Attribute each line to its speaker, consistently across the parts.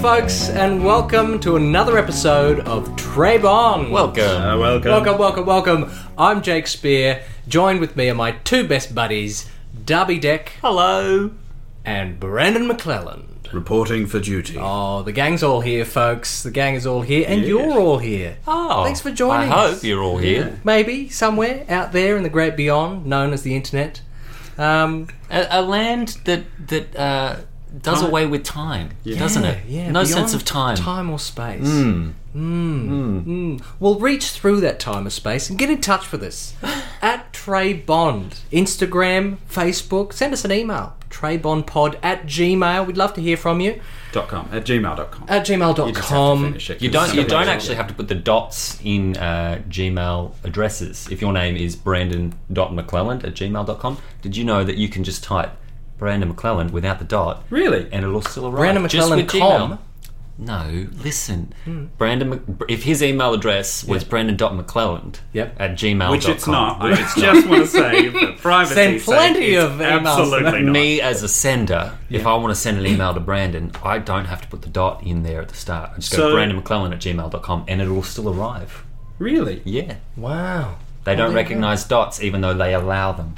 Speaker 1: folks, and welcome to another episode of Trebon.
Speaker 2: Welcome.
Speaker 3: Uh, welcome.
Speaker 1: welcome, welcome, welcome. I'm Jake Spear. Joined with me are my two best buddies, Darby Deck
Speaker 2: Hello.
Speaker 1: and Brandon McClelland.
Speaker 3: Reporting for duty.
Speaker 1: Oh, the gang's all here, folks. The gang is all here, and you're all here.
Speaker 2: Oh,
Speaker 1: Thanks for joining
Speaker 2: I
Speaker 1: us.
Speaker 2: hope you're all here.
Speaker 1: Maybe somewhere out there in the great beyond, known as the internet. Um,
Speaker 2: A, a land that that uh, does away with time, doesn't it?
Speaker 1: Yeah,
Speaker 2: no
Speaker 1: beyond
Speaker 2: sense of time.
Speaker 1: Time or space. Mm. Mm. Mm. We'll reach through that time or space and get in touch with us at Trey Bond. Instagram, Facebook, send us an email. TreyBondPod at Gmail. We'd love to hear from you.
Speaker 3: Dot com at gmail.com.
Speaker 1: At
Speaker 3: You just have to
Speaker 1: gmail.com.
Speaker 3: finish it, 'cause
Speaker 2: Uh, You don't.
Speaker 3: it's
Speaker 2: You
Speaker 3: so
Speaker 2: don't
Speaker 3: long.
Speaker 2: actually have to put the dots in uh, Gmail addresses. If your name is Brandon.McClelland at gmail.com, did you know that you can just type Brandon McClelland without the dot,
Speaker 3: Really?
Speaker 2: and it'll still arrive?
Speaker 1: Brandon Hmm.
Speaker 2: Just with
Speaker 1: McClelland.com.
Speaker 2: Gmail. No, listen. Brandon, Mc- if his email address was Brandon.McClelland
Speaker 1: Yep.
Speaker 2: at gmail.com,
Speaker 3: Which it's not. I just want to say, for privacy
Speaker 1: Send plenty
Speaker 3: sake, it's
Speaker 1: of emails.
Speaker 3: absolutely not.
Speaker 2: me as a sender, if I want to send an email to Brandon, I don't have to put the dot in there at the start. I just go
Speaker 3: So-
Speaker 2: Brandon McClellan at gmail.com and it'll still arrive.
Speaker 3: Really?
Speaker 2: Yeah.
Speaker 1: Wow.
Speaker 2: They don't
Speaker 1: there you
Speaker 2: recognize dots even though they allow them.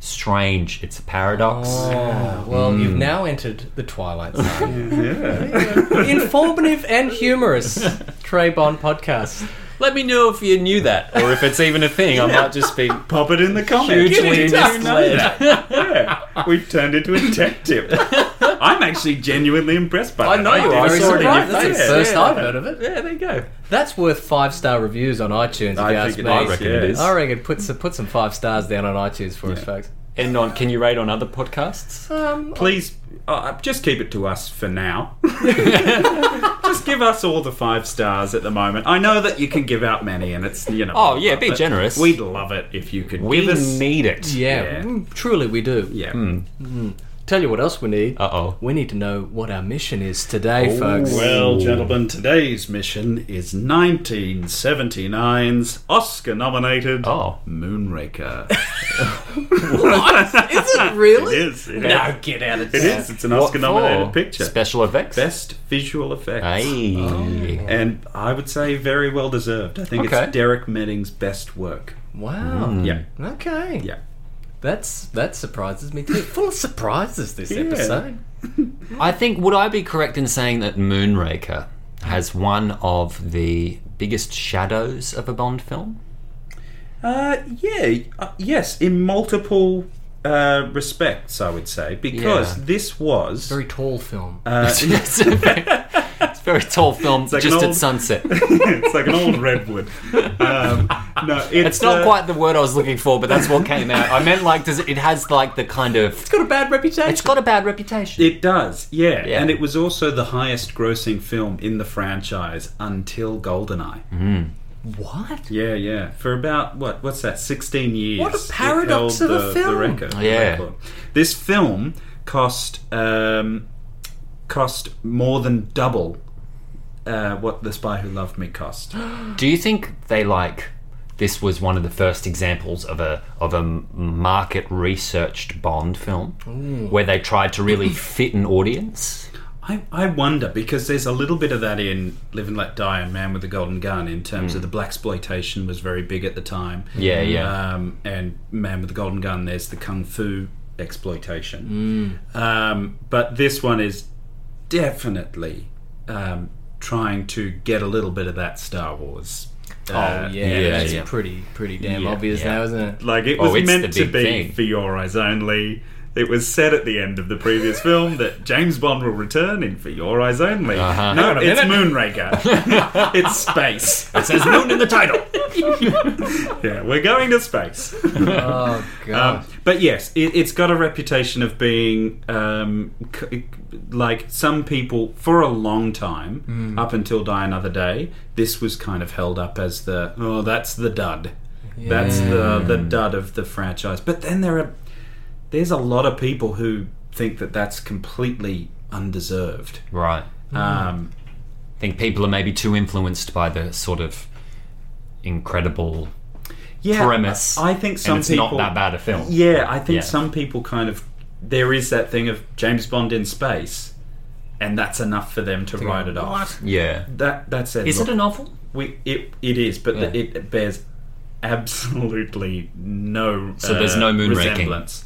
Speaker 2: Strange. It's a paradox.
Speaker 1: Oh, well, you've now entered the twilight zone.
Speaker 3: Yeah.
Speaker 1: Informative and humorous Trey Bond podcast.
Speaker 2: Let me know if you knew that or if it's even a thing. I might just be.
Speaker 3: Pop it in the comments.
Speaker 2: Hugely
Speaker 3: Did you know
Speaker 2: misled.
Speaker 3: that? Yeah. We've turned into a tech tip. I'm actually genuinely impressed by
Speaker 2: I
Speaker 3: that.
Speaker 2: know you
Speaker 3: didn't
Speaker 2: are. I
Speaker 1: Very
Speaker 2: saw it in your
Speaker 1: surprised. That's the
Speaker 2: face.
Speaker 1: first
Speaker 3: Yeah.
Speaker 1: I've heard of it.
Speaker 2: Yeah, there you go.
Speaker 1: That's worth five star reviews on iTunes. If you
Speaker 3: I
Speaker 1: ask
Speaker 3: think
Speaker 1: me.
Speaker 3: it is,
Speaker 2: I reckon it
Speaker 3: yes.
Speaker 2: is.
Speaker 1: I reckon put some put some five stars down on iTunes for us, folks.
Speaker 2: And on, can you rate on other podcasts?
Speaker 1: Um,
Speaker 3: Please, uh, just keep it to us for now. just give us all the five stars at the moment. I know that you can give out many, and it's you know.
Speaker 2: Oh, yeah, be
Speaker 3: but
Speaker 2: generous.
Speaker 3: We'd love it if you could
Speaker 2: We
Speaker 3: give us.
Speaker 2: need Hmm. it.
Speaker 1: yeah,
Speaker 3: Yeah.
Speaker 1: mm, truly we do.
Speaker 3: yeah.
Speaker 1: Tell you what else we need.
Speaker 2: Uh oh.
Speaker 1: we need to know what our mission is today, folks.
Speaker 3: Well, gentlemen, today's mission is 1979's Oscar nominated
Speaker 2: Oh.
Speaker 3: Moonraker.
Speaker 1: is it really?
Speaker 3: it is. It
Speaker 1: No, get out of
Speaker 3: is. It
Speaker 1: town.
Speaker 3: is. It's an
Speaker 2: What
Speaker 3: Oscar nominated
Speaker 2: for?
Speaker 3: picture.
Speaker 2: Special effects. Oh,
Speaker 3: Best visual effects.
Speaker 2: Hey.
Speaker 3: And I would say very well deserved. I think
Speaker 2: Okay.
Speaker 3: it's Derek Medding's best work.
Speaker 1: Wow.
Speaker 3: Mm. Yeah.
Speaker 2: Hmm.
Speaker 1: Okay.
Speaker 3: Yeah.
Speaker 1: That's that surprises me too. Full of surprises this episode.
Speaker 2: I think would I be correct in saying that Moonraker has one of the biggest shadows of a Bond film?
Speaker 3: Uh, yeah, uh, yes, in multiple uh, respects, I would say, because
Speaker 2: Yeah.
Speaker 3: this was
Speaker 1: Very tall film.
Speaker 2: it's a very, it's a very tall film,
Speaker 3: like an
Speaker 2: just at
Speaker 3: old-
Speaker 2: sunset.
Speaker 3: it's like an old redwood. Um, no, it's,
Speaker 2: It's not
Speaker 3: uh,
Speaker 2: quite the word I was looking for, but that's what came out. I meant like does it, it has like the kind of
Speaker 1: it's got a bad reputation.
Speaker 2: it's got a bad reputation.
Speaker 3: It does, yeah.
Speaker 2: Yeah.
Speaker 3: and it was also the highest-grossing film in the franchise until GoldenEye.
Speaker 1: what?
Speaker 3: Yeah, yeah. For about what? What's that? Sixteen years.
Speaker 1: What a paradox
Speaker 3: it held
Speaker 1: of a
Speaker 3: the,
Speaker 1: film.
Speaker 3: The record, the
Speaker 2: Yeah.
Speaker 3: record. This film cost um, cost more than double uh, what The Spy Who Loved Me cost.
Speaker 2: Do you think they like this was one of the first examples of a of a market researched Bond film where they tried to really fit an audience?
Speaker 3: I, I wonder because there's a little bit of that in Live and Let Die and Man with the Golden Gun in terms of the black exploitation was very big at the time.
Speaker 2: Hmm. Yeah, yeah.
Speaker 3: Um, and Man with the Golden Gun, there's the kung fu exploitation.
Speaker 2: Mm.
Speaker 3: Um, but this one is definitely um, trying to get a little bit of that Star Wars. uh,
Speaker 1: Oh yeah,
Speaker 2: yeah,
Speaker 1: that's
Speaker 2: yeah.
Speaker 1: pretty pretty damn
Speaker 3: Yeah,
Speaker 1: obvious
Speaker 2: yeah.
Speaker 1: now, isn't it?
Speaker 3: Like it
Speaker 2: Oh,
Speaker 3: was
Speaker 2: it's the
Speaker 3: meant to
Speaker 2: big
Speaker 3: be
Speaker 2: thing.
Speaker 3: for your eyes only. It was said at the end of the previous film that James Bond will return in For Your Eyes Only.
Speaker 2: Uh-huh.
Speaker 3: No, it's Moonraker. it's space.
Speaker 2: It says moon in the title.
Speaker 3: Yeah, we're going to space.
Speaker 1: Oh god.
Speaker 2: Ah.
Speaker 3: Um, but yes, it, it's got a reputation of being um, c- like some people for a long time,
Speaker 2: Hmm.
Speaker 3: up until Die Another Day. This was kind of held up as the oh, that's the dud, that's the the dud of the franchise. But then there are there's a lot of people who think that that's completely undeserved.
Speaker 2: Right.
Speaker 3: Um,
Speaker 2: I think people are maybe too influenced by the sort of incredible
Speaker 3: yeah,
Speaker 2: premise.
Speaker 3: I think some
Speaker 2: and it's
Speaker 3: people
Speaker 2: not that bad a film.
Speaker 3: Yeah, I think
Speaker 2: Yeah.
Speaker 3: some people kind of there is that thing of James Bond in space, and that's enough for them to write it off.
Speaker 2: Yeah.
Speaker 3: That that said,
Speaker 2: Is
Speaker 3: look,
Speaker 2: it a novel?
Speaker 3: we it it is, but the, it, it bears absolutely no. uh,
Speaker 2: So there's no moon raking.
Speaker 3: resemblance.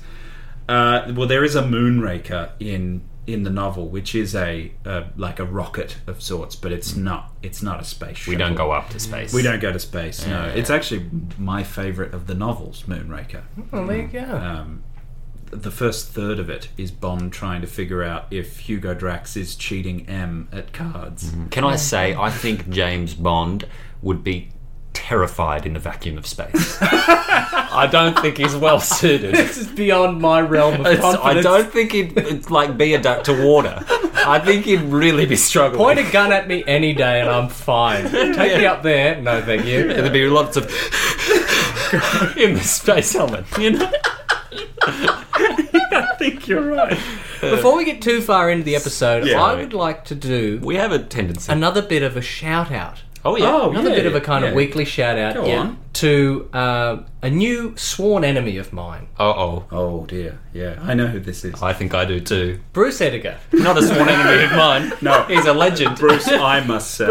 Speaker 3: Uh, well, there is a moonraker in in the novel, which is a uh, like a rocket of sorts, but it's not it's not a space.
Speaker 2: Hmm. We don't go up to space.
Speaker 3: We don't go to space. No, it's actually my favorite of the novels, Moonraker.
Speaker 1: Well, there you go.
Speaker 3: Um, the first third of it is Bond trying to figure out if Hugo Drax is cheating M at cards.
Speaker 2: Can I say I think James Bond would be terrified in the vacuum of space. I don't think he's well suited.
Speaker 1: this is beyond my realm of
Speaker 2: It's-
Speaker 1: confidence.
Speaker 2: I don't think he'd it's like be a duck to water. I think he'd really be struggling.
Speaker 1: Point a gun at me any day and I'm fine. Take me up there. No, thank you.
Speaker 2: There'd be lots of in the space helmet. You know?
Speaker 3: I think you're right.
Speaker 1: Before we get too far into the episode,
Speaker 3: Yeah.
Speaker 1: I would like to do
Speaker 2: We have a tendency.
Speaker 1: another bit of a shout out.
Speaker 2: oh yeah.
Speaker 3: Oh,
Speaker 1: Another
Speaker 3: yeah,
Speaker 1: bit of a kind
Speaker 3: yeah.
Speaker 1: of weekly shout out
Speaker 3: Go on.
Speaker 1: to uh, a new sworn enemy of mine,
Speaker 2: Uh oh.
Speaker 3: Oh dear, yeah, I know who this is.
Speaker 2: I think I do too.
Speaker 1: Bruce Edgar.
Speaker 2: Not a sworn enemy of mine.
Speaker 3: No.
Speaker 2: he's a legend.
Speaker 3: Bruce, I must say,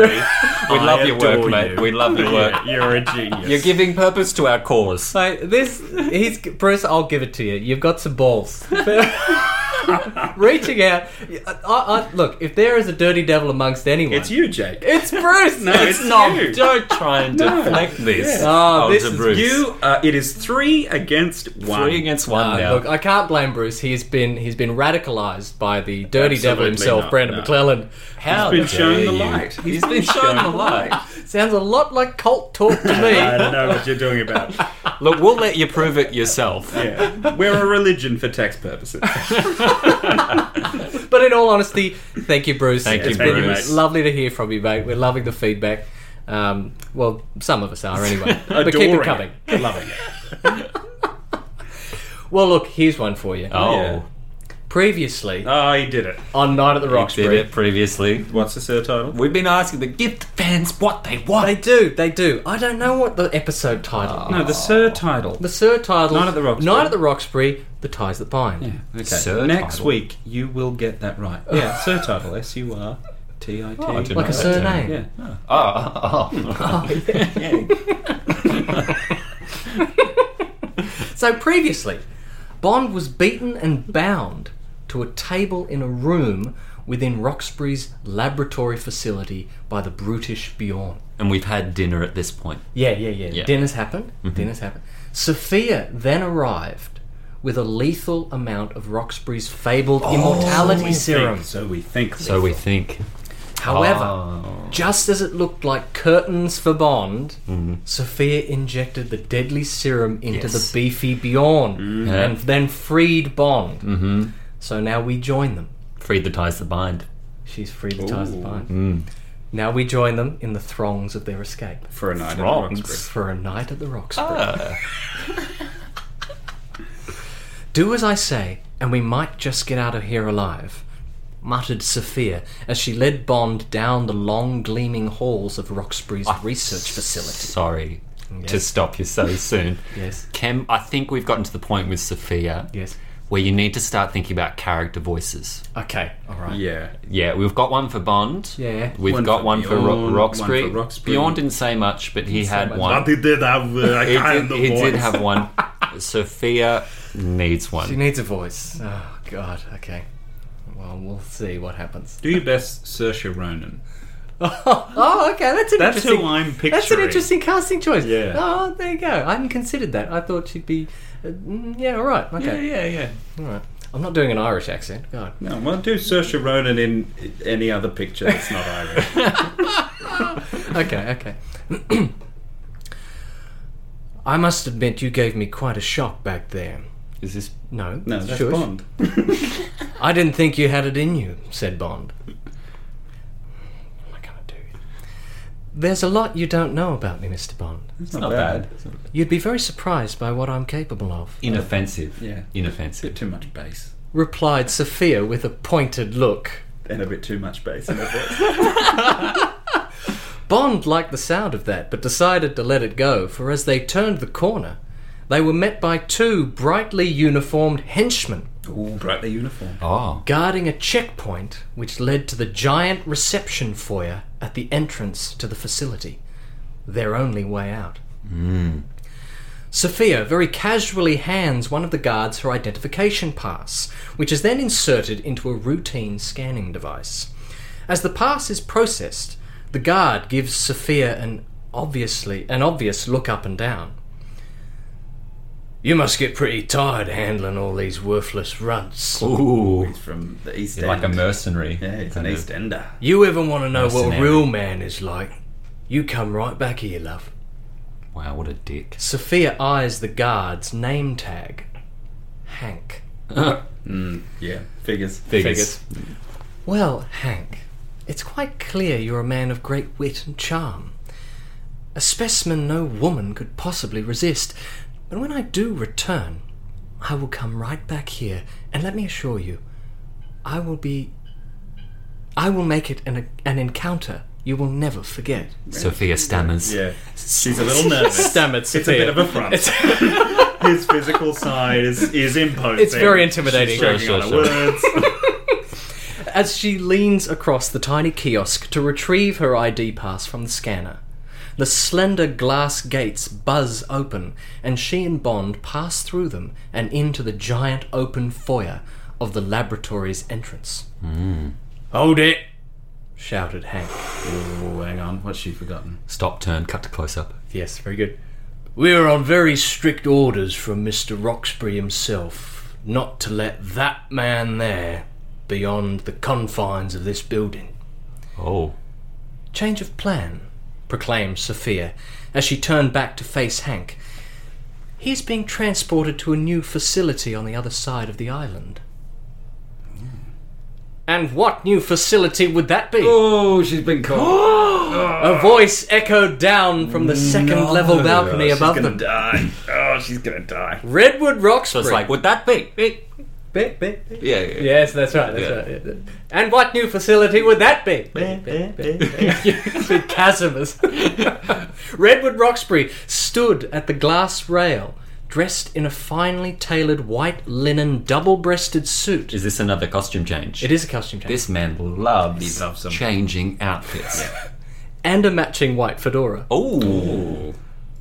Speaker 3: we
Speaker 2: we love your work, mate. We love your work.
Speaker 3: You're a genius.
Speaker 2: You're giving purpose to our cause.
Speaker 1: So this, he's Bruce. I'll give it to you. You've got some balls. Reaching out. I, I, look, if there is a dirty devil amongst anyone,
Speaker 3: it's you, Jake.
Speaker 1: It's Bruce. no,
Speaker 2: It's, not.
Speaker 3: you.
Speaker 2: Oh, Don't try and deflect this.
Speaker 1: Oh, this
Speaker 2: it's a
Speaker 1: is
Speaker 2: Bruce.
Speaker 3: Ah, you. Uh, it is three against one.
Speaker 2: Three against one
Speaker 1: Uh,
Speaker 2: now.
Speaker 1: Look, I can't blame Bruce. He's been he's been radicalized by the dirty devil
Speaker 3: Absolutely
Speaker 1: himself,
Speaker 3: not,
Speaker 1: Brandon
Speaker 3: no.
Speaker 1: McClellan. How
Speaker 3: been
Speaker 2: dare
Speaker 3: shown the
Speaker 2: you.
Speaker 3: light.
Speaker 2: he's been shown the light.
Speaker 1: sounds a lot like cult talk to
Speaker 3: I
Speaker 1: me.
Speaker 3: don't know what you're talking about.
Speaker 2: Look, we'll let you prove it yourself.
Speaker 3: Yeah. We're a religion for tax purposes.
Speaker 1: but in all honesty, thank you, Bruce.
Speaker 2: Thank you,
Speaker 1: It's been
Speaker 3: Bruce.
Speaker 1: Lovely to hear from you, mate. We're loving the feedback. Um, well, some of us are anyway. but keep
Speaker 3: Adoring
Speaker 1: it coming.
Speaker 3: it. Loving it.
Speaker 1: Well, look, here's one for you.
Speaker 2: Oh,
Speaker 3: Yeah.
Speaker 1: Previously
Speaker 3: Oh, he did it.
Speaker 1: on Night at the
Speaker 2: did
Speaker 1: Roxbury,
Speaker 2: it previously.
Speaker 3: What's the subtitle?
Speaker 2: We've been asking the give the fans what they want.
Speaker 1: they do, they do. I don't know what the episode title.
Speaker 3: No, the surtitle.
Speaker 1: The Sir title.
Speaker 3: Night at the Roxbury.
Speaker 1: Night at the Roxbury. The ties that bind.
Speaker 3: Okay.
Speaker 2: Surtitle.
Speaker 3: Next week you will get that right. Yeah, surtitle. S U R T Oh, I T.
Speaker 2: I didn't
Speaker 1: Like a
Speaker 2: know that term.
Speaker 1: surname.
Speaker 3: Yeah.
Speaker 2: Oh, oh, oh.
Speaker 1: So previously, Bond was beaten and bound to a table in a room within Roxbury's laboratory facility by the brutish Bjorn.
Speaker 2: and we've had dinner at this point.
Speaker 1: Yeah, yeah, yeah. Dinner's happened. Dinner's happened. Sophia then arrived with a lethal amount of Roxbury's fabled
Speaker 3: Oh,
Speaker 1: immortality serum.
Speaker 3: Think, so we think.
Speaker 2: So we think.
Speaker 1: However, just as it looked like curtains for Bond, Sophia injected the deadly serum into
Speaker 2: Yes.
Speaker 1: the beefy Bjorn and then freed Bond. Mm-hmm. So now we join them.
Speaker 2: Free the ties that bind.
Speaker 1: She's freed the ties
Speaker 3: Ooh.
Speaker 1: that bind. Now we join them in the throngs of their escape
Speaker 3: for a night at
Speaker 2: Wrong.
Speaker 3: Roxbury.
Speaker 1: for a night at the Roxbury. Ah. Do as I say, and we might just get out of here alive, muttered Sophia as she led Bond down the long, gleaming halls of Roxbury's research facility.
Speaker 2: Sorry to stop you so soon.
Speaker 1: Yes.
Speaker 2: Cam, I think we've gotten to the point with Sophia
Speaker 1: Yes.
Speaker 2: where you need to start thinking about character voices.
Speaker 1: Okay. All right.
Speaker 3: Yeah.
Speaker 2: Yeah, we've got one for Bond.
Speaker 1: Yeah.
Speaker 2: We've
Speaker 3: One
Speaker 2: got
Speaker 3: for
Speaker 2: one, for
Speaker 3: Bjorn,
Speaker 2: Ro-
Speaker 3: one
Speaker 2: Roxbury.
Speaker 3: for Roxbury.
Speaker 2: Bjorn didn't say much, but he had
Speaker 1: much.
Speaker 2: one.
Speaker 3: he did have. Uh,
Speaker 2: He did, he did have one. Sophia needs
Speaker 1: She
Speaker 2: one.
Speaker 1: needs a voice. Oh God. Okay. Well, we'll see what happens.
Speaker 3: Do your best, Saoirse Ronan.
Speaker 1: Oh, okay. That's an
Speaker 3: That's
Speaker 1: interesting.
Speaker 3: who I'm picturing.
Speaker 1: that's an interesting casting choice.
Speaker 3: Yeah.
Speaker 1: Oh, there you go. I hadn't considered that. I thought she'd be. Uh, mm, yeah. All right.
Speaker 3: Yeah,
Speaker 1: Okay.
Speaker 3: yeah, yeah.
Speaker 1: All right. I'm not doing an Irish accent. God.
Speaker 3: No, well, do Saoirse Ronan in any other picture that's not Irish.
Speaker 1: okay, okay. I must admit, you gave me quite a shock back there.
Speaker 2: Is this?
Speaker 1: No,
Speaker 3: No, that's
Speaker 1: shush.
Speaker 3: Bond.
Speaker 1: I didn't think you had it in you," said Bond. What am I gonna do? There's a lot you don't know about me, Mr. Bond.
Speaker 3: It's
Speaker 2: not bad.
Speaker 1: You'd be very surprised by what I'm capable of,
Speaker 2: Inoffensive.
Speaker 3: Yeah.
Speaker 2: Inoffensive.
Speaker 3: bit too much bass.
Speaker 1: replied Sophia with a pointed look.
Speaker 3: And a bit too much bass in her voice.
Speaker 1: Bond liked the sound of that, but decided to let it go, for as they turned the corner, they were met by two brightly uniformed henchmen
Speaker 3: Ooh, brightly uniform.
Speaker 2: Oh.
Speaker 1: guarding a checkpoint which led to the giant reception foyer at the entrance to the facility, their only way out. Sophia very casually hands one of the guards her identification pass, which is then inserted into a routine scanning device. As the pass is processed, the guard gives Sophia an obviously an obvious look up and down. You must get pretty tired handling all these worthless runts.
Speaker 2: Ooh.
Speaker 3: He's from the East End.
Speaker 2: Like a mercenary.
Speaker 3: yeah, it's an
Speaker 2: kind of.
Speaker 3: East Ender.
Speaker 1: You ever want to know what a
Speaker 2: Mercenary.
Speaker 1: real man is like? You come right back here, love.
Speaker 2: Wow, what a dick.
Speaker 1: Sophia eyes the guard's name tag Hank.
Speaker 3: Yeah, figures.
Speaker 2: Figures.
Speaker 1: Well, Hank, it's quite clear you're a man of great wit and charm. A specimen no woman could possibly resist. But when I do return, I will come right back here, and let me assure you, I will be. I will make it an, an encounter you will never forget.
Speaker 2: Sophia stammers.
Speaker 3: Yeah, she's a little nervous.
Speaker 1: Stammered
Speaker 3: It's a bit
Speaker 1: Sophia.
Speaker 3: of a front. His physical side is, is imposing.
Speaker 1: It's very intimidating.
Speaker 3: She's choking
Speaker 2: Sure,
Speaker 3: on
Speaker 2: sure,
Speaker 3: her
Speaker 2: sure.
Speaker 3: words.
Speaker 1: as she leans across the tiny kiosk to retrieve her ID pass from the scanner. The slender glass gates buzz open, and she and Bond pass through them and into the giant open foyer of the laboratory's entrance. Hold it! shouted Hank.
Speaker 3: Oh, hang on. What's she forgotten?
Speaker 2: Stop, turn, cut to close up.
Speaker 1: Yes, very good. We are on very strict orders from Mr. Roxbury himself not to let that man there beyond the confines of this building.
Speaker 2: Oh.
Speaker 1: Change of plan, proclaimed Sophia as she turned back to face Hank. He is being transported to a new facility on the other side of the island.
Speaker 2: Hmm.
Speaker 1: And what new facility would that be?
Speaker 2: Oh, she's been caught.
Speaker 1: A voice echoed down from the second level balcony above
Speaker 3: Oh, She's
Speaker 1: them.
Speaker 3: gonna die. Oh, she's gonna die.
Speaker 1: Redwood Rocks
Speaker 2: so it's like, would that be? be-
Speaker 1: bit, bit, bit.
Speaker 2: Yeah, yeah.
Speaker 1: Yes, that's right. That's
Speaker 2: Yeah.
Speaker 1: right. yeah. And what new facility would that be? Casimir's. Redwood Roxbury stood at the glass rail, dressed in a finely tailored white linen double breasted suit.
Speaker 2: Is this another costume change?
Speaker 1: It is a costume change.
Speaker 2: This man loves,
Speaker 3: He loves 'em.
Speaker 2: changing outfits.
Speaker 1: And a matching white fedora.
Speaker 2: Oh,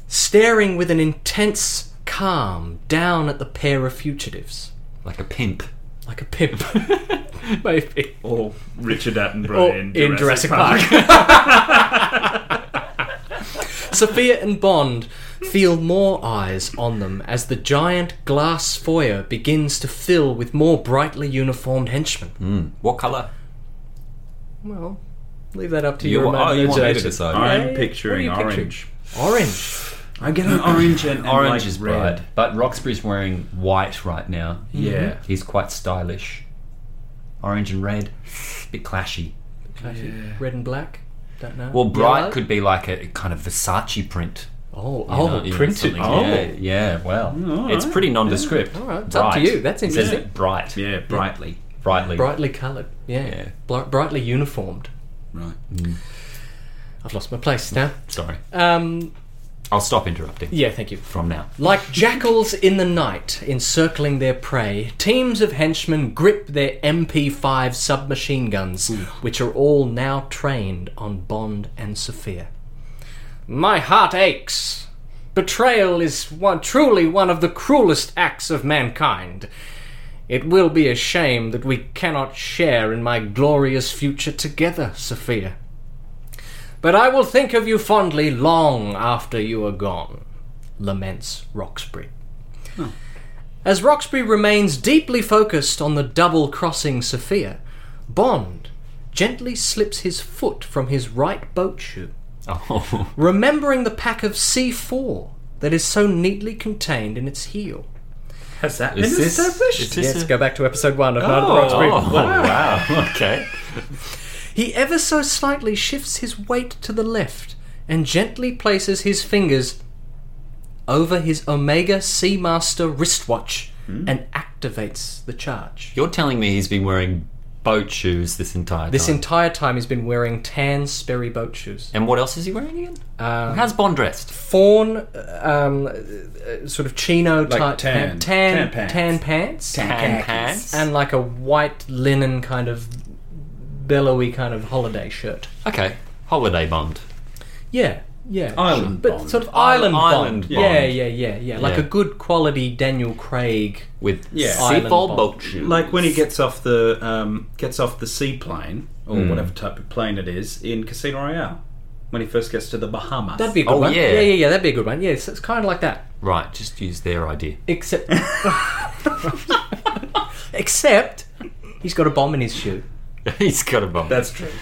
Speaker 1: Staring with an intense calm down at the pair of fugitives.
Speaker 2: like a pimp.
Speaker 1: Like a pimp. Maybe.
Speaker 3: Or Richard Attenborough
Speaker 1: Or
Speaker 3: in,
Speaker 1: in Jurassic Park. Sophia and Bond feel more eyes on them as the giant glass foyer begins to fill with more brightly uniformed henchmen.
Speaker 2: What colour?
Speaker 1: Well, leave that up to
Speaker 2: You,
Speaker 1: your
Speaker 2: oh, you
Speaker 1: imagination.
Speaker 2: want me to decide?
Speaker 1: Hey,
Speaker 3: I'm
Speaker 1: what
Speaker 3: picturing
Speaker 1: are you picturing?
Speaker 3: orange.
Speaker 1: Orange.
Speaker 3: I'm getting orange and, and
Speaker 2: Orange
Speaker 3: like
Speaker 2: is
Speaker 3: red.
Speaker 2: bright, but Roxbury's wearing white right now.
Speaker 3: Yeah.
Speaker 2: He's quite stylish. Orange and red, bit clashy.
Speaker 1: Oh, Red and black. Don't know.
Speaker 2: Well, bright
Speaker 1: Yellow?
Speaker 2: could be like a kind of Versace print.
Speaker 1: Oh,
Speaker 2: you
Speaker 1: oh,
Speaker 2: know, you know,
Speaker 1: printed.
Speaker 2: something.
Speaker 1: Oh.
Speaker 2: Yeah, yeah, well, it's pretty nondescript.
Speaker 1: All right, it's up to you. That's
Speaker 2: It says
Speaker 1: interesting.
Speaker 2: it bright.
Speaker 3: Yeah, brightly.
Speaker 2: Brightly.
Speaker 1: Brightly coloured. Yeah.
Speaker 2: Yeah.
Speaker 1: Bri- brightly uniformed.
Speaker 3: Right.
Speaker 1: I've lost my place now.
Speaker 2: Sorry.
Speaker 1: Um,
Speaker 2: I'll stop interrupting
Speaker 1: yeah, thank you.
Speaker 2: from now.
Speaker 1: Like jackals in the night, encircling their prey, teams of henchmen grip their MP5 submachine guns, which are all now trained on Bond and Sophia. My heart aches. Betrayal is one, truly one of the cruelest acts of mankind. It will be a shame that we cannot share in my glorious future together, Sophia. But I will think of you fondly long after you are gone laments Roxbury. As Roxbury remains deeply focused on the double crossing Sophia, Bond gently slips his foot from his right boat shoe,
Speaker 2: Oh,
Speaker 1: remembering the pack of C4 that is so neatly contained in its heel.
Speaker 3: Has that
Speaker 2: Is
Speaker 3: been
Speaker 2: this-
Speaker 3: established?
Speaker 2: is this a-
Speaker 1: go back to episode one of Night
Speaker 2: oh, oh, wow. Okay.
Speaker 1: He ever so slightly shifts his weight to the left and gently places his fingers over his Omega Seamaster wristwatch and activates the charge.
Speaker 2: You're telling me he's been wearing boat shoes this entire
Speaker 1: This
Speaker 2: time.
Speaker 1: entire time he's been wearing tan Sperry boat shoes.
Speaker 2: and what else is he wearing again?
Speaker 1: Um,
Speaker 2: How's Bond dressed?
Speaker 1: fawn, um, uh, sort of chino
Speaker 3: Like
Speaker 1: type
Speaker 3: tan-
Speaker 1: pa- tan,
Speaker 3: tan pants.
Speaker 1: tan pants.
Speaker 2: Tan pants.
Speaker 1: and like a white linen kind of billowy kind of holiday shirt.
Speaker 2: okay, holiday Bond.
Speaker 1: Yeah, yeah.
Speaker 3: Island
Speaker 1: but
Speaker 3: Bond.
Speaker 1: sort of
Speaker 2: Isle-
Speaker 1: island, bond.
Speaker 2: island Bond.
Speaker 1: Yeah, yeah, yeah, yeah. Like
Speaker 2: Yeah.
Speaker 1: a good quality Daniel Craig.
Speaker 2: with
Speaker 3: Yeah.
Speaker 2: seafoam
Speaker 1: Island
Speaker 2: boat shoes.
Speaker 3: like when he gets off the um, gets off the seaplane or whatever type of plane it is in Casino Royale when he first gets to the Bahamas.
Speaker 1: That'd be a good
Speaker 2: Oh,
Speaker 1: one.
Speaker 2: yeah.
Speaker 1: yeah, yeah, yeah. That'd be a good one. Yeah, it's, it's kind of like that,
Speaker 2: right, just use their idea.
Speaker 1: except except he's got a bomb in his shoe.
Speaker 2: He's got a bomb.
Speaker 3: that's true.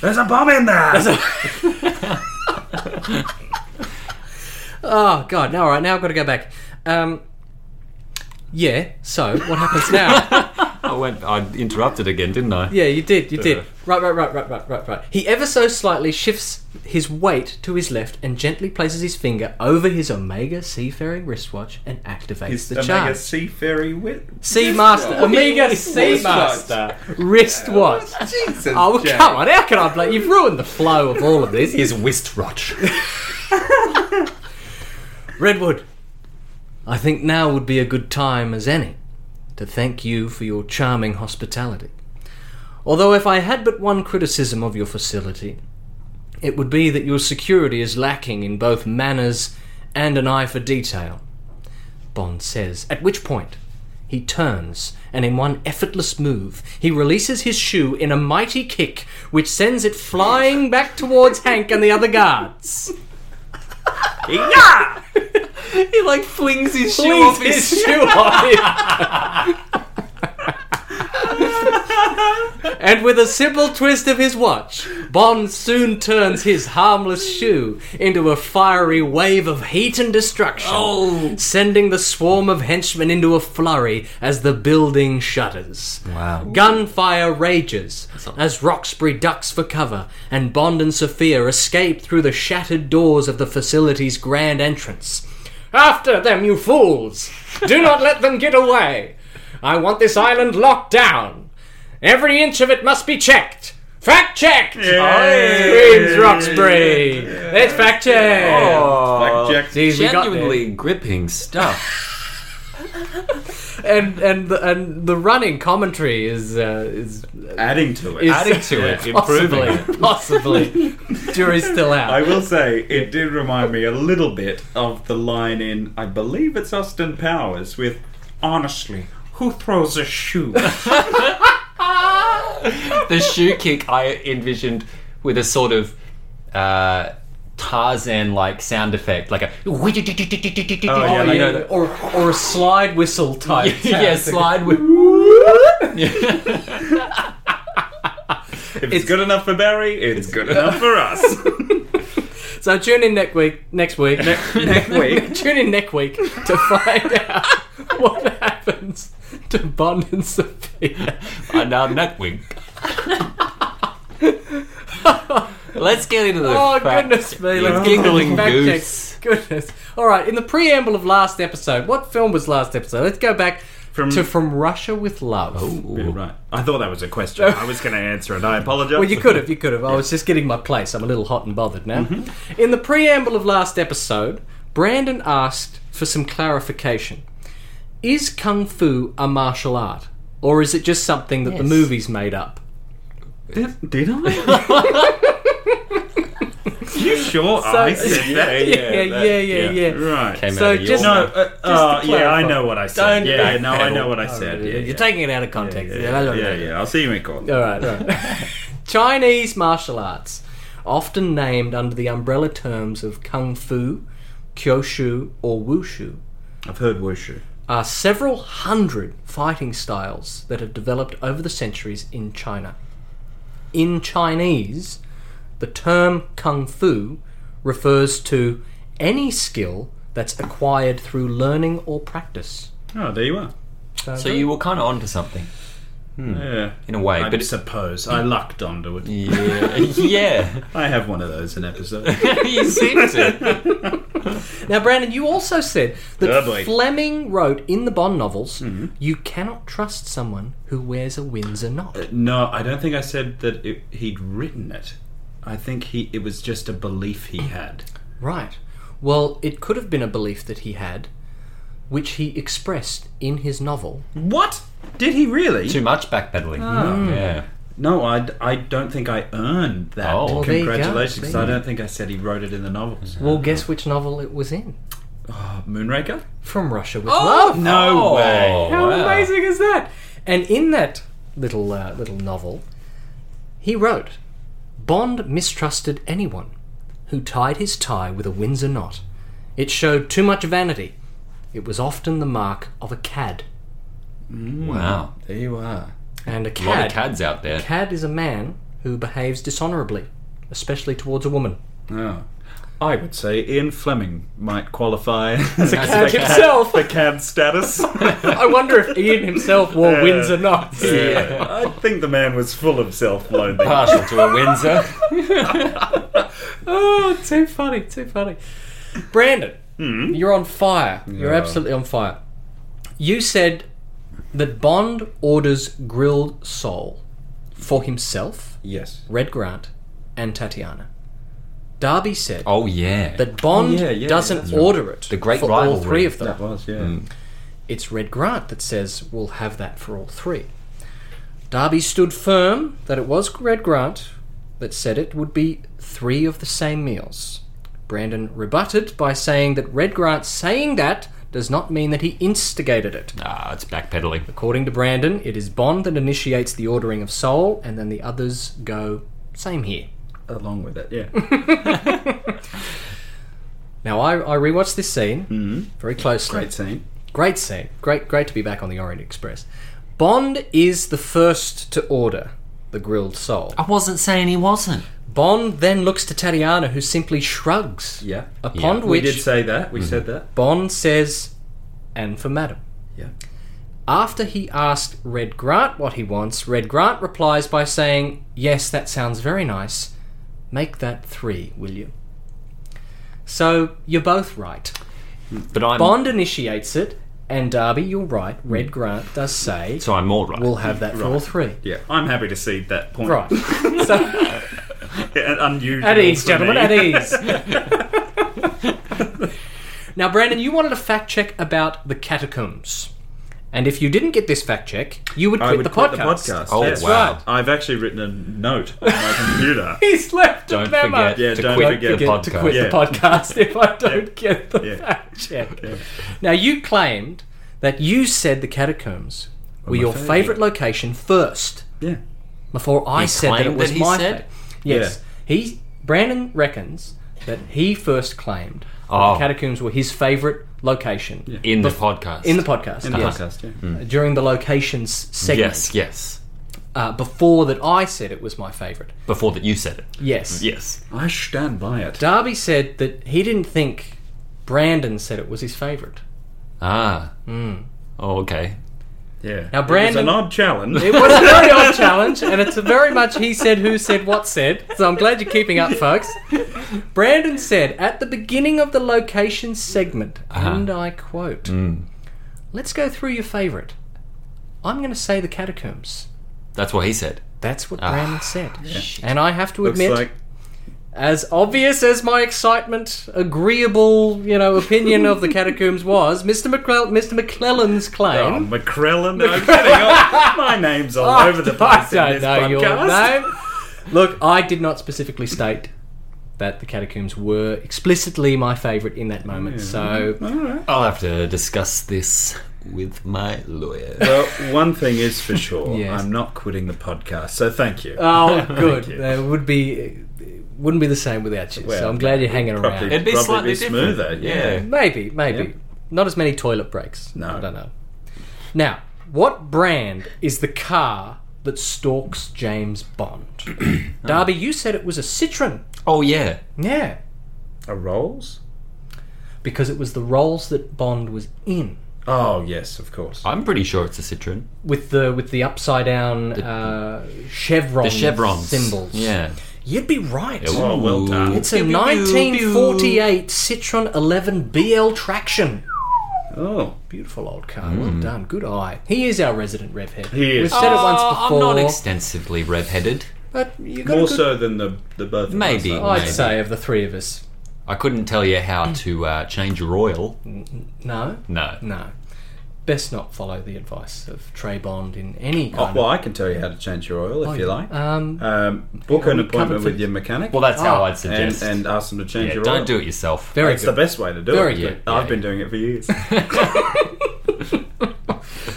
Speaker 3: There's a bomb in there.
Speaker 1: Oh God! No, all right. Now I've got to go back. Um, yeah. So what happens now?
Speaker 2: I went. I interrupted again, didn't I?
Speaker 1: Yeah, you did. You
Speaker 2: Yeah.
Speaker 1: did. Right, right, right, right, right, right, right. He ever so slightly shifts his weight to his left and gently places his finger over his Omega Seafaring wristwatch and activates
Speaker 3: It's
Speaker 1: the
Speaker 3: the
Speaker 1: charge.
Speaker 3: Omega Seafaring with
Speaker 1: Sea Master, Omega Sea Master wristwatch.
Speaker 3: Jesus.
Speaker 1: Oh well,
Speaker 3: Jack.
Speaker 1: come on! How can I blame? You've ruined the flow of all of this.
Speaker 2: Here's Wistrotch.
Speaker 1: Redwood, I think now would be a good time as any to thank you for your charming hospitality. Although, if I had but one criticism of your facility, it would be that your security is lacking in both manners and an eye for detail. Bond says, at which point he turns and in one effortless move he releases his shoe in a mighty kick which sends it flying back towards Hank and the other guards.
Speaker 2: yeah. he like flings his shoe off his.
Speaker 1: Please, his shoe off him. and with a simple twist of his watch, Bond soon turns his harmless shoe into a fiery wave of heat and destruction, sending the swarm of henchmen into a flurry as the building shudders.
Speaker 2: Wow.
Speaker 1: Gunfire rages as Roxbury ducks for cover, and Bond and Sophia escape through the shattered doors of the facility's grand entrance. After them, you fools! Do not let them get away! I want this island locked down! Every inch of it must be checked! Fact checked! Screams Roxbury! It's fact checked!
Speaker 3: Black Jack.
Speaker 1: Geez, we got there.
Speaker 2: Oh, Genuinely gripping stuff.
Speaker 1: and and the, and the running commentary is uh, is
Speaker 3: adding to it.
Speaker 1: Is-
Speaker 2: Adding to it, improving
Speaker 1: possibly
Speaker 2: it.
Speaker 1: possibly jury's still out.
Speaker 3: I will say it did remind me a little bit of the line in I believe it's Austin Powers with honestly who throws a shoe?
Speaker 2: the shoe kick I envisioned with a sort of uh, Tarzan-like sound effect, like a
Speaker 3: yeah,
Speaker 1: Oh,
Speaker 3: like-
Speaker 1: yeah, or or a slide whistle type.
Speaker 2: yeah,
Speaker 1: sound.
Speaker 2: slide with.
Speaker 3: If it's, good enough for Barry, it's good enough for us.
Speaker 1: So tune in next week. Next week. Ne-
Speaker 3: Next week.
Speaker 1: tune in next week to find out what happens to Bond and Sophia.
Speaker 2: and our neck wink. Let's get into the
Speaker 1: Oh
Speaker 2: fact-
Speaker 1: goodness me! Let's
Speaker 2: Yeah.
Speaker 1: get
Speaker 2: Giggling
Speaker 1: giggling fact
Speaker 2: goose.
Speaker 1: check. Goodness. All right. In the preamble of last episode, what film was last episode? Let's go back
Speaker 3: From-
Speaker 1: to From Russia with Love.
Speaker 2: Oh.
Speaker 3: Yeah, right. I thought that was a question. I was going to answer it. I apologize.
Speaker 1: Well, you could have, you could have. I was just getting my place. I'm a little hot and bothered now.
Speaker 2: Mm-hmm.
Speaker 1: In the preamble of last episode, Brandon asked for some clarification. Is kung fu a martial art, or is it just something that the
Speaker 2: Yes.
Speaker 1: movies made up?
Speaker 3: Did, did I? you sure Oh, I said that?
Speaker 1: yeah, yeah, yeah, yeah.
Speaker 3: Right.
Speaker 2: Came
Speaker 1: So
Speaker 2: out of
Speaker 1: just-
Speaker 3: No,
Speaker 2: your mouth.
Speaker 3: uh, uh,
Speaker 1: to
Speaker 3: yeah, I
Speaker 1: clarify.
Speaker 3: know what I said.
Speaker 2: Don't
Speaker 3: yeah, no, I
Speaker 2: backpedal.
Speaker 3: know what I said. Yeah,
Speaker 1: Oh, You're
Speaker 3: yeah.
Speaker 1: taking it out of context.
Speaker 3: yeah, yeah,
Speaker 1: I
Speaker 3: yeah,
Speaker 1: don't know.
Speaker 3: yeah. I'll see you in court.
Speaker 1: All right, all right. Chinese martial arts, often named under the umbrella terms of kung fu, kyoshu, or wushu,
Speaker 3: I've heard wushu.
Speaker 1: are several hundred fighting styles that have developed over the centuries in China. In Chinese, the term kung fu refers to any skill that's acquired through learning or practice.
Speaker 3: Oh, there you are.
Speaker 2: So you were kind of onto something
Speaker 1: Hmm.
Speaker 3: Yeah.
Speaker 2: in a way,
Speaker 3: I
Speaker 2: but
Speaker 3: suppose I lucked onto it.
Speaker 2: yeah, yeah,
Speaker 3: I have one of those in episode.
Speaker 2: you seem to.
Speaker 1: Now, Brandon, you also said that
Speaker 3: Oh, boy. Mm-hmm.
Speaker 1: Fleming wrote in the Bond novels, "You cannot trust someone who wears a Windsor knot."
Speaker 3: No, I don't think I said that it, he'd written it. I think he it was just a belief he had.
Speaker 1: Right. Well, it could have been a belief that he had, which he expressed in his novel.
Speaker 3: What? Did he really?
Speaker 2: Too much backpedaling.
Speaker 3: Oh.
Speaker 2: Hmm. Yeah.
Speaker 3: No, I, d- I don't think I earned that.
Speaker 2: Oh. Well,
Speaker 1: there you go.
Speaker 3: Congratulations.
Speaker 1: There you
Speaker 3: I don't think I said he wrote it in the novels.
Speaker 1: Well, guess which novel it was in?
Speaker 3: Oh, Moonraker?
Speaker 1: From Russia with Love.
Speaker 3: No
Speaker 2: Oh,
Speaker 3: way.
Speaker 1: How
Speaker 2: wow.
Speaker 1: amazing is that? And in that little uh, little novel, he wrote, "Bond mistrusted anyone who tied his tie with a Windsor knot. It showed too much vanity. It was often the mark of a cad,
Speaker 2: Wow.
Speaker 3: There you are.
Speaker 1: and a
Speaker 2: A lot
Speaker 1: cad
Speaker 2: of cads out there.
Speaker 1: cad is a man who behaves dishonorably, especially towards a woman."
Speaker 3: Oh. I would say Ian Fleming might qualify as a
Speaker 1: cad himself.
Speaker 3: The cad status.
Speaker 1: I wonder if Ian himself wore Windsor knots.
Speaker 3: Yeah. I think the man was full of self-loathing.
Speaker 2: Partial to a Windsor.
Speaker 1: Oh, too funny, too funny. Brandon,
Speaker 3: Hmm?
Speaker 1: you're on fire. You're absolutely on fire. You said that Bond orders grilled sole for himself,
Speaker 3: yes.
Speaker 1: Red Grant, and Tatiana. Darby said
Speaker 2: Oh yeah.
Speaker 1: that Bond
Speaker 3: Oh, yeah, yeah,
Speaker 1: doesn't
Speaker 3: that's right.
Speaker 1: order it
Speaker 2: The great
Speaker 1: for all
Speaker 2: rivalry.
Speaker 1: three of them.
Speaker 3: That was, yeah.
Speaker 1: It's Red Grant that says we'll have that for all three. Darby stood firm that it was Red Grant that said it would be three of the same meals. Brandon rebutted by saying that Red Grant saying that does not mean that he instigated it.
Speaker 2: ah, it's backpedaling.
Speaker 1: According to Brandon, it is Bond that initiates the ordering of Soul, and then the others go, same here.
Speaker 3: Along with it, yeah.
Speaker 1: Now, I, I rewatched this scene very closely.
Speaker 3: Great scene.
Speaker 1: Great scene. Great, great to be back on the Orient Express. Bond is the first to order the grilled sole.
Speaker 3: Oh.
Speaker 2: I wasn't saying he wasn't.
Speaker 1: Bond then looks to Tatiana, who simply shrugs.
Speaker 3: Yeah.
Speaker 1: Upon
Speaker 3: we
Speaker 1: which Mm-hmm.
Speaker 3: did say that. We said that.
Speaker 1: Bond says, "And for Madam."
Speaker 3: Yeah.
Speaker 1: After he asked Red Grant what he wants, Red Grant replies by saying, "Yes, that sounds very nice. Make that three, will you?" So you're both right.
Speaker 2: But
Speaker 3: Um,
Speaker 2: I'm
Speaker 1: Bond initiates it, and Darby, you're right.
Speaker 3: Hmm.
Speaker 1: Red Grant does say,
Speaker 2: so I'm more right.
Speaker 1: "We'll have that for all three.
Speaker 3: Yeah. I'm happy to see that point.
Speaker 1: Right. So,
Speaker 3: Unusual.
Speaker 1: at ease,
Speaker 3: for
Speaker 1: gentlemen,
Speaker 3: me.
Speaker 1: at ease. now, Brandon, you wanted a fact check about the catacombs. And if you didn't get this fact check, you would quit,
Speaker 3: I would
Speaker 1: the,
Speaker 3: quit
Speaker 1: podcast.
Speaker 3: the podcast.
Speaker 2: Oh,
Speaker 3: That's
Speaker 2: wow.
Speaker 3: right. I've actually written a note on my computer.
Speaker 1: He's left
Speaker 2: don't
Speaker 1: a memo.
Speaker 2: forget
Speaker 3: Yeah,
Speaker 2: to
Speaker 3: don't
Speaker 2: quit
Speaker 3: forget
Speaker 2: the podcast.
Speaker 1: to quit
Speaker 3: Yeah.
Speaker 1: the podcast if I don't get the
Speaker 3: Yeah.
Speaker 1: fact check. Now, you claimed that you said the catacombs were
Speaker 3: my
Speaker 1: your
Speaker 3: favourite.
Speaker 1: favourite location first.
Speaker 3: Yeah.
Speaker 1: before I
Speaker 2: He
Speaker 1: said that it
Speaker 2: claimed
Speaker 1: was
Speaker 2: that he
Speaker 1: my
Speaker 2: said?
Speaker 1: fault. Yes, he Brandon reckons that he first claimed that
Speaker 2: Oh.
Speaker 1: the catacombs were his favourite location
Speaker 2: in the podcast.
Speaker 1: in the podcast.
Speaker 3: In the
Speaker 1: yes. Mm. Uh,
Speaker 3: podcast, yeah.
Speaker 1: during the locations segment.
Speaker 2: yes, yes.
Speaker 1: Uh, before that, I said it was my favourite.
Speaker 2: Before that, you said it.
Speaker 1: Yes.
Speaker 2: Yes.
Speaker 3: I stand by it.
Speaker 1: Darby said that he didn't think Brandon said it was his favourite.
Speaker 2: Ah. Oh, okay.
Speaker 3: Yeah.
Speaker 1: Now,
Speaker 3: It's
Speaker 1: Brandon,
Speaker 3: an odd challenge.
Speaker 1: It was a very odd challenge, and it's a very much he said, who said, what said. So I'm glad you're keeping up, folks. Brandon said at the beginning of the location segment,
Speaker 3: Uh-huh.
Speaker 1: and I quote,
Speaker 3: Mm.
Speaker 2: Hmm.
Speaker 1: "Let's go through your favourite. I'm going to say the catacombs."
Speaker 2: That's what he said.
Speaker 1: That's what Brandon said, and I have to
Speaker 3: Ah. Looks
Speaker 1: admit,
Speaker 3: like oh,
Speaker 1: as obvious as my excitement, agreeable, you know, opinion of the catacombs was, Mr. McClel- Mr. McClellan's claim.
Speaker 3: Oh, McCrellan. No, I'm kidding. Oh, my name's all over the place in this podcast.
Speaker 1: name. Look, I did not specifically state that the catacombs were explicitly my favourite in that moment. So,
Speaker 2: I'll have to discuss this with my lawyer.
Speaker 3: Well, one thing is for sure,
Speaker 1: Yes.
Speaker 3: I'm not quitting the podcast. So thank you.
Speaker 1: oh, good.
Speaker 3: you.
Speaker 1: That would be it wouldn't be the same without you. so
Speaker 3: Well,
Speaker 1: I'm glad you're hanging
Speaker 3: probably-
Speaker 1: around.
Speaker 2: It'd be
Speaker 3: Probably
Speaker 2: slightly
Speaker 3: be smoother,
Speaker 2: different.
Speaker 3: yeah.
Speaker 1: Maybe, maybe
Speaker 3: Yeah.
Speaker 1: not as many toilet breaks.
Speaker 3: No.
Speaker 1: I don't know. Now, what brand is the car that stalks James Bond? Darby, you said it was a Citroen.
Speaker 2: Oh yeah.
Speaker 1: Yeah,
Speaker 3: A Rolls?
Speaker 1: because it was the roles that Bond was in.
Speaker 3: Oh yes, of course.
Speaker 2: I'm pretty sure it's a Citroen.
Speaker 1: with the with the upside down uh, chevron
Speaker 2: The chevrons.
Speaker 1: symbols.
Speaker 2: Yeah.
Speaker 1: You'd be right.
Speaker 2: Yeah,
Speaker 3: Oh, well done.
Speaker 1: It's a 1948 Citroen 11 BL Traction.
Speaker 3: oh,
Speaker 1: Beautiful old car. Well done. Good eye. He is our resident rev head.
Speaker 3: He is.
Speaker 1: We've said it once
Speaker 2: Uh,
Speaker 1: before.
Speaker 2: I'm not extensively red-headed.
Speaker 1: but you got a
Speaker 3: more
Speaker 1: good-
Speaker 3: so than the the both. of
Speaker 2: Maybe.
Speaker 3: us,
Speaker 1: I'd
Speaker 2: maybe.
Speaker 1: say of the three of us,
Speaker 2: I couldn't tell you how to uh, change your oil.
Speaker 1: no,
Speaker 2: No.
Speaker 1: no. Best not follow the advice of Trey Bond in any
Speaker 3: though. Oh,
Speaker 1: kind.
Speaker 3: well, I can tell you how to change your oil if you like.
Speaker 1: of, um,
Speaker 3: Um, book an
Speaker 1: we covered
Speaker 3: appointment with
Speaker 1: things.
Speaker 3: your mechanic
Speaker 2: Well, that's
Speaker 1: Ah,
Speaker 2: how I'd
Speaker 3: and,
Speaker 2: suggest.
Speaker 3: and ask them to change
Speaker 2: yeah,
Speaker 3: your oil.
Speaker 2: don't do it yourself.
Speaker 1: very
Speaker 3: It's the
Speaker 1: good.
Speaker 3: best way to do
Speaker 1: Very
Speaker 3: it.
Speaker 1: good.
Speaker 2: Yeah,
Speaker 3: I've
Speaker 2: yeah.
Speaker 3: been doing it for years.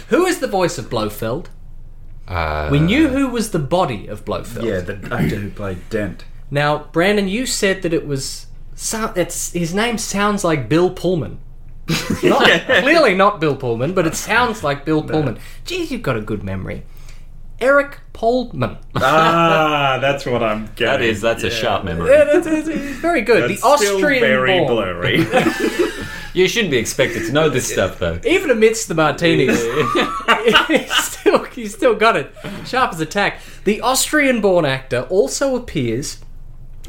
Speaker 1: Who is the voice of Blofeld?
Speaker 2: Uh,
Speaker 1: We knew who was the body of Blofeld.
Speaker 3: yeah, the actor who played Dent.
Speaker 1: Now, Brandon, you said that it was. So, it's, his name sounds like Bill Pullman. Not- Clearly not Bill Pullman, but it sounds like Bill Pullman. Geez, you've got a good memory. Eric Pullman.
Speaker 3: ah, that's what I'm getting.
Speaker 2: that is that's a sharp memory.
Speaker 1: Yeah, that's- that's- it's very good.
Speaker 3: That's
Speaker 1: the Austrian
Speaker 3: still very
Speaker 1: born.
Speaker 3: blurry.
Speaker 2: You shouldn't be expected to know this stuff though.
Speaker 1: Even amidst the martinis, he's still he's still got it. Sharp as a tack. The Austrian-born actor also appears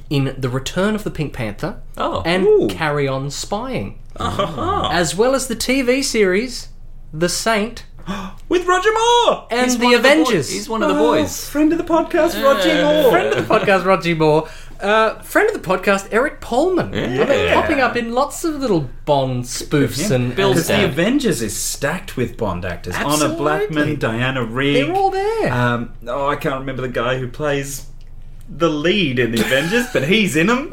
Speaker 1: in The Return of the Pink Panther
Speaker 2: Oh.
Speaker 1: and
Speaker 3: Ooh.
Speaker 1: Carry On Spying, as well as the TV series The Saint
Speaker 3: with Roger Moore.
Speaker 1: and
Speaker 2: He's one
Speaker 1: The
Speaker 2: of boy-
Speaker 1: Avengers. Uh,
Speaker 2: he's one of the
Speaker 3: Oh,
Speaker 2: boys.
Speaker 3: friend of the podcast, Roger
Speaker 2: Yeah.
Speaker 3: Moore.
Speaker 1: friend of the podcast, Roger Moore. Uh, friend of the podcast, Eric Polman. I've been
Speaker 2: Yeah.
Speaker 1: popping up in lots of little Bond spoofs and
Speaker 2: Bill
Speaker 3: Because the
Speaker 2: Dent.
Speaker 3: Avengers is stacked with Bond actors.
Speaker 1: Absolutely.
Speaker 3: Honor Blackman, Diana Rigg.
Speaker 1: They're all there.
Speaker 3: Um, oh, I can't remember the guy who plays the lead in the Avengers, but he's in them.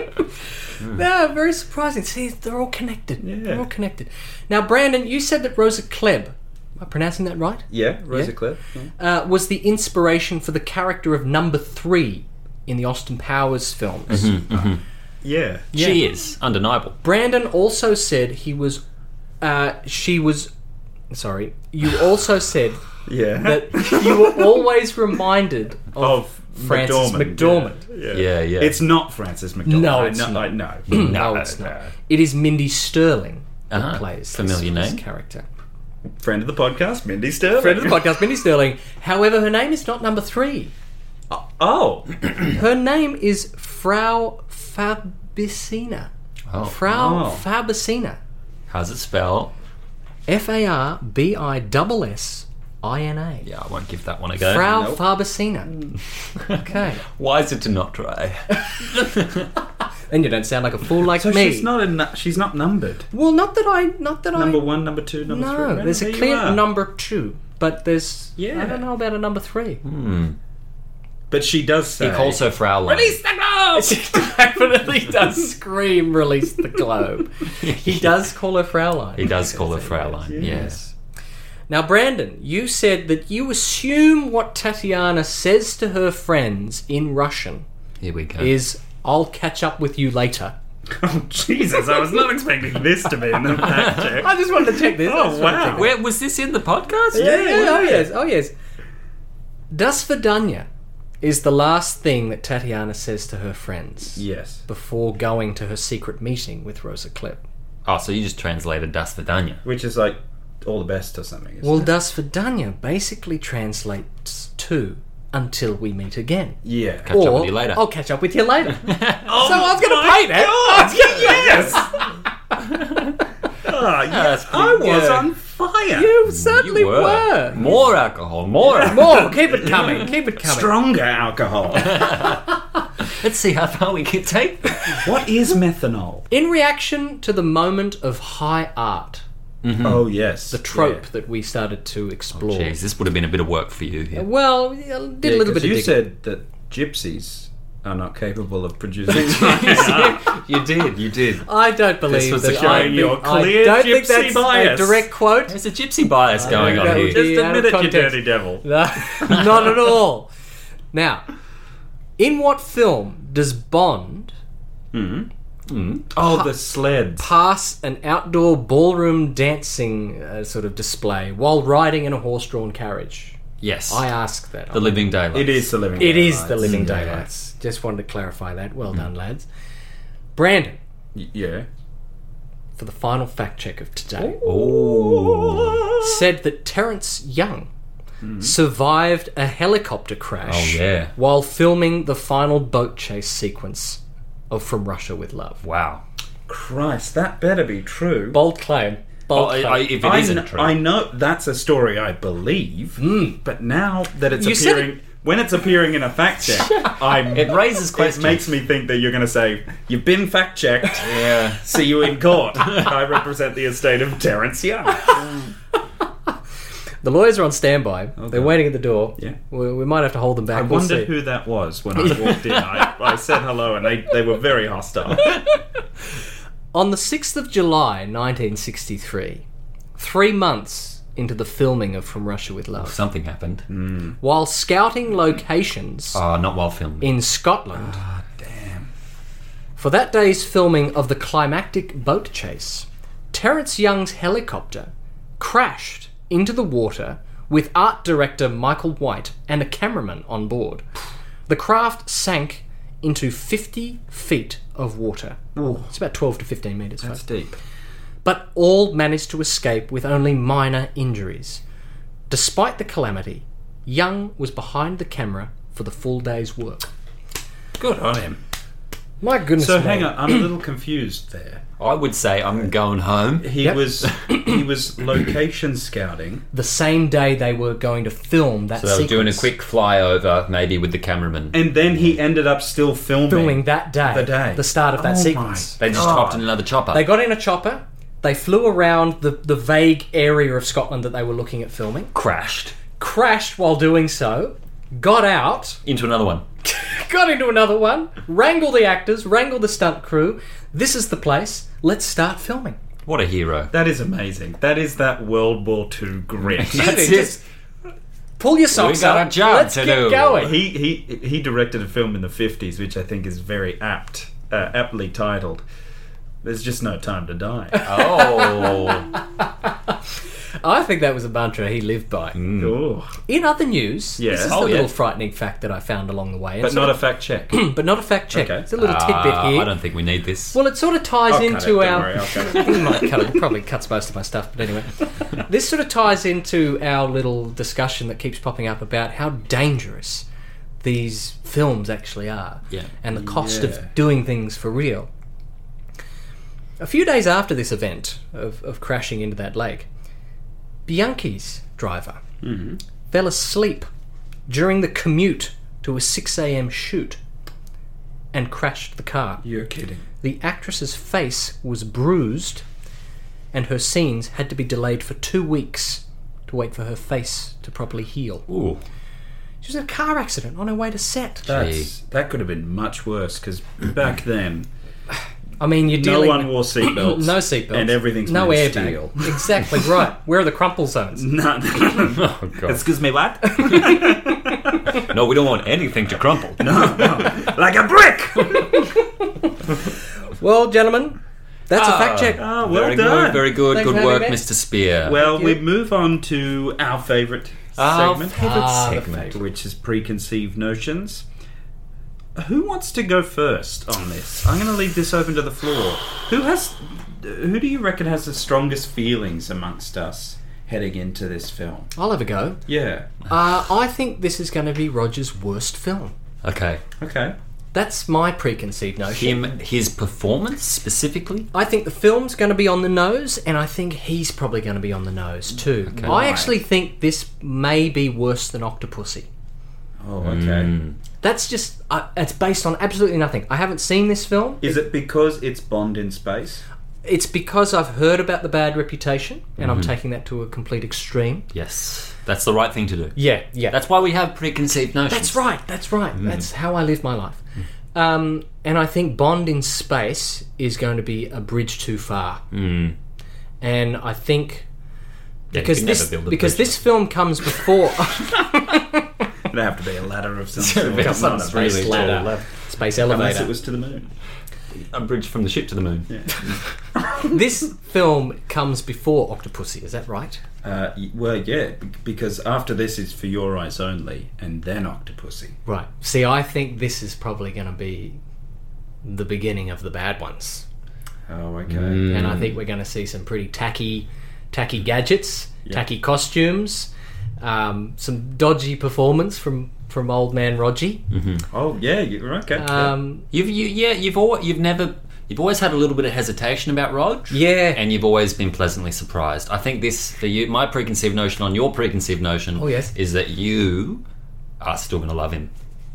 Speaker 2: Um.
Speaker 1: Yeah, very surprising. See, they're all connected.
Speaker 3: Yeah.
Speaker 1: They're all connected. Now, Brandon, you said that Rosa Klebb, am I pronouncing that right?
Speaker 3: yeah, Rosa
Speaker 1: Yeah.
Speaker 3: Clare.
Speaker 1: Uh, was the inspiration for the character of number three in the Austin Powers films.
Speaker 2: Mm-hmm.
Speaker 3: Yeah.
Speaker 1: Oh.
Speaker 2: She is undeniable.
Speaker 1: Brandon also said he was. Uh, she was. Sorry. You also said
Speaker 3: Yeah.
Speaker 1: that you were always reminded of.
Speaker 3: of
Speaker 1: Frances McDormand.
Speaker 3: Yeah.
Speaker 2: Yeah, yeah.
Speaker 3: It's not Francis McDormand.
Speaker 1: No,
Speaker 3: I
Speaker 1: it's
Speaker 3: know-
Speaker 1: not.
Speaker 3: I know.
Speaker 1: no, it's not. It is Mindy Sterling that
Speaker 2: Ah,
Speaker 1: plays
Speaker 2: familiar
Speaker 1: this,
Speaker 2: name.
Speaker 1: this character.
Speaker 3: Friend of the podcast, Mindy Sterling.
Speaker 1: Friend of the podcast, Mindy Sterling. However, her name is not number three.
Speaker 3: Oh,
Speaker 1: Her name is Frau Fabicina.
Speaker 2: Oh.
Speaker 1: Frau
Speaker 3: Oh.
Speaker 1: Fabicina.
Speaker 2: How's it spell?
Speaker 1: F A R B I S S I N A.
Speaker 2: Yeah, I won't give that one a go.
Speaker 1: Frau
Speaker 3: Nope. Mm.
Speaker 1: Fabicina. Okay.
Speaker 2: Wiser to not try.
Speaker 1: Then you don't sound like a fool like
Speaker 3: so
Speaker 1: me.
Speaker 3: she's not in, she's not numbered.
Speaker 1: well, not that I. Not that
Speaker 3: Number
Speaker 1: I.
Speaker 3: one, number two, number three.
Speaker 1: No,
Speaker 3: Right,
Speaker 1: there's
Speaker 3: there
Speaker 1: a
Speaker 3: you
Speaker 1: clear
Speaker 3: are.
Speaker 1: number two, but there's. I
Speaker 3: Yeah.
Speaker 1: don't know about a number three.
Speaker 3: But she does say.
Speaker 2: He calls her Fraulein.
Speaker 1: She definitely does scream, release the globe. He does call her Fraulein.
Speaker 2: He does call her Fraulein. Yes.
Speaker 1: Now, Brandon, you said that you assume what Tatiana says to her friends in Russian
Speaker 2: Here we go.
Speaker 1: is, I'll catch up with you later.
Speaker 3: Oh Jesus! I was not expecting this to be in the fact check.
Speaker 1: I just wanted to check this.
Speaker 3: Oh wow!
Speaker 2: Where was this in the podcast?
Speaker 1: Yeah, yeah, yeah, oh yes, oh yes. Das Vidanya is the last thing that Tatiana says to her friends
Speaker 3: Yes,
Speaker 1: before going to her secret meeting with Rosa Klipp.
Speaker 2: Oh, so you just translated Das Vidanya.
Speaker 3: which is like all the best or something. isn't
Speaker 1: Well,
Speaker 3: it?
Speaker 1: Das Vidanya basically translates to until we meet again.
Speaker 3: yeah.
Speaker 2: Catch up with you later.
Speaker 1: I'll catch up with you later.
Speaker 3: Oh,
Speaker 1: so I was going to
Speaker 3: my
Speaker 1: pay that.
Speaker 3: God, yes. Ah, yes. I was
Speaker 1: good.
Speaker 3: on fire.
Speaker 1: You certainly
Speaker 2: You were.
Speaker 1: were.
Speaker 2: More alcohol, more. alcohol.
Speaker 1: More. Keep it coming. Keep it coming.
Speaker 3: Stronger alcohol.
Speaker 2: Let's see how far we can take.
Speaker 3: what is methanol?
Speaker 1: In reaction to the moment of high art,
Speaker 3: Oh yes,
Speaker 1: the trope that we started to explore.
Speaker 2: Jeez, this would have been a bit of work for you here.
Speaker 1: well, yeah, did
Speaker 3: Yeah,
Speaker 1: a little
Speaker 3: 'cause
Speaker 1: bit of
Speaker 3: you
Speaker 1: digging.
Speaker 3: said that gypsies are not capable of producing. Chinese.
Speaker 2: you did, you did.
Speaker 1: I don't believe
Speaker 2: was
Speaker 1: that.
Speaker 2: showing
Speaker 1: I, think-
Speaker 3: your
Speaker 1: I
Speaker 3: clear
Speaker 1: don't think
Speaker 3: gypsy
Speaker 1: that's
Speaker 3: bias.
Speaker 1: a direct quote.
Speaker 2: There's a gypsy bias going
Speaker 1: think
Speaker 2: on
Speaker 1: that
Speaker 2: here.
Speaker 1: would be-
Speaker 3: Just
Speaker 1: out of
Speaker 3: admit it, you
Speaker 1: context.
Speaker 3: dirty devil.
Speaker 1: No, not at all. Now, in what film does Bond
Speaker 3: Oh, the sleds.
Speaker 1: pass an outdoor ballroom dancing uh, sort of display while riding in a horse-drawn carriage?
Speaker 2: Yes.
Speaker 1: I ask that.
Speaker 2: the living daylight.
Speaker 3: It is the living.
Speaker 1: It is the
Speaker 3: daylights.
Speaker 1: living
Speaker 2: Yeah. Hmm.
Speaker 1: daylights. Just wanted to clarify that. Well done, lads. Brandon,
Speaker 3: Y- Yeah.
Speaker 1: for the final fact check of today,
Speaker 2: Oh.
Speaker 1: said that Terence Young survived a helicopter crash
Speaker 2: Mm-hmm. Oh, yeah.
Speaker 1: while filming the final boat chase sequence of From Russia with Love.
Speaker 2: Wow.
Speaker 3: Christ, that better be true.
Speaker 1: Bold claim.
Speaker 2: Well,
Speaker 1: Bold
Speaker 2: I,
Speaker 1: claim.
Speaker 2: I, if it
Speaker 3: I,
Speaker 2: not
Speaker 3: kn-
Speaker 2: true,
Speaker 3: I know that's a story I believe, but now that it's
Speaker 1: You said
Speaker 3: appearing, when it's appearing in a fact check, I'm,
Speaker 2: it raises
Speaker 3: it
Speaker 2: questions.
Speaker 3: makes me think that you're going to say, You've been fact checked,
Speaker 2: yeah.
Speaker 3: see you in court. I represent the estate of Terence Young.
Speaker 1: the lawyers are on standby. They're waiting at the door.
Speaker 3: Yeah.
Speaker 1: We, we might have to hold them back.
Speaker 3: I
Speaker 1: we'll see.
Speaker 3: wondered who that was when I walked in. I, I said hello, and they, they were very hostile.
Speaker 1: On the 6th of July 1963, three months into the filming of From Russia with Love,
Speaker 2: Something happened.
Speaker 1: while scouting locations
Speaker 2: Uh, not while filming.
Speaker 1: in Scotland. For that day's filming of the climactic boat chase, Terence Young's helicopter crashed into the water with art director Michael White and a cameraman on board. The craft sank into 50 feet of water. It's about 12 to 15 metres. folks.
Speaker 3: deep.
Speaker 1: But all managed to escape with only minor injuries. Despite the calamity, Young was behind the camera for the full day's work.
Speaker 3: Good on him.
Speaker 1: My goodness.
Speaker 3: So
Speaker 1: me.
Speaker 3: hang on, I'm a little confused there.
Speaker 2: I would say I'm going home.
Speaker 3: He
Speaker 1: Yep.
Speaker 3: was he was location scouting.
Speaker 1: The same day they were going to film that
Speaker 2: So they were doing a
Speaker 1: sequence,
Speaker 2: quick flyover, maybe with the cameraman.
Speaker 3: And then he ended up still filming.
Speaker 1: filming that day,
Speaker 3: The day.
Speaker 1: the start of that
Speaker 3: Oh my
Speaker 1: sequence.
Speaker 2: They just
Speaker 3: God.
Speaker 2: hopped in another chopper.
Speaker 1: They got in a chopper. They flew around the, the vague area of Scotland that they were looking at filming,
Speaker 2: crashed
Speaker 1: crashed while doing so, got out,
Speaker 2: into another one.
Speaker 1: got into another one, wrangled the actors, wrangled the stunt crew. This is the place. Let's start filming.
Speaker 2: What a hero.
Speaker 3: That is amazing. That is that World War II grit.
Speaker 2: That's
Speaker 1: just- Pull your socks
Speaker 2: got
Speaker 1: up.
Speaker 2: a job
Speaker 1: Let's
Speaker 2: to
Speaker 1: get
Speaker 2: do.
Speaker 1: going.
Speaker 3: he he he directed a film in the 50s, which I think is very apt, uh, aptly titled. There's just no time to die.
Speaker 2: Oh.
Speaker 1: I think that was a mantra he lived by.
Speaker 3: Ooh.
Speaker 1: In other news,
Speaker 3: Yeah.
Speaker 1: this is
Speaker 3: Oh,
Speaker 1: the
Speaker 2: yeah.
Speaker 1: little frightening fact that I found along the way.
Speaker 3: But not a fact check.
Speaker 1: a, but not a fact check.
Speaker 3: Okay. Ah,
Speaker 1: It's a little
Speaker 2: Uh,
Speaker 1: tidbit
Speaker 2: I
Speaker 1: here.
Speaker 2: don't think we need this.
Speaker 1: Well, it sort of ties
Speaker 3: I'll cut it,
Speaker 1: into
Speaker 3: don't
Speaker 1: our.
Speaker 3: worry, I'll cut
Speaker 1: it might cut it. Probably cuts most of my stuff, but anyway, this sort of ties into our little discussion that keeps popping up about how dangerous these films actually are,
Speaker 2: Yeah.
Speaker 1: and the cost
Speaker 3: Yeah.
Speaker 1: of doing things for real. A few days after this event of, of crashing into that lake, Bianchi's driver
Speaker 3: Mm-hmm.
Speaker 1: fell asleep during the commute to a 6 a.m. shoot and crashed the car.
Speaker 3: You're kidding.
Speaker 1: The actress's face was bruised, and her scenes had to be delayed for two weeks to wait for her face to properly heal.
Speaker 2: Ooh.
Speaker 1: She was in a car accident on her way to set.
Speaker 3: That's, that could have been much worse because back then
Speaker 1: I mean, you're
Speaker 3: Mm. no
Speaker 1: dealing
Speaker 3: one wore seatbelts.
Speaker 1: no seatbelts
Speaker 3: and everything's
Speaker 1: no
Speaker 3: made of
Speaker 1: airbag.
Speaker 3: steel.
Speaker 1: Exactly right. Where are the crumple zones?
Speaker 3: None.
Speaker 2: Oh, God.
Speaker 3: Excuse me, what?
Speaker 2: No, we don't want anything to crumple.
Speaker 3: like a brick.
Speaker 1: Well, gentlemen, that's a fact check.
Speaker 3: Ah, well
Speaker 2: very
Speaker 3: done.
Speaker 2: Good, very good.
Speaker 1: Thanks for
Speaker 2: good
Speaker 1: having
Speaker 2: work,
Speaker 1: me.
Speaker 2: Mr. Spear.
Speaker 3: Well,
Speaker 1: Thank you.
Speaker 3: we move on to our favourite
Speaker 2: Our
Speaker 3: segment,
Speaker 2: favourite
Speaker 1: Ah, the
Speaker 2: segment.
Speaker 3: which is preconceived notions. Who wants to go first on this? I'm going to leave this open to the floor. Who has? Who do you reckon has the strongest feelings amongst us heading into this film?
Speaker 1: I'll have a go.
Speaker 3: Yeah.
Speaker 1: Uh, I think this is going to be Roger's worst film.
Speaker 2: Okay.
Speaker 3: Okay.
Speaker 1: That's my preconceived notion.
Speaker 2: Him, his performance specifically.
Speaker 1: I think the film's going to be on the nose, and I think he's probably going to be on the nose too. I actually think this may be worse than Octopussy.
Speaker 3: Oh, okay.
Speaker 1: That's just uh, it's based on absolutely nothing. I haven't seen this film.
Speaker 3: Is it because it's Bond in space?
Speaker 1: It's because I've heard about the bad reputation, and
Speaker 3: Mm-hmm.
Speaker 1: I'm taking that to a complete extreme.
Speaker 2: Yes, that's the right thing to do.
Speaker 1: Yeah, yeah. That's,
Speaker 2: That's why we have preconceived notions.
Speaker 1: that's right. That's right.
Speaker 2: Mm.
Speaker 1: That's how I live my life. Um, and I think Bond in space is going to be a bridge too far. And I think
Speaker 2: Mm. Yeah, you
Speaker 1: because
Speaker 2: can
Speaker 1: this
Speaker 2: never build a
Speaker 1: because
Speaker 2: bridge.
Speaker 1: this film comes before.
Speaker 3: It'd have to be a ladder of some sort.
Speaker 2: be
Speaker 3: It's not
Speaker 2: some
Speaker 3: a
Speaker 2: really
Speaker 3: space
Speaker 2: tall
Speaker 3: ladder.
Speaker 2: ladder.
Speaker 1: space
Speaker 3: Unless
Speaker 1: elevator.
Speaker 3: it was to the moon.
Speaker 2: a bridge from the ship to the moon.
Speaker 1: this film comes before Octopussy, is that right?
Speaker 3: Uh, y- well, yeah, b- because after this is for your eyes only, and then Octopussy.
Speaker 1: Right. See, I think this is probably going to be the beginning of the bad ones,
Speaker 3: Oh, okay.
Speaker 2: Mm.
Speaker 1: and I think we're going to see some pretty tacky, tacky gadgets, tacky costumes. um, some dodgy performance from from old man Rogie.
Speaker 3: Oh yeah, you, okay.
Speaker 1: Um,
Speaker 2: You've you yeah you've always you've never you've always had a little bit of hesitation about Rog.
Speaker 1: Yeah.
Speaker 2: and you've always been pleasantly surprised. I think this for you my preconceived notion on your preconceived notion.
Speaker 1: Oh, yes.
Speaker 2: is that you are still going to love him.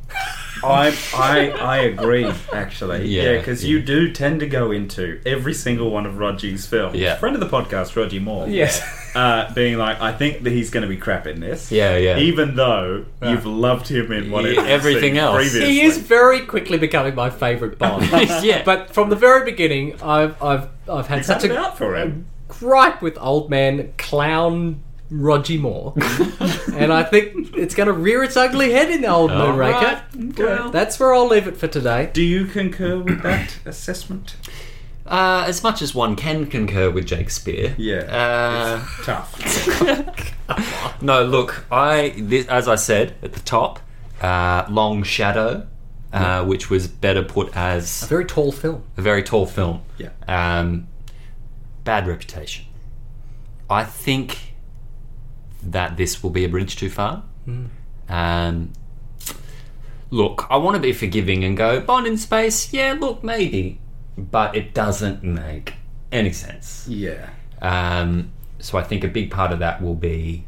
Speaker 3: I, I I agree actually.
Speaker 2: Yeah,
Speaker 3: Yeah, because
Speaker 2: yeah.
Speaker 3: you do tend to go into every single one of Rodgie's films.
Speaker 2: Yeah.
Speaker 3: Friend of the podcast, Rodgie Moore.
Speaker 1: yes.
Speaker 3: Uh, being like, I think that he's going to be crap in this.
Speaker 2: Yeah, yeah.
Speaker 3: Even though you've loved him in what
Speaker 2: Yeah, everything else.
Speaker 3: Previously.
Speaker 1: he is very quickly becoming my favourite Bond.
Speaker 2: yeah,
Speaker 1: but from the very beginning, I've I've I've had
Speaker 3: You've
Speaker 1: such
Speaker 3: had it
Speaker 1: a
Speaker 3: out for him.
Speaker 1: gripe with old man clown Roger Moore, and I think it's going to rear its ugly head in the old Moonraker.
Speaker 3: Right, well.
Speaker 1: That's where I'll leave it for today.
Speaker 3: Do you concur with that assessment?
Speaker 2: uh, as much as one can concur with Shakespeare.
Speaker 3: Yeah.
Speaker 2: Uh,
Speaker 3: Tough.
Speaker 2: no, look, I this, as I said at the top, uh, Long Shadow, uh, which was better put as
Speaker 1: Very tall film.
Speaker 2: a very tall film.
Speaker 3: Yeah.
Speaker 2: Um, bad reputation. I think that this will be a bridge too far. Um, look, I want to be forgiving and go Bond in space. Yeah, look, maybe, but it doesn't make any sense.
Speaker 3: Yeah.
Speaker 2: Um, so I think a big part of that will be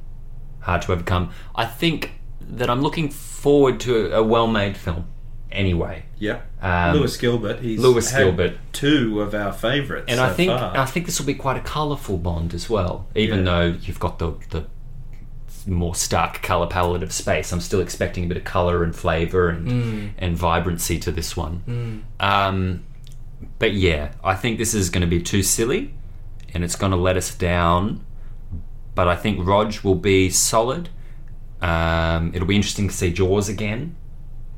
Speaker 2: hard to overcome. I think that I'm looking forward to a, a well-made film. Anyway,
Speaker 3: Yeah.
Speaker 2: Um,
Speaker 3: Lewis Gilbert. He's
Speaker 2: Lewis
Speaker 3: had
Speaker 2: Gilbert.
Speaker 3: Two of our favourites.
Speaker 2: and
Speaker 3: so
Speaker 2: I think
Speaker 3: far.
Speaker 2: I think this will be quite a colourful Bond as well. Even
Speaker 3: Yeah.
Speaker 2: though you've got the the more stark colour palette of space, I'm still expecting a bit of colour and flavour and
Speaker 3: Mm.
Speaker 2: and vibrancy to this one. Um, but yeah, I think this is going to be too silly, and it's going to let us down. But I think Rog will be solid. Um, it'll be interesting to see Jaws again.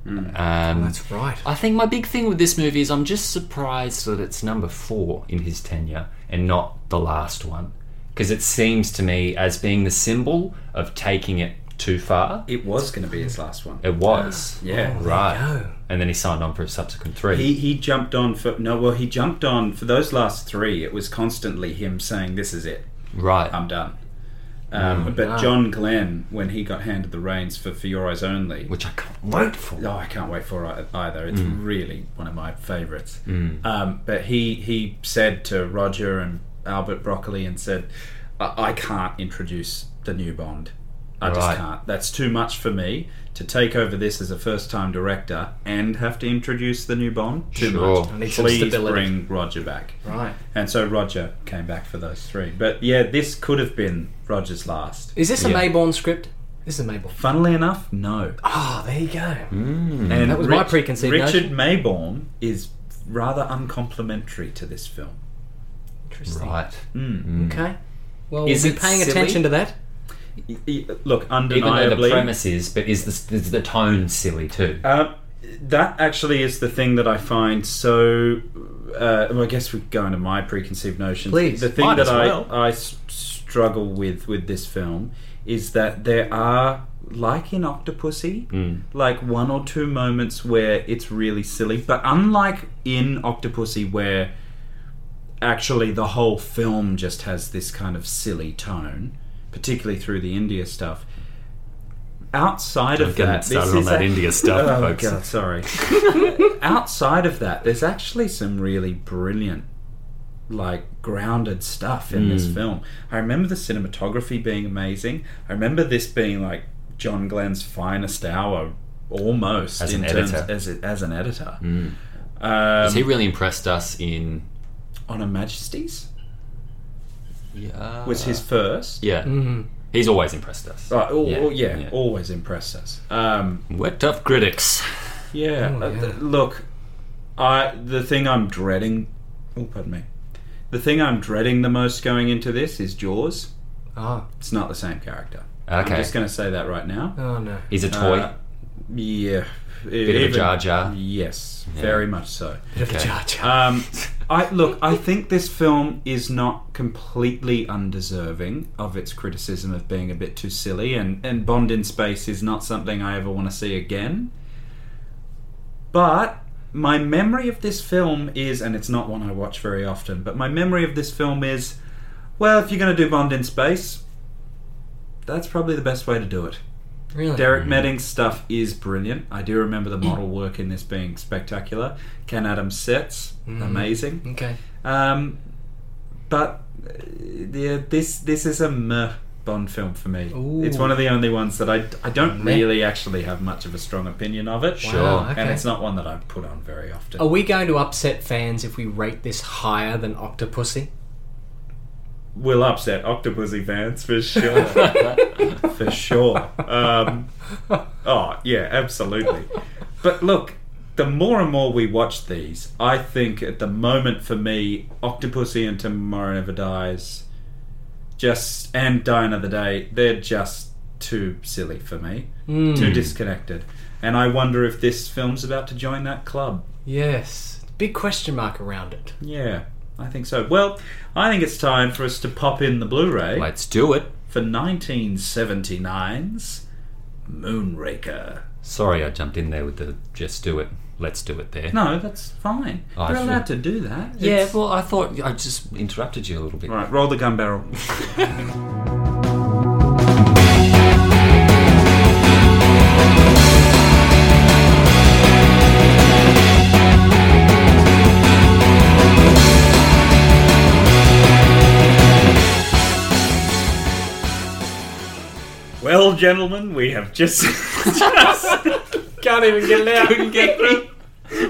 Speaker 3: Mm.
Speaker 2: Um,
Speaker 1: Oh, That's right.
Speaker 2: I think my big thing with this movie is I'm just surprised that it's number four in his tenure and not the last one. Because it seems to me as being the symbol of taking it too far.
Speaker 3: it was going to be his last one.
Speaker 2: It was.
Speaker 3: Ah, Yeah.
Speaker 2: Right.
Speaker 1: go.
Speaker 2: And then he signed on for a subsequent three.
Speaker 3: He he jumped on for no. Well, he jumped on for those last three. It was constantly him saying, "This is it.
Speaker 2: right.
Speaker 3: I'm done." Um,
Speaker 2: Mm.
Speaker 3: but
Speaker 2: Ah.
Speaker 3: John Glenn, when he got handed the reins for For Your Eyes Only,
Speaker 2: Which I can't wait for.
Speaker 3: Oh, I can't wait for it either. It's
Speaker 1: Mm.
Speaker 3: really one of my favourites. Um, but he he said to Roger and Albert Broccoli and said, I, I can't introduce the new Bond. I
Speaker 2: Right.
Speaker 3: just can't. That's too much for me to take over this as a first time director and have to introduce the new Bond. Too
Speaker 2: Sure.
Speaker 1: I
Speaker 3: much.
Speaker 1: need some
Speaker 3: Please
Speaker 1: stability.
Speaker 3: bring Roger back.
Speaker 1: Right.
Speaker 3: And so Roger came back for those three. But yeah, this could have been Roger's last.
Speaker 1: Is this a
Speaker 2: Yeah.
Speaker 1: Mayborn script? This is a Mayborn.
Speaker 3: Funnily enough, no.
Speaker 1: Ah, there you go.
Speaker 2: Mm.
Speaker 3: And
Speaker 1: That was my preconceived
Speaker 3: Richard Mayborn is rather uncomplimentary to this film.
Speaker 1: Interesting.
Speaker 2: Right.
Speaker 1: Okay. Well,
Speaker 2: Is
Speaker 1: we'll be
Speaker 2: it
Speaker 1: paying
Speaker 2: silly?
Speaker 1: attention to that.
Speaker 3: E- e- Look,
Speaker 2: Even though
Speaker 3: undeniably,
Speaker 2: the premise is, but is the, is the tone silly too?
Speaker 3: uh, that actually is the thing that I find so. Uh, well, I guess we go into my preconceived notions.
Speaker 1: Please,
Speaker 3: the thing
Speaker 2: might
Speaker 3: that
Speaker 2: as
Speaker 3: I
Speaker 2: well.
Speaker 3: I s- struggle with with this film is that there are like in Octopussy,
Speaker 2: Mm.
Speaker 3: like one or two moments where it's really silly, but unlike in Octopussy where actually the whole film just has this kind of silly tone, particularly through the India stuff. Outside of
Speaker 2: Getting
Speaker 3: that, this
Speaker 2: started on
Speaker 3: is
Speaker 2: that
Speaker 3: ac-
Speaker 2: India stuff,
Speaker 3: Oh
Speaker 2: folks.
Speaker 3: god, sorry. Outside of that, there's actually some really brilliant, like grounded stuff in
Speaker 2: Hmm.
Speaker 3: this film. I remember the cinematography being amazing. I remember this being like John Glenn's finest hour, almost
Speaker 2: As
Speaker 3: in
Speaker 2: an
Speaker 3: terms
Speaker 2: editor. Hmm.
Speaker 3: as a, as an editor.
Speaker 2: 'Cause
Speaker 3: Um,
Speaker 2: he really impressed us in.
Speaker 3: on Her Majesty's
Speaker 2: Yeah.
Speaker 3: was his first.
Speaker 2: Yeah. He's always impressed us.
Speaker 3: Right, al-
Speaker 2: Yeah,
Speaker 3: al- yeah,
Speaker 2: yeah.
Speaker 3: always impressed us. Um,
Speaker 2: We're tough critics.
Speaker 3: Yeah.
Speaker 1: Oh,
Speaker 3: uh,
Speaker 1: yeah.
Speaker 3: th- look, I the thing I'm dreading. Oh, pardon me. The thing I'm dreading the most going into this is Jaws.
Speaker 1: Ah.
Speaker 3: It's not the same character.
Speaker 2: Okay.
Speaker 3: I'm just going to say that right now.
Speaker 1: Oh, no.
Speaker 2: He's a toy.
Speaker 3: Uh, Yeah. Bit
Speaker 2: of a Jar Jar.
Speaker 3: Yes, very much so.
Speaker 1: Bit of a
Speaker 2: Okay.
Speaker 1: Jar Jar.
Speaker 3: Um, I look. I think this film is not completely undeserving of its criticism of being a bit too silly, and and Bond in space is not something I ever want to see again. But my memory of this film is, and it's not one I watch very often, but my memory of this film is, well, if you're going to do Bond in space, that's probably the best way to do it.
Speaker 2: Uh,
Speaker 1: Really?
Speaker 3: Derek Medding's stuff is brilliant. I do remember the model work in this being spectacular. Ken Adams sets,
Speaker 1: Mm.
Speaker 3: amazing.
Speaker 1: okay.
Speaker 3: Um, but uh, yeah, this this is a meh Bond film for me.
Speaker 1: Ooh.
Speaker 3: It's one of the only ones that I, I don't
Speaker 1: Meh.
Speaker 3: really actually have much of a strong opinion of it.
Speaker 2: Sure.
Speaker 1: Wow, okay. Oh.
Speaker 3: And it's not one that I put on very often.
Speaker 1: Are we going to upset fans if we rate this higher than Octopussy?
Speaker 3: We'll upset Octopussy fans for sure. for sure. Um, oh, yeah, absolutely. But look, the more and more we watch these, I think at the moment for me, Octopussy and Tomorrow Never Dies just and Die Another Day, they're just too silly for me.
Speaker 1: Hmm.
Speaker 3: Too disconnected. And I wonder if this film's about to join that club.
Speaker 1: Yes. Big question mark around it.
Speaker 3: Yeah, I think so. Well, I think it's time for us to pop in the Blu-ray
Speaker 2: Let's do it.
Speaker 3: for 1979's Moonraker.
Speaker 2: Sorry, I jumped in there with the just do it. Let's do it there.
Speaker 3: No, that's fine.
Speaker 2: Oh,
Speaker 3: You're
Speaker 2: I see.
Speaker 3: allowed to do that.
Speaker 2: Yeah,
Speaker 3: It's-
Speaker 2: well, I thought I just interrupted you a little bit.
Speaker 3: Right, roll the gun barrel. Well, gentlemen, we have just, just
Speaker 1: Can't even get it out.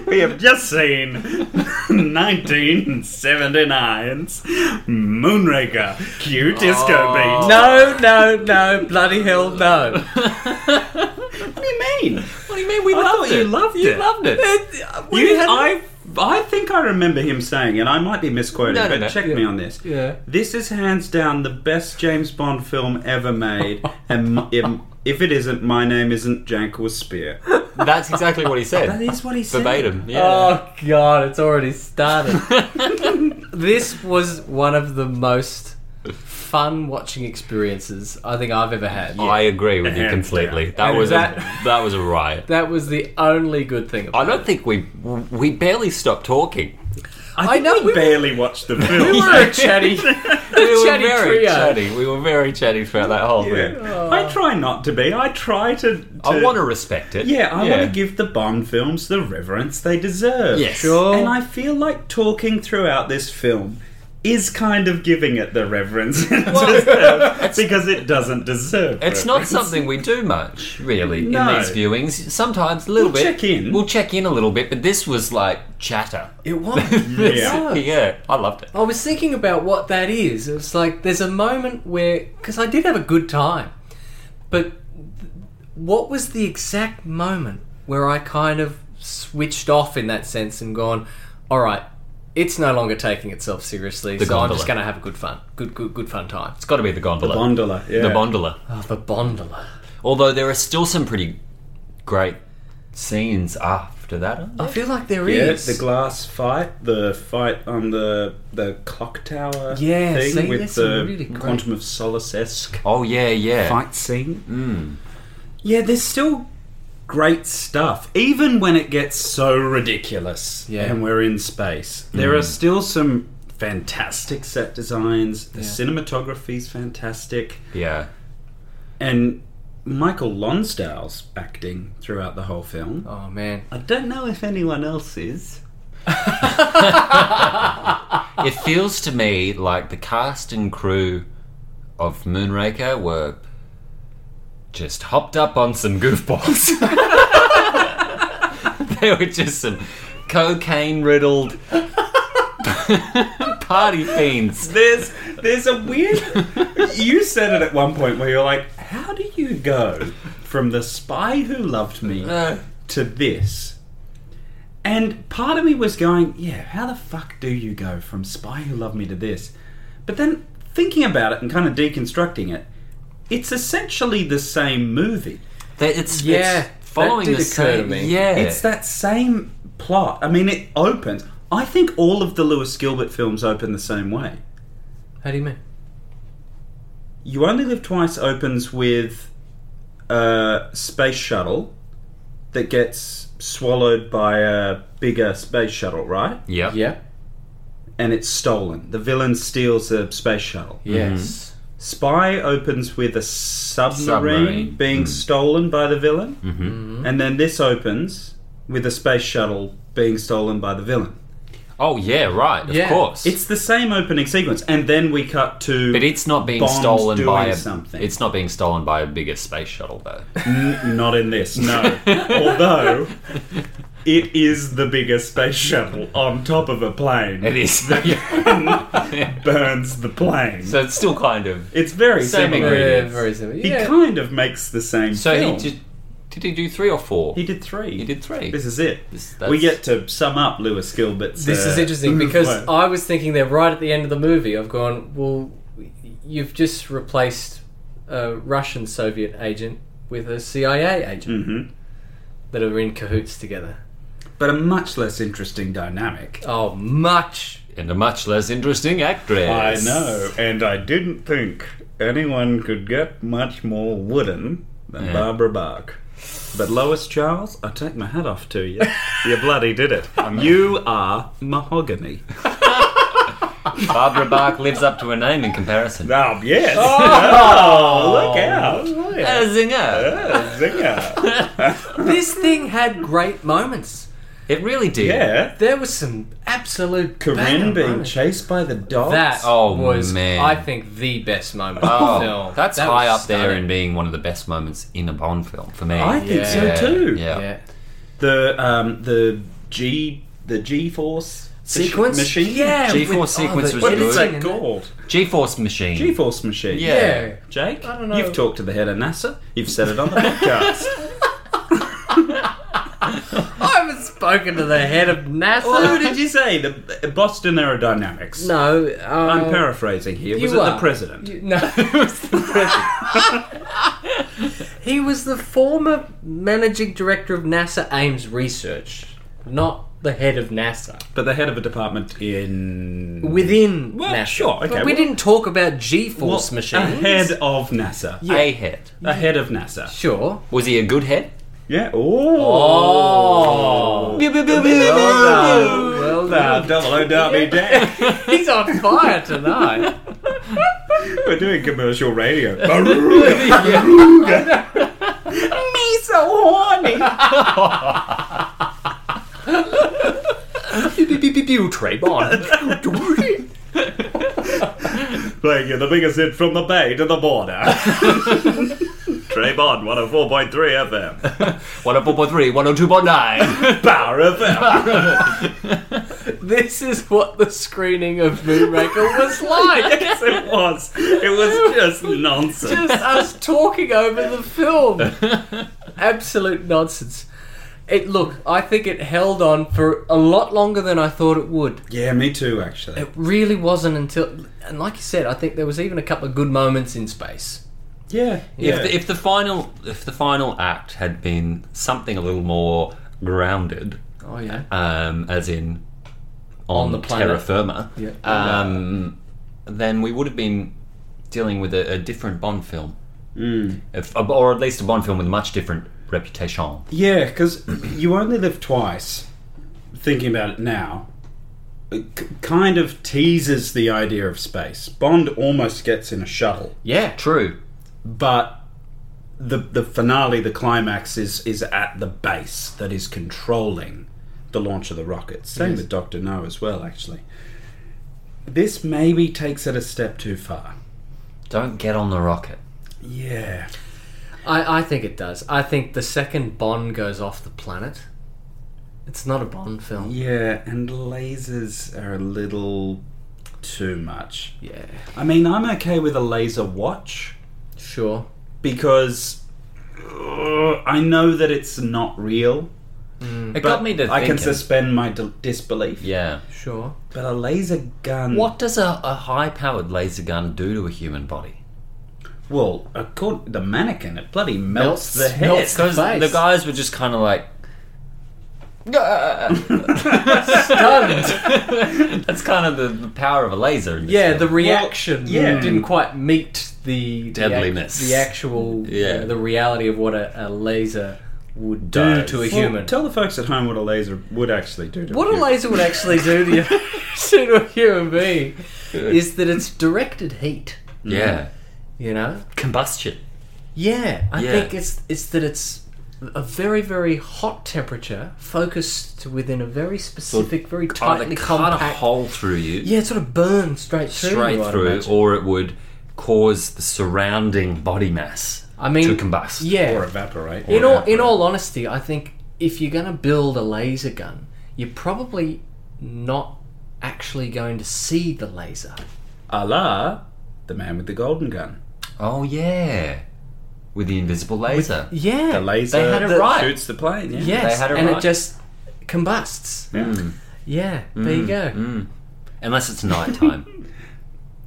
Speaker 3: we have just seen 1979's Moonraker Q Disco
Speaker 2: Oh.
Speaker 3: Beat.
Speaker 1: No, no, no, bloody hell, no.
Speaker 3: What do you mean?
Speaker 2: What do you mean? We
Speaker 3: I
Speaker 2: loved
Speaker 3: thought
Speaker 2: it.
Speaker 3: you loved
Speaker 2: You
Speaker 3: it.
Speaker 2: loved it.
Speaker 1: We
Speaker 3: You-
Speaker 1: had-
Speaker 3: I, I think I remember him saying, and I might be misquoted,
Speaker 2: No, no,
Speaker 3: but
Speaker 2: no.
Speaker 3: check me on this.
Speaker 1: Yeah.
Speaker 3: This is hands down the best James Bond film ever made, and m- if, if it isn't, my name isn't Jankel Spear.
Speaker 2: That's exactly what he
Speaker 3: That
Speaker 2: said.
Speaker 3: is what he said.
Speaker 2: Verbatim. Yeah.
Speaker 1: Oh god, it's already started. this was one of the most fun watching experiences I think I've ever had.
Speaker 2: I agree with you
Speaker 3: Hands
Speaker 2: completely.
Speaker 3: down.
Speaker 2: That
Speaker 1: Oh. And
Speaker 2: was
Speaker 1: that-
Speaker 2: a that was a riot.
Speaker 1: That was the only good thing about
Speaker 2: I don't think we we barely stopped talking.
Speaker 1: I know we
Speaker 3: We
Speaker 1: were-
Speaker 3: barely watched the film.
Speaker 1: we were a chatty,
Speaker 2: We were
Speaker 1: chatty
Speaker 2: very
Speaker 1: trio.
Speaker 2: chatty. We were very chatty throughout that whole
Speaker 3: Yeah.
Speaker 2: thing.
Speaker 3: I try not to be. I try to. to
Speaker 2: I want to respect it.
Speaker 3: Yeah, I want to give the Bond films the reverence they deserve.
Speaker 2: Yes.
Speaker 1: Sure.
Speaker 3: And I feel like talking throughout this film is kind of giving it the reverence it deserves because it doesn't deserve.
Speaker 2: It's not something we do much, really,
Speaker 3: No.
Speaker 2: in these viewings. Sometimes a little
Speaker 3: We'll
Speaker 2: bit.
Speaker 3: check in.
Speaker 2: We'll check in a little bit, but this was like chatter.
Speaker 1: It was.
Speaker 3: Yeah.
Speaker 2: yeah, I loved it.
Speaker 1: I was thinking about what that is. It's like there's a moment where because I did have a good time, but th- what was the exact moment where I kind of switched off in that sense and gone, all right, it's no longer taking itself seriously, so I'm
Speaker 2: gondola.
Speaker 1: just going to have a good fun, good good good fun time.
Speaker 2: It's got to be the gondola.
Speaker 3: Gondola. Yeah.
Speaker 2: The gondola.
Speaker 1: Oh, the Bondola.
Speaker 2: Although there are still some pretty great scenes after that. aren't
Speaker 1: I
Speaker 3: Oh,
Speaker 2: there?
Speaker 1: feel like there
Speaker 3: Yeah,
Speaker 1: is
Speaker 3: the glass fight, the fight on the the clock tower
Speaker 1: Yeah,
Speaker 3: thing
Speaker 1: see,
Speaker 3: with
Speaker 1: that's some
Speaker 3: the
Speaker 1: really great-
Speaker 3: Quantum of Solace esque
Speaker 2: Oh yeah, yeah.
Speaker 3: fight scene. Yeah, there's still great stuff, even when it gets so ridiculous.
Speaker 1: Yeah.
Speaker 3: and we're in space. There are still some fantastic set designs. The cinematography's fantastic,
Speaker 2: Yeah.
Speaker 3: and Michael Lonsdale's acting throughout the whole film.
Speaker 1: Oh man,
Speaker 3: I don't know if anyone else is.
Speaker 2: It feels to me like the cast and crew of Moonraker were just hopped up on some goofballs. they were just some cocaine riddled party fiends.
Speaker 3: There's there's a weird. you said it at one point where you're like, how do you go from the spy who loved me
Speaker 2: Uh,
Speaker 3: to this? And part of me was going, yeah, how the fuck do you go from spy who loved me to this? But then thinking about it and kind of deconstructing it, it's essentially the same movie.
Speaker 2: they, it's,
Speaker 1: Yeah,
Speaker 2: it's following
Speaker 1: that did
Speaker 2: the
Speaker 1: occur to
Speaker 2: same.
Speaker 1: me.
Speaker 2: Yeah,
Speaker 3: It's that same plot. I mean, it opens. I think all of the Lewis Gilbert films open the same way.
Speaker 1: how do you mean?
Speaker 3: You Only Live Twice opens with a space shuttle that gets swallowed by a bigger space shuttle, right?
Speaker 2: Yep.
Speaker 1: Yeah.
Speaker 3: And it's stolen. The villain steals the space shuttle.
Speaker 1: Yes.
Speaker 3: Spy opens with a submarine,
Speaker 2: Submarine.
Speaker 3: being
Speaker 2: Mm.
Speaker 3: stolen by the villain,
Speaker 2: Mhm.
Speaker 3: and then this opens with a space shuttle being stolen by the villain.
Speaker 2: Oh yeah, right. Of
Speaker 1: Yeah.
Speaker 2: course.
Speaker 3: It's the same opening sequence, and then we cut to.
Speaker 2: but it's not being
Speaker 3: Bond's
Speaker 2: stolen
Speaker 3: doing
Speaker 2: by a,
Speaker 3: something.
Speaker 2: It's not being stolen by a bigger space shuttle though.
Speaker 3: N- not in this, no. Although it is the biggest space shuttle on top of a plane.
Speaker 2: it is.
Speaker 3: burns the plane.
Speaker 2: so it's still kind of.
Speaker 3: it's very
Speaker 2: Same
Speaker 3: similar.
Speaker 2: ingredient.
Speaker 1: Yeah,
Speaker 2: Ingredients.
Speaker 1: very similar.
Speaker 3: He
Speaker 1: Yeah.
Speaker 3: kind of makes the same.
Speaker 2: So
Speaker 3: film.
Speaker 2: he did. Did he do three or four?
Speaker 3: He did three.
Speaker 2: He did three.
Speaker 3: This is it.
Speaker 2: This-
Speaker 3: we
Speaker 2: that's-
Speaker 3: get to sum up Lewis Gilbert's.
Speaker 1: This
Speaker 3: uh,
Speaker 1: is interesting because
Speaker 3: flow.
Speaker 1: I was thinking that right at the end of the movie, I've gone, well, you've just replaced a Russian Soviet agent with a CIA agent
Speaker 3: Mhm.
Speaker 2: Hmm.
Speaker 1: that are in cahoots together.
Speaker 3: But a much less interesting dynamic.
Speaker 1: Oh, much.
Speaker 2: and a much less interesting actress.
Speaker 3: I know, and I didn't think anyone could get much more wooden than
Speaker 2: Yeah.
Speaker 3: Barbara Bach. But Lois Charles, I take my hat off to you. you bloody did it. You are mahogany.
Speaker 2: Barbara Bach lives up to her name in comparison.
Speaker 3: Oh, yes. look out.
Speaker 2: A zinger.
Speaker 3: Oh, zinger.
Speaker 1: this thing had great moments.
Speaker 2: It really did.
Speaker 3: Yeah.
Speaker 1: There was some absolute banger
Speaker 3: Corinne being
Speaker 1: moments.
Speaker 3: chased by the dogs.
Speaker 1: That
Speaker 2: Oh,
Speaker 1: was,
Speaker 2: man.
Speaker 1: I think, the best moment
Speaker 2: Oh,
Speaker 1: of the film.
Speaker 2: that's
Speaker 1: That
Speaker 2: high
Speaker 1: was
Speaker 2: up there in
Speaker 1: stunning.
Speaker 2: being one of the best moments in a Bond film for me.
Speaker 3: I think
Speaker 1: Yeah.
Speaker 3: so too.
Speaker 2: Yeah.
Speaker 1: Yeah.
Speaker 3: The um the G the G force
Speaker 1: Sequence?
Speaker 3: machine.
Speaker 1: Yeah.
Speaker 2: G4
Speaker 1: with- oh,
Speaker 2: sequence
Speaker 1: the
Speaker 2: was
Speaker 3: What is
Speaker 2: good.
Speaker 1: editing
Speaker 3: that
Speaker 1: and-
Speaker 3: called?
Speaker 2: G-force machine.
Speaker 3: G force machine.
Speaker 2: Yeah.
Speaker 1: Yeah.
Speaker 3: Jake,
Speaker 1: I don't know.
Speaker 3: you've talked to the head of NASA. You've said it on the podcast.
Speaker 1: I haven't spoken to the head of NASA.
Speaker 2: Oh.
Speaker 3: Who did you say? The uh, Boston Aerodynamics.
Speaker 1: No, um,
Speaker 3: I'm paraphrasing here. Was it
Speaker 1: you
Speaker 3: the
Speaker 1: are.
Speaker 3: president?
Speaker 1: You- No, it was the president. he was the former managing director of NASA Ames Research, not the head of NASA.
Speaker 3: but the head of a department in
Speaker 1: Within
Speaker 3: Well,
Speaker 1: NASA,
Speaker 3: sure, okay,
Speaker 1: But we
Speaker 3: well-
Speaker 1: didn't talk about G-force
Speaker 3: Well,
Speaker 1: machines.
Speaker 3: A head of NASA.
Speaker 2: A head.
Speaker 3: A head of NASA.
Speaker 1: Sure.
Speaker 2: Was he a good head?
Speaker 3: Yeah.
Speaker 1: Oh.
Speaker 2: Pew, pew, pew, pew,
Speaker 3: Well
Speaker 2: pew, pew.
Speaker 3: done.
Speaker 1: Well
Speaker 3: Well
Speaker 1: done.
Speaker 3: Double O Derby Jack.
Speaker 1: He's on fire tonight.
Speaker 3: We're doing commercial radio. Me so horny.
Speaker 1: pew, pew, pew, pew, pew, Trey Bond.
Speaker 3: Playing you the biggest hit from the bay to the border. Trey Bond, 104.3 FM.
Speaker 2: 104.3, 102.9.
Speaker 3: Power FM.
Speaker 1: this is what the screening of Moonraker was like.
Speaker 3: yes, it was. It was just nonsense.
Speaker 1: just us talking over the film. Absolute nonsense. It look, I think it held on for a lot longer than I thought it would.
Speaker 3: Yeah, me too, actually.
Speaker 1: It really wasn't until, and like you said, I think there was even a couple of good moments in space.
Speaker 3: Yeah.
Speaker 2: if, the, if the final if the final act had been something a little more grounded,
Speaker 1: Oh yeah,
Speaker 2: um, as in on,
Speaker 1: On the
Speaker 2: the
Speaker 1: planet.
Speaker 2: terra firma,
Speaker 1: Yeah.
Speaker 2: um, then we would have been dealing with a, a different Bond film,
Speaker 1: Mm.
Speaker 2: if, uh, or at least a Bond film with a much different reputation.
Speaker 3: Yeah, because you only live twice. Thinking about it now, it k- kind of teases the idea of space. Bond almost gets in a shuttle,
Speaker 1: yeah,
Speaker 2: True.
Speaker 3: but the the finale, the climax, is is at the base that is controlling the launch of the rocket. Same with Doctor No as well, actually. This maybe takes it a step too far.
Speaker 2: Don't get on the rocket.
Speaker 3: Yeah,
Speaker 1: I, I think it does. I think the second Bond goes off the planet, it's not a Bond film.
Speaker 3: yeah, and lasers are a little too much.
Speaker 1: Yeah,
Speaker 3: I mean, I'm okay with a laser watch.
Speaker 1: sure.
Speaker 3: because uh, I know that it's not real.
Speaker 2: It
Speaker 3: But
Speaker 2: got me to
Speaker 3: I can
Speaker 2: thinking.
Speaker 3: suspend my d- disbelief.
Speaker 2: yeah.
Speaker 1: Sure.
Speaker 3: But a laser gun.
Speaker 2: What does a, a high-powered laser gun do to a human body?
Speaker 3: Well, according the mannequin, it bloody melts,
Speaker 1: Melts-
Speaker 3: the head.
Speaker 1: melts
Speaker 2: Because
Speaker 1: Face.
Speaker 2: the guys were just kind of like. That's kind of the, the power of a laser. In this
Speaker 1: Yeah, the
Speaker 2: film.
Speaker 1: reaction Mm.
Speaker 3: yeah.
Speaker 1: didn't quite meet the the ac-
Speaker 2: Deadliness.
Speaker 1: the, actual,
Speaker 2: Yeah.
Speaker 1: the reality of what a, a laser would do
Speaker 2: Does.
Speaker 1: to a
Speaker 3: Well,
Speaker 1: human.
Speaker 3: Tell the folks at home what a laser would actually do to
Speaker 1: what
Speaker 3: a
Speaker 1: a
Speaker 3: human.
Speaker 1: laser would actually do to, you, to a human being is that it's directed heat.
Speaker 2: yeah,
Speaker 1: You know?
Speaker 2: Combustion.
Speaker 1: Yeah, I
Speaker 2: Yeah.
Speaker 1: think it's it's that it's a very very hot temperature focused to within a very specific, very tightly
Speaker 2: Either Oh, cut a
Speaker 1: compact.
Speaker 2: hole through you,
Speaker 1: yeah, it sort of burns straight through.
Speaker 2: straight
Speaker 1: you, I'd
Speaker 2: through,
Speaker 1: imagine.
Speaker 2: or it would cause the surrounding body mass
Speaker 1: I mean,
Speaker 2: to combust.
Speaker 1: Yeah,
Speaker 3: or evaporate.
Speaker 1: in
Speaker 2: or
Speaker 1: all
Speaker 2: evaporate.
Speaker 1: in all honesty, I think if you're going to build a laser gun, you're probably not actually going to see the laser.
Speaker 3: a la the man with the golden gun.
Speaker 2: Oh yeah, with the invisible laser.
Speaker 1: Yeah,
Speaker 3: The laser
Speaker 1: They had it
Speaker 3: that
Speaker 1: right.
Speaker 3: shoots the plane. Yeah. Hmm.
Speaker 1: yes,
Speaker 2: had it
Speaker 1: and it
Speaker 2: right.
Speaker 1: just combusts.
Speaker 3: Yeah.
Speaker 1: Yeah, there
Speaker 3: Hmm.
Speaker 1: you go.
Speaker 2: Mm. Unless it's nighttime.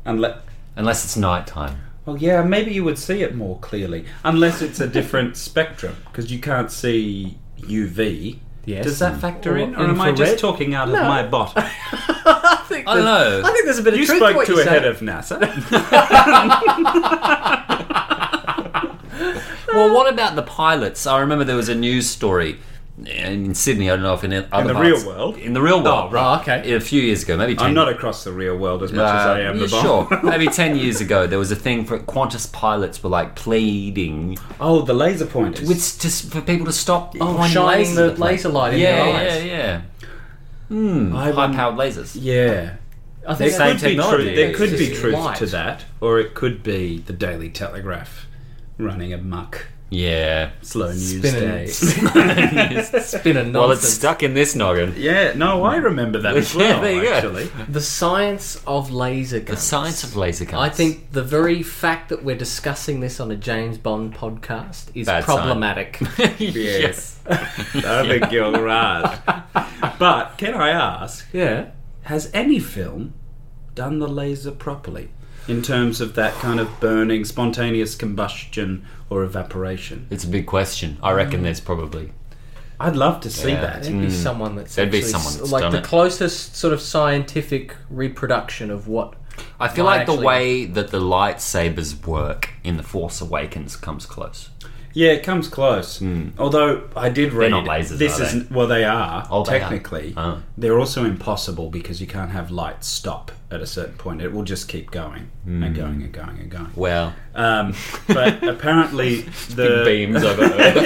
Speaker 3: Unle-
Speaker 2: Unless it's nighttime.
Speaker 3: well, yeah, maybe you would see it more clearly, unless it's a different spectrum because you can't see UV.
Speaker 1: Yes.
Speaker 3: Does that factor
Speaker 1: Or
Speaker 3: in, or am I
Speaker 1: infrared?
Speaker 3: just talking out
Speaker 1: No.
Speaker 3: of my bot?
Speaker 1: I think
Speaker 2: I don't
Speaker 1: there's-
Speaker 2: know.
Speaker 1: I think there's a bit
Speaker 3: You
Speaker 1: of truth to
Speaker 3: spoke
Speaker 1: what
Speaker 3: to
Speaker 1: you're
Speaker 3: a head
Speaker 1: saying.
Speaker 3: of NASA.
Speaker 2: Well, what about the pilots? I remember there was a news story in Sydney. I don't know if in other
Speaker 3: the
Speaker 2: parts-
Speaker 3: real world?
Speaker 2: In the real world,
Speaker 1: right. Oh, okay.
Speaker 2: A few years ago, maybe. 10
Speaker 3: I'm not across the real world as much as
Speaker 2: uh,
Speaker 3: I am
Speaker 2: yeah,
Speaker 3: the bot.
Speaker 2: Sure, maybe ten years ago there was a thing for Qantas pilots were like pleading
Speaker 3: Oh, the laser pointers.
Speaker 2: with s- just for people to stop
Speaker 1: Oh,
Speaker 2: pointing
Speaker 1: shining
Speaker 2: lasers
Speaker 1: the
Speaker 2: at them.
Speaker 1: laser light in
Speaker 2: yeah,
Speaker 1: their eyes.
Speaker 2: Yeah, yeah,
Speaker 3: I
Speaker 2: Hmm. High
Speaker 3: wouldn't-
Speaker 2: powered lasers.
Speaker 3: Yeah.
Speaker 1: I
Speaker 3: There
Speaker 1: think
Speaker 2: Same
Speaker 1: that-
Speaker 3: could, be
Speaker 2: technology.
Speaker 3: truth, there
Speaker 2: It's
Speaker 3: could be
Speaker 1: just
Speaker 3: truth
Speaker 1: light.
Speaker 3: to that, or it could be the Daily Telegraph running amok.
Speaker 2: Yeah.
Speaker 3: Slow news
Speaker 1: Spinning.
Speaker 3: days.
Speaker 1: spinning nonsense.
Speaker 2: Well, it's stuck in this noggin.
Speaker 3: yeah, no, I remember that as
Speaker 2: Yeah,
Speaker 3: well,
Speaker 2: there you go.
Speaker 3: actually.
Speaker 1: The science of laser guns.
Speaker 2: The science of laser guns.
Speaker 1: I think the very fact that we're discussing this on a James Bond podcast is
Speaker 2: Bad sign.
Speaker 1: problematic.
Speaker 2: yes.
Speaker 3: I think you're right. But can I ask,
Speaker 1: yeah.
Speaker 3: has any film done the laser properly? In terms of that kind of burning, spontaneous combustion or evaporation,
Speaker 2: It's a big question. I reckon there's probably.
Speaker 3: I'd love to see
Speaker 2: Yeah. Mm.
Speaker 3: that.
Speaker 1: There'd be someone that's
Speaker 2: There'd be
Speaker 1: actually
Speaker 2: someone
Speaker 1: s-
Speaker 2: that's
Speaker 1: like
Speaker 2: done
Speaker 1: the
Speaker 2: it.
Speaker 1: closest sort of scientific reproduction of what
Speaker 2: I feel
Speaker 1: Well,
Speaker 2: like the
Speaker 1: actually-
Speaker 2: way that the lightsabers work in The Force Awakens comes close.
Speaker 3: Yeah, it comes close. Although I did read
Speaker 2: Hmm. not lasers,
Speaker 3: this
Speaker 2: are they?
Speaker 3: isn't well they are
Speaker 2: Oh, they are.
Speaker 3: technically.
Speaker 2: Oh.
Speaker 3: They're also impossible because you can't have light stop at a certain point. It will just keep going
Speaker 2: Hmm.
Speaker 3: and going and going and going.
Speaker 2: Well,
Speaker 3: Um, but apparently the
Speaker 2: beams over Earth.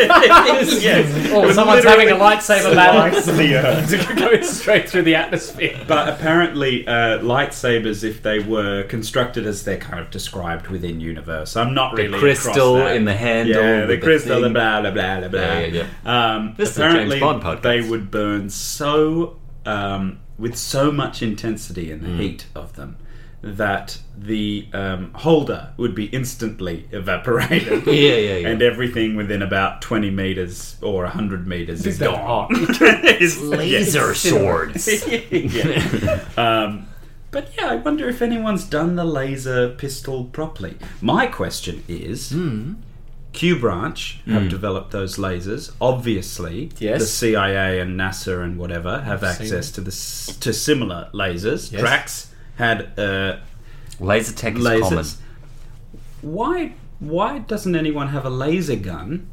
Speaker 3: yes.
Speaker 1: Oh,
Speaker 3: It
Speaker 1: someone's
Speaker 3: literally
Speaker 1: having a lightsaber battle.
Speaker 3: slides the earth.
Speaker 1: going straight through the atmosphere.
Speaker 3: But apparently, uh, lightsabers, if they were constructed as they're kind of described within universe, I'm not really across
Speaker 2: crystal
Speaker 3: that.
Speaker 2: in the handle
Speaker 3: Yeah,
Speaker 2: with
Speaker 3: the
Speaker 2: the
Speaker 3: crystal,
Speaker 2: thing.
Speaker 3: and blah blah blah blah. blah.
Speaker 2: Yeah, yeah,
Speaker 3: Um,
Speaker 2: This is a James
Speaker 3: apparently,
Speaker 2: Bond podcast.
Speaker 3: they would burn so um, with so much intensity and
Speaker 2: Hmm.
Speaker 3: heat of them that the um, holder would be instantly evaporated.
Speaker 2: yeah, yeah, yeah.
Speaker 3: And everything within about 20 meters or 100 meters is
Speaker 1: that
Speaker 3: gone. It's-
Speaker 2: Laser swords.
Speaker 3: yeah. um, but yeah, I wonder if anyone's done the laser pistol properly. My question is Q Branch have developed those lasers. Obviously,
Speaker 1: Yes.
Speaker 3: the CIA and NASA and whatever have access to the s- to similar lasers.
Speaker 1: Yes.
Speaker 3: Drax had uh,
Speaker 2: Laser tech is
Speaker 3: lasers.
Speaker 2: common.
Speaker 3: Why why doesn't anyone have a laser gun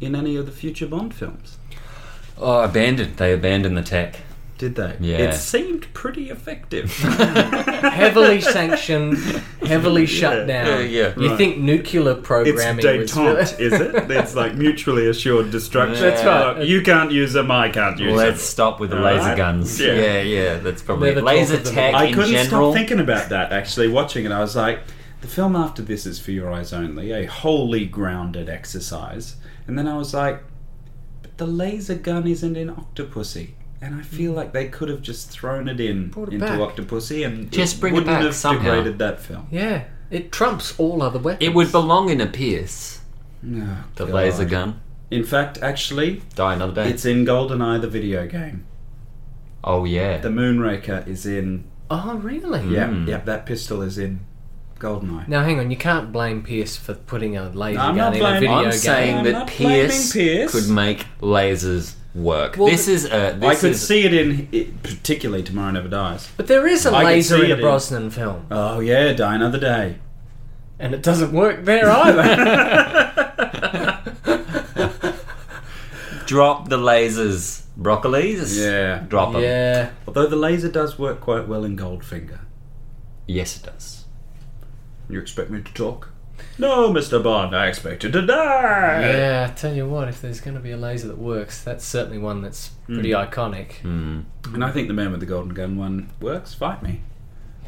Speaker 3: in any of the future Bond films?
Speaker 2: Oh, abandoned. They abandoned the tech.
Speaker 3: Did they?
Speaker 2: Yeah.
Speaker 3: It seemed pretty effective.
Speaker 1: heavily sanctioned, heavily shut
Speaker 3: Yeah,
Speaker 1: down.
Speaker 2: yeah, yeah.
Speaker 1: You
Speaker 3: Right.
Speaker 1: think nuclear
Speaker 3: It's
Speaker 1: programming was
Speaker 3: detente, is it? It's like mutually assured destruction.
Speaker 2: That's
Speaker 1: right.
Speaker 3: Look, you can't use them, I can't use
Speaker 2: Let's
Speaker 3: them.
Speaker 2: stop with the
Speaker 3: All
Speaker 2: laser
Speaker 3: right.
Speaker 2: guns.
Speaker 3: Yeah.
Speaker 2: Yeah. yeah, That's probably
Speaker 1: Never
Speaker 2: laser
Speaker 1: talk of them.
Speaker 2: tech
Speaker 3: I
Speaker 2: in
Speaker 3: couldn't
Speaker 2: general.
Speaker 3: stop thinking about that actually, watching it. I was like, the film after this is for your eyes only, a wholly grounded exercise. And then I was like, but the laser gun isn't in Octopussy. And I
Speaker 2: Mm-hmm.
Speaker 3: feel like they could have just thrown it in
Speaker 1: Brought it
Speaker 3: into
Speaker 1: back.
Speaker 3: Octopussy and
Speaker 2: Just bring it
Speaker 3: wouldn't
Speaker 2: back
Speaker 3: have
Speaker 2: somehow.
Speaker 3: degraded that film.
Speaker 1: Yeah, it trumps all other weapons.
Speaker 2: It would belong in a Pierce.
Speaker 3: Oh,
Speaker 2: The
Speaker 3: God.
Speaker 2: laser gun.
Speaker 3: In fact, actually,
Speaker 2: Die another day.
Speaker 3: it's in GoldenEye, the video game.
Speaker 2: oh yeah.
Speaker 3: The Moonraker is in
Speaker 1: Oh, really?
Speaker 3: Yeah,
Speaker 2: Mm.
Speaker 3: yeah, that pistol is in Goldeneye.
Speaker 1: Now, hang on. You can't blame Pierce for putting a laser
Speaker 3: No,
Speaker 1: gun
Speaker 3: I'm not
Speaker 1: in a
Speaker 3: blaming-
Speaker 1: video
Speaker 2: I'm
Speaker 1: game.
Speaker 2: saying
Speaker 3: I'm
Speaker 2: that
Speaker 3: not blaming
Speaker 2: Pierce,
Speaker 3: Pierce.
Speaker 2: could make lasers work.
Speaker 1: Well,
Speaker 2: this
Speaker 1: the-
Speaker 2: is a. This
Speaker 3: I could
Speaker 2: is,
Speaker 3: see it in, it, particularly Tomorrow Never Dies.
Speaker 1: but there is a
Speaker 3: I can
Speaker 1: laser
Speaker 3: see
Speaker 1: in a
Speaker 3: it in-
Speaker 1: Brosnan film,
Speaker 3: Oh yeah, Die Another Day.
Speaker 1: and it doesn't work there either.
Speaker 2: drop the lasers, broccolis.
Speaker 3: Yeah.
Speaker 2: drop them.
Speaker 1: yeah.
Speaker 3: Although the laser does work quite well in Goldfinger.
Speaker 2: Yes, it does.
Speaker 3: You expect me to talk? No, Mr. Bond, I expected to die.
Speaker 1: Yeah, I tell you what, if there's going to be a laser that works, that's certainly one that's pretty iconic.
Speaker 2: Hmm.
Speaker 3: And I think the man with the golden gun one works. Fight me.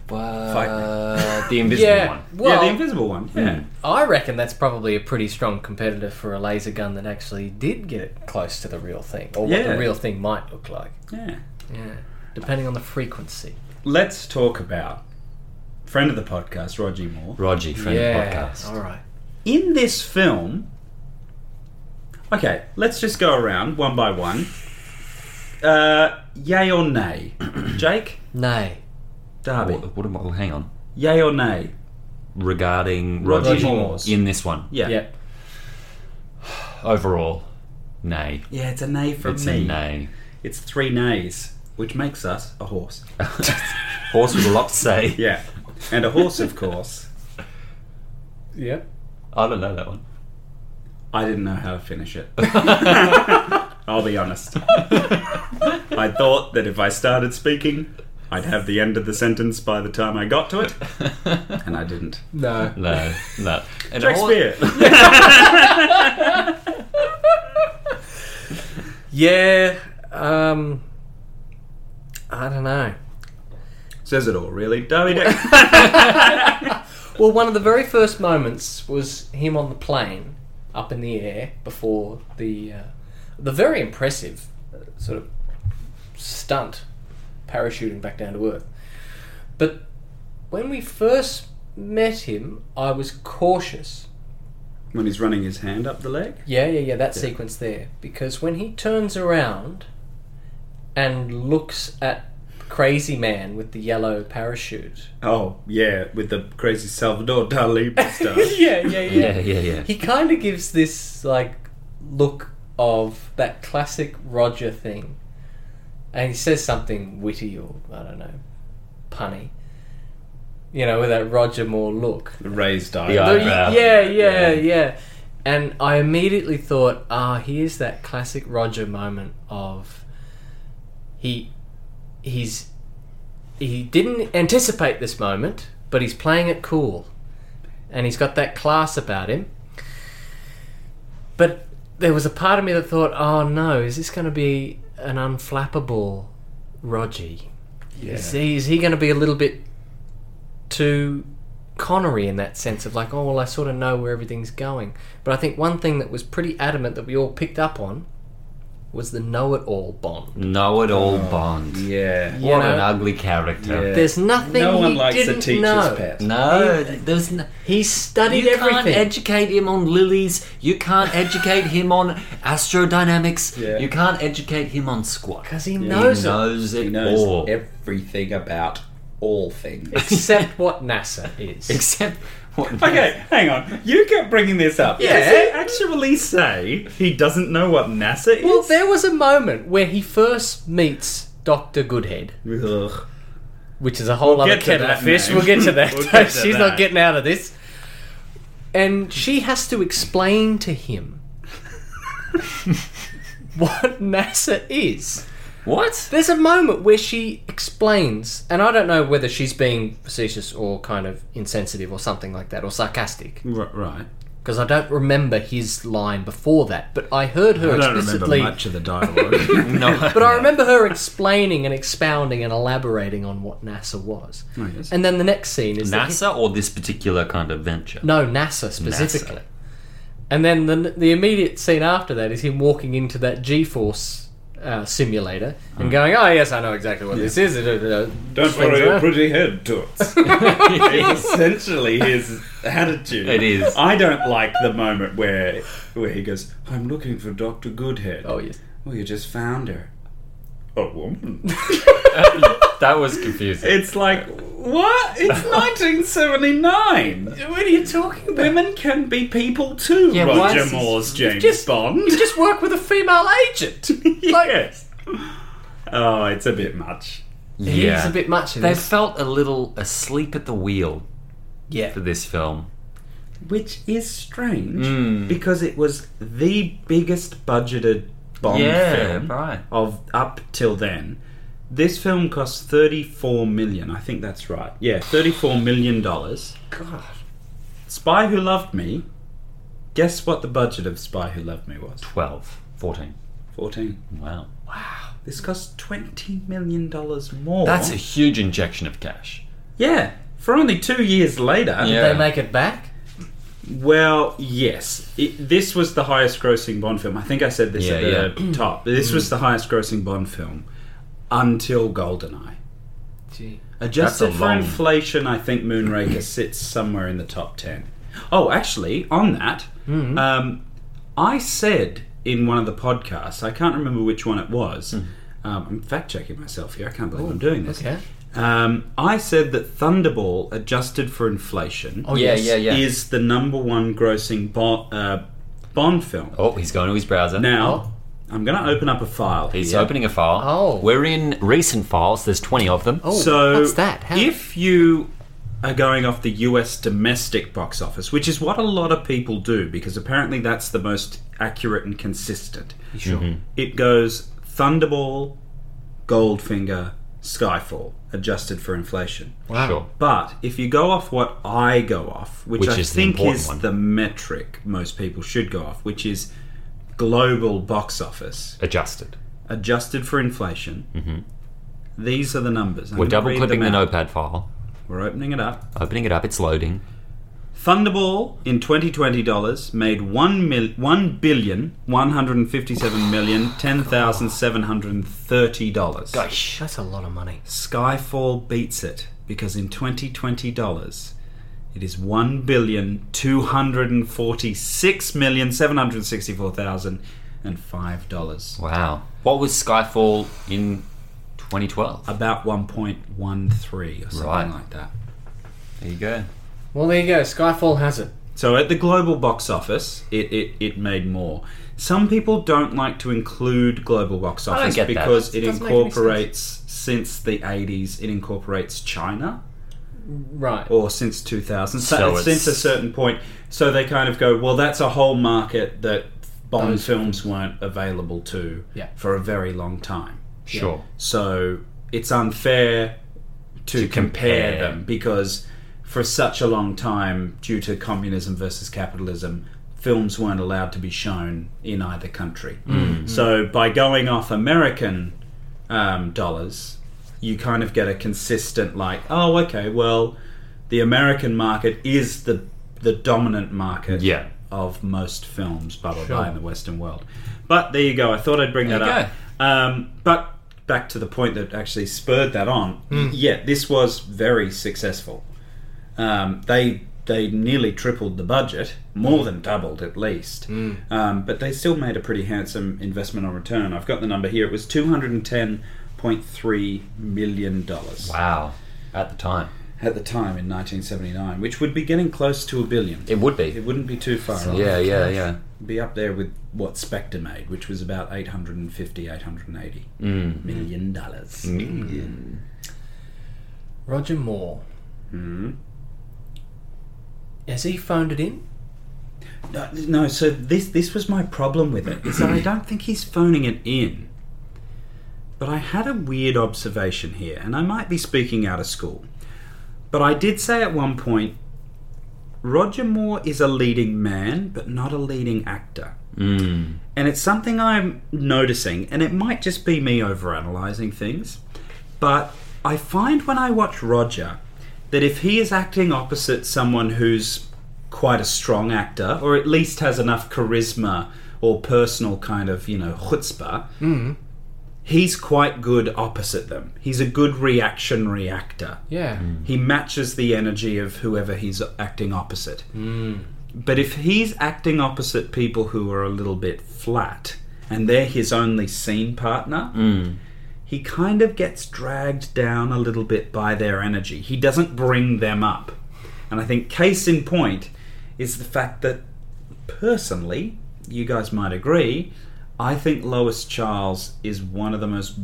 Speaker 1: But
Speaker 3: Fight
Speaker 2: The invisible
Speaker 1: yeah,
Speaker 2: one.
Speaker 1: well,
Speaker 3: yeah, the invisible one. Yeah.
Speaker 1: I reckon that's probably a pretty strong competitor for a laser gun that actually did get close to the real thing, or what
Speaker 3: Yeah.
Speaker 1: the real thing might look like.
Speaker 3: Yeah.
Speaker 1: Yeah, depending on the frequency.
Speaker 3: Let's talk about friend of the podcast, Roger Moore.
Speaker 2: Roger, friend of the
Speaker 1: yeah,
Speaker 2: podcast.
Speaker 1: all right.
Speaker 3: In this film, okay, let's just go around one by one. Uh, yay or nay, Jake
Speaker 1: Nay,
Speaker 3: Darby.
Speaker 2: What, what am I? Well, hang on.
Speaker 3: Yay or nay,
Speaker 2: Regarding
Speaker 3: Roger,
Speaker 2: Roger
Speaker 3: Moore's.
Speaker 2: in this one,
Speaker 3: yeah. yeah,
Speaker 1: yep.
Speaker 2: overall, nay.
Speaker 3: it's a nay from
Speaker 2: It's a
Speaker 3: me.
Speaker 2: nay.
Speaker 3: It's three nays, which makes us a horse.
Speaker 2: Horse with a lot to say.
Speaker 3: Yeah, and a horse, of course.
Speaker 1: Yep.
Speaker 2: I don't know that one.
Speaker 3: I didn't know how to finish it. I'll be honest. I thought that if I started speaking, I'd have the end of the sentence by the time I got to it, and I didn't.
Speaker 1: No.
Speaker 2: No, no. And a hor-
Speaker 3: Shakespeare.
Speaker 1: Yeah. Um. I don't know.
Speaker 3: Says it all, really. Darby Dick.
Speaker 1: Well, one of the very first moments was him on the plane up in the air before the uh, the very impressive uh, sort of stunt parachuting back down to earth. But when we first met him, I was cautious.
Speaker 3: when he's running his hand up the leg.
Speaker 1: Yeah, yeah, yeah, that sequence there because when he turns around and looks at crazy man with the yellow parachute.
Speaker 3: Oh, yeah, with the crazy Salvador Dali stuff.
Speaker 1: yeah,
Speaker 2: Yeah, yeah, yeah.
Speaker 1: he kind of gives this like look of that classic Roger thing, and he says something witty or I don't know, punny. You know, with that Roger Moore look.
Speaker 3: The raised eye.
Speaker 2: Yeah.
Speaker 1: Though you-
Speaker 2: eyebrow.
Speaker 1: yeah, yeah,
Speaker 2: Yeah.
Speaker 1: yeah. And I immediately thought, ah, here's that classic Roger moment of he he's he didn't anticipate this moment, but he's playing it cool. And he's got that class about him. But there was a part of me that thought, oh no, is this going to be an unflappable Roger? Is he, is he going to be a little bit too Connery in that sense of like, oh, well, I sort of know where everything's going. But I think one thing that was pretty adamant that we all picked up on was the know-it-all Bond.
Speaker 2: Know it all Bond.
Speaker 3: Oh, Yeah.
Speaker 1: You
Speaker 2: What
Speaker 1: know?
Speaker 2: an ugly character.
Speaker 3: Yeah.
Speaker 1: There's nothing
Speaker 3: No one
Speaker 1: he
Speaker 3: likes a
Speaker 1: didn't
Speaker 3: teacher's
Speaker 1: know.
Speaker 3: pet.
Speaker 2: No, there's no.
Speaker 1: He studied
Speaker 2: You can't
Speaker 1: everything.
Speaker 2: educate him on lilies. You can't educate him on astrodynamics.
Speaker 3: Yeah.
Speaker 2: You can't educate him on squat.
Speaker 1: because he
Speaker 2: He
Speaker 1: knows it,
Speaker 2: knows it
Speaker 3: He knows
Speaker 2: all.
Speaker 3: everything about all things.
Speaker 1: except what NASA is.
Speaker 2: Except. What
Speaker 3: Okay, hang on. You kept bringing this up.
Speaker 1: Yeah.
Speaker 3: Does he actually say he doesn't know what NASA is?
Speaker 1: Well, there was a moment where he first meets Doctor Goodhead,
Speaker 3: Ugh.
Speaker 1: which is a whole other
Speaker 3: get to
Speaker 1: kettle
Speaker 3: that
Speaker 1: of fish.
Speaker 3: name.
Speaker 1: We'll get to that.
Speaker 3: We'll get to
Speaker 1: She's
Speaker 3: that.
Speaker 1: not getting out of this. And she has to explain to him what NASA is.
Speaker 2: What?
Speaker 1: There's a moment where she explains, and I don't know whether she's being facetious or kind of insensitive or something like that, or sarcastic,
Speaker 3: R- right.
Speaker 1: because I don't remember his line before that. But I heard her
Speaker 3: I don't remember
Speaker 1: explicitly.
Speaker 3: much of the dialogue.
Speaker 2: No.
Speaker 1: But I remember her explaining and expounding and elaborating on what NASA was.
Speaker 3: Oh, yes.
Speaker 1: And then the next scene is that he-
Speaker 2: NASA or this particular kind of venture?
Speaker 1: no, NASA specifically. And then the, the immediate scene after that is him walking into that G force uh, simulator and going, Oh, yes, I know exactly what this is. Uh, Don't
Speaker 3: pretty head, Toots. it's essentially his attitude.
Speaker 2: It is.
Speaker 3: I don't like the moment where where he goes, I'm looking for Dr. Goodhead.
Speaker 1: Oh, yes.
Speaker 3: Well, you just found her. A woman.
Speaker 2: That was confusing.
Speaker 3: It's like, what? It's 1979.
Speaker 1: What are you talking about?
Speaker 3: Women can be people too,
Speaker 2: Yeah, why
Speaker 3: Roger
Speaker 2: is this-
Speaker 3: Moore's James
Speaker 1: just-
Speaker 3: Bond.
Speaker 1: You just work with a female agent.
Speaker 3: yes. Oh, it's a bit much.
Speaker 2: yeah.
Speaker 1: He's a bit much in
Speaker 2: They
Speaker 1: this.
Speaker 2: felt a little asleep at the wheel
Speaker 1: Yeah.
Speaker 2: for this film.
Speaker 3: Which is strange
Speaker 2: Hmm.
Speaker 3: because it was the biggest budgeted Bond film
Speaker 2: right.
Speaker 3: of up till then. This film cost 34 million. I think that's right. Yeah, 34 million dollars.
Speaker 1: God.
Speaker 3: Spy Who Loved Me. Guess what the budget of Spy Who Loved Me was?
Speaker 2: 12, 14.
Speaker 3: 14.
Speaker 2: Wow.
Speaker 3: This cost $20 million more.
Speaker 2: That's a huge injection of cash.
Speaker 3: Yeah. For only two years later.
Speaker 2: Yeah.
Speaker 1: They make it back.
Speaker 3: Well, yes. It, this was the highest grossing Bond film. I think I said this
Speaker 2: Yeah,
Speaker 3: at the top. This was the highest grossing Bond film until Goldeneye.
Speaker 1: Gee.
Speaker 3: Adjusted
Speaker 2: That's a
Speaker 3: for
Speaker 2: long-
Speaker 3: inflation, I think Moonraker sits somewhere in the top 10. Oh, actually, on that,
Speaker 2: Mm-hmm.
Speaker 3: um, I said in one of the podcasts, I can't remember which one it was.
Speaker 2: Mm.
Speaker 3: Um, I'm fact checking myself here. I can't
Speaker 2: Oh,
Speaker 3: believe I'm doing this.
Speaker 1: Okay.
Speaker 3: Um, I said that Thunderball, adjusted for inflation,
Speaker 1: Oh, yes.
Speaker 3: is the number one grossing Bond, uh, Bond film.
Speaker 2: Oh, he's going to his browser.
Speaker 3: Now, I'm going to open up a file.
Speaker 2: he's
Speaker 3: here.
Speaker 2: opening a file.
Speaker 1: Oh.
Speaker 2: We're in recent files. There's 20 of them.
Speaker 1: Oh,
Speaker 3: so,
Speaker 1: what's that? How?
Speaker 3: if you are going off the US domestic box office, which is what a lot of people do because apparently that's the most accurate and consistent,
Speaker 1: Sure.
Speaker 3: it goes Thunderball, Goldfinger, Skyfall, adjusted for inflation.
Speaker 1: Wow.
Speaker 2: Sure.
Speaker 3: But if you go off what I go off, which,
Speaker 2: Which
Speaker 3: I
Speaker 2: is the
Speaker 3: think
Speaker 2: important
Speaker 3: is
Speaker 2: one.
Speaker 3: the metric most people should go off, which is global box office
Speaker 2: Adjusted.
Speaker 3: adjusted for inflation, these are the numbers. I'm
Speaker 2: Mm-hmm. We're
Speaker 3: gonna
Speaker 2: double
Speaker 3: read
Speaker 2: clipping the
Speaker 3: them out.
Speaker 2: notepad file,
Speaker 3: We're opening it up.
Speaker 2: opening it up. It's loading.
Speaker 3: Thunderball in 2020 dollars made one mil- one billion one hundred fifty-seven million ten thousand seven hundred thirty dollars.
Speaker 2: Gosh.
Speaker 1: That's a lot of money.
Speaker 3: Skyfall beats it because in 2020 dollars, it is one billion two hundred forty-six million seven hundred sixty-four thousand and five dollars.
Speaker 2: Wow. What was Skyfall in 2012?
Speaker 3: About 1.13 or something
Speaker 2: Right.
Speaker 3: like that.
Speaker 2: There you go.
Speaker 1: Well, there you go. Skyfall has it.
Speaker 3: So at the global box office, it, it, it made more. Some people don't like to include global box
Speaker 2: don't
Speaker 3: office
Speaker 2: get that.
Speaker 3: because it
Speaker 1: Doesn't make any sense.
Speaker 3: incorporates since the 80s, it incorporates China
Speaker 1: Right.
Speaker 3: or since 2000, so
Speaker 2: So
Speaker 3: it's since a
Speaker 2: it's-
Speaker 3: certain point. So they kind of go, well, that's a whole market that Bond
Speaker 1: Those-
Speaker 3: films weren't available to
Speaker 1: Yeah.
Speaker 3: for a very long time.
Speaker 2: Sure.
Speaker 3: So it's unfair to,
Speaker 2: To
Speaker 3: compare,
Speaker 2: compare.
Speaker 3: them because for such a long time, due to communism versus capitalism, films weren't allowed to be shown in either country. So by going off American um, dollars, you kind of get a consistent like, oh, okay, well, the American market is the the dominant market
Speaker 2: Yeah.
Speaker 3: of most films, blah blah
Speaker 1: Sure.
Speaker 3: blah, in the Western world. But there you go. I thought I'd bring
Speaker 2: There
Speaker 3: that
Speaker 2: you
Speaker 3: up. Um, but back to the point that actually spurred that on.
Speaker 2: Hmm.
Speaker 3: Yeah, this was very successful. Um, they they nearly tripled the budget,
Speaker 2: Hmm.
Speaker 3: more than doubled at least. Um, but they still made a pretty handsome investment on return. I've got the number here. It was two hundred and ten point three million dollars
Speaker 2: Wow. At the time.
Speaker 3: at the time in 1979, which would be getting close to a billion.
Speaker 2: It would
Speaker 3: It
Speaker 2: be.
Speaker 3: wouldn't be too far off.
Speaker 2: Yeah, yeah, yeah.
Speaker 3: be up there with what Spectre made, which was about 850, 880
Speaker 2: Mm.
Speaker 3: million dollars.
Speaker 1: Roger Moore. Has he phoned it in?
Speaker 3: No, no, so this this was my problem with it is that I don't think he's phoning it in. But I had a weird observation here, and I might be speaking out of school. But I did say at one point, Roger Moore is a leading man, but not a leading actor.
Speaker 2: Mm.
Speaker 3: And it's something I'm noticing, and it might just be me overanalyzing things, but I find when I watch Roger that if he is acting opposite someone who's quite a strong actor, or at least has enough charisma or personal kind of, you know, chutzpah, he's quite good opposite them. He's a good reaction reactor.
Speaker 1: Yeah.
Speaker 3: He matches the energy of whoever he's acting opposite. But if he's acting opposite people who are a little bit flat and they're his only scene partner,
Speaker 2: Mm.
Speaker 3: he kind of gets dragged down a little bit by their energy. He doesn't bring them up. And I think case in point is the fact that personally, you guys might agree, I think Lois Charles is one of the most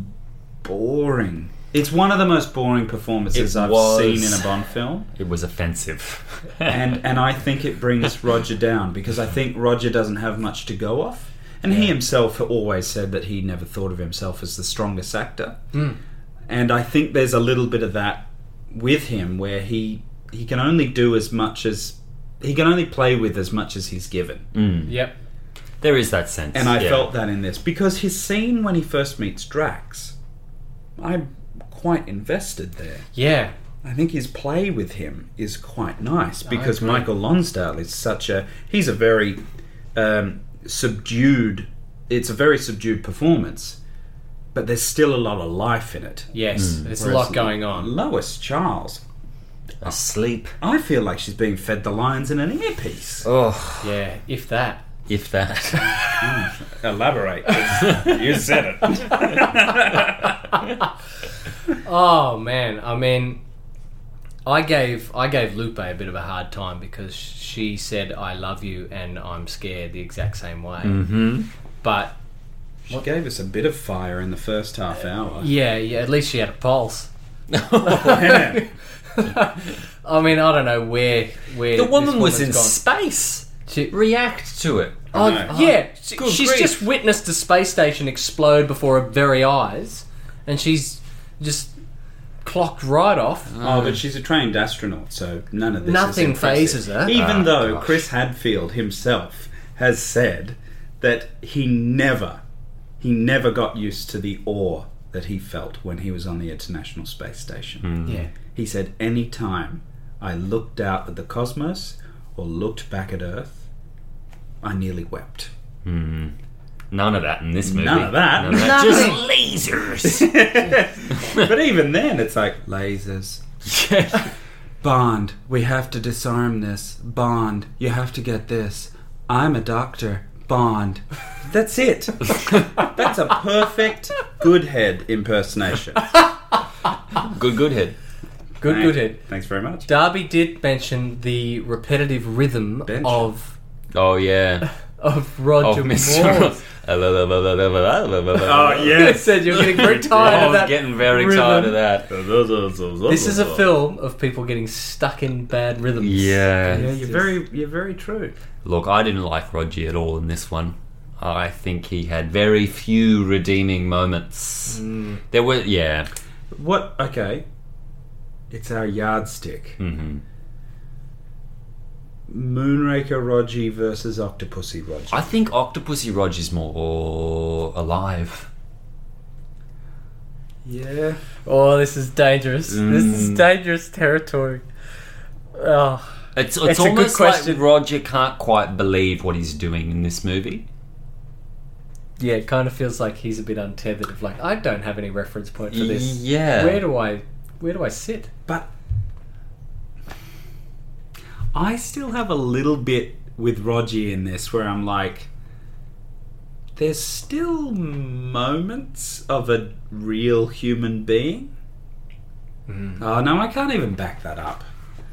Speaker 3: boring. It's one of the most boring performances
Speaker 2: It
Speaker 3: I've
Speaker 2: was.
Speaker 3: seen in a Bond film
Speaker 2: It was offensive.
Speaker 3: and and I think it brings Roger down because I think Roger doesn't have much to go off, and he himself always said that he never thought of himself as the strongest actor, and I think there's a little bit of that with him where he he can only do as much as he can only play with as much as he's given.
Speaker 1: Yep.
Speaker 2: There is that sense.
Speaker 3: And I
Speaker 2: yeah.
Speaker 3: felt that in this because his scene when he first meets Drax, I'm quite invested there.
Speaker 1: Yeah.
Speaker 3: I think his play with him is quite nice because
Speaker 1: agree.
Speaker 3: Michael Lonsdale is such a he's a very um, subdued. It's a very subdued performance, but there's still a lot of life in it.
Speaker 1: Yes. There's a
Speaker 3: Whereas
Speaker 1: lot going on.
Speaker 3: Lois Charles,
Speaker 2: Oh. asleep.
Speaker 3: I feel like she's being fed the lines in an earpiece.
Speaker 2: Oh,
Speaker 1: Yeah. If that.
Speaker 2: if that.
Speaker 3: Elaborate. you said it.
Speaker 1: Oh man. I mean, I gave I gave Lupe a bit of a hard time because she said "I love you" and "I'm scared" the exact same way.
Speaker 2: hmm
Speaker 1: But
Speaker 3: She gave us a bit of fire in the first half hour.
Speaker 1: yeah, yeah. At least she had a pulse.
Speaker 3: Yeah.
Speaker 1: I mean, I don't know where where
Speaker 2: The
Speaker 1: this
Speaker 2: woman was
Speaker 1: woman's
Speaker 2: in
Speaker 1: gone.
Speaker 2: space.
Speaker 1: She-
Speaker 2: React to it.
Speaker 1: Oh,
Speaker 3: No.
Speaker 1: yeah, she-
Speaker 2: Good
Speaker 1: she's
Speaker 2: grief.
Speaker 1: just witnessed the space station explode before her very eyes, and she's just clocked right off.
Speaker 2: Uh.
Speaker 3: Oh, but she's a trained astronaut, so none of this.
Speaker 1: Nothing
Speaker 3: is impressive.
Speaker 1: phases her.
Speaker 3: Even
Speaker 2: Ah,
Speaker 3: though
Speaker 2: gosh.
Speaker 3: Chris Hadfield himself has said that he never, he never got used to the awe that he felt when he was on the International Space Station.
Speaker 1: Yeah,
Speaker 3: He said, "Any time I looked out at the cosmos or looked back at Earth, I nearly wept."
Speaker 2: None of that in this movie.
Speaker 3: None of that.
Speaker 2: Just lasers.
Speaker 3: but even then, it's like lasers. Bond, we have to disarm this. Bond, you have to get this. I'm a doctor. Bond. That's it. That's a perfect good head impersonation.
Speaker 2: good, good head.
Speaker 1: good, good hit.
Speaker 3: Thanks very much.
Speaker 1: Darby did mention the repetitive rhythm
Speaker 3: Bench.
Speaker 1: of
Speaker 2: Oh yeah.
Speaker 1: of Roger
Speaker 2: Oh, Mr.
Speaker 1: Moore.
Speaker 2: oh
Speaker 1: You said you're getting very tired
Speaker 2: I
Speaker 1: of
Speaker 2: was
Speaker 1: that.
Speaker 2: Oh, getting very
Speaker 1: rhythm.
Speaker 2: tired of that.
Speaker 1: This is a film of people getting stuck in bad rhythms.
Speaker 3: Yeah,
Speaker 2: Yeah.
Speaker 3: you're very, you're very true.
Speaker 2: Look, I didn't like Roger at all in this one. I think he had very few redeeming moments.
Speaker 1: Mm.
Speaker 2: There were, yeah.
Speaker 3: What? Okay. It's our yardstick.
Speaker 2: hmm
Speaker 3: Moonraker Rogie versus Octopussy Rogie.
Speaker 2: I think Octopussy Roger's is more alive.
Speaker 3: Yeah.
Speaker 1: Oh, this is dangerous. This is dangerous territory. Oh.
Speaker 2: It's, it's,
Speaker 1: That's a good
Speaker 2: almost
Speaker 1: question.
Speaker 2: like Roger can't quite believe what he's doing in this movie.
Speaker 1: Yeah, it kind of feels like he's a bit untethered. Of like, I don't have any reference point for this.
Speaker 2: Yeah.
Speaker 1: Where do I, where do I sit?
Speaker 3: But I still have a little bit with Rogie in this where I'm like, there's still moments of a real human being. Oh no, I can't even back that up.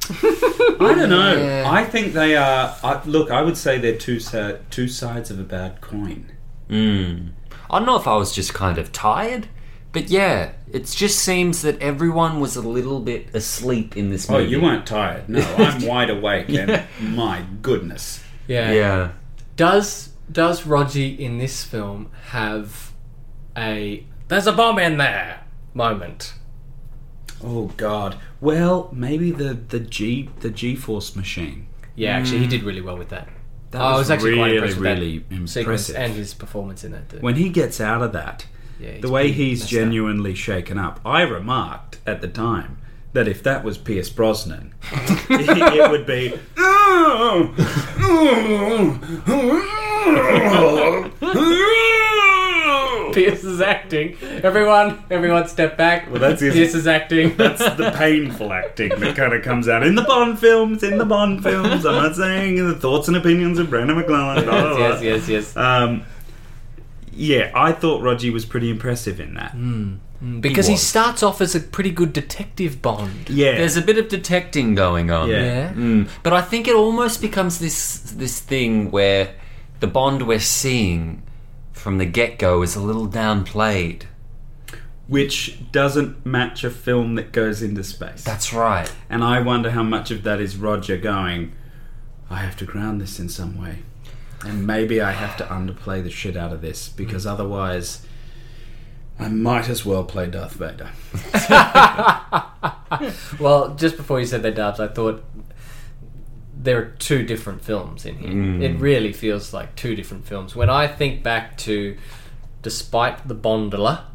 Speaker 3: I don't know.
Speaker 2: Yeah.
Speaker 3: I think they are. I, look, I would say they're two si- two sides of a bad coin.
Speaker 2: Mm. I don't know if I was just kind of tired, but yeah, it just seems that everyone was a little bit asleep in this
Speaker 3: Oh,
Speaker 2: movie.
Speaker 3: you weren't tired. No, I'm wide awake, and my goodness.
Speaker 1: Yeah.
Speaker 2: Yeah.
Speaker 1: Does does Rogie in this film have a "There's a bomb in there" moment?
Speaker 3: Oh God. Well, maybe the the G the G force machine.
Speaker 1: Yeah, actually, he did
Speaker 3: Mm.
Speaker 1: really well with that.
Speaker 3: That
Speaker 1: I was Oh, actually quite
Speaker 3: really,
Speaker 1: impressed with that
Speaker 3: really
Speaker 1: Sequence
Speaker 3: impressive.
Speaker 1: and his performance in that. Too.
Speaker 3: when he gets out of that,
Speaker 1: Yeah, he's
Speaker 3: the way
Speaker 1: pretty
Speaker 3: he's
Speaker 1: messed
Speaker 3: genuinely shaken up, I remarked at the time that if that was Pierce Brosnan, it would be.
Speaker 1: Pierce is acting. Everyone, everyone, step back. Well,
Speaker 3: that's his-
Speaker 1: Pierce is acting.
Speaker 3: That's the painful acting that kind of comes out in the Bond films. In the Bond films, I'm not saying the thoughts and opinions of Brandon McClellan. blah, blah, blah.
Speaker 1: yes, yes, yes.
Speaker 3: Um, yeah, I thought Rogie was pretty impressive in that.
Speaker 1: Because
Speaker 2: he
Speaker 1: he
Speaker 2: was.
Speaker 1: starts off as a pretty good detective Bond.
Speaker 3: Yeah,
Speaker 2: There's a bit of detecting going on.
Speaker 3: Yeah.
Speaker 2: Mm. But I think it almost becomes this this thing where the Bond we're seeing from the get go is a little downplayed.
Speaker 3: which doesn't match a film that goes into space.
Speaker 2: That's right.
Speaker 3: and I wonder how much of that is Roger going. I have to ground this in some way, and maybe I have to underplay the shit out of this because otherwise, I might as well play Darth Vader.
Speaker 1: Well, just before you said that, Dubs, I thought there are two different films in here.
Speaker 2: Mm.
Speaker 1: It really feels like two different films. When I think back to, despite the Bondola,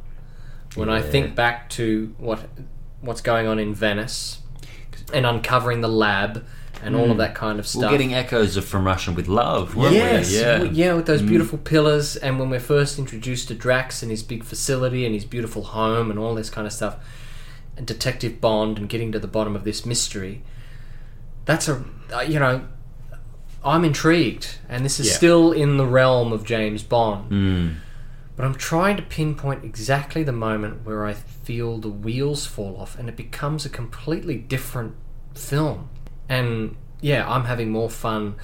Speaker 1: when I think back to what what's going on in Venice, and uncovering the lab and all of that kind of stuff.
Speaker 2: Mm. We're getting echoes of From Russian with Love, weren't
Speaker 1: Yes,
Speaker 2: we? Mm. Yeah.
Speaker 1: w- yeah, with those beautiful pillars, and when we're first introduced to Drax and his big facility and his beautiful home and all this kind of stuff, and Detective Bond and getting to the bottom of this mystery. That's a, uh, you know, I'm intrigued, and this is
Speaker 2: Yeah.
Speaker 1: still in the realm of James Bond.
Speaker 2: Hmm.
Speaker 1: But I'm trying to pinpoint exactly the moment where I feel the wheels fall off and it becomes a completely different film. And yeah, I'm having more fun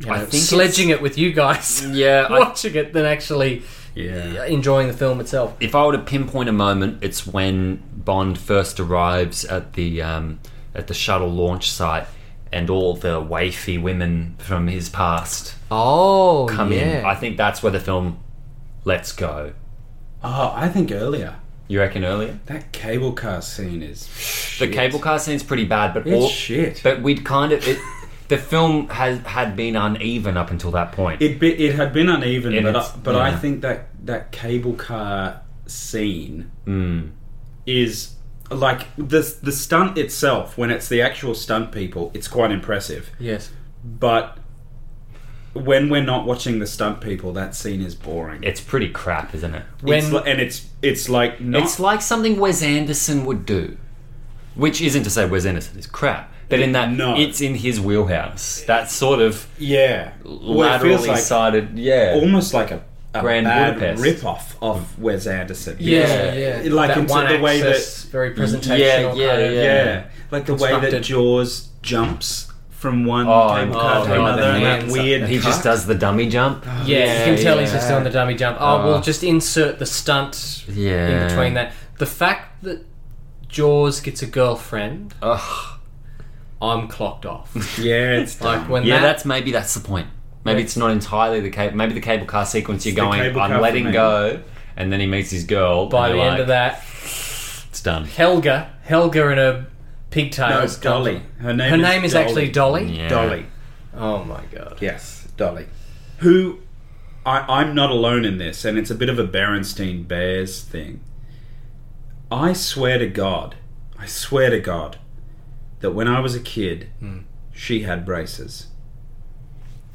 Speaker 1: you know,
Speaker 2: I think
Speaker 1: sledging it with you guys,
Speaker 2: Yeah, I-
Speaker 1: watching it than actually uh, enjoying the film itself.
Speaker 2: if I were to pinpoint a moment, it's when Bond first arrives at the um, at the shuttle launch site, and all the wafy women from his past
Speaker 4: Oh,
Speaker 2: come
Speaker 4: yeah.
Speaker 2: in. I think that's where the film lets go.
Speaker 3: Oh, I think earlier.
Speaker 2: You reckon earlier?
Speaker 3: That cable car scene is.
Speaker 2: The cable car scene's pretty bad, but
Speaker 3: It's
Speaker 2: all,
Speaker 3: shit.
Speaker 2: But we'd kind of it, the film has had been uneven up until that point.
Speaker 3: It be, it had been uneven,
Speaker 2: It
Speaker 3: but
Speaker 2: is,
Speaker 3: I, but I
Speaker 2: yeah.
Speaker 3: think that that cable car scene
Speaker 2: Mm.
Speaker 3: is like the the stunt itself. When it's the actual stunt people, it's quite impressive.
Speaker 1: Yes.
Speaker 3: But when we're not watching the stunt people, that scene is boring.
Speaker 2: it's pretty crap, isn't it?
Speaker 3: it's
Speaker 1: When-
Speaker 3: li- and it's it's like not.
Speaker 2: It's like something Wes Anderson would do, which isn't to say Wes Anderson is crap, but in that
Speaker 3: No.
Speaker 2: it's in his wheelhouse. That sort of
Speaker 3: yeah, Well, it feels
Speaker 2: laterally
Speaker 3: like
Speaker 2: sided, yeah,
Speaker 3: almost like a, a
Speaker 2: Grand
Speaker 3: bad
Speaker 2: Budapest.
Speaker 3: rip off of Wes Anderson.
Speaker 1: Yeah,
Speaker 2: Yeah.
Speaker 1: yeah.
Speaker 3: Like in
Speaker 1: one
Speaker 3: the way that-
Speaker 1: access, very presentational.
Speaker 2: Yeah, yeah,
Speaker 1: kind of-
Speaker 2: yeah.
Speaker 3: Yeah, like the way that
Speaker 1: Constructed.
Speaker 3: Jaws jumps from one
Speaker 2: Oh,
Speaker 3: cable
Speaker 2: oh,
Speaker 3: car to
Speaker 2: oh,
Speaker 3: another,
Speaker 2: that
Speaker 3: and that
Speaker 1: man's-
Speaker 3: weird.
Speaker 2: He just
Speaker 3: cut. Oh,
Speaker 2: does the dummy jump.
Speaker 1: Yeah, you can tell he's
Speaker 2: yeah. Uh-huh.
Speaker 1: just on the dummy jump. Oh, we'll just insert the stunt
Speaker 2: Yeah.
Speaker 1: in between that. The fact that Jaws gets a girlfriend,
Speaker 2: Ugh.
Speaker 1: I'm clocked off.
Speaker 3: Yeah, it's
Speaker 1: like when
Speaker 2: Yeah,
Speaker 1: that,
Speaker 2: that's maybe that's the point. Maybe it's not entirely the cable. Maybe the cable car sequence. You're
Speaker 3: the
Speaker 2: going,
Speaker 3: cable car
Speaker 2: I'm
Speaker 3: for
Speaker 2: letting
Speaker 3: me."
Speaker 2: go, and then he meets his girl.
Speaker 1: by
Speaker 2: and
Speaker 1: the
Speaker 2: you're
Speaker 1: end of
Speaker 2: like,
Speaker 1: that,
Speaker 2: it's done.
Speaker 1: Helga, Helga in her
Speaker 3: no,
Speaker 1: pigtails.
Speaker 3: it's Dolly. Her name.
Speaker 1: Her
Speaker 3: is
Speaker 1: name is
Speaker 3: Dolly.
Speaker 1: actually Dolly.
Speaker 2: Yeah.
Speaker 3: Dolly.
Speaker 1: Oh my god.
Speaker 3: Yes, Dolly. Who I, I'm not alone in this, and it's a bit of a Berenstein Bears thing. I swear to God, I swear to God, that when I was a kid, she had braces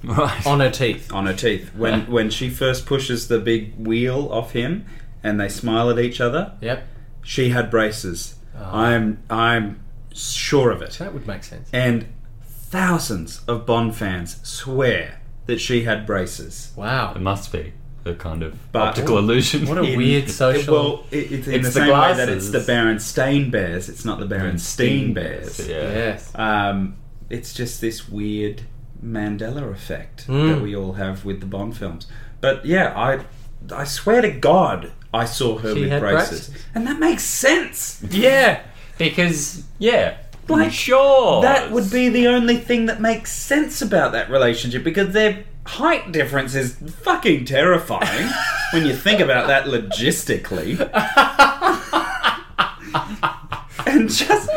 Speaker 2: Right.
Speaker 1: On her teeth.
Speaker 3: on her teeth. When when she first pushes the big wheel off him, and they smile at each other,
Speaker 1: Yep.
Speaker 3: she had braces. I'm I'm sure of it.
Speaker 1: That would make sense.
Speaker 3: And thousands of Bond fans swear that she had braces.
Speaker 2: It
Speaker 1: Wow.
Speaker 2: must be the kind of
Speaker 3: But-
Speaker 2: optical illusion.
Speaker 1: What a
Speaker 3: In-
Speaker 1: weird social.
Speaker 3: Well, it, it's in
Speaker 2: It's
Speaker 3: the,
Speaker 2: the
Speaker 3: same way that it's
Speaker 2: glasses.
Speaker 3: the Berenstain Bears. It's not the Berenstain Bears.
Speaker 1: yes.
Speaker 3: Um, it's just this weird Mandela effect
Speaker 1: Hmm.
Speaker 3: that we all have with the Bond films. But yeah, I I swear to God, I saw her
Speaker 1: She
Speaker 3: with
Speaker 1: had
Speaker 3: braces.
Speaker 1: braces.
Speaker 3: and that makes sense.
Speaker 1: Yeah.
Speaker 2: Because yeah,
Speaker 3: Like,
Speaker 2: sure
Speaker 3: That would be the only thing that makes sense about that relationship because their height difference is fucking terrifying when you think about that logistically. and just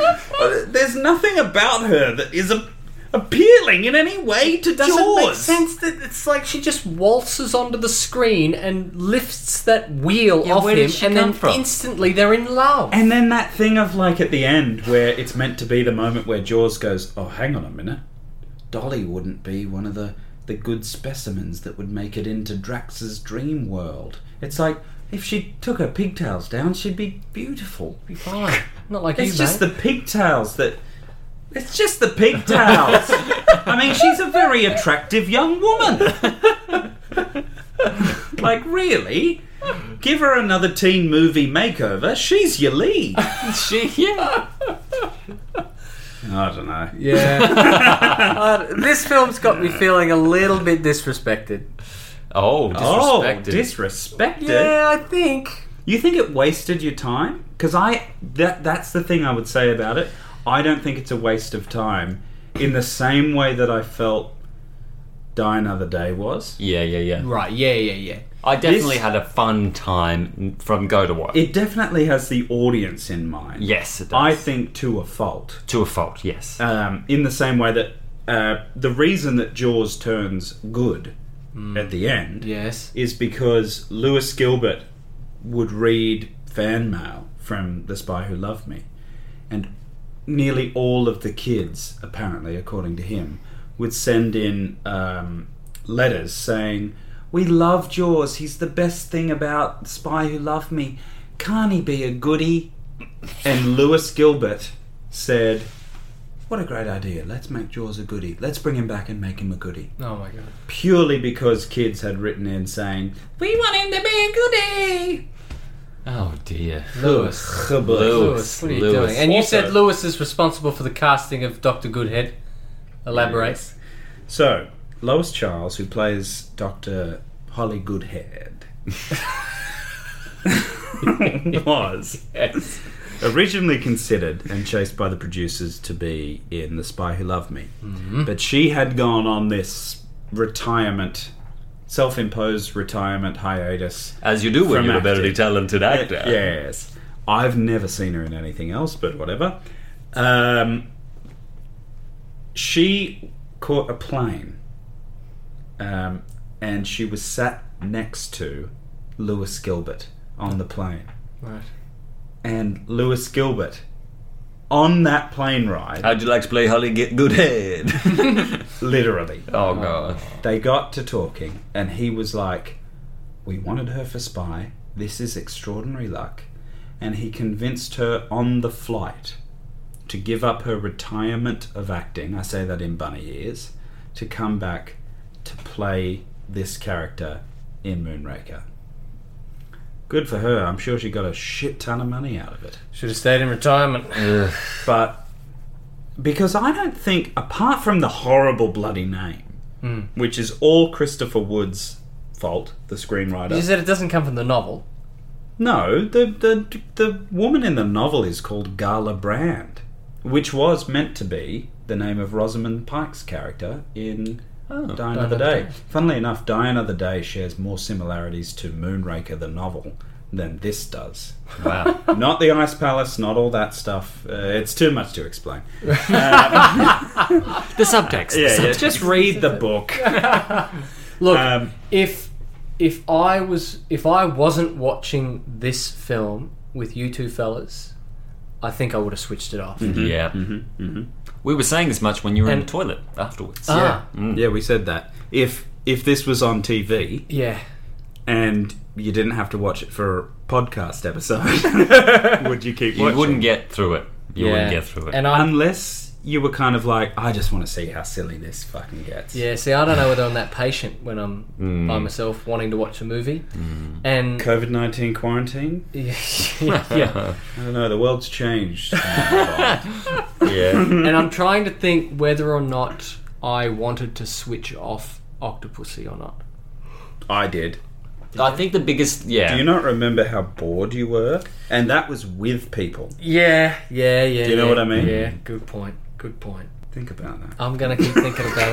Speaker 3: there's nothing about her that is a, appealing in any way to
Speaker 1: Doesn't
Speaker 3: Jaws.
Speaker 1: make sense that it's like she just waltzes onto the screen and lifts that wheel
Speaker 2: Yeah,
Speaker 1: off
Speaker 2: where
Speaker 1: him,
Speaker 2: did she
Speaker 1: and
Speaker 2: come
Speaker 1: then
Speaker 2: from?
Speaker 1: instantly they're in love.
Speaker 3: And then that thing of like at the end where it's meant to be the moment where Jaws goes, "Oh, hang on a minute, Dolly wouldn't be one of the the good specimens that would make it into Drax's dream world." It's like if she took her pigtails down, she'd be beautiful.
Speaker 1: Fine. Not like
Speaker 3: It's
Speaker 1: you,
Speaker 3: just
Speaker 1: mate.
Speaker 3: the pigtails that. It's just the pigtails. I mean, she's a very attractive young woman. like, really? Give her another teen movie makeover. She's your lead.
Speaker 2: she. Yeah,
Speaker 3: I don't know.
Speaker 1: Yeah. Uh, this film's got me feeling a little bit disrespected.
Speaker 2: oh, disrespected.
Speaker 3: disrespected.
Speaker 1: Yeah, I think.
Speaker 3: You think it wasted your time? Because I that that's the thing I would say about it. I don't think it's a waste of time. In the same way that I felt Die Another Day was.
Speaker 2: yeah, yeah, yeah.
Speaker 1: Right, yeah, yeah, yeah.
Speaker 2: I definitely
Speaker 3: This-
Speaker 2: had a fun time from go to what.
Speaker 3: It definitely has the audience in mind.
Speaker 2: yes, it does.
Speaker 3: I Uh, think to a fault.
Speaker 2: to a fault. Yes,
Speaker 3: Um, in the same way that uh, the reason that Jaws turns good
Speaker 2: Mm.
Speaker 3: at the end
Speaker 1: Yes.
Speaker 3: is because Lewis Gilbert would read fan mail from The Spy Who Loved Me. And nearly all of the kids, apparently, according to him, would send in um, letters saying, We love Jaws. He's the best thing about Spy Who Loved Me. Can't he be a goodie? And Lewis Gilbert said, What a great idea. Let's make Jaws a goodie. Let's bring him back and make him a goodie
Speaker 1: Oh my god.
Speaker 3: purely because kids had written in saying, We want him to be a goodie!
Speaker 2: Oh dear.
Speaker 1: Lewis.
Speaker 2: Lewis.
Speaker 1: Lewis, what are you
Speaker 2: Lewis.
Speaker 1: doing? And you said
Speaker 3: Also-
Speaker 1: Lewis is responsible for the casting of Doctor Goodhead. Elaborate.
Speaker 3: So, Lois Charles, who plays Dr. Holly Goodhead, was originally considered and chased by the producers to be in The Spy Who Loved Me. But she had gone on this retirement, self imposed retirement hiatus.
Speaker 2: As you do when
Speaker 3: From
Speaker 2: you're a
Speaker 3: acting.
Speaker 2: very talented actor.
Speaker 3: Yes. I've never seen her in anything else, but whatever. Um, she caught a plane um, and she was sat next to Lewis Gilbert on the plane.
Speaker 1: Right.
Speaker 3: And Lewis Gilbert, on that plane ride,
Speaker 2: How'd you like to play Holly Get Goodhead?
Speaker 3: literally,
Speaker 2: oh god.
Speaker 3: they got to talking and he was like, We wanted her for spy. This is extraordinary luck. And he convinced her on the flight to give up her retirement of acting, I say that in bunny ears, to come back to play this character in Moonraker. Good for her. I'm sure she got a shit ton of money out of it.
Speaker 1: Should have stayed in retirement.
Speaker 3: But because I don't think, apart from the horrible bloody name, which is all Christopher Wood's fault, the screenwriter.
Speaker 1: You said it doesn't come from the novel.
Speaker 3: no, the, the the woman in the novel is called Gala Brand, which was meant to be the name of Rosamund Pike's character in
Speaker 2: Oh.
Speaker 3: Die Another
Speaker 1: Another
Speaker 3: Day. Funnily enough, Die Another Day shares more similarities to Moonraker the novel than this does.
Speaker 2: Wow.
Speaker 3: not the Ice Palace, not all that stuff. Uh, it's too much to explain.
Speaker 2: The subtext.
Speaker 3: Yeah, yeah. Just read the book.
Speaker 1: Look,
Speaker 3: Um,
Speaker 1: if if I was if I wasn't watching this film with you two fellas, I think I would have switched it off.
Speaker 2: Yeah.
Speaker 3: Mm-hmm,
Speaker 2: We were saying as much when you were in
Speaker 1: And-
Speaker 2: the toilet afterwards.
Speaker 1: Ah,
Speaker 3: yeah, we said that. If if this was on TV
Speaker 1: yeah.
Speaker 3: and you didn't have to watch it for a podcast episode, would you keep
Speaker 2: you
Speaker 3: watching?
Speaker 2: wouldn't get through it. You
Speaker 1: yeah.
Speaker 2: wouldn't get through it.
Speaker 1: And I
Speaker 3: unless you were kind of like, I just want to see how silly this fucking gets.
Speaker 1: yeah, see, I don't know whether I'm that patient when I'm by myself wanting to watch a movie. And
Speaker 3: COVID nineteen quarantine.
Speaker 1: yeah, yeah.
Speaker 3: I don't know. The world's changed.
Speaker 2: yeah.
Speaker 1: and I'm trying to think whether or not I wanted to switch off Octopussy or not.
Speaker 3: I did.
Speaker 2: I think the biggest yeah.
Speaker 3: Do you not remember how bored you were? And that was with people.
Speaker 1: Yeah, yeah, yeah. Do
Speaker 3: you know what I mean?
Speaker 1: Yeah, good point. Good point.
Speaker 3: Think about that.
Speaker 1: I'm gonna keep thinking about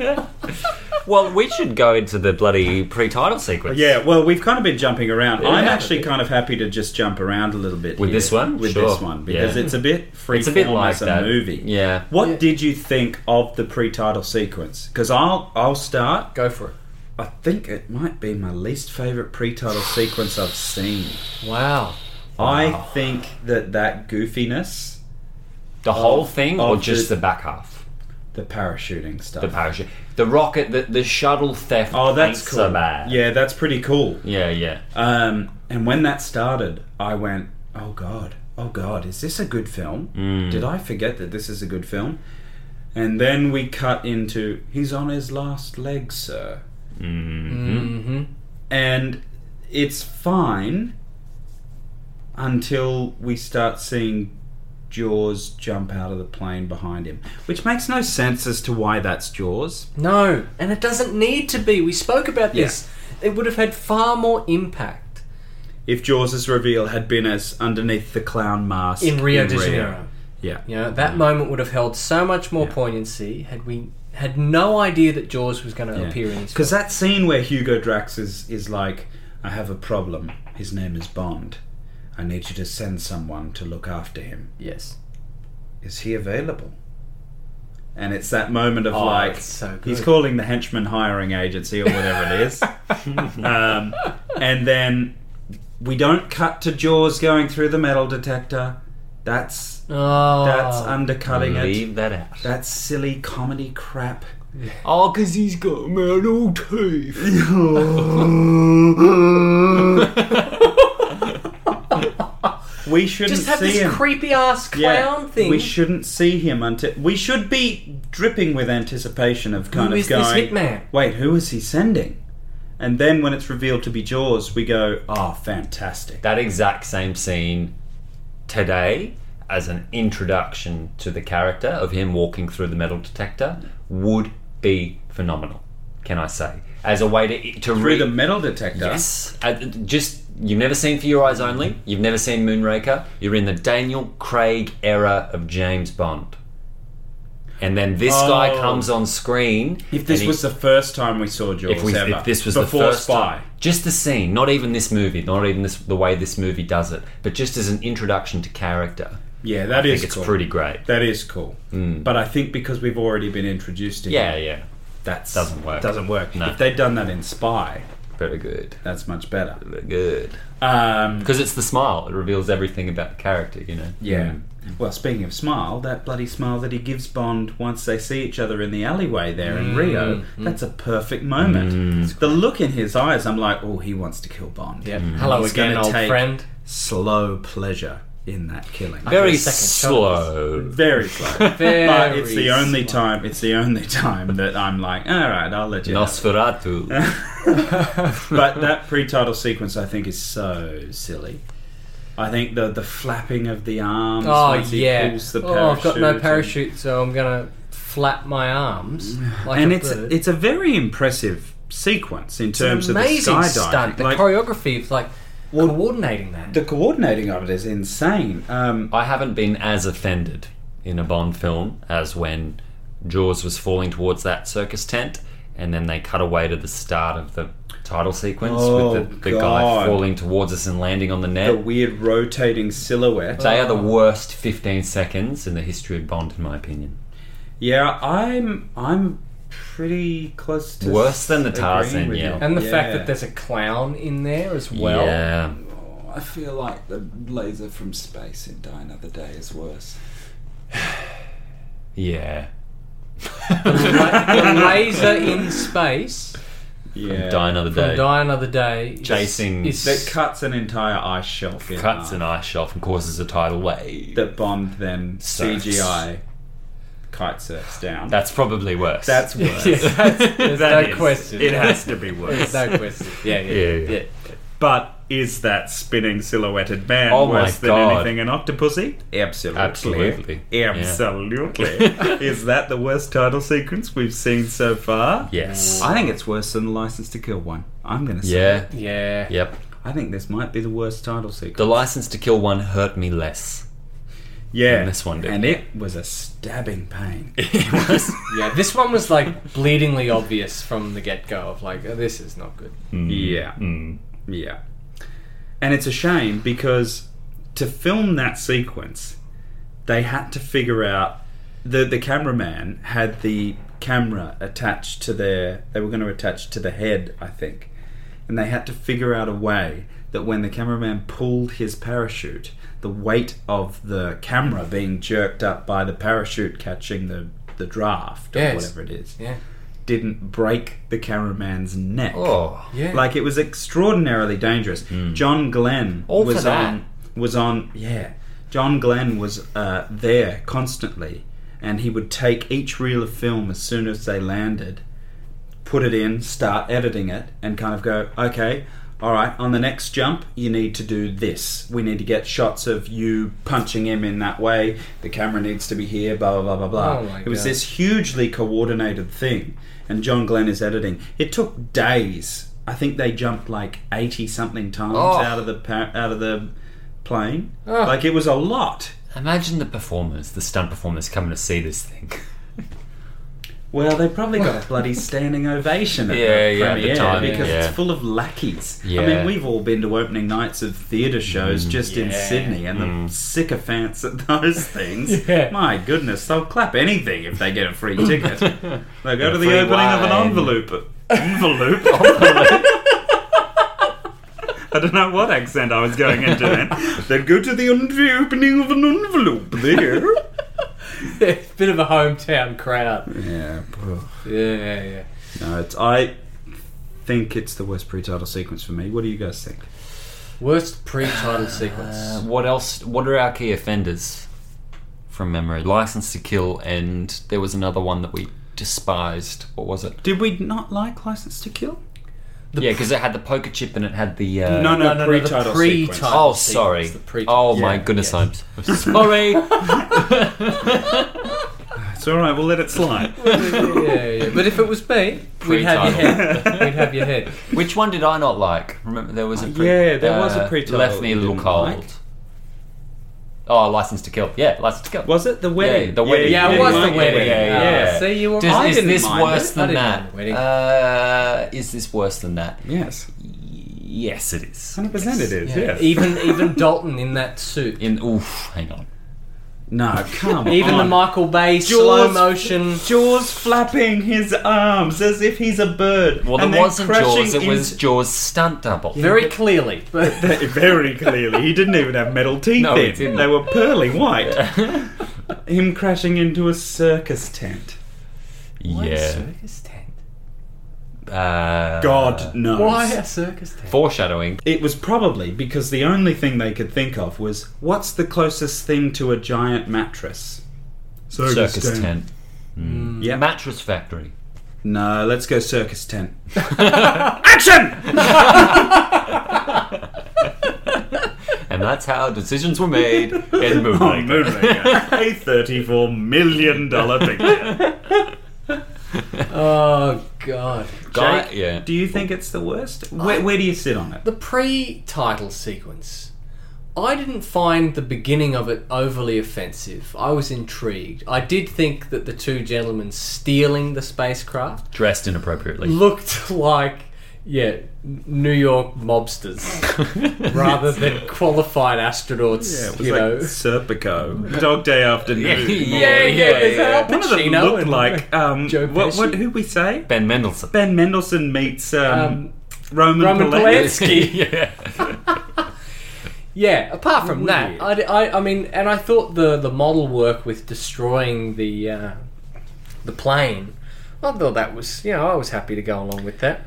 Speaker 1: it.
Speaker 2: Well, we should go into the bloody pre-title sequence.
Speaker 3: Yeah, well, we've kind of been jumping around. I'm
Speaker 1: Yeah.
Speaker 3: actually kind of happy to just jump around a little bit
Speaker 2: With
Speaker 3: here.
Speaker 2: this one?
Speaker 3: with
Speaker 2: Sure.
Speaker 3: this one because
Speaker 2: Yeah.
Speaker 3: it's a bit free
Speaker 2: It's a bit like
Speaker 3: as a
Speaker 2: that
Speaker 3: movie.
Speaker 2: Yeah.
Speaker 3: What
Speaker 1: Yeah.
Speaker 3: did you think of the pre-title sequence? Because I'll I'll start.
Speaker 1: Go for it.
Speaker 3: I think it might be my least favorite pre-title sequence I've seen.
Speaker 1: Wow.
Speaker 3: I think that that goofiness,
Speaker 2: The whole thing, or
Speaker 3: of
Speaker 2: just
Speaker 3: the-
Speaker 2: the back half?
Speaker 3: the parachuting stuff.
Speaker 2: The parachute, the rocket, the, the shuttle theft.
Speaker 3: oh, that's
Speaker 2: ain't
Speaker 3: cool.
Speaker 2: So bad.
Speaker 3: Yeah, that's pretty cool.
Speaker 2: Yeah. Yeah.
Speaker 3: Um, and when that started, I went, "Oh God, oh God, is this a good film? Did I forget that this is a good film?" And then we cut into he's on his last leg, sir,
Speaker 1: Mm-hmm.
Speaker 3: and it's fine until we start seeing Jaws jump out of the plane behind him, which makes no sense as to why that's Jaws.
Speaker 1: No, and it doesn't need to be. We spoke about this. It would have had far more impact
Speaker 3: If Jaws' reveal had been as underneath the clown mask
Speaker 1: in Rio de Janeiro.
Speaker 3: yeah,
Speaker 1: You know,
Speaker 3: Mm.
Speaker 1: that moment would have held so much more poignancy had we had no idea that Jaws was going to appear in this.
Speaker 3: Because that scene where Hugo Drax is, is like, I have a problem. His name is Bond. I need you to send someone to look after him.
Speaker 1: film. yes,
Speaker 3: Is he available? and it's that moment of
Speaker 5: Oh,
Speaker 3: like
Speaker 5: it's so good.
Speaker 3: he's calling the henchman hiring agency or whatever it is, um, and then we don't cut to Jaws going through the metal detector. That's
Speaker 5: Oh,
Speaker 3: that's undercutting it.
Speaker 2: Leave that out.
Speaker 3: That's silly comedy crap.
Speaker 2: Oh, because he's got metal teeth.
Speaker 3: we shouldn't
Speaker 1: Just have
Speaker 3: see
Speaker 1: this
Speaker 3: him.
Speaker 1: creepy ass
Speaker 3: Yeah,
Speaker 1: clown thing.
Speaker 3: We shouldn't see him until we should be dripping with anticipation of kind
Speaker 1: Who
Speaker 3: of
Speaker 1: is this
Speaker 3: going.
Speaker 1: hitman?
Speaker 3: Wait, who is he sending? And then when it's revealed to be Jaws, we go, "Oh, fantastic!"
Speaker 2: That exact same scene today, as an introduction to the character of him walking through the metal detector, would be phenomenal. Can I say? As a way to to
Speaker 3: Through
Speaker 2: read
Speaker 3: the metal detector.
Speaker 2: Yes. Uh, just you've never seen For Your Eyes Only. You've never seen Moonraker. You're in the Daniel Craig era of James Bond. And then this guy
Speaker 3: Oh.
Speaker 2: comes on screen.
Speaker 3: If this
Speaker 2: and he-
Speaker 3: was the first time we saw Jaws
Speaker 2: if, we,
Speaker 3: ever,
Speaker 2: if this was
Speaker 3: before
Speaker 2: the first
Speaker 3: Spy,
Speaker 2: time, just the scene, not even this movie, not even this the way this movie does it, but just as an introduction to character,
Speaker 3: yeah, that is
Speaker 2: I think it's
Speaker 3: cool.
Speaker 2: pretty great.
Speaker 3: That is cool. But I think because we've already been introduced to
Speaker 2: Yeah,
Speaker 3: him,
Speaker 2: yeah,
Speaker 3: that
Speaker 2: Doesn't work.
Speaker 3: Doesn't work.
Speaker 2: No.
Speaker 3: If they'd done that in Spy,
Speaker 2: very good,
Speaker 3: that's much better.
Speaker 2: very good.
Speaker 3: Um,
Speaker 2: Because it's the smile; it reveals everything about the character, you know.
Speaker 3: yeah. Mm. Well, speaking of smile, that bloody smile that he gives Bond once they see each other in the alleyway there in Rio,
Speaker 5: Mm.
Speaker 3: that's a perfect moment. The look in his eyes, I'm like, oh, he wants to kill Bond.
Speaker 5: Yeah.
Speaker 1: Mm.
Speaker 5: Hello
Speaker 3: Mm. He's
Speaker 5: again,
Speaker 3: gonna
Speaker 5: old
Speaker 3: take-
Speaker 5: friend.
Speaker 3: Slow pleasure in that killing.
Speaker 2: Very
Speaker 5: a second shot
Speaker 2: slow.
Speaker 3: Very slow.
Speaker 5: Very
Speaker 3: but it's the only
Speaker 5: smart.
Speaker 3: time. It's the only time that I'm like, all right, I'll let you. Know.
Speaker 2: Nosferatu.
Speaker 3: But that pre-title sequence, I think, is so silly. I think the the flapping of the arms.
Speaker 5: Oh
Speaker 3: once he
Speaker 5: yeah.
Speaker 3: pulls the
Speaker 5: oh, I've got no
Speaker 3: and-
Speaker 5: parachute, so I'm gonna flap my arms. Like
Speaker 3: Mm. and
Speaker 5: a
Speaker 3: it's
Speaker 5: bird.
Speaker 3: it's a very impressive sequence in terms of the
Speaker 5: amazing
Speaker 3: skydiving.
Speaker 5: stunt. The
Speaker 3: Like,
Speaker 5: choreography is like coordinating that.
Speaker 3: the coordinating of it is insane. Um,
Speaker 2: I haven't been as offended in a Bond film as when Jaws was falling towards that circus tent, and then they cut away to the start of the title sequence
Speaker 3: Oh,
Speaker 2: with the, the
Speaker 3: God.
Speaker 2: guy falling towards us and landing on the
Speaker 3: the
Speaker 2: net.
Speaker 3: weird rotating silhouette.
Speaker 2: they are the worst 15 seconds in the history of Bond, in my opinion.
Speaker 3: Yeah, I'm I'm pretty close to
Speaker 2: Worse than the Tarzan,
Speaker 3: agreeing with
Speaker 2: yeah.
Speaker 3: you.
Speaker 5: and the fact
Speaker 3: Yeah.
Speaker 5: that there's a clown in there as well.
Speaker 2: yeah.
Speaker 3: I feel like the laser from space in Die Another Day is worse.
Speaker 2: Yeah.
Speaker 5: La- the laser in space
Speaker 3: Yeah.
Speaker 2: Die another
Speaker 5: from
Speaker 2: day.
Speaker 5: Die Another Day. is-
Speaker 2: Chasing-
Speaker 5: is,
Speaker 3: that cuts an entire ice shelf in
Speaker 2: Cuts an
Speaker 3: half.
Speaker 2: ice shelf and causes a tidal wave.
Speaker 3: that Bond then
Speaker 2: Surfs.
Speaker 3: CGI kite surfs down.
Speaker 2: That's probably worse.
Speaker 3: That's worse.
Speaker 5: Yeah, that's- there's
Speaker 3: That
Speaker 5: no
Speaker 3: is.
Speaker 5: question.
Speaker 3: It has to be
Speaker 5: There's
Speaker 3: worse.
Speaker 5: no question. Yeah, yeah,
Speaker 2: Yeah,
Speaker 5: yeah.
Speaker 2: yeah.
Speaker 3: but is that spinning silhouetted man
Speaker 2: Oh my
Speaker 3: worse than
Speaker 2: God.
Speaker 3: anything an octopussy? Absolutely.
Speaker 2: Absolutely. Yeah.
Speaker 3: Absolutely. is that the worst title sequence we've seen so far?
Speaker 2: yes.
Speaker 3: I think it's worse than the License to Kill one. I'm going to say.
Speaker 2: Yeah.
Speaker 5: Yeah.
Speaker 2: Yep.
Speaker 3: I think this might be the worst title sequence.
Speaker 2: The license to kill one hurt me less.
Speaker 3: yeah,
Speaker 2: than this one did.
Speaker 3: and it was a stabbing pain.
Speaker 2: It was.
Speaker 5: Yeah, This one was like bleedingly obvious from the get go of like, oh, this is not good.
Speaker 3: Yeah, yeah, and it's a shame because to film that sequence, they had to figure out the the cameraman had the camera attached to their they were going to attach to the head, I think, and they had to figure out a way that when the cameraman pulled his parachute, the weight of the camera being jerked up by the parachute catching the the draft or
Speaker 5: Yes.
Speaker 3: whatever it is
Speaker 5: Yeah.
Speaker 3: didn't break the cameraman's neck.
Speaker 2: Oh.
Speaker 5: Yeah.
Speaker 3: Like it was extraordinarily dangerous. John Glenn
Speaker 2: All for
Speaker 3: was
Speaker 2: that.
Speaker 3: on was on yeah. John Glenn was uh, there constantly and he would take each reel of film as soon as they landed, put it in, start editing it and kind of go, "Okay, all right, on the next jump, you need to do this. We need to get shots of you punching him in that way. The camera needs to be here, blah, blah, blah, blah, blah.
Speaker 5: Oh my
Speaker 3: it was
Speaker 5: God.
Speaker 3: this hugely coordinated thing, and John Glenn is editing. It took days. I think they jumped like eighty something times
Speaker 2: Oh. Ah.
Speaker 3: out of the pa- out of the plane.
Speaker 5: Oh.
Speaker 3: Like it was a lot.
Speaker 2: Imagine the performers, the stunt performers coming to see this thing.
Speaker 3: Well, they probably got a bloody standing ovation at
Speaker 2: Yeah,
Speaker 3: the
Speaker 2: yeah, at the
Speaker 3: premiere
Speaker 2: time,
Speaker 3: because
Speaker 2: yeah.
Speaker 3: it's full of lackeys. I
Speaker 2: Yeah. Mm,
Speaker 3: mean, we've all been to opening nights of theatre shows just in
Speaker 1: Yeah.
Speaker 3: Sydney, and the sycophants at those things.
Speaker 1: Yeah.
Speaker 3: My goodness, they'll clap anything if they get a free ticket.
Speaker 2: Uh,
Speaker 3: they go to the
Speaker 2: free
Speaker 3: opening of
Speaker 2: wine.
Speaker 3: an envelope. Envelope. envelope. I don't know what accent I was going into then. They'd go to the un- the opening of an envelope there.
Speaker 1: Bit of a hometown crowd.
Speaker 3: yeah.
Speaker 1: Yeah, yeah, yeah.
Speaker 3: No, it's, I think it's the worst pre-title sequence for me. What do you guys think?
Speaker 1: Worst pre-title sequence.
Speaker 2: Uh, what else? What are our key offenders from memory? License to Kill, and there was another one that we despised. What was it?
Speaker 3: Did we not like License to Kill?
Speaker 2: yeah, because it had the poker chip and it had the. Uh,
Speaker 3: No, no,
Speaker 1: No, no, no, the
Speaker 3: pre-title
Speaker 1: pre-title.
Speaker 3: sequence.
Speaker 2: Oh,
Speaker 1: sequence,
Speaker 2: sorry.
Speaker 1: the pre-
Speaker 2: Oh
Speaker 3: Yeah,
Speaker 2: my goodness,
Speaker 1: yeah.
Speaker 2: I'm so sorry.
Speaker 3: It's all right. We'll let it slide.
Speaker 1: yeah, yeah, yeah. But if it was me, we'd have your head. We'd have your head.
Speaker 2: Which one did I not like? Remember, there was a uh,
Speaker 3: yeah, there was a pre-title
Speaker 2: Left me a
Speaker 3: you
Speaker 2: little
Speaker 3: didn't
Speaker 2: cold.
Speaker 3: like.
Speaker 2: Oh, License to Kill. Yeah, License to Kill.
Speaker 3: was it the wedding?
Speaker 2: the wedding.
Speaker 1: Yeah, it was the
Speaker 3: like
Speaker 1: wedding.
Speaker 2: yeah,
Speaker 1: Ah,
Speaker 2: yeah, yeah.
Speaker 1: See, you were
Speaker 2: Does-
Speaker 1: right.
Speaker 2: is
Speaker 3: didn't
Speaker 2: this
Speaker 3: mind
Speaker 2: worse
Speaker 1: it. I
Speaker 2: than
Speaker 1: didn't
Speaker 2: that?
Speaker 1: mind the wedding.
Speaker 2: Uh, is this worse than that?
Speaker 3: Yes,
Speaker 2: Yes, it is.
Speaker 3: hundred percent. It is.
Speaker 1: Yeah.
Speaker 3: Yes.
Speaker 1: Even even Dalton in that suit.
Speaker 2: In oof, hang on.
Speaker 3: no, come on.
Speaker 1: Even the Michael Bay slow motion.
Speaker 3: Jaws flapping his arms as if he's a bird.
Speaker 2: Well,
Speaker 3: and
Speaker 2: there
Speaker 3: then
Speaker 2: wasn't
Speaker 3: crashing
Speaker 2: Jaws. It was Jaws stunt double.
Speaker 1: Very clearly. But
Speaker 3: into- very clearly he didn't even have metal teeth.
Speaker 2: No, he
Speaker 3: in.
Speaker 2: didn't.
Speaker 3: They were pearly white. Him crashing into a circus tent.
Speaker 1: Why a
Speaker 2: yeah.
Speaker 1: circus tent?
Speaker 2: Uh,
Speaker 3: God knows.
Speaker 1: Why a circus tent?
Speaker 2: Foreshadowing.
Speaker 3: It was probably because the only thing they could think of was what's the closest thing to a giant mattress?
Speaker 2: Circus, tent. Hmm.
Speaker 3: Yeah.
Speaker 2: Mattress factory.
Speaker 3: no, let's go circus tent. Action!
Speaker 2: And that's how decisions were made in
Speaker 3: Oh,
Speaker 2: Moonraker.
Speaker 3: Moonraker, a thirty-four million dollar picture.
Speaker 1: Oh god.
Speaker 2: Guy-
Speaker 3: Jake,
Speaker 2: yeah.
Speaker 3: Do you think it's the worst? Where, where do you sit on it?
Speaker 1: The pre-title sequence. I didn't find the beginning of it overly offensive. I was intrigued. I did think that the two gentlemen stealing the spacecraft
Speaker 2: Dressed inappropriately.
Speaker 1: looked like yeah New York mobsters rather than qualified astronauts.
Speaker 3: Yeah, it was
Speaker 1: you
Speaker 3: like
Speaker 1: know,
Speaker 3: Serpico. Dog Day Afternoon.
Speaker 1: yeah, yeah, yeah. there's Al
Speaker 3: One of them
Speaker 1: Pacino
Speaker 3: looked
Speaker 1: and
Speaker 3: like um,
Speaker 1: Joe
Speaker 3: what, what?
Speaker 1: Pesci.
Speaker 3: Who we say?
Speaker 2: Ben Mendelsohn.
Speaker 3: Ben Mendelsohn meets um,
Speaker 1: Um,
Speaker 3: Roman,
Speaker 1: Roman
Speaker 3: Polanski.
Speaker 1: Polanski.
Speaker 2: yeah.
Speaker 1: Yeah, apart from that, I, I, I mean, and I thought the, the model work with destroying the uh, the plane, I thought that was, you know, I was happy to go along with that.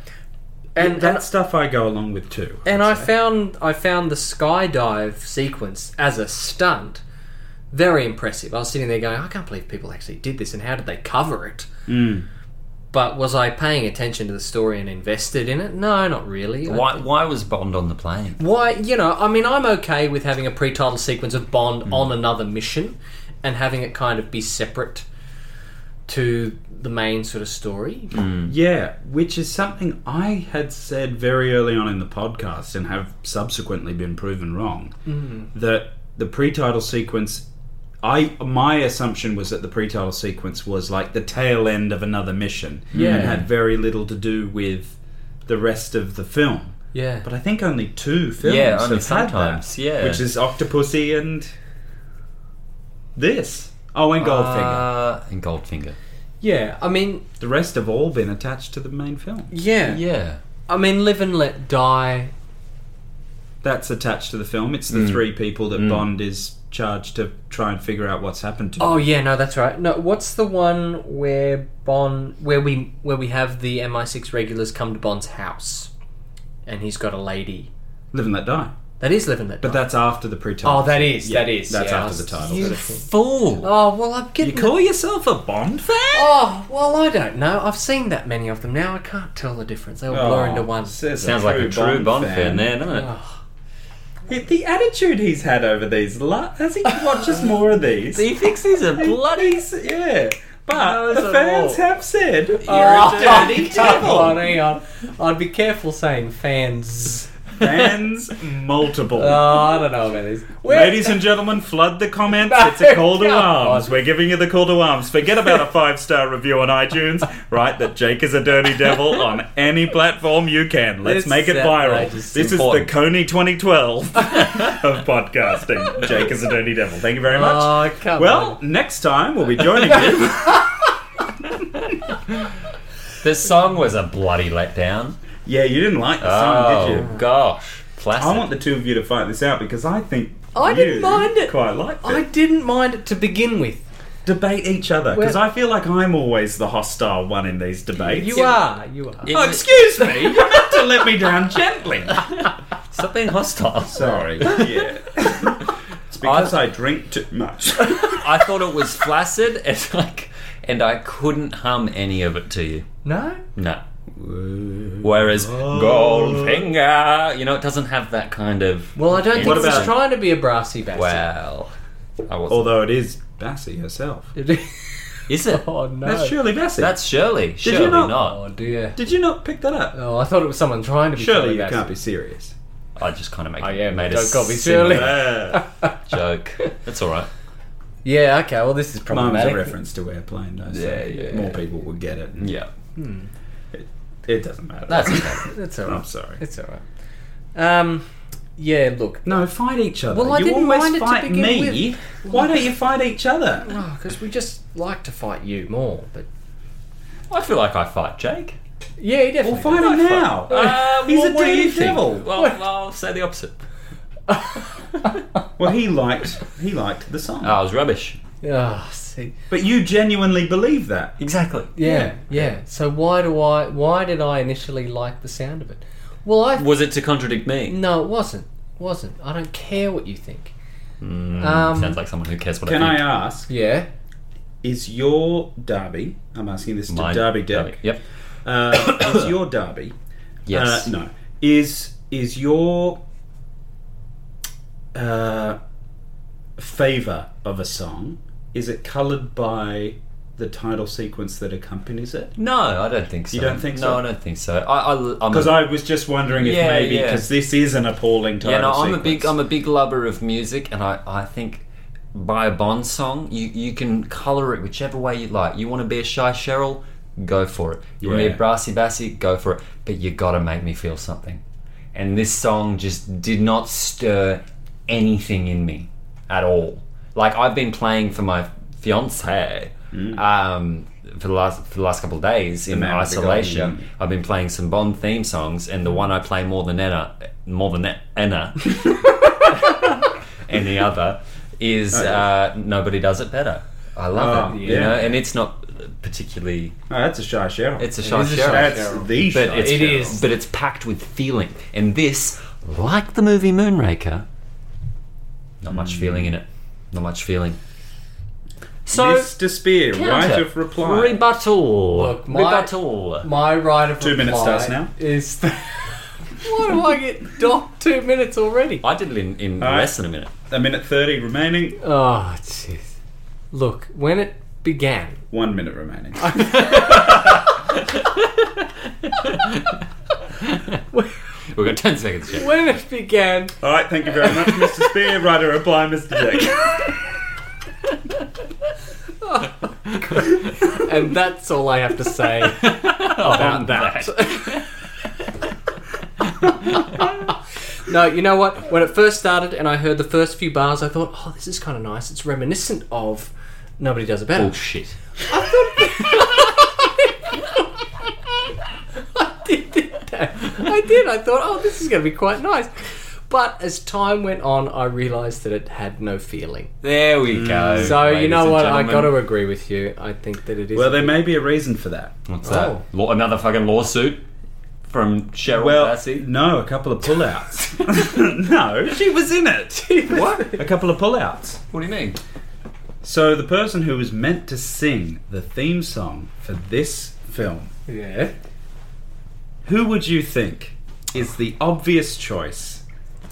Speaker 1: And
Speaker 3: And
Speaker 1: and- uh,
Speaker 3: that stuff I go along with too.
Speaker 1: and I found I found the skydive sequence as a stunt very impressive. I was sitting there going, I can't believe people actually did this, and how did they cover it? But was I paying attention to the story and invested in it? No, not really. I-
Speaker 2: Why, why was Bond on the plane?
Speaker 1: why, you know, I mean, I'm okay with having a pre-title sequence of Bond on another mission and having it kind of be separate to the main sort of story.
Speaker 3: Yeah, which is something I had said very early on in the podcast and have subsequently been proven wrong.
Speaker 2: Mm.
Speaker 3: That the pre-title sequence I my assumption was that the pre-title sequence was like the tail end of another mission and had very little to do with the rest of the film.
Speaker 1: Yeah.
Speaker 3: But I think only two films
Speaker 2: Yeah,
Speaker 3: have
Speaker 2: only
Speaker 3: had that,
Speaker 2: sometimes, yeah.
Speaker 3: which is Octopussy and this. Oh, and Goldfinger.
Speaker 2: Uh, and Goldfinger.
Speaker 1: yeah, I mean,
Speaker 3: the rest have all been attached to the main film.
Speaker 1: yeah.
Speaker 2: Yeah.
Speaker 1: I mean, Live and Let Die.
Speaker 3: that's attached to the film. It's
Speaker 2: Mm.
Speaker 3: the three people that Bond is charged to try and figure out what's happened to.
Speaker 1: Oh yeah, no, that's right. No, what's the one where Bond, where we where we have the MI6 regulars come to Bond's house, and he's got a lady.
Speaker 3: Live and Let Die.
Speaker 1: That is Live and Let Die.
Speaker 3: But that's after the pre-title.
Speaker 1: oh, that is
Speaker 3: Yeah,
Speaker 1: that is
Speaker 3: That's
Speaker 1: yeah, I
Speaker 3: after
Speaker 1: was-
Speaker 3: the title.
Speaker 2: You fool.
Speaker 1: Oh well, I'm getting the-
Speaker 3: yourself a Bond fan?
Speaker 1: Oh, well, I don't know. I've seen that many of them now. I can't tell the difference. They all
Speaker 3: Oh.
Speaker 1: blur into one.
Speaker 2: Sounds like Oh, a true Bond, fan Ah. there, doesn't it?
Speaker 3: The attitude he's had over these, lo- as he watches more of these,
Speaker 2: He thinks he's a bloody.
Speaker 3: He's- yeah. But
Speaker 1: No, it's
Speaker 3: the
Speaker 1: a
Speaker 3: fans
Speaker 1: wall.
Speaker 3: have said, "You're
Speaker 1: Oh,
Speaker 3: a dirty
Speaker 1: come
Speaker 3: devil."
Speaker 1: on, hang on. I'd be careful saying fans.
Speaker 3: Fans multiple.
Speaker 1: Oh, I don't know about this. Where-
Speaker 3: Ladies and gentlemen, flood the comments.
Speaker 1: No,
Speaker 3: it's a call to
Speaker 1: come
Speaker 3: arms.
Speaker 1: on.
Speaker 3: We're giving you the call to arms. Forget about a five star review on iTunes. Write that Jake is a dirty devil on any platform you can. Let's
Speaker 1: It's
Speaker 3: make it viral.
Speaker 1: outrageous.
Speaker 3: This
Speaker 2: Important.
Speaker 3: is the Coney 2012 of podcasting. Jake is a dirty devil. Thank you very much.
Speaker 1: Oh, come
Speaker 3: well,
Speaker 1: on.
Speaker 3: next time we'll be joining you.
Speaker 2: The song was a bloody letdown.
Speaker 3: yeah, you didn't like the
Speaker 2: Oh,
Speaker 3: song, did you?
Speaker 2: gosh. Plastic.
Speaker 3: I want the two of you to fight this out because I think
Speaker 6: I
Speaker 3: you
Speaker 6: didn't mind it.
Speaker 3: Quite like it.
Speaker 6: I didn't mind it to begin with.
Speaker 3: debate each other because
Speaker 6: Well-
Speaker 3: I feel like I'm always the hostile one in these debates.
Speaker 6: You are, you are.
Speaker 2: It
Speaker 3: Oh,
Speaker 2: was
Speaker 3: excuse me, you meant to let me down gently.
Speaker 2: Stop being hostile.
Speaker 3: Sorry. Yeah. it's because I drink too much.
Speaker 2: I thought it was flaccid and like and I couldn't hum any of it to you.
Speaker 6: No?
Speaker 2: No. Whereas Goldfinger, you know, it doesn't have that kind of
Speaker 6: Well, I don't think
Speaker 3: What
Speaker 6: it was
Speaker 3: about-
Speaker 6: trying to be a brassy bastard.
Speaker 2: well. I wasn't.
Speaker 3: Although it is Bassy herself.
Speaker 2: is it?
Speaker 1: Oh, no.
Speaker 3: That's surely Bassy.
Speaker 2: That's Shirley.
Speaker 3: you
Speaker 2: Surely
Speaker 3: not-
Speaker 2: not.
Speaker 1: Oh, dear.
Speaker 3: Did you not pick that up?
Speaker 1: Oh, I thought it was someone trying to be
Speaker 3: Surely you
Speaker 1: Shirley
Speaker 3: can't be
Speaker 1: Bassey.
Speaker 3: serious.
Speaker 2: I just kind of make,
Speaker 1: Oh, yeah,
Speaker 2: made a
Speaker 1: don't copy
Speaker 2: similar
Speaker 1: Shirley.
Speaker 3: Uh,
Speaker 2: joke. That's all right.
Speaker 1: Yeah, okay, well, this is
Speaker 3: Mum's
Speaker 1: problematic.
Speaker 3: a reference to airplane, though. So
Speaker 2: Yeah, yeah.
Speaker 3: More people would get it.
Speaker 2: Yeah,
Speaker 3: It doesn't matter.
Speaker 2: that's okay.
Speaker 1: It's
Speaker 3: I'm
Speaker 1: alright.
Speaker 3: sorry.
Speaker 1: It's alright. Um, yeah, look.
Speaker 3: No, fight each other.
Speaker 6: Well, I
Speaker 3: you
Speaker 6: didn't
Speaker 3: always
Speaker 6: mind it to
Speaker 3: fight
Speaker 6: begin
Speaker 3: me. Why don't you fight each other?
Speaker 1: Because we just like to fight you more, but.
Speaker 2: I feel like I fight Jake.
Speaker 1: Yeah, he definitely.
Speaker 3: Well, fight him now.
Speaker 2: Uh,
Speaker 3: He's
Speaker 2: well,
Speaker 3: a
Speaker 2: what do
Speaker 3: dirty
Speaker 2: you think?
Speaker 3: devil.
Speaker 2: Well, I'll say the opposite.
Speaker 3: Well, he liked he liked the song,
Speaker 2: Ah, I was rubbish.
Speaker 1: Oh, see.
Speaker 3: but you genuinely believe that.
Speaker 2: Exactly.
Speaker 1: Yeah, yeah, So why do I? Why did I initially like the sound of it? Well, I
Speaker 2: Was it to contradict me?
Speaker 1: no, it wasn't. Wasn't. I don't care what you think.
Speaker 6: Mm,
Speaker 1: um,
Speaker 2: Mm, Sounds like someone who cares what
Speaker 3: Can
Speaker 2: I
Speaker 3: I
Speaker 2: think.
Speaker 3: ask?
Speaker 1: yeah.
Speaker 3: Is your derby? I'm asking this to
Speaker 2: Mine.
Speaker 3: Derby Derek.
Speaker 2: Derby. Yep.
Speaker 3: Uh, is your derby?
Speaker 2: Yes.
Speaker 3: Uh, no. Is is your uh, favor of a song? Is it coloured by the title sequence that accompanies it?
Speaker 2: No, I don't think so.
Speaker 3: You don't think
Speaker 2: no,
Speaker 3: so?
Speaker 2: I don't think so. I, I, I'm
Speaker 3: Because
Speaker 2: a,
Speaker 3: I was just wondering if
Speaker 2: Yeah,
Speaker 3: maybe
Speaker 2: yeah.
Speaker 3: because this is an appalling title.
Speaker 2: yeah, no, I'm a
Speaker 3: sequence.
Speaker 2: big, I'm a big lover of music, and I, I think by a Bond song, you, you can color it whichever way you like. You want to be a shy Cheryl, go for it. You want to be
Speaker 3: Yeah.
Speaker 2: a brassy bassy, go for it. But you got to make me feel something, and this song just did not stir anything in me at all. Like I've been playing for my fiance.
Speaker 3: Mm.
Speaker 2: Um, for the last for the last couple of days in
Speaker 3: man with the golden
Speaker 2: isolation,
Speaker 3: gun.
Speaker 2: I've been playing some Bond theme songs, and the one I play more than Anna, more than Anna, any other, is
Speaker 1: Oh,
Speaker 2: uh, nobody does it better. I love
Speaker 3: Oh,
Speaker 2: it, you
Speaker 3: yeah.
Speaker 2: know, and it's not particularly.
Speaker 3: Oh, that's a shy Cheryl.
Speaker 2: It's a shy
Speaker 1: is a
Speaker 2: show,
Speaker 1: shy
Speaker 3: that's
Speaker 1: Cheryl.
Speaker 3: the
Speaker 2: but
Speaker 3: shy
Speaker 2: it's,
Speaker 1: It
Speaker 3: Cheryl.
Speaker 1: is.
Speaker 2: but it's packed with feeling, and this, like the movie Moonraker, not much
Speaker 1: Hmm.
Speaker 2: feeling in it, not much feeling. So.
Speaker 3: Mr. Spear, right
Speaker 2: counter.
Speaker 3: of reply.
Speaker 2: Rebuttal.
Speaker 1: Look, my-
Speaker 2: Rebuttal.
Speaker 1: My right of
Speaker 3: Two minutes
Speaker 1: reply
Speaker 3: starts now.
Speaker 1: Is the, why do I get docked two minutes already?
Speaker 2: I did it in, in
Speaker 3: All right.
Speaker 2: less than a minute.
Speaker 3: a minute thirty remaining.
Speaker 1: Oh, jeez. Look, when it began,
Speaker 3: One minute remaining.
Speaker 2: We've got 10 seconds. Jeff.
Speaker 1: when it began,
Speaker 3: All right, thank you very much, Mr. Spear. Right of reply, Mr. Dick.
Speaker 1: and that's all I have to say about that. No, you know what? When it first started and I heard the first few bars, I thought, oh, this is kind of nice. It's reminiscent of Nobody Does It Better.
Speaker 2: Bullshit.
Speaker 1: I did. I thought, oh, this is going to be quite nice. But as time went on, I realised that it had no feeling.
Speaker 2: There we go.
Speaker 1: Mm. So you
Speaker 2: ladies
Speaker 1: know
Speaker 2: and
Speaker 1: what? I
Speaker 2: gentlemen.
Speaker 1: got to agree with you. I think that it is.
Speaker 3: Well, there may be a reason for that.
Speaker 2: What's
Speaker 1: Oh.
Speaker 2: that? Law, another fucking lawsuit from Cheryl
Speaker 3: Well,
Speaker 2: Bassey.
Speaker 3: no, a couple of pullouts. no, she was in it.
Speaker 2: What?
Speaker 3: A couple of pullouts.
Speaker 2: What do you mean?
Speaker 3: So the person who was meant to sing the theme song for this film,
Speaker 1: yeah.
Speaker 3: who would you think is the obvious choice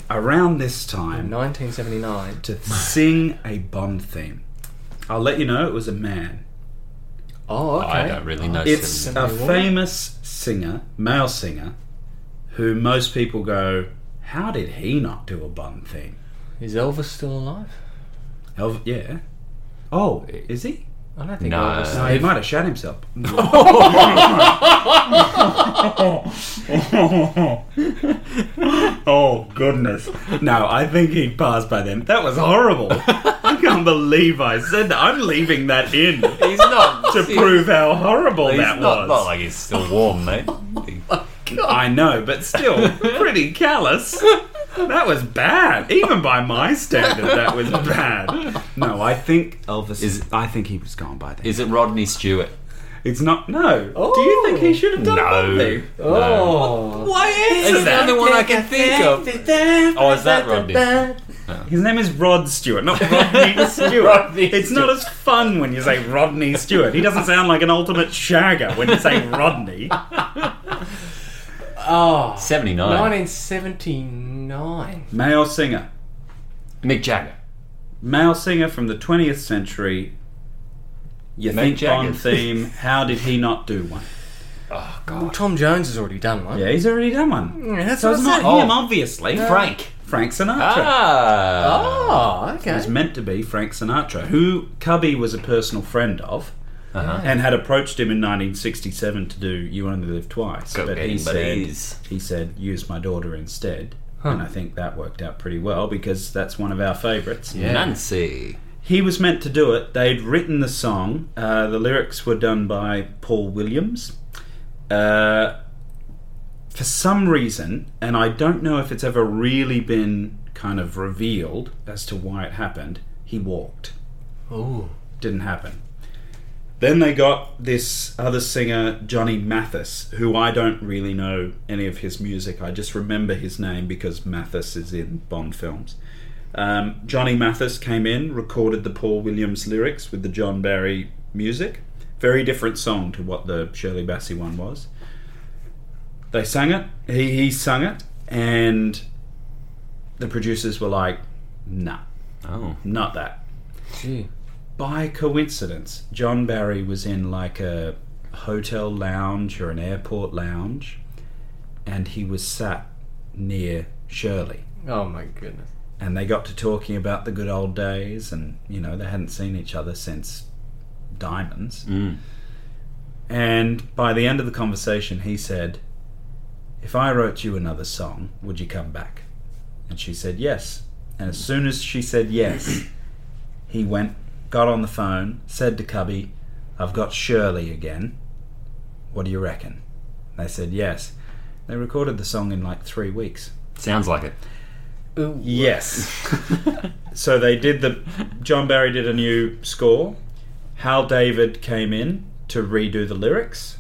Speaker 3: around this time
Speaker 1: 1979.
Speaker 3: to sing a Bond theme? I'll let you know it was a man.
Speaker 1: Oh, okay.
Speaker 2: I don't really know.
Speaker 3: It's
Speaker 2: Sim.
Speaker 1: Cindy
Speaker 3: a
Speaker 1: Walker?
Speaker 3: famous singer, male singer, who most people go, How did he not do a Bond thing?
Speaker 5: Is Elvis still alive?
Speaker 3: Elv- yeah. Oh, is he?
Speaker 5: I don't think
Speaker 2: No.
Speaker 5: Elvis.
Speaker 3: No, he might have shot himself. oh goodness! No, I think he passed by then. That was horrible. I can't believe I said that. I'm leaving that in to
Speaker 2: He's not
Speaker 3: prove how horrible
Speaker 2: He's
Speaker 3: that
Speaker 2: not,
Speaker 3: was.
Speaker 2: not like he's still warm, mate.
Speaker 3: I know, but still pretty callous. That was bad, even by my standard. That was bad. No, I think Elvis.
Speaker 2: Is-
Speaker 3: I think he was gone by then.
Speaker 2: Is it Rodney Stewart?
Speaker 3: It's not. No. Do you think he should have done
Speaker 2: No.
Speaker 3: something?
Speaker 2: No.
Speaker 5: Oh.
Speaker 3: Why
Speaker 2: It's
Speaker 3: is
Speaker 2: the only one I can think of. Oh, is that Rodney?
Speaker 3: His name is Rod Stewart, not Rodney Stewart.
Speaker 5: Rodney
Speaker 3: it's not as fun when you say Rodney Stewart. He doesn't sound like an ultimate shagger when you say Rodney.
Speaker 5: Oh.
Speaker 2: 79.
Speaker 5: 1979.
Speaker 3: Male singer.
Speaker 2: Mick Jagger.
Speaker 3: Male singer from the 20th century. You
Speaker 2: Mick
Speaker 3: think
Speaker 2: Jagger.
Speaker 3: Bond theme. How did he not do one?
Speaker 2: Oh,
Speaker 5: Well,
Speaker 2: God.
Speaker 5: Tom Jones has already done one.
Speaker 3: Yeah, he's already done one.
Speaker 5: Yeah, that's
Speaker 3: So
Speaker 5: what
Speaker 3: it's
Speaker 5: I'm
Speaker 3: not
Speaker 5: saying.
Speaker 2: Oh. Ah.
Speaker 3: him, obviously.
Speaker 2: Frank.
Speaker 3: Frank Sinatra.
Speaker 2: Ah.
Speaker 5: Oh,
Speaker 3: It
Speaker 5: okay.
Speaker 3: was meant to be Frank Sinatra, who Cubby was a personal friend of.
Speaker 2: Uh-huh.
Speaker 3: and had approached him in 1967 to do "You Only Live Twice,"
Speaker 2: Go
Speaker 3: but he
Speaker 2: Getting
Speaker 3: said
Speaker 2: Buddies.
Speaker 3: he said use my daughter instead, and I think that worked out pretty well because that's one of our favourites.
Speaker 2: Nancy.
Speaker 3: He was meant to do it. They'd written the song. Uh, the lyrics were done by Paul Williams. Uh, for some reason, and I don't know if it's ever really been kind of revealed as to why it happened, he walked
Speaker 1: Ooh.
Speaker 3: didn't happen. Then they got this other singer, Johnny Mathis, who I don't really know any of his music. I just remember his name because Mathis is in Bond films. Um, Johnny Mathis came in, recorded the Paul Williams lyrics with the John Barry music. Very different song to what the Shirley Bassey one was. They sang it, he, he sung it, and the producers were like, nah,
Speaker 2: Oh.
Speaker 3: not that
Speaker 5: Gee.
Speaker 3: by coincidence, John Barry was in like a hotel lounge or an airport lounge, and he was sat near Shirley.
Speaker 5: Oh my goodness.
Speaker 3: And they got to talking about the good old days, and you know, they hadn't seen each other since Diamonds.
Speaker 2: Mm.
Speaker 3: And by the end of the conversation, he said, If I wrote you another song, would you come back? And she said, Yes. And as soon as she said yes, he went, got on the phone, said to Cubby, I've got Shirley again. What do you reckon? They said, Yes. They recorded the song in like three weeks.
Speaker 2: Sounds like it.
Speaker 5: Ooh.
Speaker 3: Yes. so they did the. John Barry did a new score. Hal David came in to redo the lyrics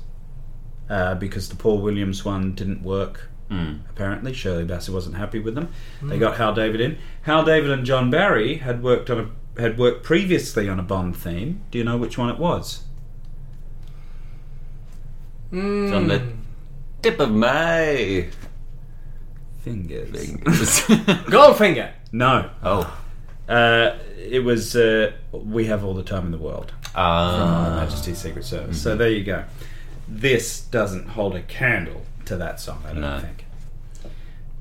Speaker 3: uh, because the Paul Williams one didn't work.
Speaker 2: Mm.
Speaker 3: Apparently, Shirley Bassey wasn't happy with them. They got Hal David in. Hal David and John Barry had worked on a had worked previously on a Bond theme. Do you know which one it was?
Speaker 1: Mm.
Speaker 2: It's on the tip of my
Speaker 3: Fingers.
Speaker 2: fingers.
Speaker 5: Goldfinger.
Speaker 3: No.
Speaker 2: oh.
Speaker 3: Uh, it was uh, We Have All the Time in the World.
Speaker 2: Uh,
Speaker 3: Her Majesty's Secret Service.
Speaker 2: Mm-hmm.
Speaker 3: So there you go. This doesn't hold a candle to that song, I don't
Speaker 2: No.
Speaker 3: think.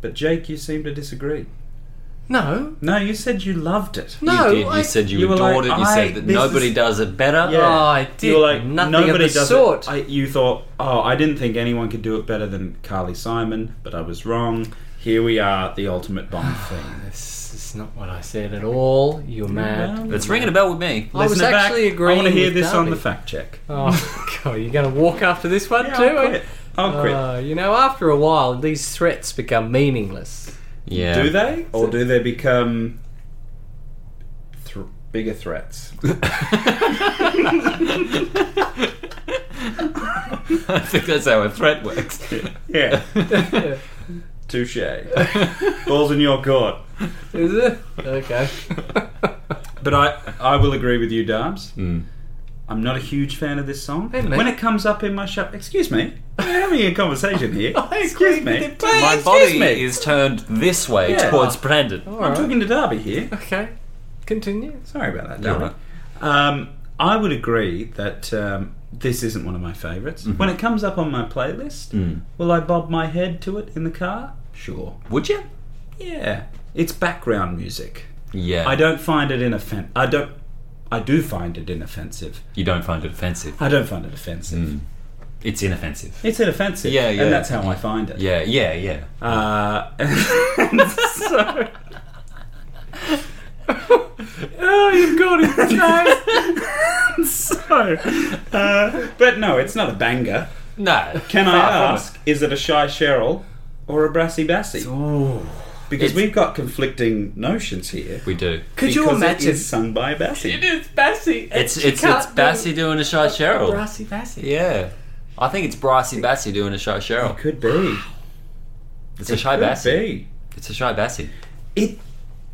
Speaker 3: But Jake, you seem to disagree.
Speaker 5: No.
Speaker 3: No, you said you loved it.
Speaker 5: No.
Speaker 2: you did. You
Speaker 5: I,
Speaker 2: said you,
Speaker 3: you were
Speaker 2: adored
Speaker 3: like,
Speaker 2: it. You
Speaker 3: I-
Speaker 2: said that
Speaker 3: this
Speaker 2: nobody
Speaker 3: is-
Speaker 2: does it better.
Speaker 5: Yeah. Oh, I
Speaker 3: You were
Speaker 5: did
Speaker 3: like
Speaker 5: nothing of
Speaker 3: nobody
Speaker 5: the
Speaker 3: does
Speaker 5: sort.
Speaker 3: It. I, you thought, oh, I didn't think anyone could do it better than Carly Simon, but I was wrong. Here we are, the ultimate Bond thing.
Speaker 5: This is not what I said at all. You're mad.
Speaker 2: It's ringing a bell with me.
Speaker 5: I was
Speaker 3: Listener back,
Speaker 5: actually
Speaker 3: I
Speaker 5: agreeing
Speaker 3: want to hear
Speaker 5: with
Speaker 3: this on
Speaker 5: Darby.
Speaker 3: the fact check.
Speaker 5: Oh god, you're going to walk after this one
Speaker 3: Yeah,
Speaker 5: too? eh?
Speaker 3: I'll quit. I'll quit.
Speaker 5: Uh, you know, after a while, these threats become meaningless.
Speaker 2: Yeah.
Speaker 3: Do they, or do they become thr bigger threats?
Speaker 2: I think that's how a threat works.
Speaker 3: Yeah, touche. Balls in your court.
Speaker 5: Is it? Okay.
Speaker 3: But I, I will agree with you, Darbs.
Speaker 2: Mm.
Speaker 3: I'm not a huge fan of this song.
Speaker 5: Hey, mate.
Speaker 3: when it comes up in my shop, excuse me, we're having a conversation here.
Speaker 5: I
Speaker 3: excuse
Speaker 5: agree with
Speaker 3: me,
Speaker 5: it too.
Speaker 2: My
Speaker 3: excuse
Speaker 2: body
Speaker 3: me.
Speaker 2: is turned this way
Speaker 3: Yeah. Oh.
Speaker 2: towards Brandon.
Speaker 5: All
Speaker 3: I'm
Speaker 5: right.
Speaker 3: talking to Darby here.
Speaker 5: Okay. Continue.
Speaker 3: Sorry about that,
Speaker 2: You're
Speaker 3: Darby. Um, I would agree that um, this isn't one of my favorites
Speaker 5: Mm-hmm.
Speaker 3: When it
Speaker 5: Mm.
Speaker 3: comes up on my playlist, will I bob my head to it in the car? Sure.
Speaker 2: Would you?
Speaker 3: yeah, it's background music.
Speaker 2: Yeah.
Speaker 3: I don't find it inoffensive. I don't. I do find it inoffensive.
Speaker 2: you don't find it offensive.
Speaker 3: I don't find it offensive.
Speaker 2: It's inoffensive.
Speaker 3: It's inoffensive.
Speaker 2: Hmm. Yeah, yeah.
Speaker 3: And that's how I find it.
Speaker 2: Yeah, yeah, yeah.
Speaker 3: Uh, and so. oh, you've got it, James. so, uh, but no, it's not a banger.
Speaker 2: No.
Speaker 3: Can I
Speaker 2: Far from
Speaker 3: ask, is it a shy Cheryl or a brassy bassy? Because
Speaker 2: It's-
Speaker 3: we've got conflicting notions here.
Speaker 2: it. We do.
Speaker 1: Could you
Speaker 3: because
Speaker 1: imagine?
Speaker 3: It is sung by Bassy.
Speaker 5: is Bassy.
Speaker 2: It's it's it's Bassy doing a shy Cheryl.
Speaker 5: Brassy Bassy.
Speaker 2: Yeah. I think it's Brycey Bassey doing a shy Cheryl.
Speaker 3: Could be.
Speaker 2: It's a shy
Speaker 3: Could
Speaker 2: Bassey.
Speaker 3: be.
Speaker 2: It's a shy Bassey.
Speaker 3: It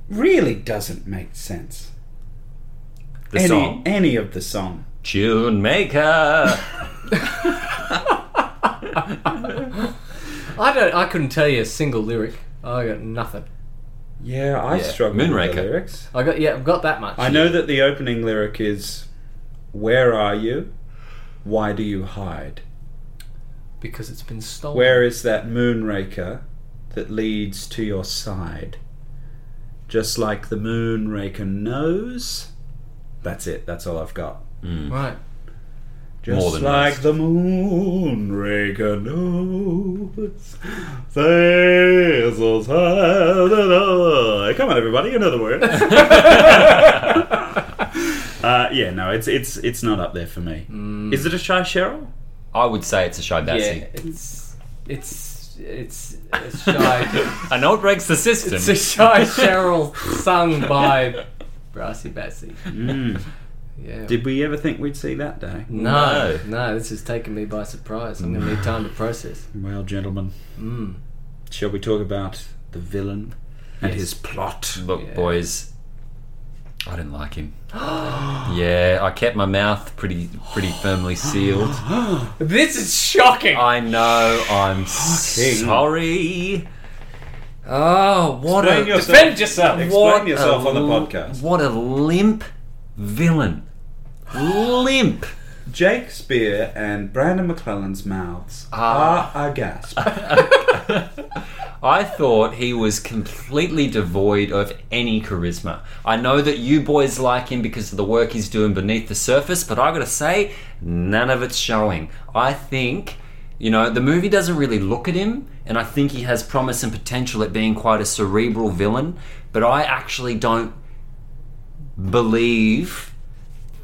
Speaker 3: really doesn't make sense.
Speaker 2: The
Speaker 3: any,
Speaker 2: song.
Speaker 3: any of the song.
Speaker 2: June Maker.
Speaker 1: I don't. I couldn't tell you a single lyric. I got nothing.
Speaker 3: Yeah, I
Speaker 2: Yeah.
Speaker 3: struggle with
Speaker 2: Moonraker.
Speaker 3: the lyrics.
Speaker 1: I got yeah. I've got that much.
Speaker 3: I know that the opening lyric is, "Where are you? Why do you hide?
Speaker 1: because it's been stolen.
Speaker 3: Where is that moonraker that leads to your side? Just like the moonraker knows." That's it. That's all I've got.
Speaker 2: Hmm.
Speaker 1: Right.
Speaker 3: Just
Speaker 2: More than
Speaker 3: like
Speaker 2: most.
Speaker 3: the moonraker knows, there's a side that I- Come on, everybody, another word. uh, yeah, no, it's it's it's not up there for me. Is it a shy Cheryl?
Speaker 2: I would say it's a shy
Speaker 5: Yeah,
Speaker 2: Bassey.
Speaker 5: it's it's it's a shy.
Speaker 2: I know it breaks the system.
Speaker 5: it's a shy Cheryl sung by Brassy Bassy.
Speaker 3: Mm.
Speaker 5: Yeah.
Speaker 3: Did we ever think we'd see that day?
Speaker 5: no, no, this has taken me by surprise. I'm
Speaker 3: Mm.
Speaker 5: gonna need time to process.
Speaker 3: Well, gentlemen,
Speaker 5: Mm.
Speaker 3: shall we talk about the villain and his plot?
Speaker 2: Look,
Speaker 5: Yeah.
Speaker 2: boys, I didn't like him. yeah, I kept my mouth pretty pretty firmly sealed.
Speaker 5: This is shocking.
Speaker 3: Ah,
Speaker 2: I know. I'm sorry. Oh, what
Speaker 3: Explain
Speaker 2: a
Speaker 3: yourself.
Speaker 5: Defend yourself.
Speaker 3: Explain
Speaker 2: what
Speaker 3: yourself
Speaker 2: a
Speaker 3: on the
Speaker 2: l-
Speaker 3: podcast.
Speaker 2: What a limp villain. Limp.
Speaker 3: Jake Spear and Brandon McClellan's mouths
Speaker 2: Ah.
Speaker 3: are aghast.
Speaker 2: I thought he was completely devoid of any charisma. I know that you boys like him because of the work he's doing beneath the surface, but I gotta say, none of it's showing. I think, you know, the movie doesn't really look at him, and I think he has promise and potential at being quite a cerebral villain, but I actually don't believe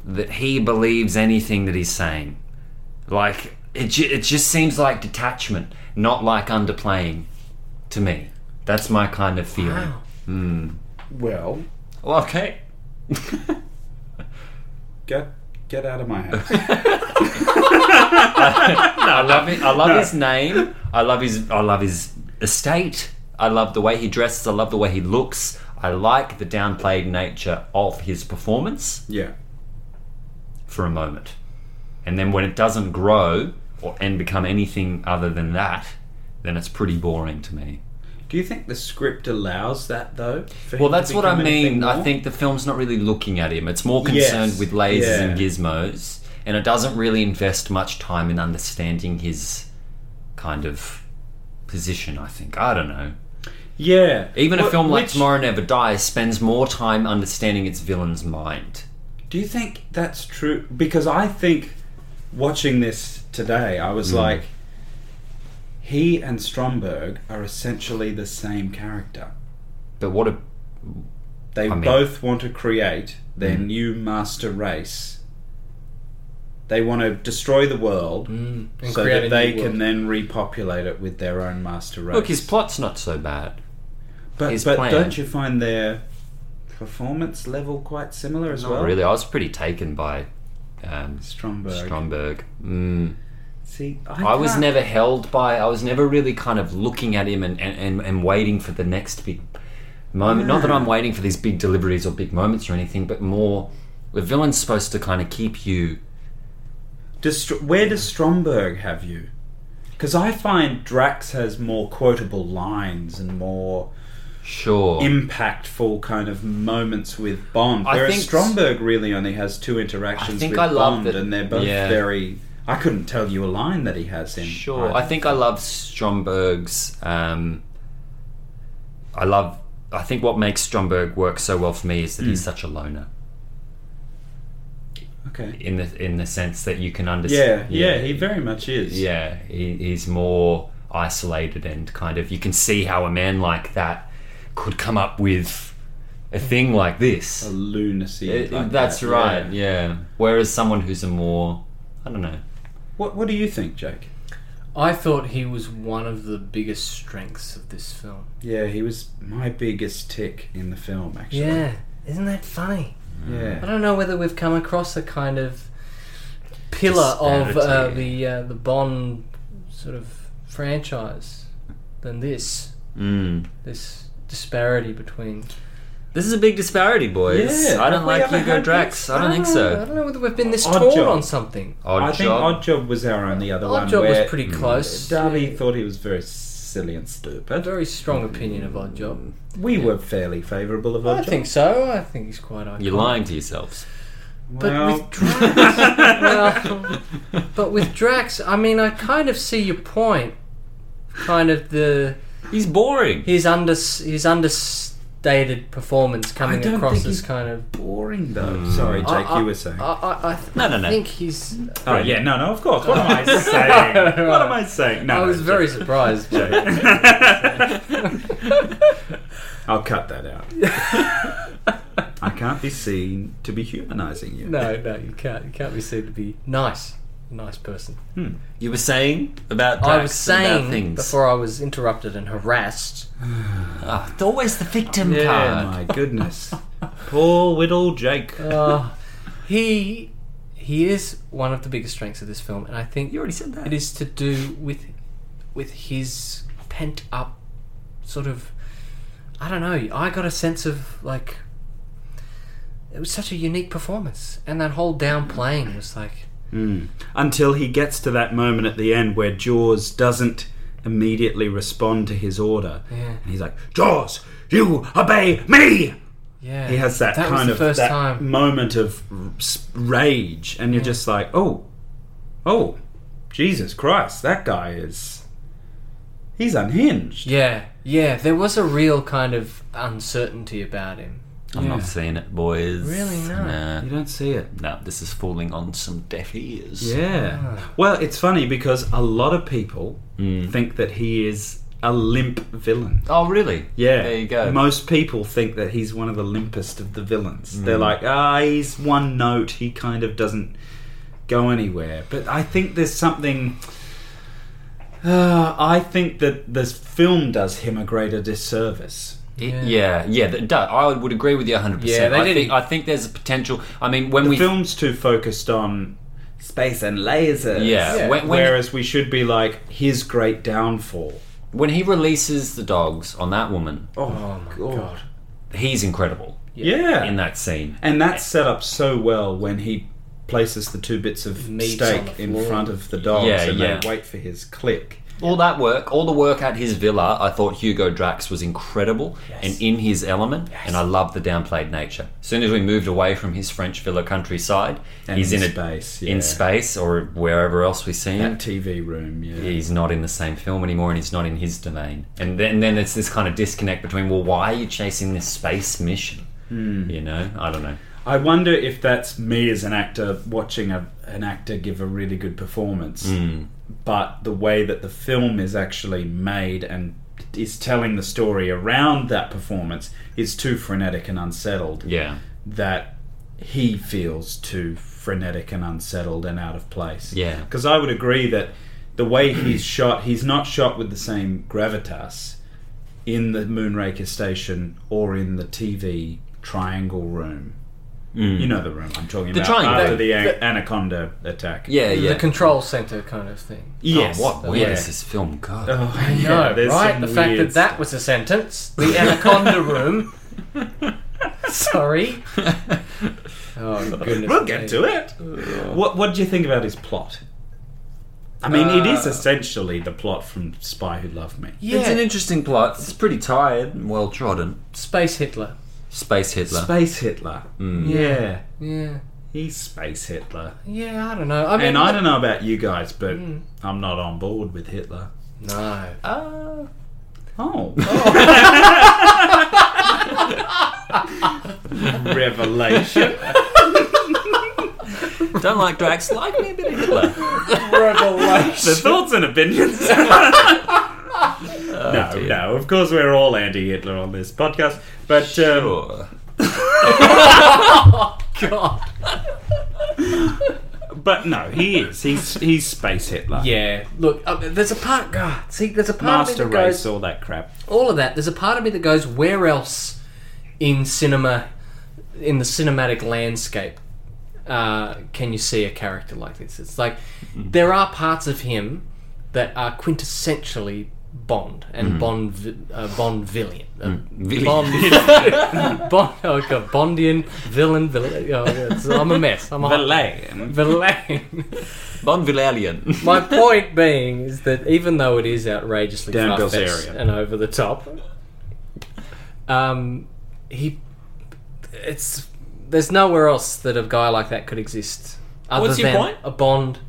Speaker 2: that he believes anything that he's saying. Like, it, ju- it just seems like detachment, not like underplaying to me. That's my kind of feeling.
Speaker 3: well,
Speaker 2: Well, okay.
Speaker 3: get get out of my house.
Speaker 2: I love it. I love his name. I love his. I love his estate. I love the way he dresses. I love the way he looks. I like the downplayed nature of his performance
Speaker 3: Yeah.
Speaker 2: for a moment, and then when it doesn't grow or and become anything other than that, then it's pretty boring to me.
Speaker 3: Do you think the script allows that though? for him
Speaker 2: Well,
Speaker 3: to
Speaker 2: that's what I
Speaker 3: become anything
Speaker 2: mean. I
Speaker 3: more?
Speaker 2: think the film's not really looking at him. It's more concerned
Speaker 3: Yes.
Speaker 2: with lasers
Speaker 3: Yeah.
Speaker 2: and gizmos, and it doesn't really invest much time in understanding his kind of position, I think. I don't know.
Speaker 3: Yeah.
Speaker 2: Even a
Speaker 3: What-
Speaker 2: film like
Speaker 3: which-
Speaker 2: Tomorrow Never Dies spends more time understanding its villain's mind.
Speaker 3: Do you think that's true? Because I think watching this today, I
Speaker 2: Hmm.
Speaker 3: was like, he and Stromberg are essentially the same character.
Speaker 2: But what a.
Speaker 3: They
Speaker 2: I mean- Mm.
Speaker 3: both want to create their new master race. They want to destroy the
Speaker 2: Mm.
Speaker 3: world
Speaker 5: And
Speaker 3: so
Speaker 5: create
Speaker 3: that
Speaker 5: a
Speaker 3: they
Speaker 5: new
Speaker 3: can
Speaker 5: world.
Speaker 3: then repopulate it with their own master race.
Speaker 2: Look, his plot's not so bad.
Speaker 3: but
Speaker 2: his
Speaker 3: but
Speaker 2: plan-
Speaker 3: don't you find their performance level quite similar as well?
Speaker 2: Really, I was pretty taken by um,
Speaker 3: Stromberg.
Speaker 2: Stromberg. Mm.
Speaker 3: See, I,
Speaker 2: I was
Speaker 3: can't-
Speaker 2: never held by. I was never really kind of looking at him and, and, and, and waiting for the next big moment. Not that I'm waiting for these big deliveries or big moments or anything, but more the villain's supposed to kind of keep you.
Speaker 3: Does, Str- where does Stromberg have you? Because I find Drax has more quotable lines and more
Speaker 2: Sure,
Speaker 3: impactful kind kind of moments with Bond.
Speaker 2: I
Speaker 3: Whereas
Speaker 2: think-
Speaker 3: Stromberg really only has two interactions
Speaker 2: I think
Speaker 3: with
Speaker 2: I love
Speaker 3: Bond,
Speaker 2: that-
Speaker 3: and they're both
Speaker 2: yeah.
Speaker 3: very. I couldn't tell you a line that he has in.
Speaker 2: sure. I think I love Stromberg's. Um, I love. I think what makes Stromberg work so well for me is that
Speaker 3: Mm.
Speaker 2: he's such a loner
Speaker 3: Okay.
Speaker 2: in the in the sense that you can
Speaker 3: Yeah,
Speaker 2: understand.
Speaker 3: yeah, he very much is.
Speaker 2: Yeah, he, he's more isolated and kind of. You can see how a man like that could come up with a thing like
Speaker 3: A
Speaker 2: this.
Speaker 3: lunacy.
Speaker 2: It-
Speaker 3: like
Speaker 2: that's
Speaker 3: that,
Speaker 2: right.
Speaker 3: yeah.
Speaker 2: Yeah. Whereas someone who's a more, I don't know.
Speaker 3: What What do you think, Jake?
Speaker 1: I thought he was one of the biggest strengths of this film.
Speaker 3: Yeah, he was my biggest tick in the film, actually.
Speaker 1: Yeah, isn't that funny? I
Speaker 3: Yeah.
Speaker 1: don't know whether we've come across a kind of pillar of uh,
Speaker 2: Disparity.
Speaker 1: the uh, the Bond sort of franchise than this.
Speaker 2: Mm.
Speaker 1: This disparity between.
Speaker 2: This is a big disparity, boys.
Speaker 3: Yeah.
Speaker 2: I don't
Speaker 3: We
Speaker 2: like
Speaker 3: haven't
Speaker 2: Hugo
Speaker 3: had
Speaker 2: Drax.
Speaker 3: this.
Speaker 2: I don't think
Speaker 1: I
Speaker 2: so.
Speaker 1: don't know whether we've been this
Speaker 3: Odd
Speaker 1: torn
Speaker 3: job.
Speaker 1: on something.
Speaker 2: Odd
Speaker 3: I
Speaker 2: job.
Speaker 3: think Odd Job was our only other one.
Speaker 1: Odd Job
Speaker 3: where
Speaker 1: was pretty close.
Speaker 3: Darby thought he was very silly and stupid.
Speaker 1: Very strong opinion of Odd Job.
Speaker 3: We were fairly favourable of Mm. Odd
Speaker 1: I think so. I think he's quite iconic.
Speaker 2: You're lying to yourselves.
Speaker 1: But with Drax, well, but with Drax, I mean, I kind of see your point. Kind of the
Speaker 2: He's boring.
Speaker 1: his under his understated performance coming
Speaker 3: I don't
Speaker 1: across
Speaker 3: think
Speaker 1: as
Speaker 3: he's-
Speaker 1: kind of.
Speaker 3: boring though. Sorry, Jake,
Speaker 1: I- I-
Speaker 3: you were saying.
Speaker 1: I, I, I th-
Speaker 2: No, no, no.
Speaker 1: think he's.
Speaker 3: oh yeah, no, no, of course. What am I saying? What am I saying? No,
Speaker 1: I was
Speaker 3: no,
Speaker 1: very
Speaker 3: Jake.
Speaker 1: surprised. by that.
Speaker 3: I'll cut that out. I can't be seen to be humanising you.
Speaker 1: no, no, you can't. You can't be said to be nice. a Nice person.
Speaker 2: You were saying about Drax
Speaker 1: I was
Speaker 2: and about
Speaker 1: saying
Speaker 2: things.
Speaker 1: before I was interrupted and harassed.
Speaker 2: Ah, it's always the victim
Speaker 3: Yeah,
Speaker 2: card.
Speaker 3: my goodness. Poor Whittle Jake.
Speaker 1: Uh, he he is one of the biggest strengths of this film, and I think
Speaker 2: You already said that.
Speaker 1: it is to do with with his pent up sort of I don't know. I got a sense of like it was such a unique performance, and that whole downplaying was like
Speaker 3: Hmm. Until he gets to that moment at the end where Jaws doesn't immediately respond to his order.
Speaker 1: Yeah.
Speaker 3: And he's like, Jaws, you obey me!
Speaker 1: yeah.
Speaker 3: He has that,
Speaker 1: that
Speaker 3: kind
Speaker 1: was the
Speaker 3: of
Speaker 1: first
Speaker 3: that
Speaker 1: time.
Speaker 3: moment of r- s- rage, and you're just like, oh, oh, Jesus Christ, that guy is. He's unhinged.
Speaker 1: Yeah, yeah. There was a real kind of uncertainty about him.
Speaker 2: I'm not seeing it, boys.
Speaker 1: Really not?
Speaker 2: Nah.
Speaker 3: You don't see it.
Speaker 2: No, this is falling on some deaf ears.
Speaker 3: Yeah. Well, it's funny because a lot of people think that he is a limp villain.
Speaker 2: Oh, really?
Speaker 3: Yeah.
Speaker 2: There you go.
Speaker 3: Most people think that he's one of the limpest of the villains.
Speaker 2: Mm.
Speaker 3: They're like, ah, he's one note. He kind of doesn't go anywhere. But I think there's something. Uh, I think that this film does him a greater disservice.
Speaker 2: It- yeah, yeah. that does. I would agree with you 100%.
Speaker 1: Yeah, they
Speaker 2: I, think,
Speaker 1: didn't-
Speaker 2: I think there's a potential. I mean, when
Speaker 3: The
Speaker 2: we.
Speaker 3: film's too focused on space and lasers.
Speaker 2: yeah,
Speaker 1: Yeah.
Speaker 2: When, when,
Speaker 3: Whereas we should be like his great downfall.
Speaker 2: when he releases the dogs on that woman,
Speaker 3: Oh, my god.
Speaker 2: he's incredible
Speaker 3: Yeah.
Speaker 2: in that scene.
Speaker 3: And that's set up so well when he places the two bits of
Speaker 1: Meat on
Speaker 3: steak
Speaker 1: the
Speaker 3: in
Speaker 1: floor.
Speaker 3: front of the dogs
Speaker 2: Yeah,
Speaker 3: and
Speaker 2: yeah.
Speaker 3: they wait for his click.
Speaker 2: All that work, all the work at his villa, I thought Hugo Drax was incredible and in his element, and I love the downplayed nature. As soon as we moved away from his French villa countryside,
Speaker 3: And
Speaker 2: he's
Speaker 3: in
Speaker 2: in a-
Speaker 3: space, yeah.
Speaker 2: in space or wherever else we see him.
Speaker 3: That TV room, yeah.
Speaker 2: He's not in the same film anymore, and he's not in his domain. And then, then it's this kind of disconnect between, well, why are you chasing this space mission? You know, I don't know.
Speaker 3: I wonder if that's me as an actor watching a, an actor give a really good performance,
Speaker 2: Hmm.
Speaker 3: but the way that the film is actually made and is telling the story around that performance is too frenetic and unsettled
Speaker 2: Yeah,
Speaker 3: that he feels too frenetic and unsettled and out of place.
Speaker 2: Yeah.
Speaker 3: Because I would agree that the way he's shot, he's not shot with the same gravitas in the Moonraker station or in the TV triangle room.
Speaker 2: Hmm.
Speaker 3: You know the room I'm talking
Speaker 2: The
Speaker 3: about
Speaker 2: triangle.
Speaker 3: after
Speaker 2: The-
Speaker 3: the, an- anaconda attack.
Speaker 2: yeah, yeah.
Speaker 1: The control center kind of thing.
Speaker 3: Yes.
Speaker 2: oh, what? Where
Speaker 3: Yeah.
Speaker 2: does this film go?
Speaker 3: Oh,
Speaker 1: No,
Speaker 3: yeah, there's
Speaker 1: right?
Speaker 3: some
Speaker 1: The fact
Speaker 3: weird
Speaker 1: that that was a sentence. The anaconda room. Sorry. Oh goodness.
Speaker 3: We'll get to it. What What do you think about his plot? I mean, it
Speaker 2: Uh.
Speaker 3: is essentially the plot from Spy Who Loved Me.
Speaker 1: Yeah.
Speaker 2: It's an interesting plot. It's pretty tired and well trodden.
Speaker 1: Space Hitler.
Speaker 2: Space Hitler. Mm.
Speaker 3: Space Hitler. Yeah,
Speaker 1: Yeah.
Speaker 3: he's Space Hitler.
Speaker 1: Yeah. I don't know. I mean, Hmm.
Speaker 3: And I don't know about you guys, but I'm not on board with Hitler.
Speaker 1: no.
Speaker 2: Ah.
Speaker 3: Oh. Revelation.
Speaker 2: Don't like Drax, like me a bit of Hitler.
Speaker 3: The thoughts and opinions. no,
Speaker 2: Oh, dear.
Speaker 3: no. Of course, we're all anti-Hitler on this podcast, but um,
Speaker 2: Sure.
Speaker 1: God.
Speaker 3: but no, he is. He's he's space Hitler.
Speaker 1: Yeah. Look, uh, there's a part. God, see, there's a part
Speaker 3: Master
Speaker 1: of me that
Speaker 3: race,
Speaker 1: goes
Speaker 3: all that crap.
Speaker 1: all of that. There's a part of me that goes, where else in cinema, in the cinematic landscape, uh, can you see a character like this? It's like there are parts of him that are quintessentially Bond and Bond uh, Bond villain. Uh,
Speaker 2: Villain.
Speaker 1: Bond, Bond, oh God, Bondian villain, villain. Oh, it's- I'm a mess. I'm a
Speaker 3: Villain.
Speaker 1: villain.
Speaker 2: Bonvillian.
Speaker 1: My point being is that even though it is outrageously
Speaker 3: Dan
Speaker 1: far-fetched
Speaker 3: Bilzerian.
Speaker 1: and over the top, um, he it's there's nowhere else that a guy like that could exist. Other
Speaker 2: What's your
Speaker 1: than
Speaker 2: point?
Speaker 1: A Bond.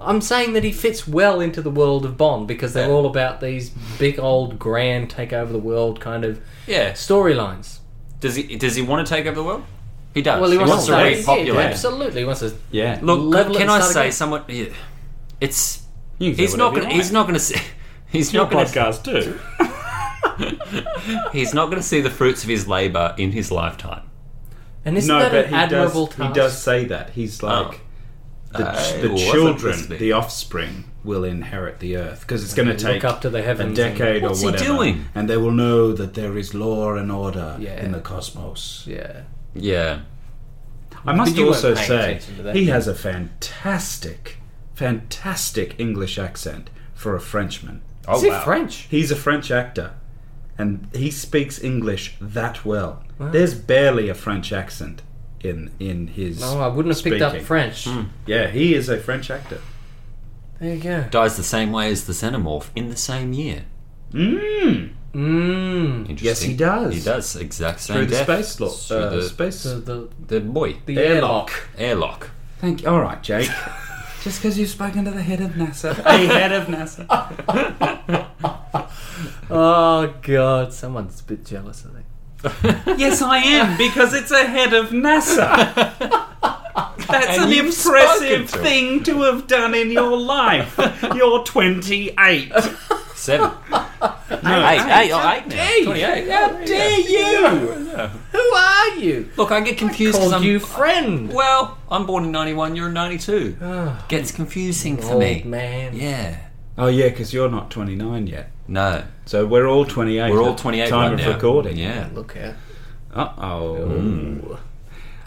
Speaker 1: I'm saying that he fits well into the world of Bond because they're
Speaker 2: Yeah.
Speaker 1: all about these big old grand take over the world kind of
Speaker 2: Yeah.
Speaker 1: storylines.
Speaker 2: Does he does he want to take over the world? He does.
Speaker 1: Well, he wants, to,
Speaker 3: to
Speaker 1: start-
Speaker 3: raise
Speaker 1: yeah,
Speaker 2: repopulate.
Speaker 1: absolutely. He wants to
Speaker 3: Yeah.
Speaker 2: Look,
Speaker 1: level it
Speaker 2: can
Speaker 1: and
Speaker 2: I
Speaker 1: start
Speaker 2: say
Speaker 1: again.
Speaker 2: someone? Yeah. It's
Speaker 3: You can say
Speaker 2: he's not
Speaker 3: whatever
Speaker 2: gonna
Speaker 3: you
Speaker 2: he's
Speaker 3: want.
Speaker 2: not gonna see he's
Speaker 3: Your
Speaker 2: not gonna
Speaker 3: podcast too.
Speaker 2: he's not gonna see the fruits of his labor in his lifetime.
Speaker 1: And isn't
Speaker 3: no,
Speaker 1: that
Speaker 3: but
Speaker 1: an
Speaker 3: he
Speaker 1: admirable
Speaker 3: does.
Speaker 1: task?
Speaker 3: He does say that he's like. The,
Speaker 2: Oh. Uh,
Speaker 3: the
Speaker 2: well, that's
Speaker 3: children,
Speaker 2: interesting.
Speaker 3: the offspring, will inherit the earth because it's going to take
Speaker 1: look up to the
Speaker 3: a
Speaker 1: heavens. and-
Speaker 3: decade
Speaker 2: What's he
Speaker 3: or whatever,
Speaker 2: doing?
Speaker 3: and they will know that there is law and order
Speaker 1: Yeah.
Speaker 3: in the cosmos.
Speaker 1: yeah.
Speaker 2: Yeah.
Speaker 3: I must
Speaker 1: you weren't
Speaker 3: also
Speaker 1: paying
Speaker 3: say
Speaker 1: attention to that,
Speaker 3: he
Speaker 1: did you?
Speaker 3: has a fantastic, fantastic English accent for a Frenchman.
Speaker 2: Oh,
Speaker 1: Is it French?
Speaker 3: He's a French actor, and he speaks English that well. There's barely a French accent in in his.
Speaker 1: No, I wouldn't have picked up
Speaker 3: speaking.
Speaker 1: French.
Speaker 3: Yeah, he is a French actor.
Speaker 1: There you go.
Speaker 2: Dies the same way as the xenomorph in the same year.
Speaker 3: Mm.
Speaker 1: Mmm.
Speaker 2: Interesting.
Speaker 3: Yes, he does.
Speaker 2: He does exact same
Speaker 3: Through the
Speaker 2: death.
Speaker 3: space law,
Speaker 2: Through
Speaker 3: uh,
Speaker 2: the,
Speaker 3: space.
Speaker 1: The, the,
Speaker 2: the boy
Speaker 1: the
Speaker 3: Airlock.
Speaker 1: airlock.
Speaker 2: airlock.
Speaker 3: Thank you. All right, Jake. Just because you've spoken to the head of NASA, a head of NASA.
Speaker 1: Oh, God. Someone's a bit jealous, I think.
Speaker 3: Yes, I am because it's a head of NASA. That's
Speaker 2: And
Speaker 3: an
Speaker 2: you've spoken
Speaker 3: impressive
Speaker 2: to him.
Speaker 3: thing to have done in your life. You're 28.
Speaker 2: Seven.
Speaker 3: No,
Speaker 2: eight. Eight. Oh, eight now.
Speaker 1: Hey,
Speaker 2: Twenty-eight.
Speaker 1: how dare you? Who are you?
Speaker 2: Look, I get confused because
Speaker 1: Called
Speaker 2: I'm
Speaker 1: you friend. Ah,
Speaker 2: well. I'm born in '91. You're in '92. Gets confusing for me.
Speaker 1: Old Oh, man.
Speaker 2: Yeah.
Speaker 3: Oh, yeah, because you're not 29 yet.
Speaker 2: No.
Speaker 3: So we're all 28.
Speaker 2: We're all
Speaker 3: at
Speaker 2: 28
Speaker 3: Time
Speaker 2: right
Speaker 3: of
Speaker 2: now.
Speaker 3: recording.
Speaker 2: Yeah.
Speaker 1: Look at.
Speaker 3: Uh oh.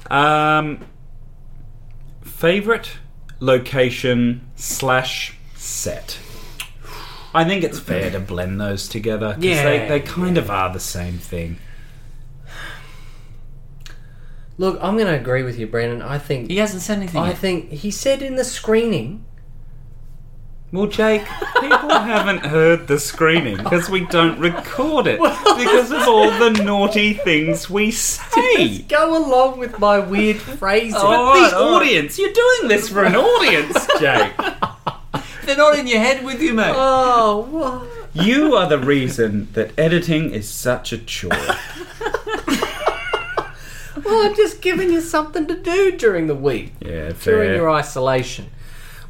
Speaker 3: Um, favorite location slash set. I think it's fair to blend those together because they,
Speaker 1: Yeah,
Speaker 3: they kind of are the same thing.
Speaker 1: Look, I'm going to agree with you, Brandon. I think.
Speaker 2: He hasn't said anything.
Speaker 1: I
Speaker 2: yet.
Speaker 1: think he said in the screening.
Speaker 3: Well, Jake, people haven't heard the screening because we don't record it because of all the naughty things we say.
Speaker 1: Go along with my weird phrasing.
Speaker 2: Oh.
Speaker 3: The
Speaker 2: Alright, alright.
Speaker 3: audience, you're doing this for an audience, Jake.
Speaker 2: They're not in your head with you, mate.
Speaker 1: Oh, what?
Speaker 3: You are the reason that editing is such a chore.
Speaker 1: Well, I'm just giving you something to do during the week.
Speaker 3: Yeah,
Speaker 1: during
Speaker 3: fair.
Speaker 1: your isolation.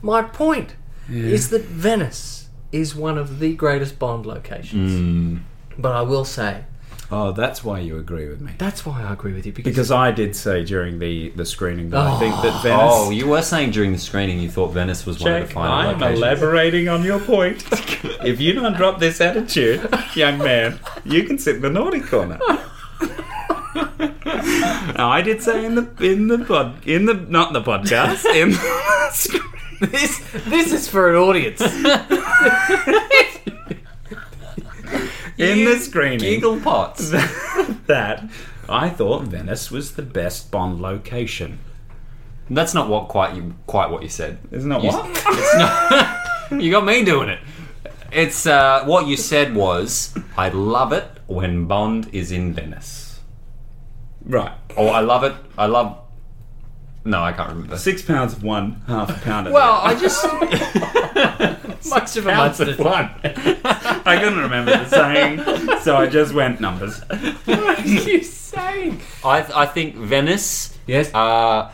Speaker 1: My point is that Venice is one of the greatest Bond locations. But I will say
Speaker 3: oh, that's why you agree with me.
Speaker 1: that's why I agree with you because,
Speaker 3: Because I did say during the, the screening that I
Speaker 1: Oh.
Speaker 3: think that Venice.
Speaker 2: Oh, you were saying during the screening you thought Venice was one of the
Speaker 3: Jack,
Speaker 2: final
Speaker 3: I'm
Speaker 2: locations.
Speaker 3: elaborating on your point. if you don't drop this attitude, young man, you can sit in the naughty corner. now, I did say in the in the pod, in the not in the podcast in the screen-
Speaker 1: this this is for an audience.
Speaker 3: in the screening
Speaker 2: Giggle pots.
Speaker 3: that I thought Venice was the best Bond location.
Speaker 2: That's not what quite you quite what you said.
Speaker 3: Isn't that
Speaker 2: You-
Speaker 3: what?
Speaker 2: It's not. you got me doing it. It's uh, what you said was I love it when Bond is in Venice.
Speaker 3: Right.
Speaker 2: Oh, I love it. I love. No, I can't remember.
Speaker 3: Six pounds of one, half a pound of
Speaker 2: Well, I just
Speaker 1: My much of a
Speaker 3: Counts
Speaker 1: monster.
Speaker 3: as one. I couldn't remember the saying, so I just went numbers.
Speaker 1: What are you saying?
Speaker 2: I, I think Venice,
Speaker 1: Yes.
Speaker 2: uh,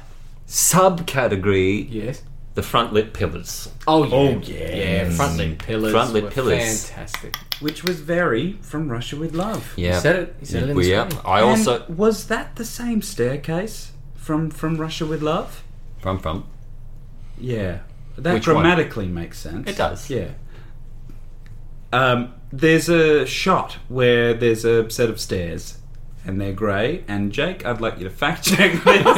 Speaker 2: subcategory,
Speaker 1: yes.
Speaker 2: the front lip pillars.
Speaker 1: Oh yeah.
Speaker 3: Oh, yes.
Speaker 1: Yeah. Front lip pillars.
Speaker 2: Front lip
Speaker 1: were
Speaker 2: pillars.
Speaker 1: Fantastic.
Speaker 3: Which was very from Russia with Love.
Speaker 2: Yeah.
Speaker 1: You said it. You said it in the
Speaker 2: yeah.
Speaker 1: screen.
Speaker 2: I also
Speaker 3: And was that the same staircase from from Russia with Love?
Speaker 2: from from.
Speaker 3: Yeah, that
Speaker 2: Which one?
Speaker 3: grammatically makes sense.
Speaker 2: It does.
Speaker 3: Yeah. Um, there's a shot where there's a set of stairs, and they're grey. And Jake, I'd like you to fact check this.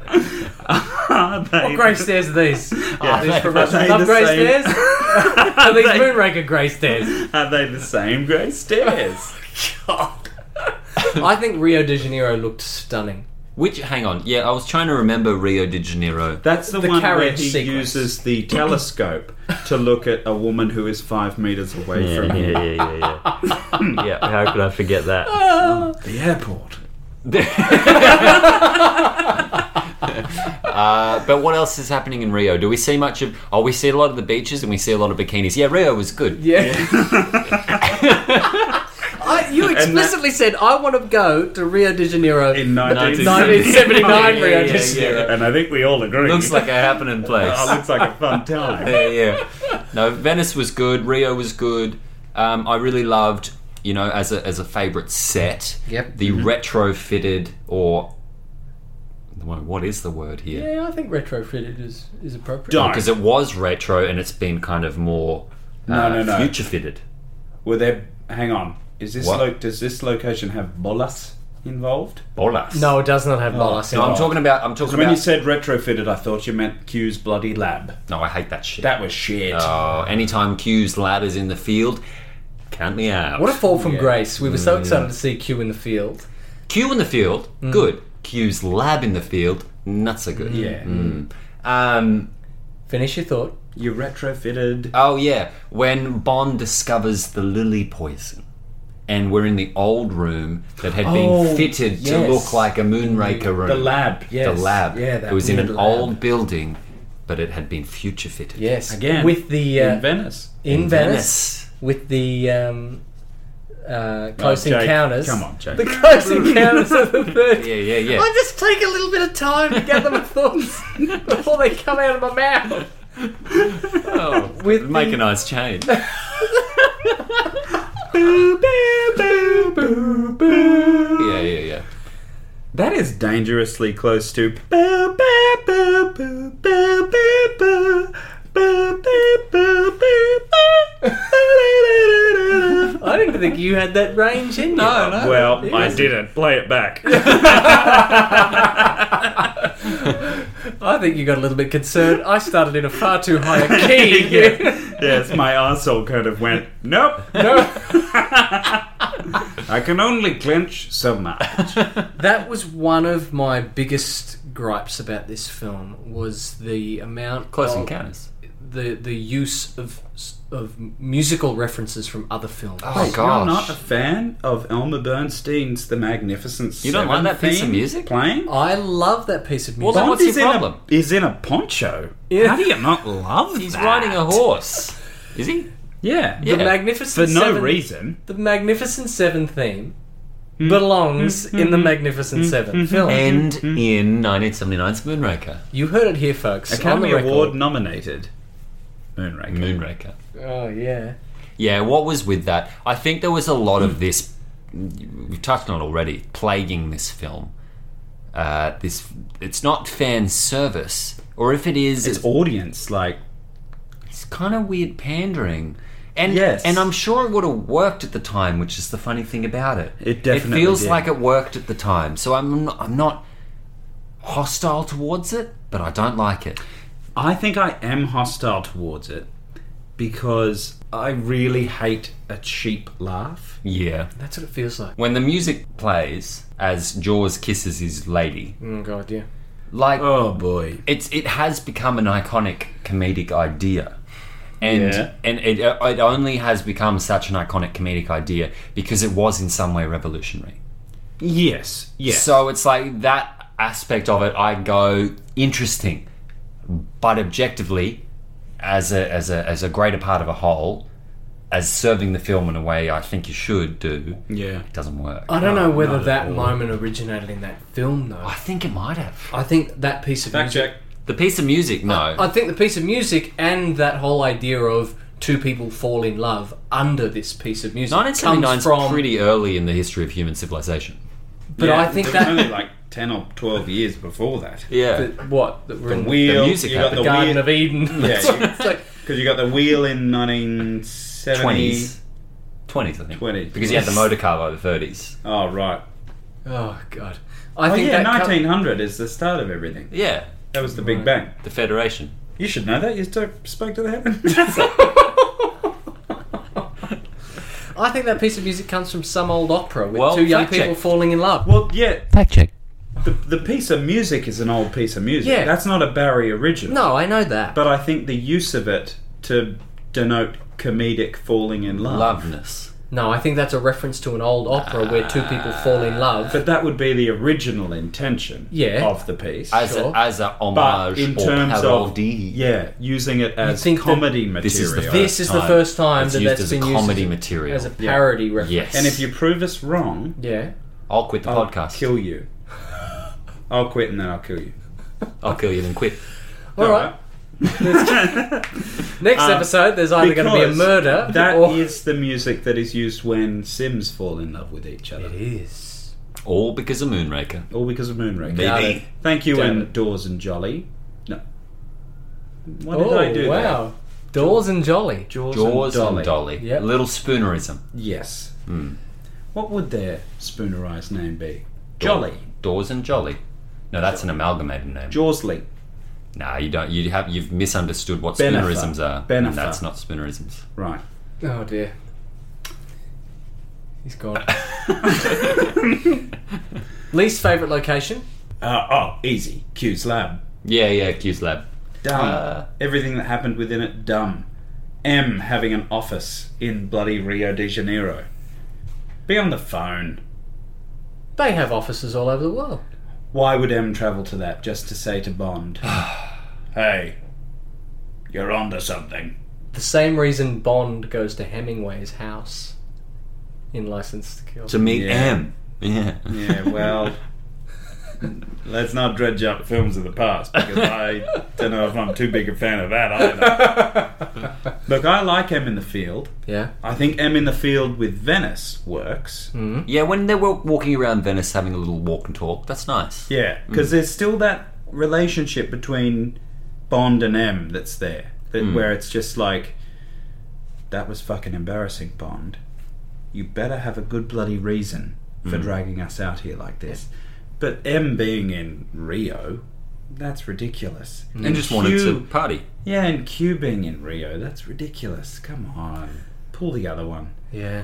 Speaker 3: Are they-
Speaker 1: What grey stairs are these? Are these from
Speaker 3: Are
Speaker 1: Russian
Speaker 3: they
Speaker 1: Love
Speaker 3: the
Speaker 1: grey
Speaker 3: same-
Speaker 1: stairs? Are these
Speaker 3: they-
Speaker 1: Moonraker grey stairs?
Speaker 3: Are they the same grey stairs?
Speaker 1: I think Rio de Janeiro looked stunning.
Speaker 2: Which hang on, yeah, I was trying to remember Rio de Janeiro.
Speaker 3: That's the,
Speaker 1: The
Speaker 3: one where
Speaker 1: carriage
Speaker 3: he
Speaker 1: sequence.
Speaker 3: uses the telescope to look at a woman who is five meters away from him.
Speaker 2: yeah, yeah, yeah. yeah, how could I forget that?
Speaker 3: The airport.
Speaker 2: Uh, but what else is happening in Rio? Do we see much of? Oh, we see a lot of the beaches and we see a lot of bikinis. Yeah, Rio was good.
Speaker 1: Yeah.
Speaker 7: I, you explicitly said I want to go to Rio de Janeiro.
Speaker 3: In 1979.
Speaker 1: 1979 Rio de Janeiro.
Speaker 3: And I think we all agree.
Speaker 2: Looks like a happening place.
Speaker 3: Oh, looks like a fun time.
Speaker 2: yeah, yeah. No, Venice was good. Rio was good. Um, I really loved, you know, as a as a favourite set.
Speaker 1: Yep.
Speaker 2: The
Speaker 3: Mm-hmm.
Speaker 2: retrofitted or well, what is the word here?
Speaker 1: Yeah, I think retrofitted is, is appropriate.
Speaker 3: Don't.
Speaker 2: Because it was retro and it's been kind of more uh,
Speaker 3: No, no, no.
Speaker 2: future fitted.
Speaker 3: Were there? Hang on. Is this
Speaker 2: What?
Speaker 3: lo- does this location have bolas involved?
Speaker 2: Bolas.
Speaker 1: No, it does not
Speaker 3: Oh,
Speaker 1: have bolas in
Speaker 2: No, I'm
Speaker 1: it.
Speaker 2: talking about. I'm talking
Speaker 3: When
Speaker 2: about.
Speaker 3: you said retrofitted, I thought you meant Q's bloody lab.
Speaker 2: no, I hate that shit.
Speaker 3: That was shit.
Speaker 2: oh, anytime Q's lad is in the field, count me out.
Speaker 1: What a fall from grace. We were
Speaker 3: Mm.
Speaker 1: so excited to see Q in the field.
Speaker 2: Q in the field, good. Q's lab in the field, not so good.
Speaker 3: yeah.
Speaker 2: Hmm. Um,
Speaker 1: Finish your thought.
Speaker 3: You retrofitted.
Speaker 2: Oh yeah, when Bond discovers the lily poison, and we're in the old room that had
Speaker 3: Oh,
Speaker 2: been fitted to
Speaker 3: yes.
Speaker 2: look like a Moonraker room.
Speaker 3: The lab,
Speaker 2: The
Speaker 3: yes.
Speaker 2: lab.
Speaker 3: Yeah, that
Speaker 2: it was in
Speaker 3: weird
Speaker 2: an
Speaker 3: lab.
Speaker 2: old building, but it had been future fitted.
Speaker 1: Yes.
Speaker 3: Again.
Speaker 1: With the. Uh,
Speaker 3: in Venice.
Speaker 1: in,
Speaker 2: In
Speaker 1: Venice.
Speaker 2: Venice.
Speaker 1: With the. Um, uh,
Speaker 3: Oh,
Speaker 1: close
Speaker 3: Jake,
Speaker 1: encounters.
Speaker 3: Come on, Jake.
Speaker 1: The close encounters of the third.
Speaker 2: Yeah, yeah, yeah.
Speaker 1: I just take a little bit of time to gather my thoughts before they come out of my mouth.
Speaker 2: Oh,
Speaker 1: With
Speaker 2: make
Speaker 1: the-
Speaker 2: a nice change. Yeah, yeah, yeah.
Speaker 3: That is dangerously close to.
Speaker 1: I didn't think you had that range in you.
Speaker 2: No, no.
Speaker 3: Well, I didn't. Play it back.
Speaker 1: I think you got a little bit concerned. I started in a far too high a key.
Speaker 3: Yes, my arsehole kind of went, nope.
Speaker 1: No,
Speaker 3: I can only clench so much.
Speaker 1: that was one of my biggest gripes about this film was the amount
Speaker 2: Close
Speaker 1: of
Speaker 3: Oh.
Speaker 2: encounters.
Speaker 1: the the use of of musical references from other films.
Speaker 2: Oh
Speaker 3: You're not
Speaker 2: gosh.
Speaker 3: a fan of Elmer Bernstein's The Magnificent
Speaker 2: You don't like
Speaker 3: Seven
Speaker 2: that piece of
Speaker 3: theme
Speaker 2: music?
Speaker 3: Playing?
Speaker 1: I love that piece of music.
Speaker 2: Well, then what's
Speaker 3: is
Speaker 2: your
Speaker 3: in a-
Speaker 2: problem?
Speaker 3: Is in a poncho.
Speaker 1: Yeah.
Speaker 3: How do you not love
Speaker 2: He's
Speaker 3: that?
Speaker 2: riding a horse. Is he?
Speaker 3: Yeah.
Speaker 2: Yeah.
Speaker 1: the Magnificent
Speaker 3: For no
Speaker 1: Seven-
Speaker 3: reason.
Speaker 1: The Magnificent Seven theme
Speaker 3: Hmm.
Speaker 1: belongs in the Magnificent Seven film.
Speaker 2: And in 1979's Moonraker.
Speaker 1: You heard it here, folks. on
Speaker 3: Academy
Speaker 1: the record.
Speaker 3: Award nominated. Moonraker.
Speaker 2: Moonraker.
Speaker 1: Oh yeah.
Speaker 2: Yeah, what was with that? I think there was a lot
Speaker 3: Hmm.
Speaker 2: of this. We've touched on it already. Plaguing this film. Uh, this it's not fan service, or if it is,
Speaker 3: It's
Speaker 2: it's,
Speaker 3: audience, like,
Speaker 2: it's kind of weird pandering. And
Speaker 3: Yes.
Speaker 2: and I'm sure it would have worked at the time, which is the funny thing about it.
Speaker 3: It definitely
Speaker 2: it feels
Speaker 3: did.
Speaker 2: like it worked at the time. So I'm not, I'm not hostile towards it, but I don't like it.
Speaker 3: I think I am hostile towards it because I really hate a cheap laugh.
Speaker 2: Yeah.
Speaker 1: That's what it feels like.
Speaker 2: When the music plays as Jaws kisses his lady,
Speaker 1: Oh god, yeah.
Speaker 2: like
Speaker 3: Oh boy.
Speaker 2: it's it has become an iconic comedic idea and
Speaker 3: Yeah.
Speaker 2: and it, uh, it only has become such an iconic comedic idea because it was in some way revolutionary
Speaker 3: Yes, yes.
Speaker 2: so it's like that aspect of it i go interesting but objectively as a as a as a greater part of a whole, as serving the film in a way I think you should do,
Speaker 3: Yeah.
Speaker 2: it doesn't work.
Speaker 1: I don't know whether
Speaker 3: Oh, not at
Speaker 1: that
Speaker 3: all.
Speaker 1: moment originated in that film, though.
Speaker 2: I think it might have Uh,
Speaker 1: I think that piece of
Speaker 3: Fact
Speaker 1: music.
Speaker 3: check.
Speaker 2: the piece of music. No,
Speaker 1: I think the piece of music and that whole idea of two people fall in love under this piece of music comes
Speaker 2: 1979
Speaker 1: from.
Speaker 2: is pretty early in the history of human civilization.
Speaker 1: but
Speaker 3: Yeah,
Speaker 1: I think
Speaker 3: it was
Speaker 1: that
Speaker 3: only like ten or twelve years before that.
Speaker 2: Yeah,
Speaker 1: that- what that we're
Speaker 3: The
Speaker 1: in
Speaker 3: wheel.
Speaker 2: music
Speaker 3: you got
Speaker 2: happened.
Speaker 3: the
Speaker 1: Garden
Speaker 3: wheel,
Speaker 1: of Eden.
Speaker 3: Yeah, you-
Speaker 1: it's like
Speaker 3: Because you got the wheel in 1970.
Speaker 2: twenties. 20s, I think.
Speaker 3: 20s.
Speaker 2: Because he had the motor car by the 30s.
Speaker 3: Oh, right.
Speaker 1: oh god. I
Speaker 3: Oh,
Speaker 1: think
Speaker 3: yeah,
Speaker 1: that co-
Speaker 3: 1900 is the start of everything.
Speaker 2: Yeah,
Speaker 3: That was the Big Bang.
Speaker 2: the Federation.
Speaker 3: You should know that. You took- spoke to the heaven.
Speaker 1: I think that piece of music comes from some old opera with
Speaker 2: Well,
Speaker 1: two young
Speaker 2: fact check.
Speaker 1: people falling in love.
Speaker 3: well, yeah,
Speaker 2: Fact check.
Speaker 3: the, the piece of music is an old piece of music.
Speaker 1: Yeah.
Speaker 3: That's not a Barry original.
Speaker 1: No, I know that.
Speaker 3: But I think the use of it to denote comedic falling in love.
Speaker 2: Loveness.
Speaker 1: no, I think that's a reference to an old opera where two people fall in love.
Speaker 3: But that would be the original intention
Speaker 1: Yeah.
Speaker 3: of the piece.
Speaker 2: As
Speaker 1: Sure.
Speaker 2: a, as a
Speaker 3: but
Speaker 2: homage
Speaker 3: in
Speaker 2: or
Speaker 3: terms of
Speaker 2: parody.
Speaker 3: yeah, using it as
Speaker 1: think that
Speaker 3: comedy material.
Speaker 2: This is the first
Speaker 1: this is the
Speaker 2: time
Speaker 1: first time
Speaker 2: it's
Speaker 1: that
Speaker 2: used
Speaker 1: that's
Speaker 2: as
Speaker 1: been
Speaker 2: a
Speaker 1: used
Speaker 2: comedy
Speaker 1: as a-
Speaker 2: material.
Speaker 1: as a parody reference.
Speaker 2: Yes.
Speaker 3: and if you prove us wrong,
Speaker 1: Yeah.
Speaker 2: I'll quit the
Speaker 3: I'll
Speaker 2: podcast.
Speaker 3: kill you. I'll quit and then I'll kill you.
Speaker 2: I'll kill you then quit.
Speaker 1: All right. Next episode, there's either going to be a
Speaker 3: Uh, because
Speaker 1: murder
Speaker 3: That is
Speaker 1: or
Speaker 3: the music that is used when Sims fall in love with each other.
Speaker 1: is.
Speaker 2: All because of Moonraker.
Speaker 3: All because of Moonraker.
Speaker 1: Got
Speaker 2: Maybe.
Speaker 1: it.
Speaker 3: Thank you,
Speaker 1: Damn
Speaker 3: and
Speaker 1: it.
Speaker 3: Dawes and Jolly. No. What did
Speaker 1: Oh
Speaker 3: I do? there?
Speaker 1: wow, Dawes and Jolly.
Speaker 3: Jaws,
Speaker 2: Jaws
Speaker 3: and Dolly.
Speaker 2: and Hmm. Dolly.
Speaker 1: Yep.
Speaker 2: Little spoonerism.
Speaker 3: Yes. What would their spoonerized name be? Jolly.
Speaker 2: Dawes and Jolly. No, that's an amalgamated name.
Speaker 3: Jawsley.
Speaker 2: nah, you don't. You have. You've misunderstood what
Speaker 3: Benefer.
Speaker 2: spoonerisms are.
Speaker 3: Benefer.
Speaker 2: And that's not spoonerisms.
Speaker 3: Right.
Speaker 1: Oh dear, he's gone. Least favorite location?
Speaker 3: Uh, oh, easy. Q's Lab.
Speaker 2: Yeah, yeah. Q's Lab.
Speaker 3: Dumb.
Speaker 2: Uh.
Speaker 3: Everything that happened within it, dumb. M having an office in bloody Rio de Janeiro. Be on the phone.
Speaker 1: They have offices all over the world.
Speaker 3: Why would M travel to that just to say to Bond, hey, you're onto something?
Speaker 1: The same reason Bond goes to Hemingway's house in License to Kill.
Speaker 2: To meet
Speaker 3: Yeah.
Speaker 2: M. Yeah.
Speaker 3: Yeah, well, let's not dredge up films of the past because I don't know if I'm too big a fan of that either. Look, I like M in the Field.
Speaker 1: yeah,
Speaker 3: I think M in the Field with Venice works.
Speaker 2: yeah. When they're wa- walking around Venice, having a little walk and talk, that's nice.
Speaker 3: Yeah,
Speaker 2: Mm.
Speaker 3: because there's still that relationship between Bond and M that's there, that,
Speaker 2: Mm.
Speaker 3: where it's just like, that was fucking embarrassing, Bond. You better have a good bloody reason
Speaker 2: Mm.
Speaker 3: for dragging us out here like this. But M being in Rio, that's ridiculous.
Speaker 2: And just
Speaker 3: Mm.
Speaker 2: wanted to party.
Speaker 3: Yeah, and Q being in Rio, that's ridiculous. Come on, pull the other one.
Speaker 1: yeah,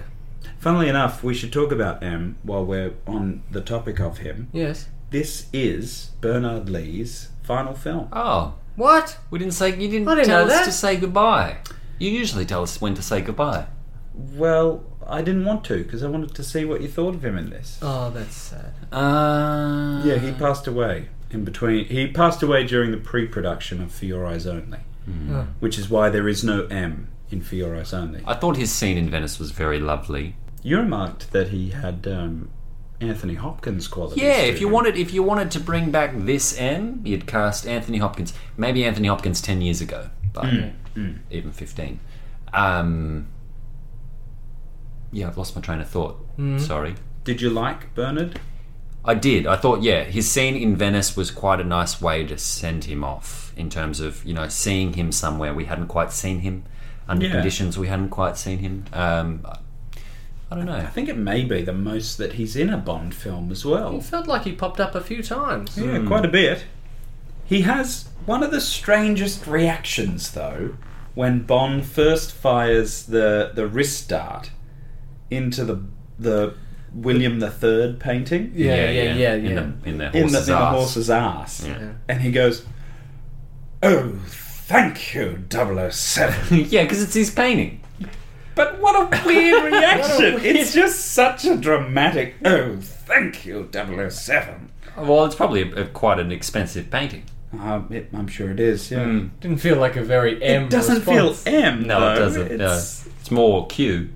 Speaker 3: Funnily enough, we should talk about M while we're on the topic of him.
Speaker 1: yes.
Speaker 3: This is Bernard Lee's final film.
Speaker 2: Oh,
Speaker 1: What?
Speaker 2: we didn't say. You didn't,
Speaker 1: I didn't
Speaker 2: tell
Speaker 1: know
Speaker 2: us
Speaker 1: that.
Speaker 2: to say goodbye. You usually tell us when to say goodbye.
Speaker 3: Well, I didn't want to because I wanted to see what you thought of him in this.
Speaker 1: Oh, that's sad.
Speaker 2: Uh,
Speaker 3: Yeah, he passed away in between. He passed away during the pre-production of For Your Eyes Only,
Speaker 1: Oh.
Speaker 3: which is why there is no M in For Your Eyes Only.
Speaker 2: I thought his scene in Venice was very lovely.
Speaker 3: You remarked that he had um, Anthony Hopkins qualities.
Speaker 2: Yeah,
Speaker 3: to
Speaker 2: if you
Speaker 3: him.
Speaker 2: wanted, if you wanted to bring back this M, you'd cast Anthony Hopkins. Maybe Anthony Hopkins ten years ago, but
Speaker 1: Hmm.
Speaker 3: Hmm.
Speaker 2: even fifteen. Um, yeah, I've lost my train of thought.
Speaker 1: Hmm.
Speaker 2: Sorry.
Speaker 3: Did you like Bernard?
Speaker 2: I did. I thought, yeah, his scene in Venice was quite a nice way to send him off in terms of, you know, seeing him somewhere we hadn't quite seen him, under
Speaker 3: Yeah.
Speaker 2: conditions we hadn't quite seen him. Um, I, I don't know.
Speaker 3: I think it may be the most that he's in a Bond film as
Speaker 1: He
Speaker 3: well.
Speaker 1: felt like he popped up a few times.
Speaker 3: Yeah, quite a bit. He has one of the strangest reactions though when Bond first fires the the wrist dart into the the William the Third painting
Speaker 1: Yeah, yeah, yeah, yeah.
Speaker 2: In the, in the
Speaker 3: in the, in
Speaker 2: horse's
Speaker 3: the
Speaker 2: arse.
Speaker 3: horse's ass, and he goes, "Oh, thank you, 007.
Speaker 2: yeah, because it's his painting.
Speaker 3: But what a weird reaction! It's just such a dramatic. Oh, thank you, 007.
Speaker 2: Well, it's probably a, a- quite an expensive painting.
Speaker 3: Um, it, I'm sure it is. Yeah.
Speaker 1: Didn't feel like a very M.
Speaker 3: It doesn't
Speaker 1: response.
Speaker 3: feel M.
Speaker 2: No,
Speaker 3: though.
Speaker 2: it doesn't. No.
Speaker 3: It's,
Speaker 2: It's more Q.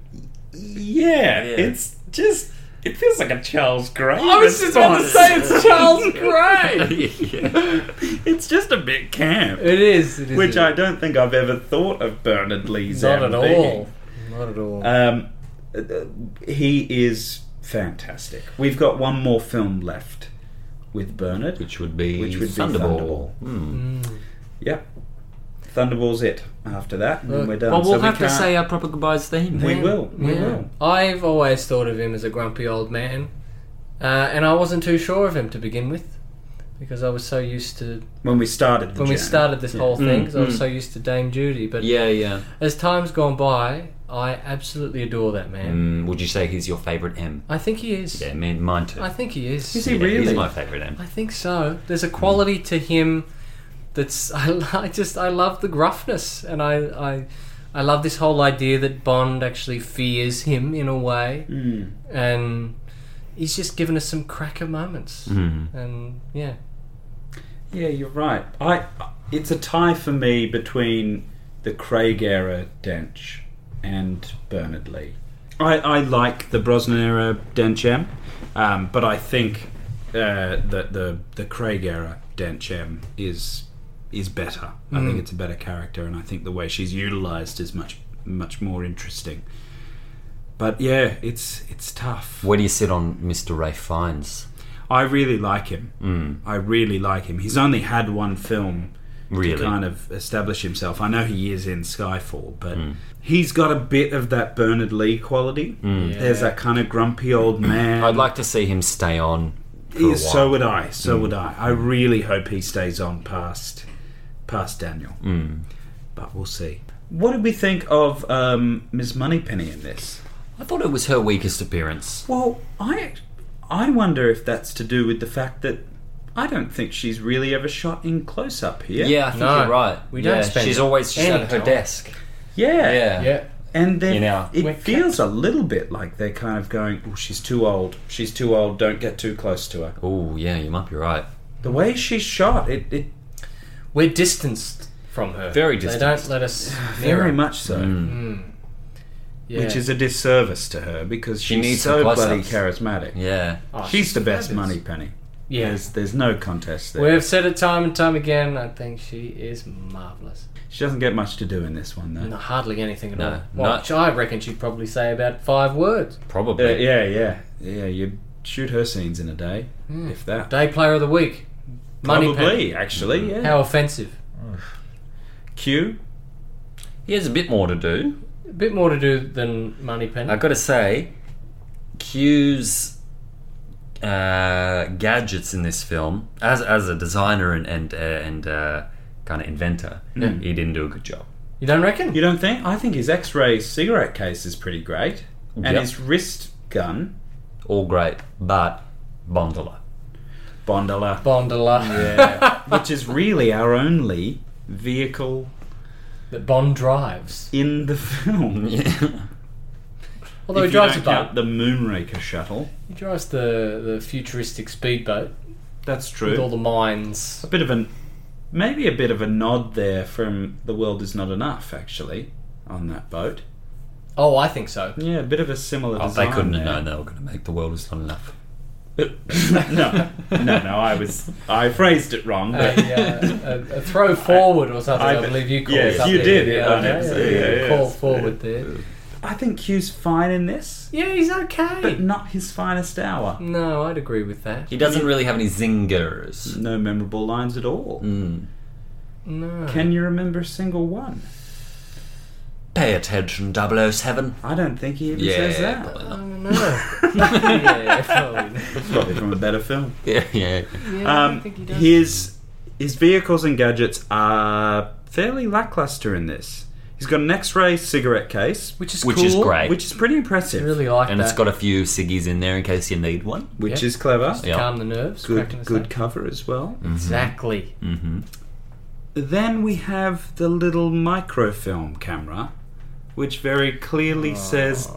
Speaker 3: yeah, it's just. It feels like a Charles Gray.
Speaker 1: I was just about to say it's Charles Gray.
Speaker 2: yeah.
Speaker 3: it's just a bit camp.
Speaker 1: It is. It is
Speaker 3: which
Speaker 1: a-
Speaker 3: I don't think I've ever thought of Bernard Lee's
Speaker 1: not at
Speaker 3: M
Speaker 1: all.
Speaker 3: being.
Speaker 1: Not at all.
Speaker 3: Um, uh, he is fantastic. We've got one more film left with Bernard,
Speaker 2: Which would be
Speaker 3: which would be
Speaker 2: Thunderball. Hmm.
Speaker 3: Thunderball.
Speaker 1: Mm.
Speaker 3: Yeah, Thunderball's it. After that, and then we're done.
Speaker 2: Well, we'll
Speaker 3: So we
Speaker 2: have to
Speaker 3: can't-
Speaker 2: say our proper goodbyes theme.
Speaker 3: we
Speaker 2: then.
Speaker 3: will. We
Speaker 1: Yeah.
Speaker 3: will.
Speaker 1: I've always thought of him as a grumpy old man, uh, and I wasn't too sure of him to begin with, because I was so used to
Speaker 3: When we started. The
Speaker 1: when we
Speaker 3: journey.
Speaker 1: started this whole thing. 'cause I was
Speaker 2: mm.
Speaker 1: so used to Dame Judy, but
Speaker 2: Yeah, yeah.
Speaker 1: as time's gone by, I absolutely adore that man.
Speaker 2: Mm, would you say he's your favourite M?
Speaker 1: I think he is.
Speaker 2: Yeah, man, mine too.
Speaker 1: I think he is.
Speaker 3: Is he
Speaker 2: Yeah,
Speaker 3: really?
Speaker 2: He's my favourite M.
Speaker 1: I think so. There's a quality to him that's I, I just I love the gruffness, and I I I love this whole idea that Bond actually fears him in a way,
Speaker 3: Mm.
Speaker 1: and he's just given us some cracker moments,
Speaker 2: Mm.
Speaker 1: and yeah,
Speaker 3: Yeah, you're right. I. It's a tie for me between the Craig era Dench and Bernard Lee. I, I like the Brosnan era Dench M, um, but I think uh, that the the Craig era Dench M is is better. I think it's a better character, and I think the way she's utilized is much much more interesting. But yeah, it's it's tough.
Speaker 2: Where do you sit on Mr. Ray Fiennes?
Speaker 3: I really like him.
Speaker 2: Mm.
Speaker 3: I really like him. He's only had one film
Speaker 2: Really?
Speaker 3: to kind of establish himself. I know he is in Skyfall, but
Speaker 2: Mm.
Speaker 3: he's got a bit of that Bernard Lee quality. There's that kind of grumpy old man.
Speaker 2: Mm. I'd like to see him stay on. For a
Speaker 3: Yeah,
Speaker 2: while. Mm.
Speaker 3: so would I. So would I. I really hope he stays on past past Daniel.
Speaker 2: Mm.
Speaker 3: But we'll see. What did we think of um, Ms. Moneypenny in this?
Speaker 2: I thought it was her weakest appearance.
Speaker 3: Well, I I wonder if that's to do with the fact that I don't think she's really ever shot in close up here.
Speaker 2: Yeah, I think
Speaker 1: No,
Speaker 2: you're right.
Speaker 1: we don't
Speaker 2: Yeah,
Speaker 1: spend
Speaker 2: she's always just
Speaker 1: any
Speaker 2: at her
Speaker 1: time.
Speaker 2: desk.
Speaker 3: Yeah.
Speaker 2: Yeah.
Speaker 3: And then
Speaker 2: You know,
Speaker 3: it
Speaker 1: we're
Speaker 3: feels a little bit like they're kind of going, "Oh, she's too old. She's too old. Don't get too close to her."
Speaker 2: Oh, yeah, you might be right.
Speaker 3: The way she's shot, it, it
Speaker 1: we're distanced from her.
Speaker 2: Very
Speaker 1: They
Speaker 2: distanced.
Speaker 1: don't let us near
Speaker 3: very
Speaker 1: her. Mm.
Speaker 3: much so,
Speaker 2: Mm. Hmm.
Speaker 1: Yeah.
Speaker 3: which is a disservice to her because she's
Speaker 2: needs
Speaker 3: so
Speaker 2: the
Speaker 3: bloody
Speaker 2: close-ups.
Speaker 3: charismatic.
Speaker 2: Yeah.
Speaker 1: Oh,
Speaker 3: She's the best
Speaker 1: fabulous.
Speaker 3: money penny.
Speaker 1: Yeah.
Speaker 3: There's there's no contest there.
Speaker 1: We've said it time and time again. I think she is marvelous.
Speaker 3: she doesn't get much to do in this one though.
Speaker 1: No, hardly anything at
Speaker 2: No,
Speaker 1: all. Well,
Speaker 2: not-
Speaker 1: I reckon she'd probably say about five words.
Speaker 2: Probably.
Speaker 3: Uh, yeah, yeah, yeah. You shoot her scenes in a day, if that.
Speaker 1: Day player of the week. Money
Speaker 3: Probably, actually, yeah.
Speaker 1: How offensive.
Speaker 3: Q.
Speaker 2: He has a bit more to do.
Speaker 1: A bit more to do than money penny.
Speaker 2: I've got to say, Q's uh, gadgets in this film, as as a designer and and uh, and uh, kind of inventor, he didn't do a good job.
Speaker 1: you don't reckon?
Speaker 3: You don't think? I think his X-ray cigarette case is pretty great, and
Speaker 2: Yep.
Speaker 3: his wrist gun
Speaker 2: All great, but Bondola.
Speaker 3: gondola,
Speaker 1: Bondola.
Speaker 3: yeah, which is really our only vehicle
Speaker 1: that Bond drives.
Speaker 3: in the
Speaker 2: Oh,
Speaker 3: film.
Speaker 1: Although
Speaker 3: If
Speaker 1: he
Speaker 3: you
Speaker 1: drives a
Speaker 3: don't
Speaker 1: boat.
Speaker 3: count the Moonraker shuttle.
Speaker 1: He drives the, the futuristic speedboat
Speaker 3: That's
Speaker 1: with all
Speaker 3: true.
Speaker 1: the mines.
Speaker 3: A bit of an, maybe a bit of a nod there from "The World Is Not Enough," actually, on that boat.
Speaker 1: Oh, I think so.
Speaker 3: Yeah, a bit of a similar.
Speaker 2: Oh, they
Speaker 3: design
Speaker 2: couldn't
Speaker 3: there.
Speaker 2: have known they were going to make the world was not enough.
Speaker 3: no, no, no. I was I phrased it wrong.
Speaker 1: A,
Speaker 3: But
Speaker 1: uh, a, a throw forward or something, I,
Speaker 3: I-
Speaker 1: believe you called
Speaker 3: yeah,
Speaker 1: it. up
Speaker 3: you
Speaker 1: there
Speaker 3: did,
Speaker 1: the
Speaker 3: yeah,
Speaker 1: other
Speaker 3: I did,
Speaker 1: day.
Speaker 3: yeah,
Speaker 1: You
Speaker 3: yeah,
Speaker 1: call
Speaker 3: yeah.
Speaker 1: forward there.
Speaker 3: I think Q's fine in this,
Speaker 1: Yeah, he's okay.
Speaker 3: but not his finest hour.
Speaker 1: no, I'd agree with that.
Speaker 2: He doesn't really have any zingers.
Speaker 3: No memorable lines at all.
Speaker 2: Mm.
Speaker 1: No.
Speaker 3: Can you remember a single one?
Speaker 2: Pay attention, 007.
Speaker 3: I don't think he even
Speaker 2: Yeah,
Speaker 3: says that.
Speaker 2: probably
Speaker 1: I
Speaker 2: not.
Speaker 1: don't know. yeah, probably not.
Speaker 3: Probably from a better film.
Speaker 2: Yeah, yeah.
Speaker 1: Yeah, I
Speaker 3: Um,
Speaker 1: think he does.
Speaker 3: his his vehicles and gadgets are fairly lackluster in this. He's got an X-ray cigarette case,
Speaker 1: which is
Speaker 2: Which
Speaker 1: cool.
Speaker 2: is great.
Speaker 3: which is pretty impressive.
Speaker 1: Really like
Speaker 2: And
Speaker 1: that.
Speaker 2: it's got a few ciggies in there in case you need one.
Speaker 3: which
Speaker 1: Yeah.
Speaker 3: is clever.
Speaker 2: Yeah.
Speaker 1: calm the nerves. cracking
Speaker 3: Good,
Speaker 1: us
Speaker 3: good
Speaker 1: up.
Speaker 3: cover as well.
Speaker 2: Mm-hmm.
Speaker 1: Exactly.
Speaker 3: Then we have the little microfilm camera which very clearly
Speaker 2: Ah.
Speaker 3: says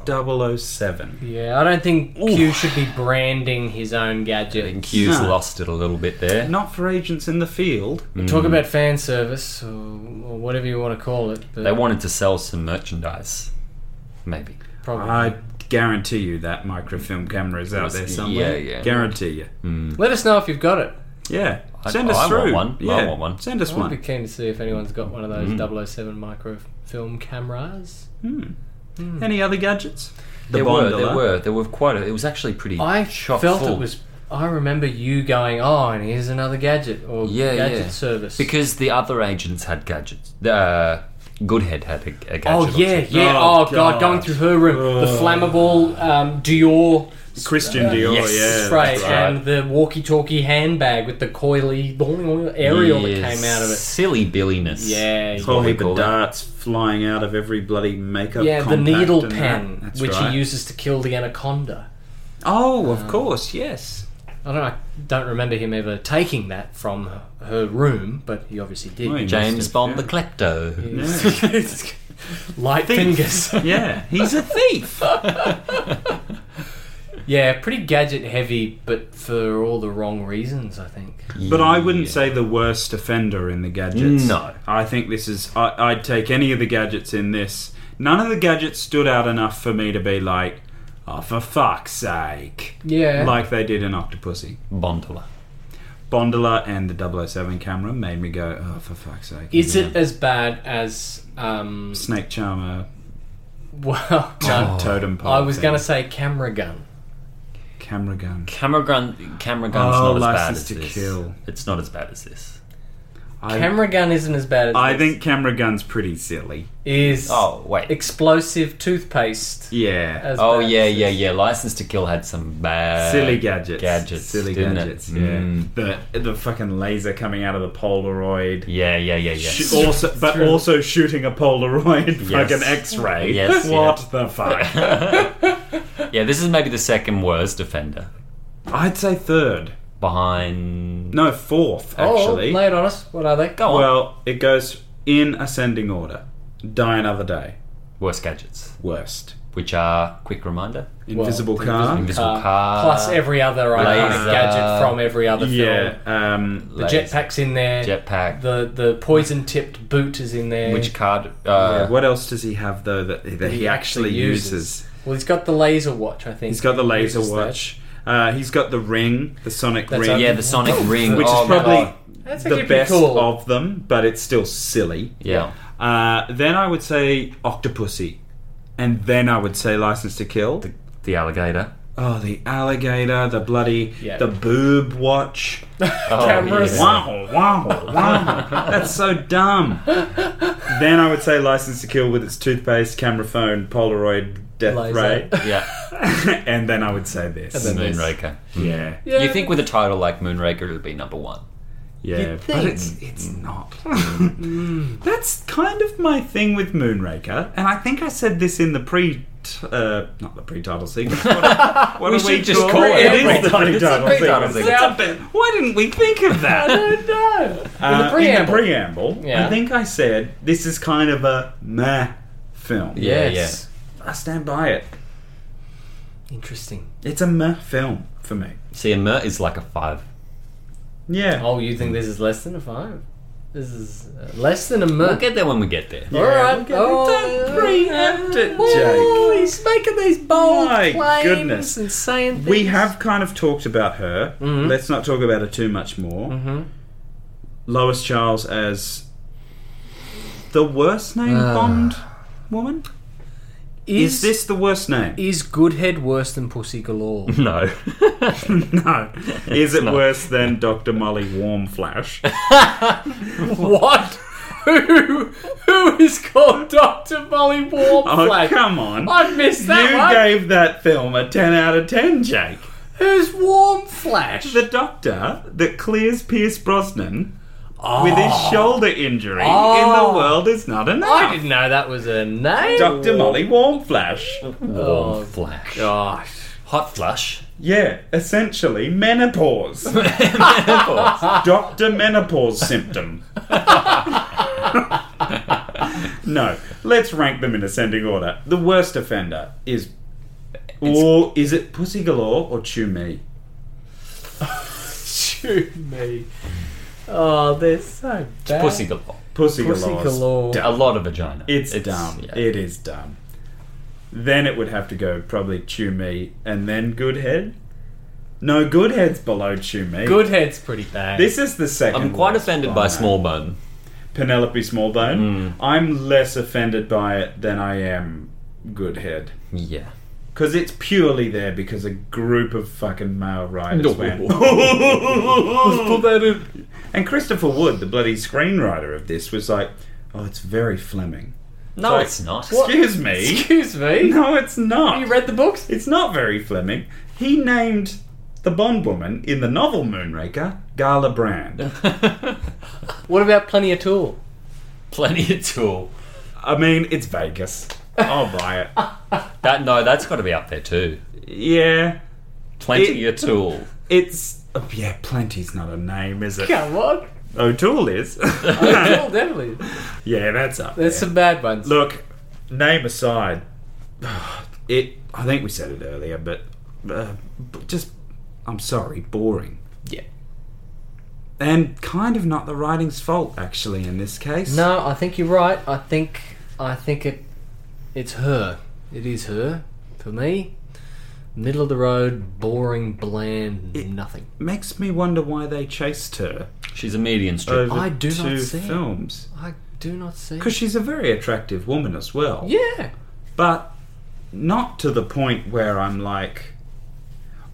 Speaker 3: 007.
Speaker 1: Yeah, I don't think Q should be branding his own gadget.
Speaker 2: And Q's
Speaker 3: Huh.
Speaker 2: lost it a little bit there. Mm.
Speaker 3: Not for agents in the field.
Speaker 2: Hmm.
Speaker 1: Talk about fan service or, or whatever you want to call it. But
Speaker 2: They wanted to sell some merchandise, maybe.
Speaker 1: probably.
Speaker 3: I guarantee you that microfilm camera is out there somewhere.
Speaker 2: Yeah, yeah.
Speaker 3: Guarantee you.
Speaker 1: Let us know if you've got it.
Speaker 3: Yeah.
Speaker 2: I-
Speaker 3: Send us
Speaker 2: I want
Speaker 3: through.
Speaker 2: one. I
Speaker 3: Yeah.
Speaker 2: want one. Oh, Hmm.
Speaker 3: Send us
Speaker 1: I'd be
Speaker 3: one.
Speaker 1: keen to see if anyone's got one of those 007 microfilm cameras.
Speaker 3: Hmm.
Speaker 2: Hmm.
Speaker 3: Any other gadgets? The
Speaker 2: there were,
Speaker 3: Bondola.
Speaker 2: there were, there were quite. A, it was actually pretty.
Speaker 1: I
Speaker 2: chock
Speaker 1: felt
Speaker 2: full.
Speaker 1: it was. I remember you going, "Oh, and here's another gadget or
Speaker 2: Yeah,
Speaker 1: gadget
Speaker 2: yeah.
Speaker 1: service."
Speaker 2: because the other agents had gadgets. Uh, Goodhead had a, a gadget.
Speaker 1: oh
Speaker 2: or
Speaker 1: yeah,
Speaker 2: two.
Speaker 1: yeah.
Speaker 3: Oh,
Speaker 1: Oh, god.
Speaker 3: God.
Speaker 1: going through her room, the
Speaker 3: Ugh.
Speaker 1: flammable um, Dior
Speaker 3: Christian Dior.
Speaker 2: yes.
Speaker 3: Yeah.
Speaker 1: spray
Speaker 3: that's right.
Speaker 1: and the walkie-talkie handbag with the coily aerial that came out of it.
Speaker 2: Silly billiness.
Speaker 1: Yeah,
Speaker 2: is
Speaker 1: yeah.
Speaker 2: what
Speaker 3: Holy
Speaker 2: we call
Speaker 3: the
Speaker 2: it.
Speaker 3: darts flying out of every bloody makeup.
Speaker 1: Yeah, the
Speaker 3: compact
Speaker 1: needle
Speaker 3: and
Speaker 1: pen,
Speaker 3: that. That's
Speaker 1: which
Speaker 3: right.
Speaker 1: he Ah. uses to kill the anaconda.
Speaker 3: Oh, of course, yes.
Speaker 1: I don't, I don't remember him ever taking that from her, her room, but he obviously did.
Speaker 3: Oh, he
Speaker 2: James
Speaker 3: Must have,
Speaker 2: Bond,
Speaker 3: yeah.
Speaker 2: the klepto.
Speaker 1: Light fingers.
Speaker 3: Yeah, he's a thief.
Speaker 1: yeah, pretty gadget heavy, but for all the wrong reasons, I think.
Speaker 3: But I wouldn't
Speaker 2: Yeah.
Speaker 3: say the worst offender in the gadgets.
Speaker 2: No.
Speaker 3: I think this is. I, I'd take any of the gadgets in this. None of the gadgets stood out enough for me to be like, oh, for fuck's sake.
Speaker 1: Yeah.
Speaker 3: Like they did in Octopussy.
Speaker 2: Bondola.
Speaker 3: Bondola and the 007 camera made me go, oh, for fuck's sake.
Speaker 1: Is it as bad as. Um,
Speaker 3: Snake Charmer,
Speaker 1: well, no.
Speaker 3: Totem Pole.
Speaker 1: I was
Speaker 3: thing.
Speaker 1: going to say camera gun.
Speaker 3: Camera gun.
Speaker 2: Camera gun. Camera gun's
Speaker 3: Oh,
Speaker 2: not as bad
Speaker 3: License
Speaker 2: as
Speaker 3: to
Speaker 2: this.
Speaker 3: Kill.
Speaker 2: It's not as bad as this.
Speaker 3: I-
Speaker 1: camera gun isn't as bad as.
Speaker 3: I
Speaker 1: this.
Speaker 3: think camera gun's pretty silly.
Speaker 1: Is
Speaker 2: Oh wait.
Speaker 1: explosive toothpaste.
Speaker 3: Yeah.
Speaker 1: As
Speaker 2: oh
Speaker 1: bad as
Speaker 2: yeah,
Speaker 1: this.
Speaker 2: yeah, yeah. License to Kill had some bad
Speaker 3: silly gadgets.
Speaker 2: Uh, gadgets,
Speaker 3: Silly
Speaker 2: didn't it?
Speaker 3: gadgets.
Speaker 2: Mm.
Speaker 3: Yeah. The the fucking laser coming out of the Polaroid.
Speaker 2: Yeah, yeah, yeah, yeah.
Speaker 3: Sh- also, but also shooting a
Speaker 2: Yes.
Speaker 3: Polaroid fucking X-ray.
Speaker 2: Yes,
Speaker 3: What the fuck?
Speaker 2: yeah, this is maybe the second worst offender
Speaker 3: I'd say third.
Speaker 2: behind.
Speaker 3: No, fourth
Speaker 1: Oh,
Speaker 3: actually.
Speaker 1: lay it on us. What are they?
Speaker 2: Go on.
Speaker 3: well, it goes in ascending order. Die another day.
Speaker 2: worst gadgets,
Speaker 3: Worst.
Speaker 2: which are quick reminder,
Speaker 3: Invisible
Speaker 1: Well,
Speaker 3: car.
Speaker 2: invisible
Speaker 1: Uh,
Speaker 2: car,
Speaker 1: Plus every other iconic
Speaker 2: laser.
Speaker 1: gadget from every other film.
Speaker 3: yeah. Um,
Speaker 1: The jetpack's in there.
Speaker 2: jetpack.
Speaker 1: The the poison tipped boot is in there.
Speaker 2: which card? Uh,
Speaker 3: what else does he have though that, that he, actually uses?
Speaker 1: Well, he's got the laser watch. I think
Speaker 3: He's got the laser
Speaker 1: uses that.
Speaker 3: watch. Uh, he's got the ring, the sonic
Speaker 1: That's
Speaker 3: ring,
Speaker 2: yeah, the Sonic ring,
Speaker 3: which
Speaker 2: oh,
Speaker 3: is probably
Speaker 2: God.
Speaker 1: That's actually
Speaker 3: the
Speaker 1: pretty
Speaker 3: best
Speaker 1: cool.
Speaker 3: of them, but it's still silly.
Speaker 2: yeah.
Speaker 3: Uh, then I would say Octopussy, and then I would say License to Kill.
Speaker 2: The alligator.
Speaker 3: oh, the alligator, the bloody,
Speaker 1: Yeah.
Speaker 3: the boob watch.
Speaker 2: Oh,
Speaker 1: Cameras.
Speaker 2: yeah.
Speaker 3: Wow, wow, wow! That's so dumb. Then I would say License to Kill with its toothpaste, camera phone, Polaroid, death
Speaker 1: Laser.
Speaker 3: ray,
Speaker 2: Yeah,
Speaker 3: and then I would say this.
Speaker 1: And then-
Speaker 2: Moonraker.
Speaker 3: yeah,
Speaker 1: Yeah.
Speaker 2: You think with a title like Moonraker, it'll be number one?
Speaker 3: Yeah,
Speaker 1: You'd
Speaker 3: but
Speaker 1: think.
Speaker 3: it's it's not. That's kind of my thing with Moonraker, and I think I said this in the pre, t- uh, not the pre-title sequence. What, what
Speaker 2: We
Speaker 3: do
Speaker 2: should just
Speaker 3: call
Speaker 2: call it
Speaker 3: It
Speaker 2: a
Speaker 3: is the
Speaker 2: pre-title. It's a
Speaker 3: pre-title
Speaker 2: pre-title
Speaker 3: sequence.
Speaker 2: sequence.
Speaker 3: It's a bit- Why didn't we think of that?
Speaker 1: no.
Speaker 3: Uh,
Speaker 1: the preamble.
Speaker 3: In the preamble,
Speaker 1: Yeah.
Speaker 3: I think I said this is kind of a meh film.
Speaker 1: Yes.
Speaker 3: I stand by it.
Speaker 1: Interesting.
Speaker 3: It's a meh film for me.
Speaker 2: See, a mer is like a five.
Speaker 3: Yeah.
Speaker 1: Oh, you think this is less than a five? This is uh, less than a
Speaker 2: We'll
Speaker 1: merc.
Speaker 2: get there when we get there.
Speaker 1: All right.
Speaker 3: Yeah, we'll get-
Speaker 1: Oh,
Speaker 3: don't preempt it,
Speaker 1: Whoa,
Speaker 3: Jake.
Speaker 1: he's making these bold
Speaker 3: My
Speaker 1: claims
Speaker 3: goodness.
Speaker 1: and saying things.
Speaker 3: We have kind of talked about her.
Speaker 1: Mm-hmm.
Speaker 3: Let's not talk about her too much more. Lois Charles as the worst name
Speaker 1: Ah.
Speaker 3: Bond woman. Is, this the worst name?
Speaker 1: is Goodhead worse than Pussy Galore?
Speaker 2: No.
Speaker 3: no. Is it worse than Dr. Molly Warmflash?
Speaker 1: what? who who is called Doctor Molly
Speaker 3: Oh,
Speaker 1: Warmflash?
Speaker 3: come on!
Speaker 1: I missed that
Speaker 3: you
Speaker 1: one.
Speaker 3: gave that film a ten out of ten, Jake.
Speaker 1: Who's Warmflash?
Speaker 3: The doctor that clears Pierce Brosnan with his shoulder injury in
Speaker 1: Oh.
Speaker 3: the world is not enough.
Speaker 1: I didn't know that was a name.
Speaker 3: Dr. Molly Warmflash.
Speaker 1: Oh,
Speaker 2: Flash.
Speaker 1: gosh.
Speaker 2: Hot flush.
Speaker 3: Yeah, essentially menopause. Doctor menopause symptom. no, let's rank them in ascending order. The worst offender is, or is it Pussy Galore or Chew Me?
Speaker 1: Shoot me. Oh, they're so bad.
Speaker 2: Pussy galore.
Speaker 3: Pussy,
Speaker 1: Pussy
Speaker 3: Galore's
Speaker 1: galore.
Speaker 3: dumb.
Speaker 2: A lot of vagina.
Speaker 3: It's, dumb.
Speaker 2: yeah.
Speaker 3: It is dumb. Then it would have to go probably Chew Me and then Good Head. No, Good Head's below Chew Me.
Speaker 1: Goodhead's pretty bad.
Speaker 3: This is the second.
Speaker 2: I'm quite
Speaker 3: worst
Speaker 2: offended by
Speaker 3: that.
Speaker 2: Smallbone.
Speaker 3: Penelope Smallbone.
Speaker 1: Hmm.
Speaker 3: I'm less offended by it than I am Good Head.
Speaker 2: Yeah.
Speaker 3: Because it's purely there because a group of fucking male writers
Speaker 2: No.
Speaker 1: Oh.
Speaker 3: went. and Christopher Wood, the bloody screenwriter of this, was like, "Oh, it's very Fleming."
Speaker 2: No,
Speaker 3: Sorry.
Speaker 2: it's not.
Speaker 3: Excuse me.
Speaker 1: Excuse me.
Speaker 3: No, it's not.
Speaker 1: You read the books?
Speaker 3: it's not very Fleming. He named the Bond woman in the novel Moonraker Gala Brand.
Speaker 1: What about Plenty of Tool?
Speaker 2: Plenty of tool.
Speaker 3: I mean, it's Vegas. I'll buy it.
Speaker 2: That no, that's got to be up there too.
Speaker 3: Yeah,
Speaker 2: Plenty of tool.
Speaker 3: it's oh, yeah. Plenty's not a name, is it?
Speaker 1: Come on.
Speaker 3: O'Toole is.
Speaker 1: Tool, definitely.
Speaker 3: yeah, that's up.
Speaker 1: There's
Speaker 3: there.
Speaker 1: some bad ones.
Speaker 3: Look, name aside, it. I think we said it earlier, but uh, b- just I'm sorry, boring,
Speaker 1: Yeah.
Speaker 3: and kind of not the writing's fault actually in this case.
Speaker 1: No, I think you're right. I think I think it it's her. It is her for me. Middle of the road, boring, bland, nothing.
Speaker 3: makes me wonder why they chased her
Speaker 2: She's a median strip.
Speaker 3: over
Speaker 1: I do
Speaker 3: two
Speaker 1: not see it.
Speaker 3: films
Speaker 1: I do not see.
Speaker 3: because she's a very attractive woman as well.
Speaker 1: yeah.
Speaker 3: but not to the point where I'm like,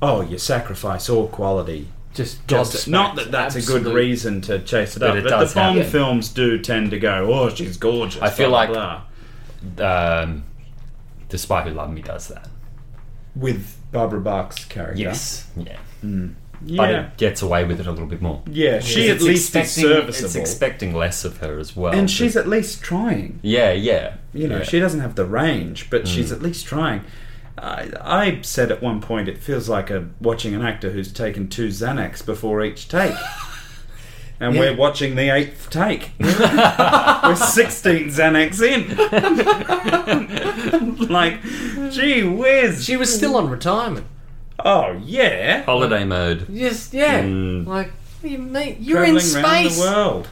Speaker 3: oh, you sacrifice all quality.
Speaker 1: Just
Speaker 3: Just
Speaker 1: just
Speaker 3: not that that's a good reason to chase it
Speaker 2: But
Speaker 3: up,
Speaker 2: it
Speaker 3: but
Speaker 2: does
Speaker 3: the Bond
Speaker 2: happen.
Speaker 3: films do tend to go, oh, she's gorgeous.
Speaker 2: I feel
Speaker 3: blah,
Speaker 2: like-
Speaker 3: blah.
Speaker 2: Um, the spy who loved me does that.
Speaker 3: with Barbara Bach's character,
Speaker 2: Yes. Yeah. But
Speaker 3: yeah,
Speaker 2: it gets away with it a little bit more.
Speaker 3: yeah, she at
Speaker 2: It's
Speaker 3: least is
Speaker 2: expecting- It's
Speaker 3: serviceable,
Speaker 2: expecting less of her as well.
Speaker 3: and she's at least trying.
Speaker 2: yeah, yeah.
Speaker 3: You know,
Speaker 2: yeah. Mm.
Speaker 3: she doesn't have the range, but she's at least trying. I, I said at one point, it feels like a, watching an actor who's taken two Xanax before each take. And
Speaker 1: Yeah.
Speaker 3: we're watching the eighth take. we're 16 Xanax in. like, gee whiz.
Speaker 1: She was still on retirement.
Speaker 3: Oh, yeah.
Speaker 2: holiday mode.
Speaker 1: Just yeah.
Speaker 2: Mm.
Speaker 1: Like what do you mean? You're in
Speaker 3: Travelling round
Speaker 1: space.
Speaker 3: the world.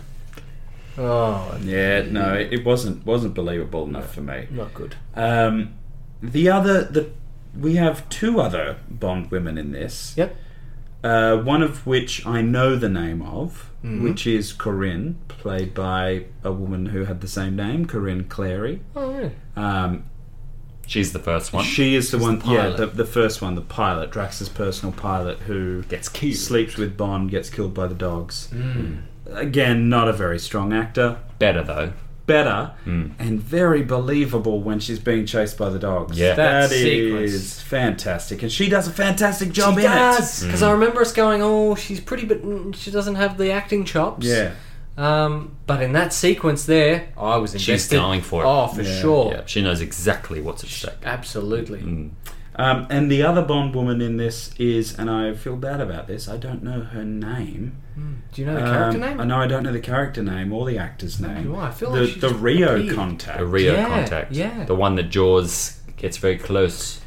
Speaker 1: Oh,
Speaker 3: Yeah, no, it it wasn't wasn't believable enough for me.
Speaker 1: not good.
Speaker 3: Um, the other, the we have two other Bond women in this.
Speaker 1: Yep.
Speaker 3: Uh, one of which I know the name of, which is Corinne, played by a woman who had the same name, Corinne Clary.
Speaker 1: Oh, really?
Speaker 3: Um,
Speaker 2: She's the first one.
Speaker 3: she is the one, yeah,
Speaker 1: pilot.
Speaker 3: the, the first one, the pilot, Drax's personal pilot, who
Speaker 2: gets killed.
Speaker 3: sleeps with Bond, gets killed by the dogs. Again, not a very strong actor.
Speaker 2: Better though.
Speaker 3: Better
Speaker 2: Hmm.
Speaker 3: and very believable when she's being chased by the dogs.
Speaker 2: Yeah.
Speaker 1: That
Speaker 3: that is
Speaker 1: sequence.
Speaker 3: fantastic, and she does a fantastic job
Speaker 1: She
Speaker 3: in
Speaker 1: does
Speaker 3: it.
Speaker 1: because I remember us going, "Oh, she's pretty, but mm, she doesn't have the acting chops."
Speaker 3: Yeah,
Speaker 1: Um, but in that sequence there, I was invested.
Speaker 2: going for it.
Speaker 1: Oh, for
Speaker 3: Yeah.
Speaker 1: sure.
Speaker 2: Yeah, Mm. she knows exactly what's at stake.
Speaker 1: Absolutely.
Speaker 3: Um, and the other Bond woman in this is, and I feel bad about this, I don't know her name.
Speaker 1: Do you know the character
Speaker 3: Um,
Speaker 1: name?
Speaker 3: I know I don't know the character name or the actor's name.
Speaker 1: do I? I feel
Speaker 3: the,
Speaker 1: like she's
Speaker 3: the
Speaker 1: just
Speaker 3: Rio
Speaker 1: appeared.
Speaker 3: contact.
Speaker 2: The Rio
Speaker 1: Yeah,
Speaker 2: contact.
Speaker 1: yeah.
Speaker 2: The one that Jaws gets very close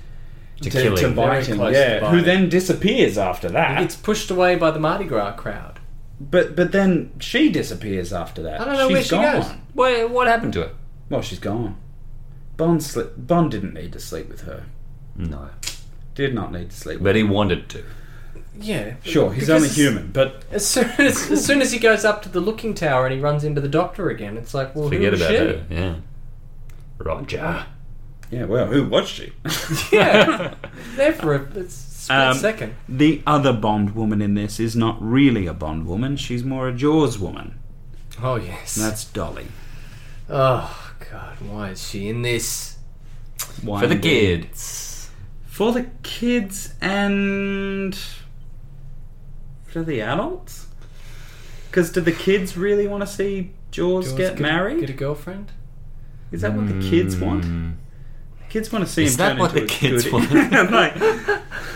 Speaker 2: to,
Speaker 3: to,
Speaker 2: killing.
Speaker 3: to bite
Speaker 1: Very
Speaker 3: him,
Speaker 1: close
Speaker 3: yeah.
Speaker 1: to bite
Speaker 3: Who
Speaker 1: him.
Speaker 3: then disappears after that.
Speaker 1: It's pushed away by the Mardi Gras crowd.
Speaker 3: but but then she disappears after that.
Speaker 1: I don't know
Speaker 3: She's
Speaker 1: where she
Speaker 3: gone.
Speaker 1: goes.
Speaker 2: Wait, what happened to her?
Speaker 3: Well, she's gone. Bond sli- Bond didn't need to sleep with her.
Speaker 2: No.
Speaker 3: Did not need to sleep. with
Speaker 2: But he wanted to.
Speaker 1: Yeah.
Speaker 3: Sure, he's
Speaker 1: Because
Speaker 3: only human, but
Speaker 1: As soon as, as soon as he goes up to the looking tower and he runs into the doctor again, it's like, well,
Speaker 2: Forget
Speaker 1: who
Speaker 2: about
Speaker 1: is she?
Speaker 2: her. Yeah. Roger.
Speaker 3: yeah. Well, who was she?
Speaker 1: Yeah. there for a it's a split
Speaker 3: Um,
Speaker 1: second.
Speaker 3: The other Bond woman in this is not really a Bond woman. She's more a Jaws woman.
Speaker 1: Oh yes.
Speaker 3: That's Dolly.
Speaker 1: oh God, why is she in this?
Speaker 3: Why
Speaker 2: For the
Speaker 3: indeed?
Speaker 2: kids.
Speaker 3: For the kids and for the adults. Because do the kids really want to see Jaws,
Speaker 1: Girls
Speaker 3: get Hmm. married?
Speaker 1: Get a girlfriend?
Speaker 3: Is that what the kids want? Kids want to see
Speaker 2: Is
Speaker 3: him
Speaker 2: that
Speaker 3: turn
Speaker 2: what
Speaker 3: into
Speaker 2: the
Speaker 3: a
Speaker 2: kids
Speaker 3: goody.
Speaker 2: want?
Speaker 3: Like,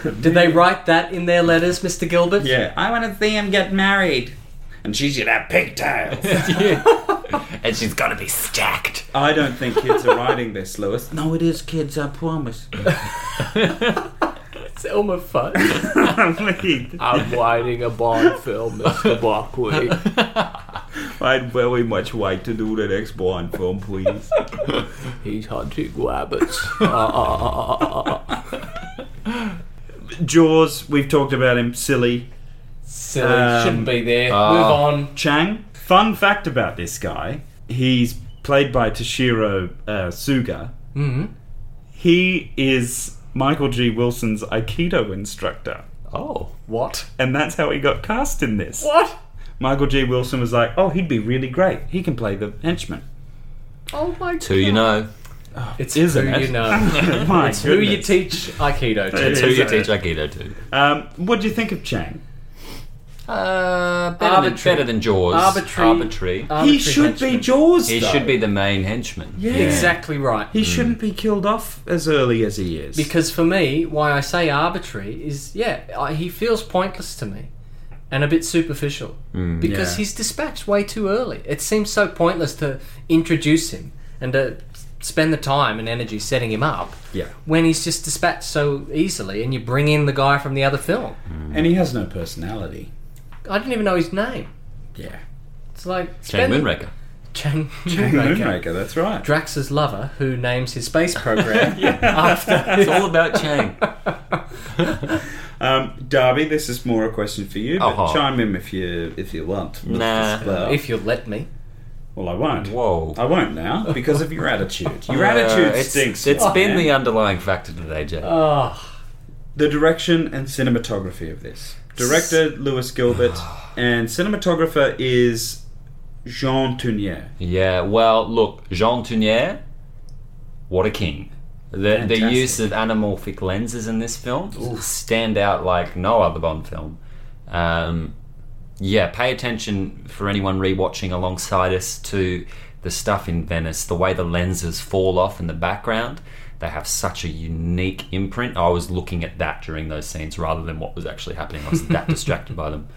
Speaker 1: Did they write that in their letters, Mr. Gilbert?
Speaker 3: yeah, I want to see him get married. And she should have pigtails.
Speaker 2: Yeah. and she's got to be stacked.
Speaker 3: I don't think kids are writing this, Lewis. No, it is kids, I promise.
Speaker 5: It's Elmer Fudd.
Speaker 3: I'd
Speaker 5: I'm writing a Bond film, Mr. Buckley.
Speaker 3: very much like to do the next Bond film, please.
Speaker 5: He's hunting rabbits. Uh,
Speaker 3: Jaws, we've talked about him, silly.
Speaker 5: Silly.
Speaker 3: Um,
Speaker 5: Shouldn't be there.
Speaker 2: Ah.
Speaker 5: Move on.
Speaker 3: Chang. Fun fact about this guy: he's played by Toshiro uh, Suga.
Speaker 5: Mm-hmm.
Speaker 1: hmm
Speaker 3: He is Michael G. Wilson's Aikido instructor,
Speaker 2: Oh,
Speaker 5: What?
Speaker 3: and that's how he got cast in this.
Speaker 5: What?
Speaker 3: Michael G. Wilson was like, "Oh, he'd be really great. He can play the henchman."
Speaker 5: Oh my god.
Speaker 2: two you know,
Speaker 5: It's
Speaker 3: Isn't
Speaker 5: who
Speaker 3: it?
Speaker 5: you know.
Speaker 3: My
Speaker 5: it's who you
Speaker 3: goodness.
Speaker 5: teach Aikido to.
Speaker 3: It
Speaker 2: two you
Speaker 3: is, uh,
Speaker 2: teach Aikido to.
Speaker 3: Um, what do you think of Chang?
Speaker 2: Uh, better, than,
Speaker 5: Arbitrary.
Speaker 2: better than Jaws.
Speaker 5: Arbitrary.
Speaker 2: Arbitrary.
Speaker 3: He should be Jaws.
Speaker 2: He
Speaker 3: though.
Speaker 2: should be Mm. the main henchman.
Speaker 3: Yeah.
Speaker 5: Exactly right.
Speaker 3: He shouldn't be killed off as early as he is.
Speaker 5: Because for me, why I say arbitrary is, yeah, I, he feels pointless to me and a bit superficial because
Speaker 3: Yeah.
Speaker 5: he's dispatched way too early. It seems so pointless to introduce him and to spend the time and energy setting him up
Speaker 3: yeah,
Speaker 5: when he's just dispatched so easily and you bring in the guy from the other film.
Speaker 2: Mm.
Speaker 3: and he has no personality.
Speaker 5: I didn't even know his name.
Speaker 3: Yeah,
Speaker 5: It's like
Speaker 2: Jane
Speaker 5: spend-
Speaker 2: Moonraker.
Speaker 5: Chang
Speaker 3: Chang
Speaker 5: Moonraker.
Speaker 3: Moonraker. That's right.
Speaker 5: Drax's lover, who names his space program after
Speaker 2: It's all about Chang.
Speaker 3: Um, Darby, this is more a question for you, but
Speaker 2: Uh-huh.
Speaker 3: chime in if you if you want.
Speaker 2: Nah.
Speaker 3: Well,
Speaker 5: if you'll let me.
Speaker 3: well, I won't.
Speaker 2: Whoa.
Speaker 3: I won't now because of your attitude. Your
Speaker 2: Yeah,
Speaker 3: attitude
Speaker 2: it's-
Speaker 3: stinks.
Speaker 2: It's
Speaker 3: Oh, man.
Speaker 2: been the underlying factor today, Jay.
Speaker 3: Ah,
Speaker 5: Oh,
Speaker 3: the direction and cinematography of this. Director Lewis Gilbert
Speaker 2: Ah.
Speaker 3: and cinematographer is Jean Tournier.
Speaker 2: Yeah, well, look, Jean Tournier, what a king. The, the
Speaker 3: Fantastic.
Speaker 2: use of anamorphic lenses in this film stand out like no other Bond film. Um, yeah, pay attention for anyone rewatching alongside us to the stuff in Venice, the way the lenses fall off in the background. They have such a unique imprint. I was looking at that during those scenes rather than what was actually happening. I was that distracted by them.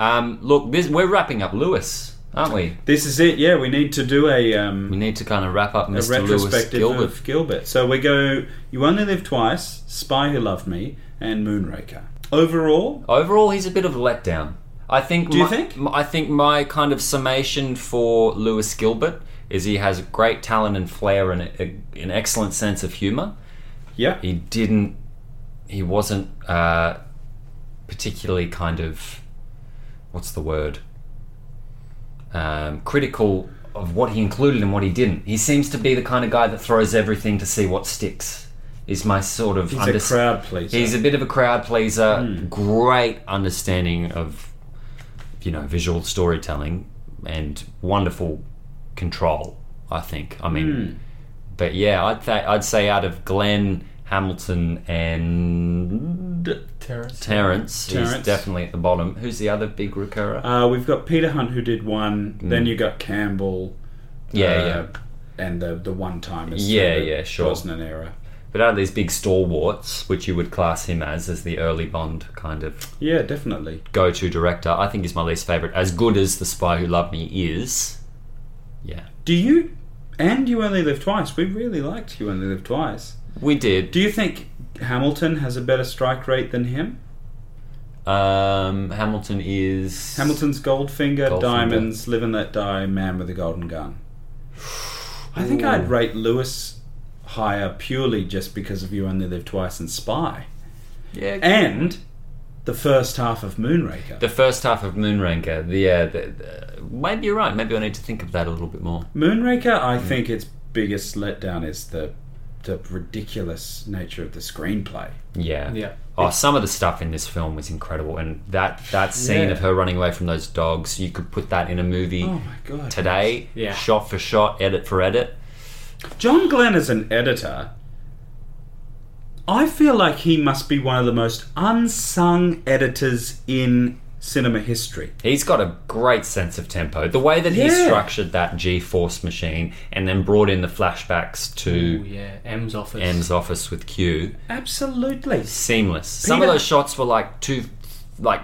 Speaker 2: Um, look, this, we're wrapping up Lewis, aren't we?
Speaker 3: This is it. Yeah, we need to do a
Speaker 2: We
Speaker 3: um,
Speaker 2: need to kind of wrap up
Speaker 3: a
Speaker 2: Mr. Lewis
Speaker 3: retrospective uh,
Speaker 2: Gilbert.
Speaker 3: of Gilbert. So we go. You only live twice. Spy Who Loved Me and Moonraker. Overall,
Speaker 2: Overall, he's a bit of a letdown. I think.
Speaker 3: Do you
Speaker 2: my,
Speaker 3: think?
Speaker 2: my- I think my kind of summation for Lewis Gilbert is he has great talent and flair and a, a- an excellent sense of humor.
Speaker 3: yeah.
Speaker 2: He didn't. He wasn't uh, particularly kind of. What's the word? Um, critical of what he included and what he didn't. He seems to be the kind of guy that throws everything to see what sticks. Is my sort of
Speaker 3: He's a
Speaker 2: unders-
Speaker 3: crowd pleaser.
Speaker 2: He's a bit of a crowd pleaser. Great understanding of you know visual storytelling and wonderful control. I think. I mean, but yeah, I'd th- I'd say out of Glenn Hamilton and
Speaker 5: Terrence.
Speaker 2: Terrence, he's
Speaker 3: Terrence.
Speaker 2: definitely at the bottom. Who's the other big recurrer?
Speaker 3: Uh, we've got Peter Hunt who did one. Then you got Campbell.
Speaker 2: Mm. yeah,
Speaker 3: uh,
Speaker 2: yeah.
Speaker 3: And the the one timers.
Speaker 2: Yeah, yeah, sure.
Speaker 3: Brosnan era.
Speaker 2: But out of these big stalwarts, which you would class him as, as the early Bond kind of
Speaker 3: Yeah, definitely.
Speaker 2: go-to director, I think is my least favorite. As good as The Spy Who Loved Me is, yeah,
Speaker 3: Do you? And you only live twice. We really liked you only live twice.
Speaker 2: we did.
Speaker 3: Do you think Hamilton has a better strike rate than him?
Speaker 2: Um, Hamilton is
Speaker 3: Hamilton's Goldfinger,
Speaker 2: Goldfinger.
Speaker 3: Diamonds, Live and Let Die, Man with a Golden Gun. I think I'd rate Lewis higher purely just because of You Only Live Twice and Spy.
Speaker 2: Yeah,
Speaker 3: And the first half of Moonraker.
Speaker 2: the first half of Moonraker. The, uh, the, the maybe you're right. Maybe I need to think of that a little bit more.
Speaker 3: Moonraker, I think its biggest letdown is the the ridiculous nature of the screenplay.
Speaker 2: Yeah.
Speaker 5: Yeah.
Speaker 2: Oh, some of the stuff in this film was incredible, and that that scene
Speaker 3: Yeah.
Speaker 2: of her running away from those dogs, you could put that in a movie
Speaker 3: Oh my god.
Speaker 2: today,
Speaker 5: Yeah.
Speaker 2: shot for shot, edit for edit.
Speaker 3: John Glenn as an editor, I feel like he must be one of the most unsung editors in cinema history.
Speaker 2: He's got a great sense of tempo. The way that he
Speaker 3: Yeah.
Speaker 2: structured that G Force machine, and then brought in the flashbacks
Speaker 5: Ooh,
Speaker 2: to
Speaker 5: yeah, M's office.
Speaker 2: M's office with Q.
Speaker 3: Absolutely.
Speaker 2: seamless. Some of
Speaker 3: Peter-
Speaker 2: those shots were like two, like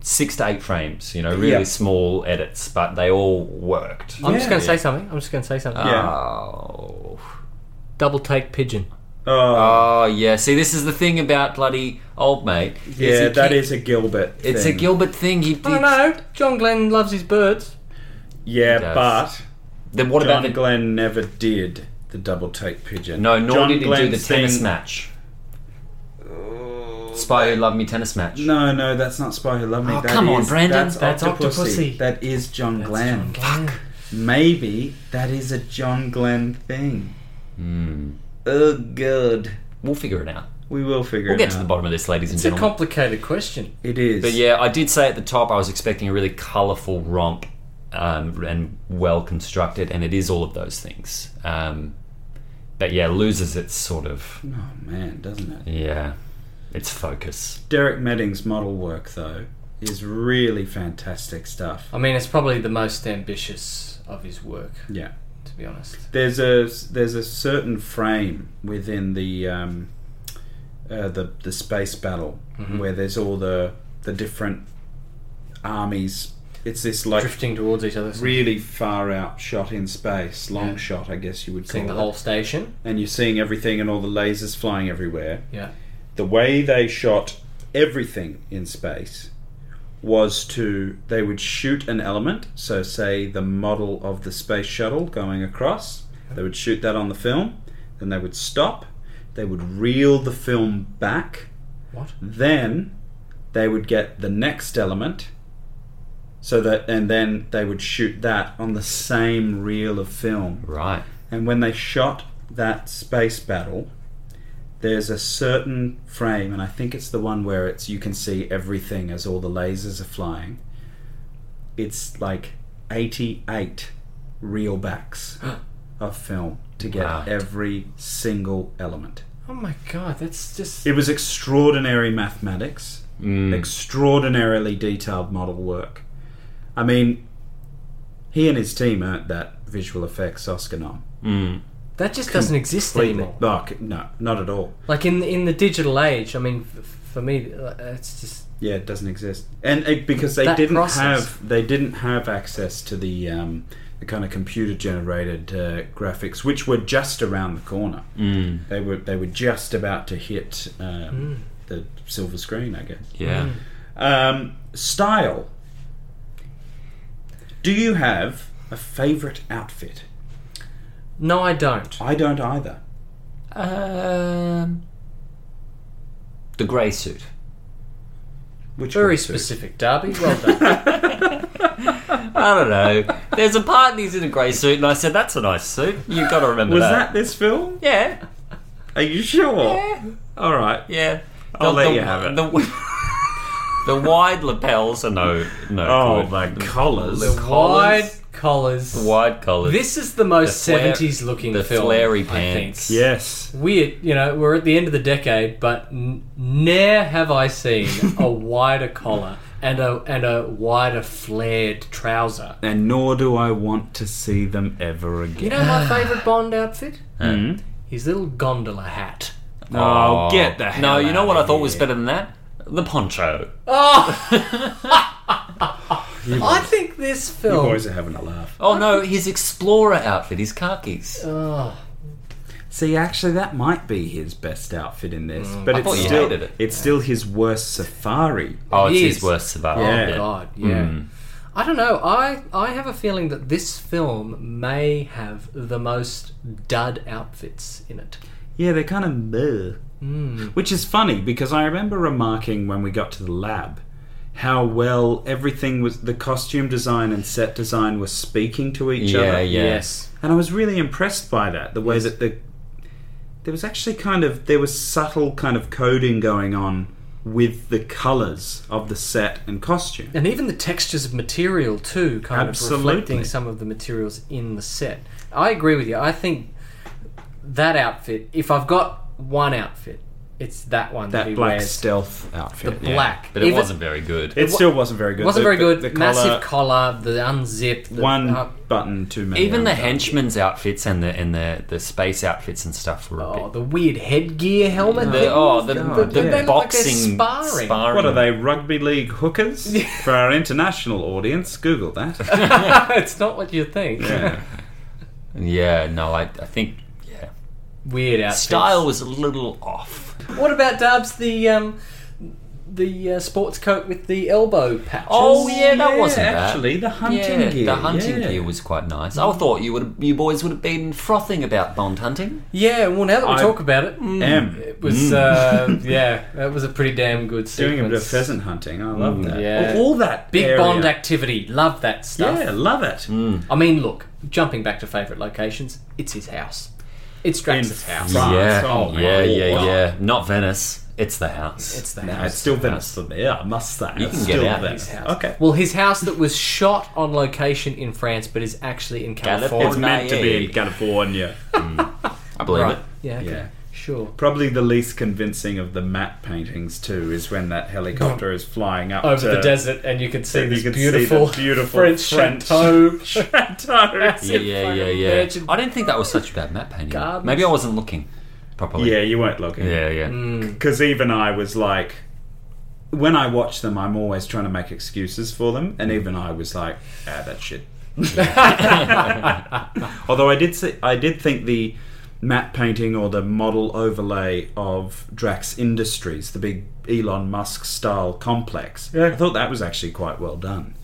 Speaker 2: six to eight frames, you know, really small edits, but they all worked.
Speaker 8: I'm just
Speaker 3: Yeah.
Speaker 8: going to say something. I'm just going to say something.
Speaker 3: Yeah.
Speaker 2: Oh.
Speaker 8: Double take pigeon.
Speaker 3: Oh,
Speaker 2: Oh, yeah. See, this is the thing about bloody old mate. is he
Speaker 3: yeah, that
Speaker 2: keep-
Speaker 3: is a Gilbert.
Speaker 2: It's
Speaker 3: thing.
Speaker 2: a Gilbert thing. He,
Speaker 8: I don't know. John Glenn loves his birds.
Speaker 3: Yeah,
Speaker 2: He does.
Speaker 3: but
Speaker 2: Then what
Speaker 3: John
Speaker 2: about the,
Speaker 3: Glenn never did the double take pigeon.
Speaker 2: no? Nor
Speaker 3: John
Speaker 2: did he do the
Speaker 3: Glenn's
Speaker 2: tennis
Speaker 3: thing-
Speaker 2: match. Spy Who Loved Me tennis match.
Speaker 3: No, no, that's not Spy Who Loved Me.
Speaker 2: Oh,
Speaker 3: That
Speaker 2: come on,
Speaker 3: is-
Speaker 2: Brandon.
Speaker 3: That's,
Speaker 2: That's
Speaker 3: Octopussy.
Speaker 2: Octopussy.
Speaker 3: That is John Glenn.
Speaker 8: Fuck.
Speaker 3: Maybe that is a John Glenn thing.
Speaker 2: Hmm.
Speaker 3: Oh, good.
Speaker 2: We'll figure it out.
Speaker 3: We will figure
Speaker 2: We'll
Speaker 3: it
Speaker 2: get to
Speaker 3: out.
Speaker 2: the bottom of this, ladies
Speaker 1: It's a
Speaker 2: and gentlemen.
Speaker 1: complicated question.
Speaker 3: It is.
Speaker 2: but yeah, I did say at the top I was expecting a really colourful romp um, and well constructed, and it is all of those things. Um, but yeah, loses its sort of
Speaker 3: Oh man, doesn't it?
Speaker 2: yeah, its focus.
Speaker 3: Derek Medding's model work though is really fantastic stuff.
Speaker 1: I mean, it's probably the most ambitious of his work,
Speaker 3: Yeah.
Speaker 1: to be honest.
Speaker 3: There's a there's a certain frame within the um, uh, the the space battle
Speaker 2: Mm-hmm.
Speaker 1: Mm-hmm.
Speaker 3: where there's all the the different armies. It's this like
Speaker 1: Drifting towards each other,
Speaker 3: really far out shot in space, long
Speaker 1: Yeah.
Speaker 3: shot, I guess you would
Speaker 1: seeing the
Speaker 3: call it.
Speaker 1: whole station.
Speaker 3: and you're seeing everything and all the lasers flying everywhere.
Speaker 1: Yeah.
Speaker 3: The way they shot everything in space was to they would shoot an element, so say the model of the space shuttle going across, they would shoot that on the film, then they would stop, they would reel the film back.
Speaker 1: What?
Speaker 3: Then they would get the next element so that and then they would shoot that on the same reel of film.
Speaker 2: Right.
Speaker 3: And when they shot that space battle, there's a certain frame, and I think it's the one where it's you can see everything as all the lasers are flying. It's like 88 reel backs of film to get
Speaker 2: Wow.
Speaker 3: every single element.
Speaker 1: Oh my god, that's just.
Speaker 3: It was extraordinary mathematics,
Speaker 2: Mm.
Speaker 3: extraordinarily detailed model work. I mean, he and his team earned that visual effects Oscar nom.
Speaker 2: Mm.
Speaker 1: That just doesn't exist
Speaker 3: Completely.
Speaker 1: anymore.
Speaker 3: Oh, c- no, not at all.
Speaker 1: Like in in the digital age, I mean, f- for me, uh, it's just
Speaker 3: Yeah, it doesn't exist, and it, because they
Speaker 1: That
Speaker 3: didn't
Speaker 1: process.
Speaker 3: have they didn't have access to the um, the kind of computer generated uh, graphics, which were just around the corner.
Speaker 2: Mm.
Speaker 3: They were they were just about to hit
Speaker 1: Mm.
Speaker 3: um, the silver screen, I guess.
Speaker 2: Yeah.
Speaker 3: Um, style. Do you have a favorite outfit?
Speaker 1: no, I don't.
Speaker 3: I don't either.
Speaker 2: Um, the grey suit.
Speaker 3: Which
Speaker 1: Very
Speaker 3: one, Sue?
Speaker 1: specific, Darby. Well done.
Speaker 2: I don't know. There's a part and he's in a grey suit, and I said, "That's a nice suit." You've got to remember
Speaker 3: Was that this film?
Speaker 2: Yeah.
Speaker 3: Are you sure? All right.
Speaker 2: Yeah.
Speaker 3: I'll let you have it.
Speaker 2: The, the wide lapels are no, no.
Speaker 3: Oh,
Speaker 2: good.
Speaker 3: my collars.
Speaker 2: The
Speaker 1: Wide
Speaker 2: collars.
Speaker 1: collars.
Speaker 2: Wide collars.
Speaker 1: This is the most
Speaker 2: The flare-
Speaker 1: seventies looking
Speaker 2: the
Speaker 1: film.
Speaker 2: flary
Speaker 1: I think.
Speaker 2: pants.
Speaker 3: Yes.
Speaker 1: Weird, you know, we're at the end of the decade, but n- ne'er have I seen a wider collar and a and a wider flared trouser.
Speaker 3: and nor do I want to see them ever again.
Speaker 1: You know my favourite Bond outfit?
Speaker 3: Mm.
Speaker 1: His little gondola hat.
Speaker 3: Oh, get the
Speaker 2: No,
Speaker 3: hell
Speaker 2: you know
Speaker 3: out
Speaker 2: what
Speaker 3: of
Speaker 2: I thought was
Speaker 3: here.
Speaker 2: better than that? The poncho.
Speaker 1: Oh! I think this
Speaker 3: You
Speaker 1: film.
Speaker 3: boys are having a laugh.
Speaker 2: Oh no, his explorer outfit, his khakis.
Speaker 1: Oh,
Speaker 3: See, actually, that might be his best outfit in this, but
Speaker 2: I
Speaker 3: it's
Speaker 2: thought you
Speaker 3: still
Speaker 2: hated it.
Speaker 3: it's still his worst safari.
Speaker 2: oh, it's
Speaker 1: he
Speaker 2: his
Speaker 1: is.
Speaker 2: worst survival.
Speaker 3: Yeah. Hmm.
Speaker 1: God, yeah. I don't know. I I have a feeling that this film may have the most dud outfits in it.
Speaker 3: Yeah, they're kind of meh.
Speaker 1: Hmm.
Speaker 3: which is funny because I remember remarking when we got to the lab how well everything was the costume design and set design were speaking to each
Speaker 2: Yeah,
Speaker 3: other.
Speaker 2: yeah.
Speaker 1: Yes.
Speaker 3: And I was really impressed by that. The way that the there was actually kind of there was subtle kind of coding going on with the colours of the set and costume.
Speaker 1: And even the textures of material too, kind
Speaker 3: Absolutely.
Speaker 1: of reflecting some of the materials in the set. I agree with you. I think that outfit, if I've got one outfit it's that one that,
Speaker 3: that
Speaker 1: he
Speaker 3: black
Speaker 1: wears.
Speaker 3: stealth outfit.
Speaker 1: The black.
Speaker 2: But it
Speaker 1: Even-
Speaker 2: wasn't very good.
Speaker 3: It still wasn't very good.
Speaker 1: Wasn't
Speaker 3: The-
Speaker 1: very good.
Speaker 3: The, the
Speaker 1: Massive
Speaker 3: collar,
Speaker 1: collar, the unzip, the,
Speaker 3: one
Speaker 1: uh,
Speaker 3: button too many.
Speaker 2: Even the
Speaker 3: undone.
Speaker 2: henchmen's outfits and the and the, the space outfits and stuff were a
Speaker 1: oh,
Speaker 2: bit.
Speaker 1: the weird headgear helmet.
Speaker 2: The,
Speaker 1: thing.
Speaker 2: oh, the,
Speaker 3: God,
Speaker 2: the, the
Speaker 3: yeah. They look like
Speaker 1: they're
Speaker 2: boxing
Speaker 1: sparring.
Speaker 2: sparring.
Speaker 3: What are they? Rugby league hookers? For our international audience, Google that.
Speaker 1: it's not what you think.
Speaker 3: Yeah.
Speaker 2: Yeah, no, I, I think yeah.
Speaker 1: Weird outfits.
Speaker 2: Style was a little off.
Speaker 1: What about Dubs? The um, the uh, sports coat with the elbow patches.
Speaker 2: Oh, yeah, that wasn't bad.
Speaker 3: actually the hunting
Speaker 2: yeah,
Speaker 3: gear.
Speaker 2: the hunting
Speaker 3: yeah.
Speaker 2: gear was quite nice. I thought you would you boys would have been frothing about Bond hunting.
Speaker 1: Yeah, well, now that we
Speaker 3: I
Speaker 1: talk about it, mm,
Speaker 3: am.
Speaker 1: it was uh, yeah, that was a pretty damn good sequence.
Speaker 3: doing a bit of pheasant hunting. I
Speaker 2: Mm,
Speaker 3: love that.
Speaker 1: yeah.
Speaker 3: All that
Speaker 1: Big
Speaker 3: area.
Speaker 1: Bond activity, love that stuff.
Speaker 3: Yeah, love it.
Speaker 2: Mm,
Speaker 1: I mean, look, jumping back to favourite locations, it's his house. It's Drax's
Speaker 3: In
Speaker 1: house.
Speaker 3: France.
Speaker 2: yeah,
Speaker 3: Oh, my
Speaker 2: yeah, yeah,
Speaker 3: God.
Speaker 2: yeah. Not Venice. It's the house.
Speaker 1: It's the
Speaker 3: No,
Speaker 1: house.
Speaker 3: it's still Venice for me. I must say,
Speaker 2: You
Speaker 3: it's
Speaker 2: can get
Speaker 3: still
Speaker 2: out of
Speaker 3: Venice.
Speaker 1: his house.
Speaker 3: Okay.
Speaker 1: Well, his house that was shot on location in France, but is actually in California.
Speaker 3: It's meant to be in California.
Speaker 2: I believe
Speaker 1: right.
Speaker 2: it.
Speaker 1: Yeah. Okay.
Speaker 3: Yeah.
Speaker 1: Sure.
Speaker 3: Probably the least convincing of the map paintings too is when that
Speaker 2: Mm.
Speaker 3: helicopter is flying up
Speaker 1: Over
Speaker 3: to-
Speaker 1: the desert, and you can see
Speaker 3: you
Speaker 1: this
Speaker 3: can see the
Speaker 1: beautiful,
Speaker 3: beautiful
Speaker 1: French,
Speaker 3: French-
Speaker 1: chateau.
Speaker 3: Chateau.
Speaker 2: Yeah, yeah, yeah, yeah.
Speaker 1: Imagine-
Speaker 2: I didn't think that was such a bad map painting.
Speaker 1: Gardens.
Speaker 2: Maybe I wasn't looking properly.
Speaker 3: Yeah, you weren't looking.
Speaker 2: yeah, yeah.
Speaker 3: Because even I was like, when I watch them, I'm always trying to make excuses for them,
Speaker 1: Mm.
Speaker 3: and even I was like, ah, that shit. Although I did, see, I did think the matte painting or the model overlay of Drax Industries, the big Elon Musk style complex, I thought that was actually quite well done.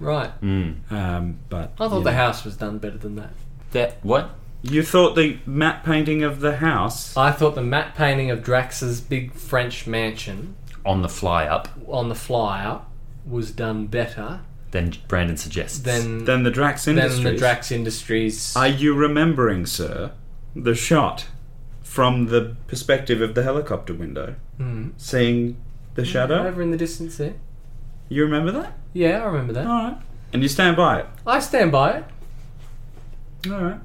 Speaker 1: right.
Speaker 3: Um, but
Speaker 1: I thought
Speaker 3: you,
Speaker 1: the
Speaker 3: know.
Speaker 1: house was done better than that.
Speaker 2: That what?
Speaker 3: you thought the matte painting of the house.
Speaker 1: I thought the matte painting of Drax's big French mansion
Speaker 2: On the fly up
Speaker 1: on the flyout was done better
Speaker 2: Then Brandon suggests.
Speaker 1: than
Speaker 3: than the Drax
Speaker 1: than
Speaker 3: Industries.
Speaker 1: the Drax Industries.
Speaker 3: Are you remembering, sir, the shot from the perspective of the helicopter window? Mm. Seeing the shadow?
Speaker 1: over in the distance there.
Speaker 3: You remember that?
Speaker 1: Yeah, I remember that.
Speaker 3: Alright. And you stand by it?
Speaker 1: I stand by it.
Speaker 3: Alright.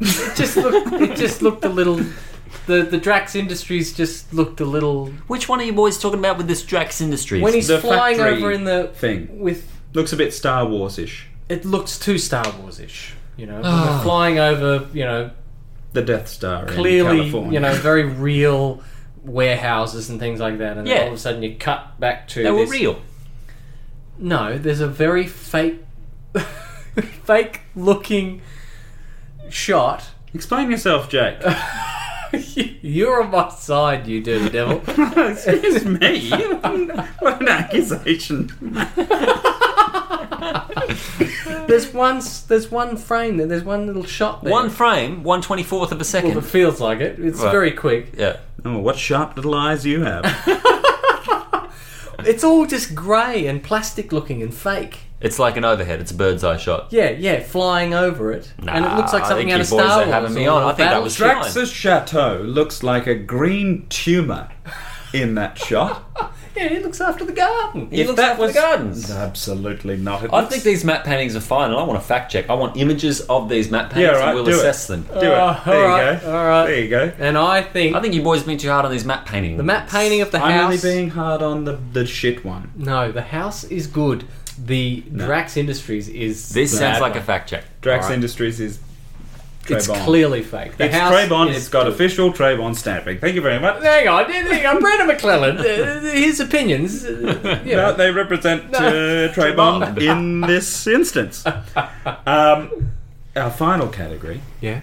Speaker 1: It just looked. it just looked a little. The the Drax Industries just looked a little.
Speaker 2: Which one are you boys talking about with this Drax Industries?
Speaker 1: When he's
Speaker 3: The
Speaker 1: flying
Speaker 3: factory
Speaker 1: over in the
Speaker 3: thing.
Speaker 1: with,
Speaker 3: Looks a bit Star Wars ish.
Speaker 1: it looks too Star Wars ish. You know, when
Speaker 2: Ah.
Speaker 1: they're flying over. You know,
Speaker 3: The Death Star in
Speaker 1: clearly,
Speaker 3: California.
Speaker 1: you know, very real warehouses and things like that. And
Speaker 2: Yeah.
Speaker 1: then all of a sudden, you cut back to
Speaker 2: they were
Speaker 1: this-
Speaker 2: real.
Speaker 1: No, there's a very fake, fake looking shot
Speaker 3: Explain yourself, Jake.
Speaker 1: You're on my side, you dirty devil.
Speaker 3: Excuse me. what an accusation.
Speaker 1: there's one, s- there's one frame there. There's one little shot there.
Speaker 2: One frame, one twenty fourth of a second.
Speaker 1: Well, it feels like it. It's
Speaker 2: Right.
Speaker 1: very quick.
Speaker 2: yeah.
Speaker 3: Oh, what sharp little eyes you have.
Speaker 1: It's all just grey and plastic looking and fake.
Speaker 2: It's like an overhead. It's a bird's eye shot.
Speaker 1: Yeah, yeah, flying over it, and it looks like
Speaker 2: Nah, I
Speaker 1: something
Speaker 2: think
Speaker 1: out
Speaker 2: you
Speaker 1: of
Speaker 2: boys
Speaker 1: Star
Speaker 2: are
Speaker 1: Wars.
Speaker 2: having me
Speaker 1: or
Speaker 2: on. I think that
Speaker 1: Battle-
Speaker 2: was
Speaker 1: Drax-
Speaker 2: fine.
Speaker 3: Drax's chateau looks like a green tumour in that shot.
Speaker 1: Yeah, he looks after the garden.
Speaker 2: He looks after the gardens.
Speaker 3: Absolutely not. It
Speaker 2: I
Speaker 3: looks-
Speaker 2: think these map paintings are fine, and I want to fact check. I want images of these map paintings,
Speaker 3: right,
Speaker 2: and we'll
Speaker 3: do it.
Speaker 2: assess them.
Speaker 3: Do it.
Speaker 1: Uh,
Speaker 3: there
Speaker 1: alright,
Speaker 3: you go.
Speaker 1: alright.
Speaker 3: There you go.
Speaker 1: And I think,
Speaker 2: I think you boys have been too hard on these map paintings.
Speaker 1: the map painting of the
Speaker 3: I'm only
Speaker 1: house.
Speaker 3: being hard on the, the shit one.
Speaker 1: No, the house is good. The Drax Industries is
Speaker 2: This
Speaker 1: the
Speaker 2: sounds
Speaker 1: bad
Speaker 2: like
Speaker 1: one.
Speaker 2: a fact check.
Speaker 3: Drax
Speaker 2: All right.
Speaker 3: Industries is Trey
Speaker 1: It's
Speaker 3: Bond.
Speaker 1: clearly fake. The
Speaker 3: It's
Speaker 1: house
Speaker 3: Trey Bond.
Speaker 1: is
Speaker 3: It's got
Speaker 1: good.
Speaker 3: official Trey Bond stamping. Thank you very much.
Speaker 1: Hang on, hang on, Brendan McClellan, uh, his opinions, uh, you
Speaker 3: No,
Speaker 1: know.
Speaker 3: they represent
Speaker 1: No.
Speaker 3: uh, Trey Bond in this instance. Um, our final category:
Speaker 1: Yeah.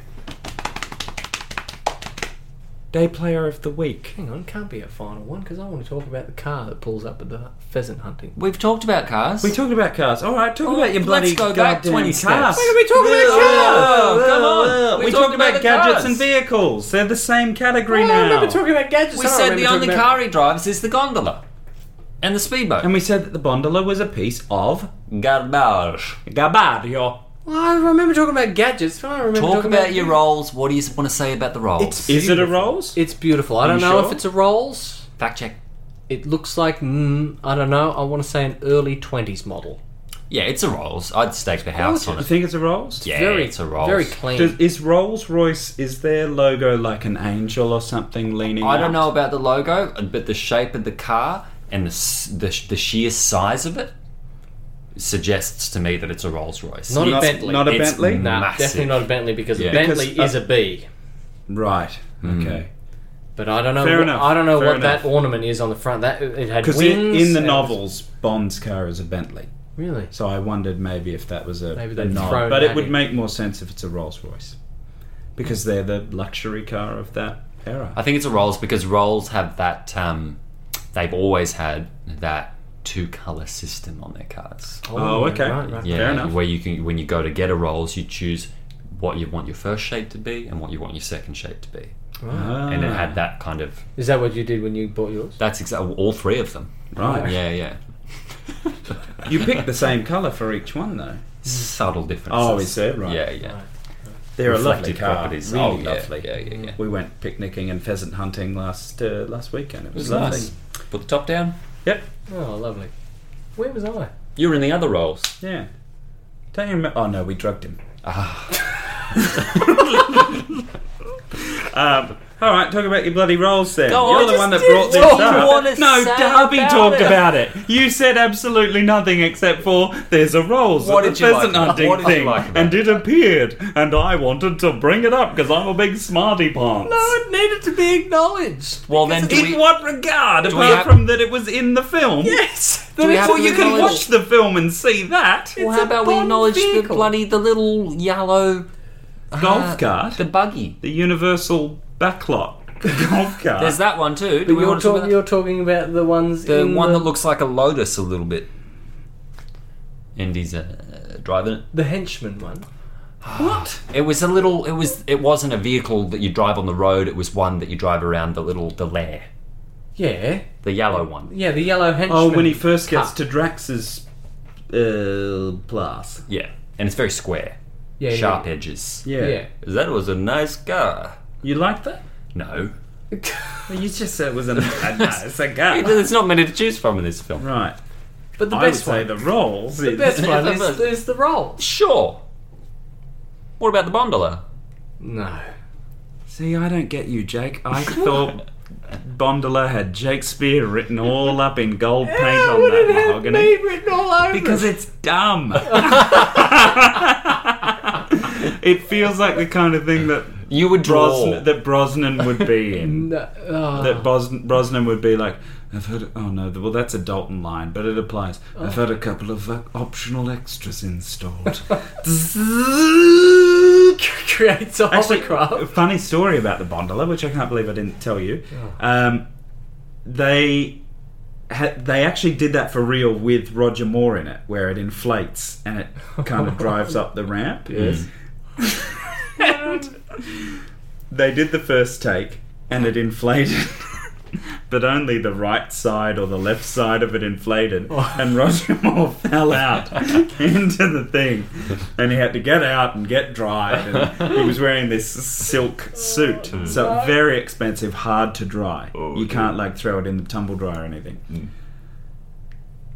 Speaker 3: Day Player of the Week.
Speaker 1: Hang on, can't be a final one because I want to talk about the car that pulls up at the pheasant hunting.
Speaker 2: We've talked about cars.
Speaker 3: We talked about cars. All right, talk about your
Speaker 2: let's
Speaker 3: bloody
Speaker 2: go back
Speaker 3: goddamn
Speaker 2: 20
Speaker 3: cars.
Speaker 2: steps. Why
Speaker 1: are we talking about cars?
Speaker 2: Come on.
Speaker 3: We,
Speaker 2: We
Speaker 3: talked
Speaker 2: talked
Speaker 3: about,
Speaker 2: about the
Speaker 3: gadgets
Speaker 2: cars.
Speaker 3: and vehicles. They're the same category
Speaker 1: Oh,
Speaker 3: now.
Speaker 1: I remember talking about gadgets.
Speaker 2: We
Speaker 1: I don't
Speaker 2: said
Speaker 1: remember
Speaker 2: the only
Speaker 1: talking about-
Speaker 2: car he drives is the gondola and the speedboat.
Speaker 3: And we said that the Bondola was a piece of
Speaker 2: Garbage.
Speaker 3: gabario.
Speaker 1: Well, I remember talking about gadgets. but I don't remember
Speaker 2: Talk
Speaker 1: talking
Speaker 2: about your Rolls. What do you want to say about the Rolls?
Speaker 1: It's
Speaker 3: Is it a
Speaker 1: beautiful.
Speaker 3: Rolls?
Speaker 1: It's beautiful. I don't
Speaker 3: you
Speaker 1: know
Speaker 3: sure?
Speaker 1: if it's a Rolls.
Speaker 2: Fact check.
Speaker 1: It looks like mm, I don't know. I want to say an early twenties model.
Speaker 2: Yeah, it's a Rolls. I'd stake the house on
Speaker 3: You
Speaker 2: it.
Speaker 3: think it's a Rolls?
Speaker 2: Yeah,
Speaker 5: very,
Speaker 2: it's a Rolls.
Speaker 5: Very clean.
Speaker 3: Does, is Rolls Royce is their logo like an angel or something leaning?
Speaker 2: I
Speaker 3: out?
Speaker 2: don't know about the logo, but the shape of the car and the s- the, sh- the sheer size of it suggests to me that it's a Rolls Royce.
Speaker 5: Not a
Speaker 3: Not-
Speaker 5: Bentley.
Speaker 3: Not a
Speaker 2: It's
Speaker 3: Bentley.
Speaker 2: not-
Speaker 5: Nah,
Speaker 2: Massive.
Speaker 5: definitely not a Bentley because a
Speaker 2: Yeah.
Speaker 5: Bentley
Speaker 3: Because, uh,
Speaker 5: is a B.
Speaker 3: Right. Okay.
Speaker 5: But I don't know.
Speaker 3: Fair
Speaker 5: what,
Speaker 3: enough,
Speaker 5: I don't know
Speaker 3: fair
Speaker 5: what
Speaker 3: enough.
Speaker 5: that ornament is on the front. That it had
Speaker 3: Because
Speaker 5: wings
Speaker 3: in, in the
Speaker 5: and-
Speaker 3: novels, Bond's car is a Bentley,
Speaker 5: Really?
Speaker 3: so I wondered maybe if that was a,
Speaker 5: Maybe
Speaker 3: a
Speaker 5: they've
Speaker 3: nod.
Speaker 5: thrown
Speaker 3: But
Speaker 5: that
Speaker 3: it would
Speaker 5: in.
Speaker 3: make more sense if it's a Rolls Royce, because they're the luxury car of that era.
Speaker 2: I think it's a Rolls because Rolls have that. Um, they've always had that two color system on their cars.
Speaker 3: Oh, okay.
Speaker 5: Right, right.
Speaker 2: Yeah,
Speaker 3: Fair enough.
Speaker 2: where you can when you go to get a Rolls, you choose what you want your first shape to be and what you want your second shape to be,
Speaker 3: Ah,
Speaker 2: and it had that kind of.
Speaker 5: Is that what you did when you bought yours?
Speaker 2: That's exactly all three of them.
Speaker 3: right.
Speaker 2: Yeah, yeah.
Speaker 3: You picked the same color for each one, though.
Speaker 2: Subtle differences.
Speaker 3: Oh, is there? Right.
Speaker 2: Yeah, yeah.
Speaker 3: They're a lovely
Speaker 2: Reflective
Speaker 3: car.
Speaker 2: properties.
Speaker 3: Really
Speaker 2: oh, yeah,
Speaker 3: lovely.
Speaker 2: Yeah, yeah, yeah.
Speaker 3: We went picnicking and pheasant hunting last uh, last weekend. It
Speaker 2: It
Speaker 3: was,
Speaker 2: was
Speaker 3: lovely.
Speaker 2: nice. Put the top down.
Speaker 3: Yep.
Speaker 5: Oh, lovely. Where was I?
Speaker 2: You were in the other roles.
Speaker 3: Yeah. Don't you remember? Oh no, we drugged him. Ah. um, all right, talk about your bloody rolls then.
Speaker 2: No,
Speaker 3: You're
Speaker 2: I
Speaker 3: the
Speaker 2: just
Speaker 3: one that
Speaker 2: didn't
Speaker 3: brought this
Speaker 2: talk-
Speaker 3: up.
Speaker 2: wanna
Speaker 3: No,
Speaker 2: say
Speaker 3: Darby
Speaker 2: about
Speaker 3: talked
Speaker 2: it.
Speaker 3: about it. You said absolutely nothing except for there's a rolls
Speaker 2: What
Speaker 3: and
Speaker 2: did
Speaker 3: the
Speaker 2: you like
Speaker 3: pheasant
Speaker 2: about-
Speaker 3: hunting
Speaker 2: what did you
Speaker 3: thing,
Speaker 2: like about
Speaker 3: and it appeared, and I wanted to bring it up because I'm a big smarty pants.
Speaker 1: it needed to be acknowledged.
Speaker 2: Well, then do
Speaker 3: in
Speaker 2: we,
Speaker 3: what regard?
Speaker 2: we
Speaker 3: Apart
Speaker 2: have-
Speaker 3: from that, it was in the film.
Speaker 1: Yes.
Speaker 2: do we have
Speaker 3: Well,
Speaker 2: to
Speaker 3: you can
Speaker 2: acknowledge-
Speaker 3: watch the film and see that.
Speaker 2: Well, how about we
Speaker 1: Bond
Speaker 2: acknowledge the
Speaker 1: vehicle.
Speaker 2: bloody the little yellow
Speaker 3: golf
Speaker 2: uh,
Speaker 3: cart.
Speaker 2: the buggy?
Speaker 3: the Universal backlot golf cart.
Speaker 2: There's that one too. Do
Speaker 5: But
Speaker 2: we
Speaker 5: you're,
Speaker 2: want to talk
Speaker 5: talk,
Speaker 2: about
Speaker 5: you're talking about the ones
Speaker 2: the
Speaker 5: in
Speaker 2: one
Speaker 5: the,
Speaker 2: that looks like a lotus a little bit? And he's uh, driving it.
Speaker 5: the henchman one.
Speaker 3: what?
Speaker 2: It was a little. It was. It wasn't a vehicle that you drive on the road. It was one that you drive around the little the lair,
Speaker 5: Yeah,
Speaker 2: the yellow one.
Speaker 5: yeah, the yellow henchman.
Speaker 3: Oh, when he first gets
Speaker 5: car.
Speaker 3: to Drax's uh, place.
Speaker 2: Yeah, and it's very square,
Speaker 5: yeah, yeah,
Speaker 2: sharp edges.
Speaker 3: Yeah.
Speaker 5: Yeah.
Speaker 2: That was a nice car.
Speaker 3: You like that?
Speaker 2: No,
Speaker 3: Well, you just said it was a, a nice a gun.
Speaker 2: there's not many to choose from in this film.
Speaker 3: Right.
Speaker 5: but the
Speaker 3: I would
Speaker 5: best
Speaker 3: say
Speaker 5: one,
Speaker 3: the rolls.
Speaker 5: the best one is,
Speaker 2: But-
Speaker 5: is the roll.
Speaker 2: Sure. What about the Bondola?
Speaker 5: No,
Speaker 3: See, I don't get you, Jake. I thought Bondola had Shakespeare written all up in gold paint on that mahogany. Because it's dumb. it feels like the kind of thing that
Speaker 2: You would draw.
Speaker 3: Brosnan, that Brosnan would be in.
Speaker 5: no, oh.
Speaker 3: that Brosnan, Brosnan would be like, I've heard. Oh no, well that's a Dalton line, but it applies. I've had a couple of uh, optional extras installed.
Speaker 5: creates a
Speaker 3: a
Speaker 5: hovercraft.
Speaker 3: funny story about the Bondola, which I can't believe I didn't tell you. Um, they ha- they actually did that for real with Roger Moore in it, where it inflates and it kind of drives up the ramp. Yes. and they did the first take, and it inflated. But only the right side or the left side of it inflated, and Roger Moore fell out into the thing, and he had to get out and get dried. And he was wearing this silk suit, so very expensive, hard to dry. you can't like throw it in the tumble dryer or anything.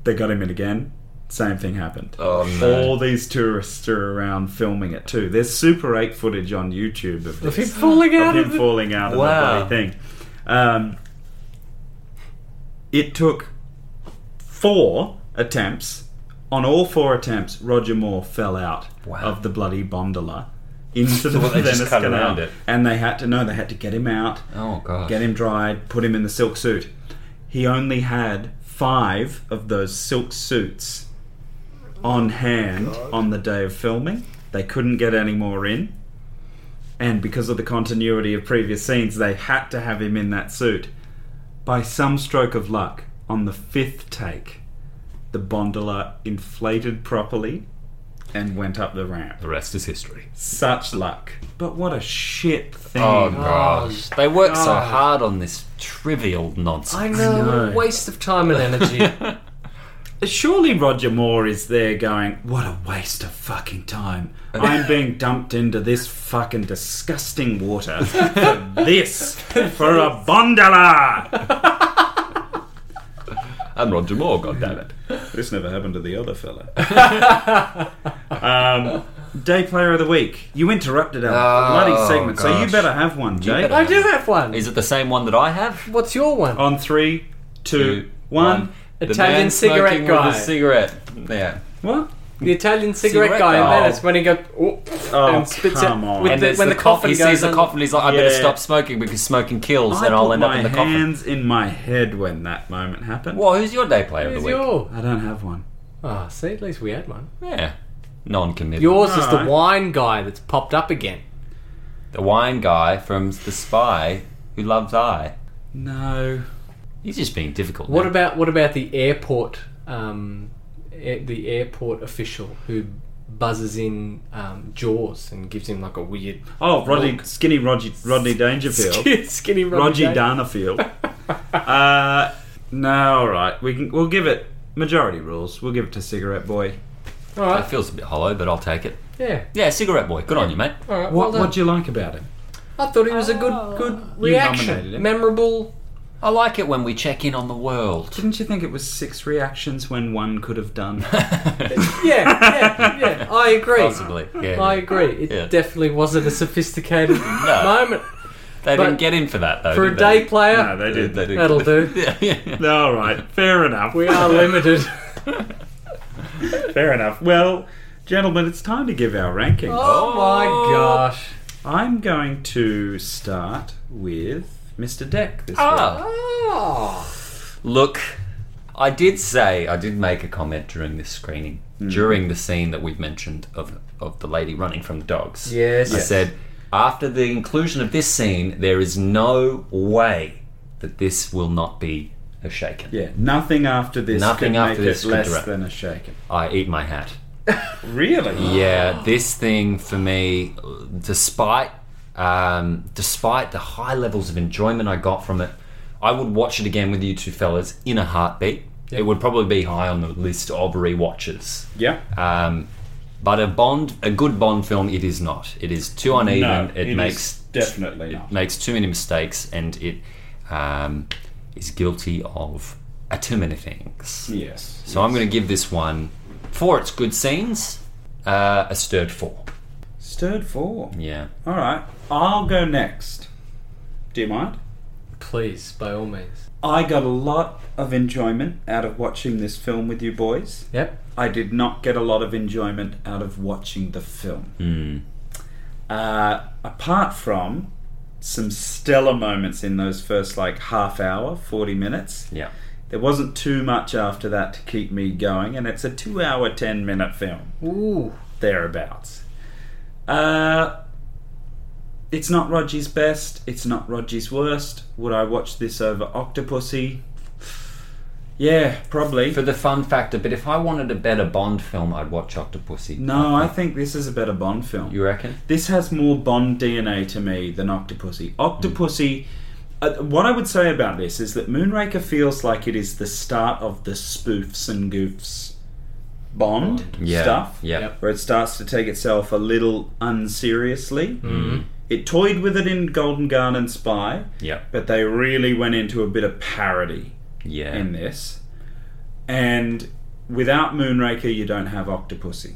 Speaker 3: They got him in again. Same thing happened.
Speaker 2: Oh, no.
Speaker 3: All these tourists are around filming it too. There's Super 8 footage on YouTube of
Speaker 5: If
Speaker 3: this
Speaker 5: he's falling
Speaker 3: of
Speaker 5: out
Speaker 3: him
Speaker 5: of the
Speaker 3: falling
Speaker 2: Wow.
Speaker 3: out of the bloody thing. Um, it took four attempts. On all four attempts, Roger Moore fell out
Speaker 2: Wow.
Speaker 3: of the bloody gondola into the
Speaker 2: Well, they just
Speaker 3: Venice
Speaker 2: cut around
Speaker 3: Canal,
Speaker 2: it.
Speaker 3: and they had to no, they had to get him out,
Speaker 2: oh god.
Speaker 3: get him dried, put him in the silk suit. He only had five of those silk suits on hand on the day of filming. They couldn't get any more in. And because of the continuity of previous scenes, they had to have him in that suit. By some stroke of luck, on the fifth take, the gondola inflated properly and went up the ramp.
Speaker 2: The rest is history.
Speaker 3: Such luck. But what a shit thing.
Speaker 2: Oh gosh. They work so
Speaker 5: God.
Speaker 2: hard on this trivial nonsense.
Speaker 5: I know,
Speaker 3: know.
Speaker 5: what a waste of time and energy.
Speaker 3: Surely Roger Moore is there going, What a waste of fucking time. I'm being dumped into this fucking disgusting water for this, for a bondola.
Speaker 2: I'm Roger Moore, god damn it.
Speaker 3: This never happened to the other fella. um, day player of the week. You interrupted our
Speaker 2: Oh,
Speaker 3: bloody segment, so you
Speaker 2: gosh.
Speaker 3: better have one, Jay.
Speaker 5: I do have one.
Speaker 2: Is it the same one that I have?
Speaker 5: What's your one?
Speaker 3: On three, two,
Speaker 2: Two,
Speaker 3: one.
Speaker 2: The
Speaker 5: Italian
Speaker 2: man
Speaker 5: cigarette
Speaker 2: smoking
Speaker 5: guy.
Speaker 2: With a cigarette. Yeah.
Speaker 3: What?
Speaker 5: The Italian cigarette,
Speaker 2: Cigarette
Speaker 5: guy in
Speaker 2: guy.
Speaker 5: Venice when he goes oh,
Speaker 3: Oh,
Speaker 5: and spits
Speaker 3: come
Speaker 5: it
Speaker 3: on.
Speaker 5: with
Speaker 2: And
Speaker 5: the,
Speaker 2: there's
Speaker 5: when the, coffin
Speaker 2: he
Speaker 5: goes
Speaker 2: sees the
Speaker 5: under-
Speaker 2: coffin, he's like, I
Speaker 3: Yeah.
Speaker 2: better stop smoking because smoking kills,
Speaker 3: I
Speaker 2: and I'll
Speaker 3: put
Speaker 2: end up
Speaker 3: my
Speaker 2: in the coffin.
Speaker 3: hands in my head when that moment happened.
Speaker 2: Well, who's your day player
Speaker 5: Where's
Speaker 2: of the week?
Speaker 5: your?
Speaker 3: I don't have one.
Speaker 5: Ah, see, at least we had one.
Speaker 2: Yeah. Non-committal.
Speaker 5: Yours is the
Speaker 3: Alright.
Speaker 5: wine guy that's popped up again.
Speaker 2: The wine guy from The Spy Who Loves I.
Speaker 3: No.
Speaker 2: He's just being difficult.
Speaker 5: What
Speaker 2: now.
Speaker 5: about what about the airport? Um, a- the airport official who buzzes in um, Jaws and gives him like a weird
Speaker 3: Oh, Rodney, skinny Rodney, Rodney Dangerfield.
Speaker 5: skinny Roger.
Speaker 3: Rodney Dangerfield. uh, no, all right. We can, we'll give it majority rules. We'll give it to Cigarette Boy.
Speaker 5: All
Speaker 2: That
Speaker 5: right,
Speaker 2: feels a bit hollow, but I'll take it.
Speaker 5: yeah,
Speaker 2: Yeah, cigarette boy. Good on you, mate.
Speaker 5: all right.
Speaker 3: What
Speaker 5: What, well
Speaker 3: What
Speaker 5: done.
Speaker 3: do you like about him?
Speaker 5: I thought it was a good good reaction,
Speaker 3: nominated it.
Speaker 5: memorable.
Speaker 2: I like it when we check in on the world.
Speaker 3: Didn't you think it was six reactions when one could have done?
Speaker 5: Yeah, yeah, yeah. I agree.
Speaker 2: Possibly. Yeah.
Speaker 5: I agree. It
Speaker 2: Yeah.
Speaker 5: definitely wasn't a sophisticated moment
Speaker 2: they
Speaker 5: but
Speaker 2: didn't get in for that though.
Speaker 5: for a
Speaker 2: did
Speaker 5: day
Speaker 2: they?
Speaker 5: player.
Speaker 3: no, they
Speaker 2: They
Speaker 3: did.
Speaker 2: didn't.
Speaker 5: That'll do.
Speaker 2: Yeah, yeah.
Speaker 3: all right, fair enough.
Speaker 5: We are limited.
Speaker 3: fair enough. Well, gentlemen, it's time to give our rankings.
Speaker 5: oh my gosh.
Speaker 3: I'm going to start with Mr. Deck this week.
Speaker 2: Ah,
Speaker 5: Oh.
Speaker 2: look, I did say I did make a comment during this screening,
Speaker 5: Mm.
Speaker 2: during the scene that we've mentioned of of the lady running from the dogs.
Speaker 5: Yes.
Speaker 2: I said after the inclusion of this scene, there is no way that this will not be a shaken.
Speaker 3: Yeah, nothing after this.
Speaker 2: Nothing
Speaker 3: could
Speaker 2: after
Speaker 3: make
Speaker 2: this
Speaker 3: it
Speaker 2: could
Speaker 3: less
Speaker 2: direct.
Speaker 3: than a shaken.
Speaker 2: I eat my hat.
Speaker 3: Really?
Speaker 2: Yeah, this thing for me, despite um, despite the high levels of enjoyment I got from it, I would watch it again with you two fellas in a heartbeat. It would probably be high on the list of rewatches.
Speaker 3: Yeah.
Speaker 2: Um, but a Bond, a good Bond film, it is not. It is too uneven.
Speaker 3: No,
Speaker 2: it,
Speaker 3: is
Speaker 2: makes
Speaker 3: definitely not.
Speaker 2: it makes too many mistakes, and it um, is guilty of a too many things.
Speaker 3: Yes.
Speaker 2: So I'm going to give this one, for its good scenes, uh, a stirred four.
Speaker 3: Stirred four.
Speaker 2: Yeah.
Speaker 3: All right. I'll go next. Do you mind?
Speaker 5: Please, by all means.
Speaker 3: I got a lot of enjoyment out of watching this film with you boys.
Speaker 5: Yep.
Speaker 3: I did not get a lot of enjoyment out of watching the film.
Speaker 2: Hmm.
Speaker 3: Uh, apart from some stellar moments in those first like half hour, 40 minutes.
Speaker 2: Yeah.
Speaker 3: There wasn't too much after that to keep me going, and it's a two hour, 10 minute film,
Speaker 5: Ooh.
Speaker 3: thereabouts. Uh, it's not Roger's best, it's not Roger's worst. Would I watch this over Octopussy? Yeah, probably.
Speaker 2: For the fun factor, but if I wanted a better Bond film, I'd watch Octopussy.
Speaker 3: no, I think this is a better Bond film.
Speaker 2: You reckon?
Speaker 3: this has more Bond DNA to me than Octopussy. Octopussy. Uh, what I would say about this is that Moonraker feels like it is the start of the spoofs and goofs Bond
Speaker 2: Yeah.
Speaker 3: stuff,
Speaker 2: Yeah.
Speaker 5: Yep.
Speaker 3: where it starts to take itself a little unseriously. Mm. It toyed with it in Golden Gun and Spy,
Speaker 2: Yeah.
Speaker 3: but they really went into a bit of parody
Speaker 2: Yeah.
Speaker 3: in this. And without Moonraker, you don't have Octopussy.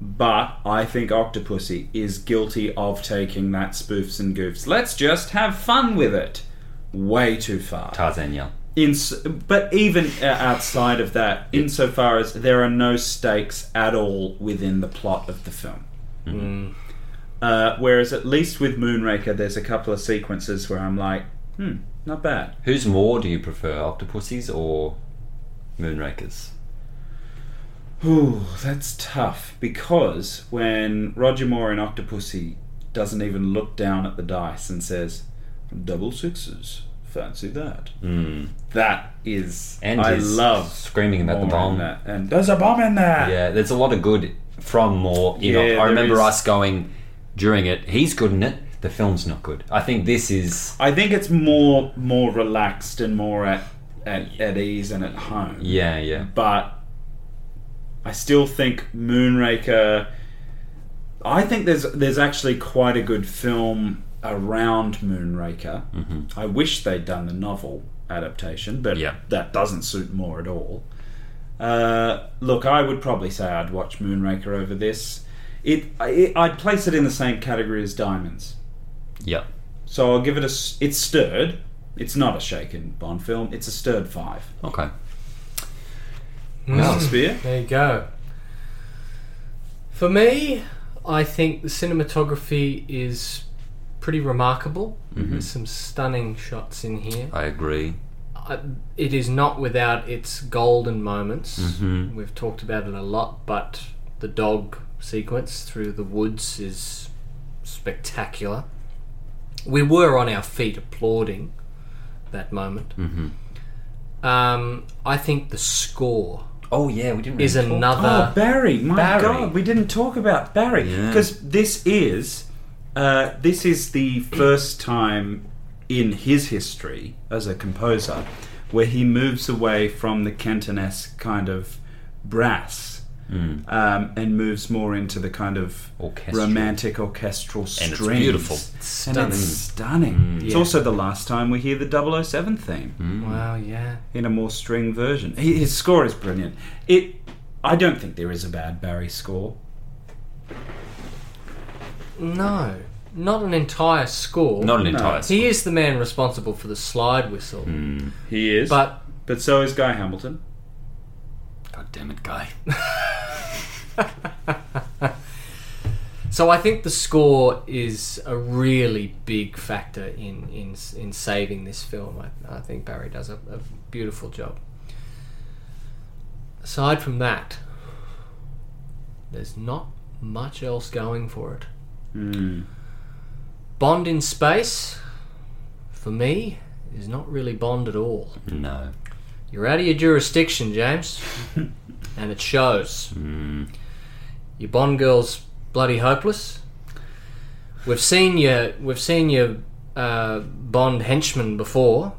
Speaker 3: But I think Octopussy is guilty of taking that spoofs and goofs. Let's just have fun with it. Way too far.
Speaker 2: Tarzan Yell.
Speaker 3: In, but even uh, outside of that, insofar as there are no stakes at all within the plot of the film. Uh, whereas at least with Moonraker, there's a couple of sequences where I'm like, hmm, not bad.
Speaker 2: Whose more do you prefer, Octopussies or Moonrakers?
Speaker 3: Ooh, that's tough because when Roger Moore in Octopussy doesn't even look down at the dice and says, double sixes, fancy that. That is,
Speaker 2: Hmm. And
Speaker 3: I
Speaker 2: his
Speaker 3: love
Speaker 2: screaming about the
Speaker 3: Moore in
Speaker 2: bomb.
Speaker 3: that. And there's a bomb in there.
Speaker 2: Yeah, there's a lot of good from Moore. You
Speaker 3: Yeah,
Speaker 2: know, I
Speaker 3: there
Speaker 2: remember
Speaker 3: is.
Speaker 2: us going during it. He's good in it. The film's not good. I think this is.
Speaker 3: I think it's more more relaxed and more at at, at ease and at home.
Speaker 2: Yeah, yeah.
Speaker 3: But I still think Moonraker. I think there's there's actually quite a good film around Moonraker. I wish they'd done the novel adaptation, but
Speaker 2: Yeah.
Speaker 3: that doesn't suit Moore at all. Uh, look, I would probably say I'd watch Moonraker over this. It, I I'd place it in the same category as Diamonds.
Speaker 2: Yep.
Speaker 3: So I'll give it a. s- It's stirred. It's not a shaken Bond film. It's a stirred five.
Speaker 2: Okay.
Speaker 3: Mr. Spear.
Speaker 1: There you go. For me, I think the cinematography is pretty remarkable. There's some stunning shots in here.
Speaker 2: I agree.
Speaker 1: I, it is not without its golden moments. We've talked about it a lot, but the dog sequence through the woods is spectacular. We were on our feet applauding that moment. Um, I think the score
Speaker 2: Oh yeah, we didn't.
Speaker 1: is
Speaker 2: really talk-
Speaker 1: another.
Speaker 3: oh, Barry! My
Speaker 2: Barry.
Speaker 3: God, we didn't talk about Barry
Speaker 2: Yeah.
Speaker 3: because this is uh, this is the first time in his history as a composer where he moves away from the Cantonesque kind of brass um, and moves more into the kind of
Speaker 2: Hmm. Orchestral.
Speaker 3: romantic orchestral
Speaker 2: And it's
Speaker 3: strings.
Speaker 2: beautiful. Hmm.
Speaker 3: And it's stunning. It's
Speaker 1: Yeah.
Speaker 3: also the last time we hear the 007 theme
Speaker 1: Wow, yeah.
Speaker 3: in a more string version. He, his score is brilliant. It, I don't think there is a bad Barry score.
Speaker 1: No, not an entire score.
Speaker 2: Not an
Speaker 3: No.
Speaker 2: entire.
Speaker 1: he is the man responsible for the slide whistle,
Speaker 3: He is, but
Speaker 1: but
Speaker 3: but so is Guy Hamilton.
Speaker 2: God damn it, guy.
Speaker 1: So I think the score is a really big factor in in, in saving this film. I, I think Barry does a, a beautiful job. Aside from that, there's not much else going for it.
Speaker 3: Mm,
Speaker 1: Bond in space, for me, is not really Bond at all.
Speaker 2: No.
Speaker 1: You're out of your jurisdiction, James. and it shows.
Speaker 2: Mm.
Speaker 1: Your Bond girl's bloody hopeless. We've seen your we've seen your uh, Bond henchman before.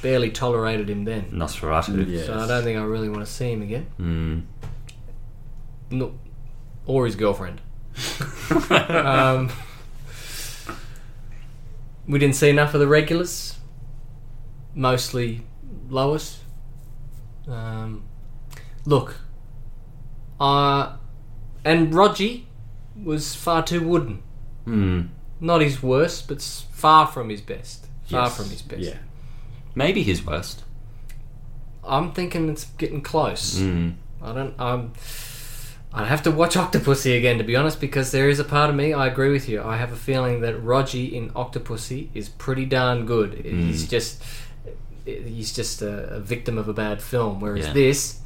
Speaker 1: Barely tolerated him then.
Speaker 2: Nosferatu.
Speaker 3: Yeah.
Speaker 1: So I
Speaker 3: Yes.
Speaker 1: don't think I really want to see him again.
Speaker 2: Mm.
Speaker 1: No, or his girlfriend. um, we didn't see enough of the regulars, mostly Lois. Um, look, uh, and Rogie was far too wooden.
Speaker 2: Mm.
Speaker 1: Not his worst, but s- far from his best. Far
Speaker 2: Yes,
Speaker 1: from his best.
Speaker 3: Yeah,
Speaker 2: Maybe his worst.
Speaker 1: I'm thinking it's getting close.
Speaker 2: Mm.
Speaker 1: I don't. Um, I'd have to watch Octopussy again to be honest, because there is a part of me. I agree with you. I have a feeling that Rogie in Octopussy is pretty darn good. He's just he's just a, a victim of a bad film, whereas
Speaker 2: Yeah.
Speaker 1: this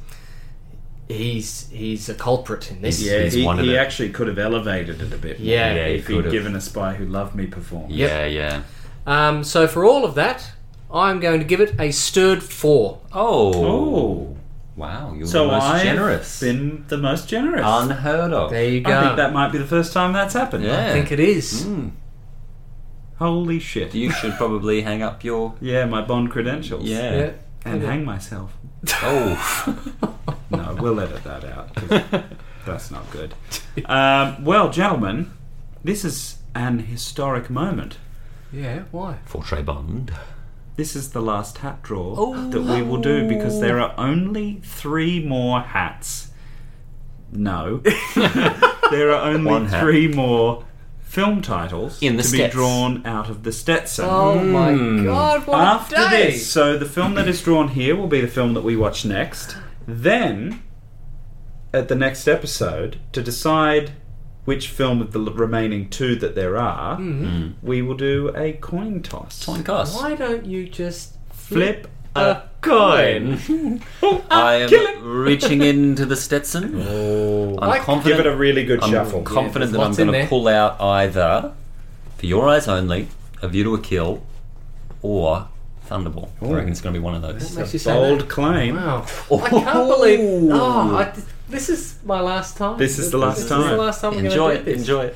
Speaker 1: he's he's a culprit in this.
Speaker 3: yeah.
Speaker 2: he's
Speaker 3: he
Speaker 2: one of
Speaker 3: he
Speaker 2: the-
Speaker 3: actually could have elevated it a bit. more
Speaker 1: Yeah.
Speaker 2: Yeah, he
Speaker 3: if he'd
Speaker 2: could've.
Speaker 3: given a spy who loved me performance.
Speaker 2: Yeah, yeah.
Speaker 1: Um, so for all of that, I'm going to give it a stirred four.
Speaker 2: Oh.
Speaker 3: Oh,
Speaker 2: Wow, you're
Speaker 3: so
Speaker 2: the most
Speaker 3: I've
Speaker 2: generous. Oh,
Speaker 3: been the most generous.
Speaker 2: Unheard of.
Speaker 1: There you go.
Speaker 3: I think that Hmm. might be the first time that's happened.
Speaker 2: yeah.
Speaker 1: I think it is.
Speaker 2: Mm.
Speaker 3: Holy shit!
Speaker 2: You should probably hang up your.
Speaker 3: Yeah, my Bond credentials.
Speaker 2: Yeah.
Speaker 1: Yeah.
Speaker 3: and hang myself.
Speaker 2: Oh.
Speaker 3: No, we'll edit that out. 'cause that's not good. Um, well, gentlemen, this is an historic moment.
Speaker 1: Yeah. Why?
Speaker 2: For Trey Bond.
Speaker 3: This is the last hat draw that we will do because there are only three more hats. No, there are only
Speaker 2: One hat.
Speaker 3: three more film titles
Speaker 2: In the
Speaker 3: to
Speaker 2: Stets.
Speaker 3: be drawn out of the Stetson.
Speaker 1: Oh my God! What
Speaker 3: Hmm. After
Speaker 1: a day!
Speaker 3: this, so the film that is drawn here will be the film that we watch next. Then, at the next episode, to decide which film of the l- remaining two that there are,
Speaker 2: Mm.
Speaker 3: we will do a coin toss.
Speaker 2: Point cost.
Speaker 1: Why don't you just
Speaker 3: Flip
Speaker 2: A
Speaker 3: a coin.
Speaker 2: I
Speaker 3: kill it.
Speaker 2: am reaching into the Stetson. I'm
Speaker 1: Like-
Speaker 2: confident.
Speaker 3: Oh. Give it a really good
Speaker 2: I'm
Speaker 3: shuffle.
Speaker 2: confident
Speaker 1: Yeah,
Speaker 2: that I'm
Speaker 1: there's lots in
Speaker 2: going to
Speaker 1: there.
Speaker 2: pull out either For Your Eyes Only, A View to a Kill, or Thunderball. I reckon it's going to be one of those.
Speaker 1: makes you say that?
Speaker 3: Bold claim.
Speaker 1: Wow. I can't believe. Oh, I, this is my last time.
Speaker 3: This is the last
Speaker 1: this Is
Speaker 3: time.
Speaker 1: the last time we're
Speaker 2: Enjoy
Speaker 1: gonna
Speaker 2: it.
Speaker 1: do this.
Speaker 2: Enjoy it.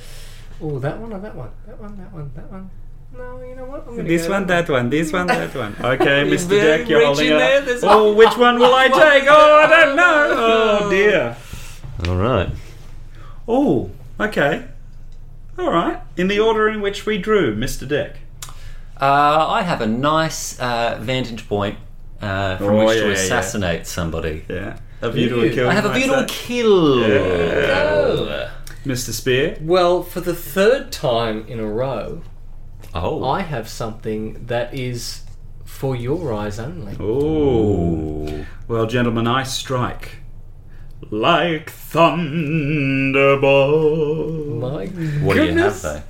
Speaker 1: Oh, that one or that one? That one, that one, that one. No, you know what? I'm gonna
Speaker 3: This
Speaker 1: go
Speaker 3: one,
Speaker 1: that
Speaker 3: that one, this one, that one. Okay, Mr.
Speaker 2: very
Speaker 3: Deck, you're
Speaker 2: rich
Speaker 3: holding
Speaker 2: in
Speaker 3: it
Speaker 2: there,
Speaker 3: up.
Speaker 2: there's-
Speaker 3: Oh, which one will I take? Oh, I don't know. Oh, dear.
Speaker 2: All right.
Speaker 3: Oh, okay. All right. In the order in which we drew, Mr. Deck.
Speaker 2: Uh, I have a nice uh, vantage point uh, from
Speaker 3: Oh,
Speaker 2: which
Speaker 3: yeah,
Speaker 2: to
Speaker 3: yeah.
Speaker 2: assassinate somebody.
Speaker 3: Yeah. A view to
Speaker 1: Ew.
Speaker 3: a kill.
Speaker 2: I have a
Speaker 3: What's
Speaker 2: view to a
Speaker 3: that?
Speaker 2: kill.
Speaker 1: Oh.
Speaker 3: Mr. Spear.
Speaker 1: Well, for the third time in a row,
Speaker 2: Oh.
Speaker 1: I have something that is for your eyes only.
Speaker 3: Oh. Well, gentlemen, I strike like thunderbolt.
Speaker 1: My
Speaker 2: what do you have
Speaker 1: goodness.
Speaker 2: though?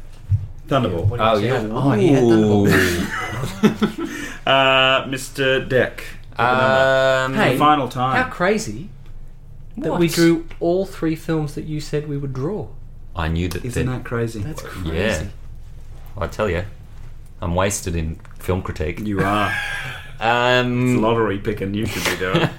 Speaker 3: Thunderbolt.
Speaker 1: What
Speaker 2: Oh
Speaker 1: did you
Speaker 2: yeah.
Speaker 1: have?
Speaker 2: Oh, he had the
Speaker 3: Uh, Mr. Deck.
Speaker 2: Um,
Speaker 3: The
Speaker 1: Hey,
Speaker 3: final time.
Speaker 1: how crazy that
Speaker 2: What?
Speaker 1: we drew all three films that you said we would draw.
Speaker 2: I knew that.
Speaker 3: Isn't
Speaker 2: that-
Speaker 3: that crazy?
Speaker 1: That's crazy.
Speaker 2: yeah. I tell you, I'm wasted in film critique.
Speaker 3: you are.
Speaker 2: Um,
Speaker 3: Lottery picking you should be doing.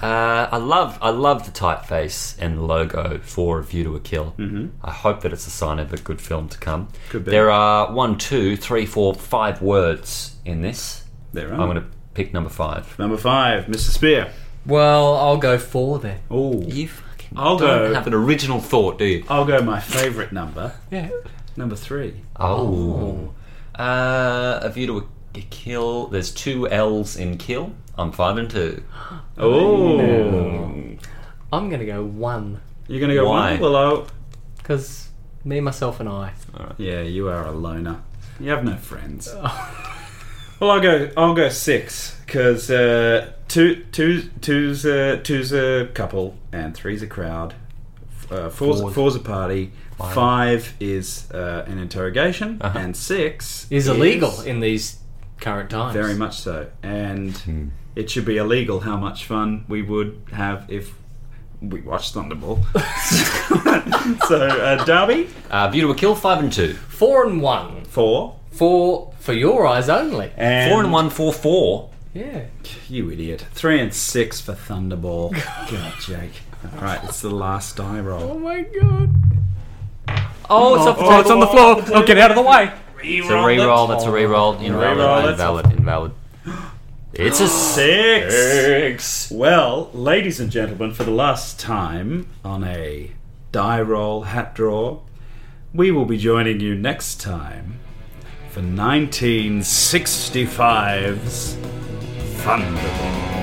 Speaker 2: Uh, I love I love the typeface and the logo for A View to a Kill. Mm-hmm. I hope that it's a sign of a good film to come.
Speaker 3: Could be.
Speaker 2: There are one, two, three, four, five words in this.
Speaker 3: there
Speaker 2: I'm going to pick number five.
Speaker 3: Number five, Mr. Spear.
Speaker 1: Well, I'll go four then.
Speaker 3: Oh,
Speaker 2: You fucking
Speaker 3: I'll
Speaker 2: don't
Speaker 3: go.
Speaker 2: have an original thought, do you?
Speaker 3: I'll go my favourite number,
Speaker 1: Yeah.
Speaker 3: number three.
Speaker 2: Oh. Uh, a View to a a Kill. There's two L's in kill. I'm five and two.
Speaker 3: Oh,
Speaker 1: I'm going to go one
Speaker 3: you're gonna go
Speaker 2: Why?
Speaker 3: one below.
Speaker 1: because me, myself, and I.
Speaker 3: Yeah, you are a loner. You have no friends. well, I'll go. I'll go six because uh, two, two, two's, uh, two's a couple and three's a crowd. F- Uh, four's,
Speaker 2: Four's-
Speaker 3: four's a party.
Speaker 2: Five.
Speaker 3: Five, is uh, an interrogation,
Speaker 2: Uh-huh.
Speaker 3: and six
Speaker 1: Is illegal in these current times.
Speaker 3: Very much so. And it should be illegal how much fun we would have if we watched Thunderball. so, uh, Derby,
Speaker 2: Uh, View to a Kill, five and two.
Speaker 1: Four and one.
Speaker 3: four.
Speaker 1: Four for your eyes only.
Speaker 3: And
Speaker 2: Four and one, four, four.
Speaker 1: Yeah.
Speaker 3: You idiot. Three and six for Thunderball. God, Jake. All right, it's the last die roll.
Speaker 1: my god.
Speaker 2: Oh, it's
Speaker 3: floor, it's on the floor.
Speaker 1: Oh, get out of the way.
Speaker 2: It's a re-roll. That's a re-roll. Invalid.
Speaker 3: Re-roll, that's-
Speaker 2: invalid. Invalid. It's a
Speaker 3: Six.
Speaker 2: six.
Speaker 3: Well, ladies and gentlemen, for the last time on a die roll hat draw, we will be joining you next time for 1965's Thunderball.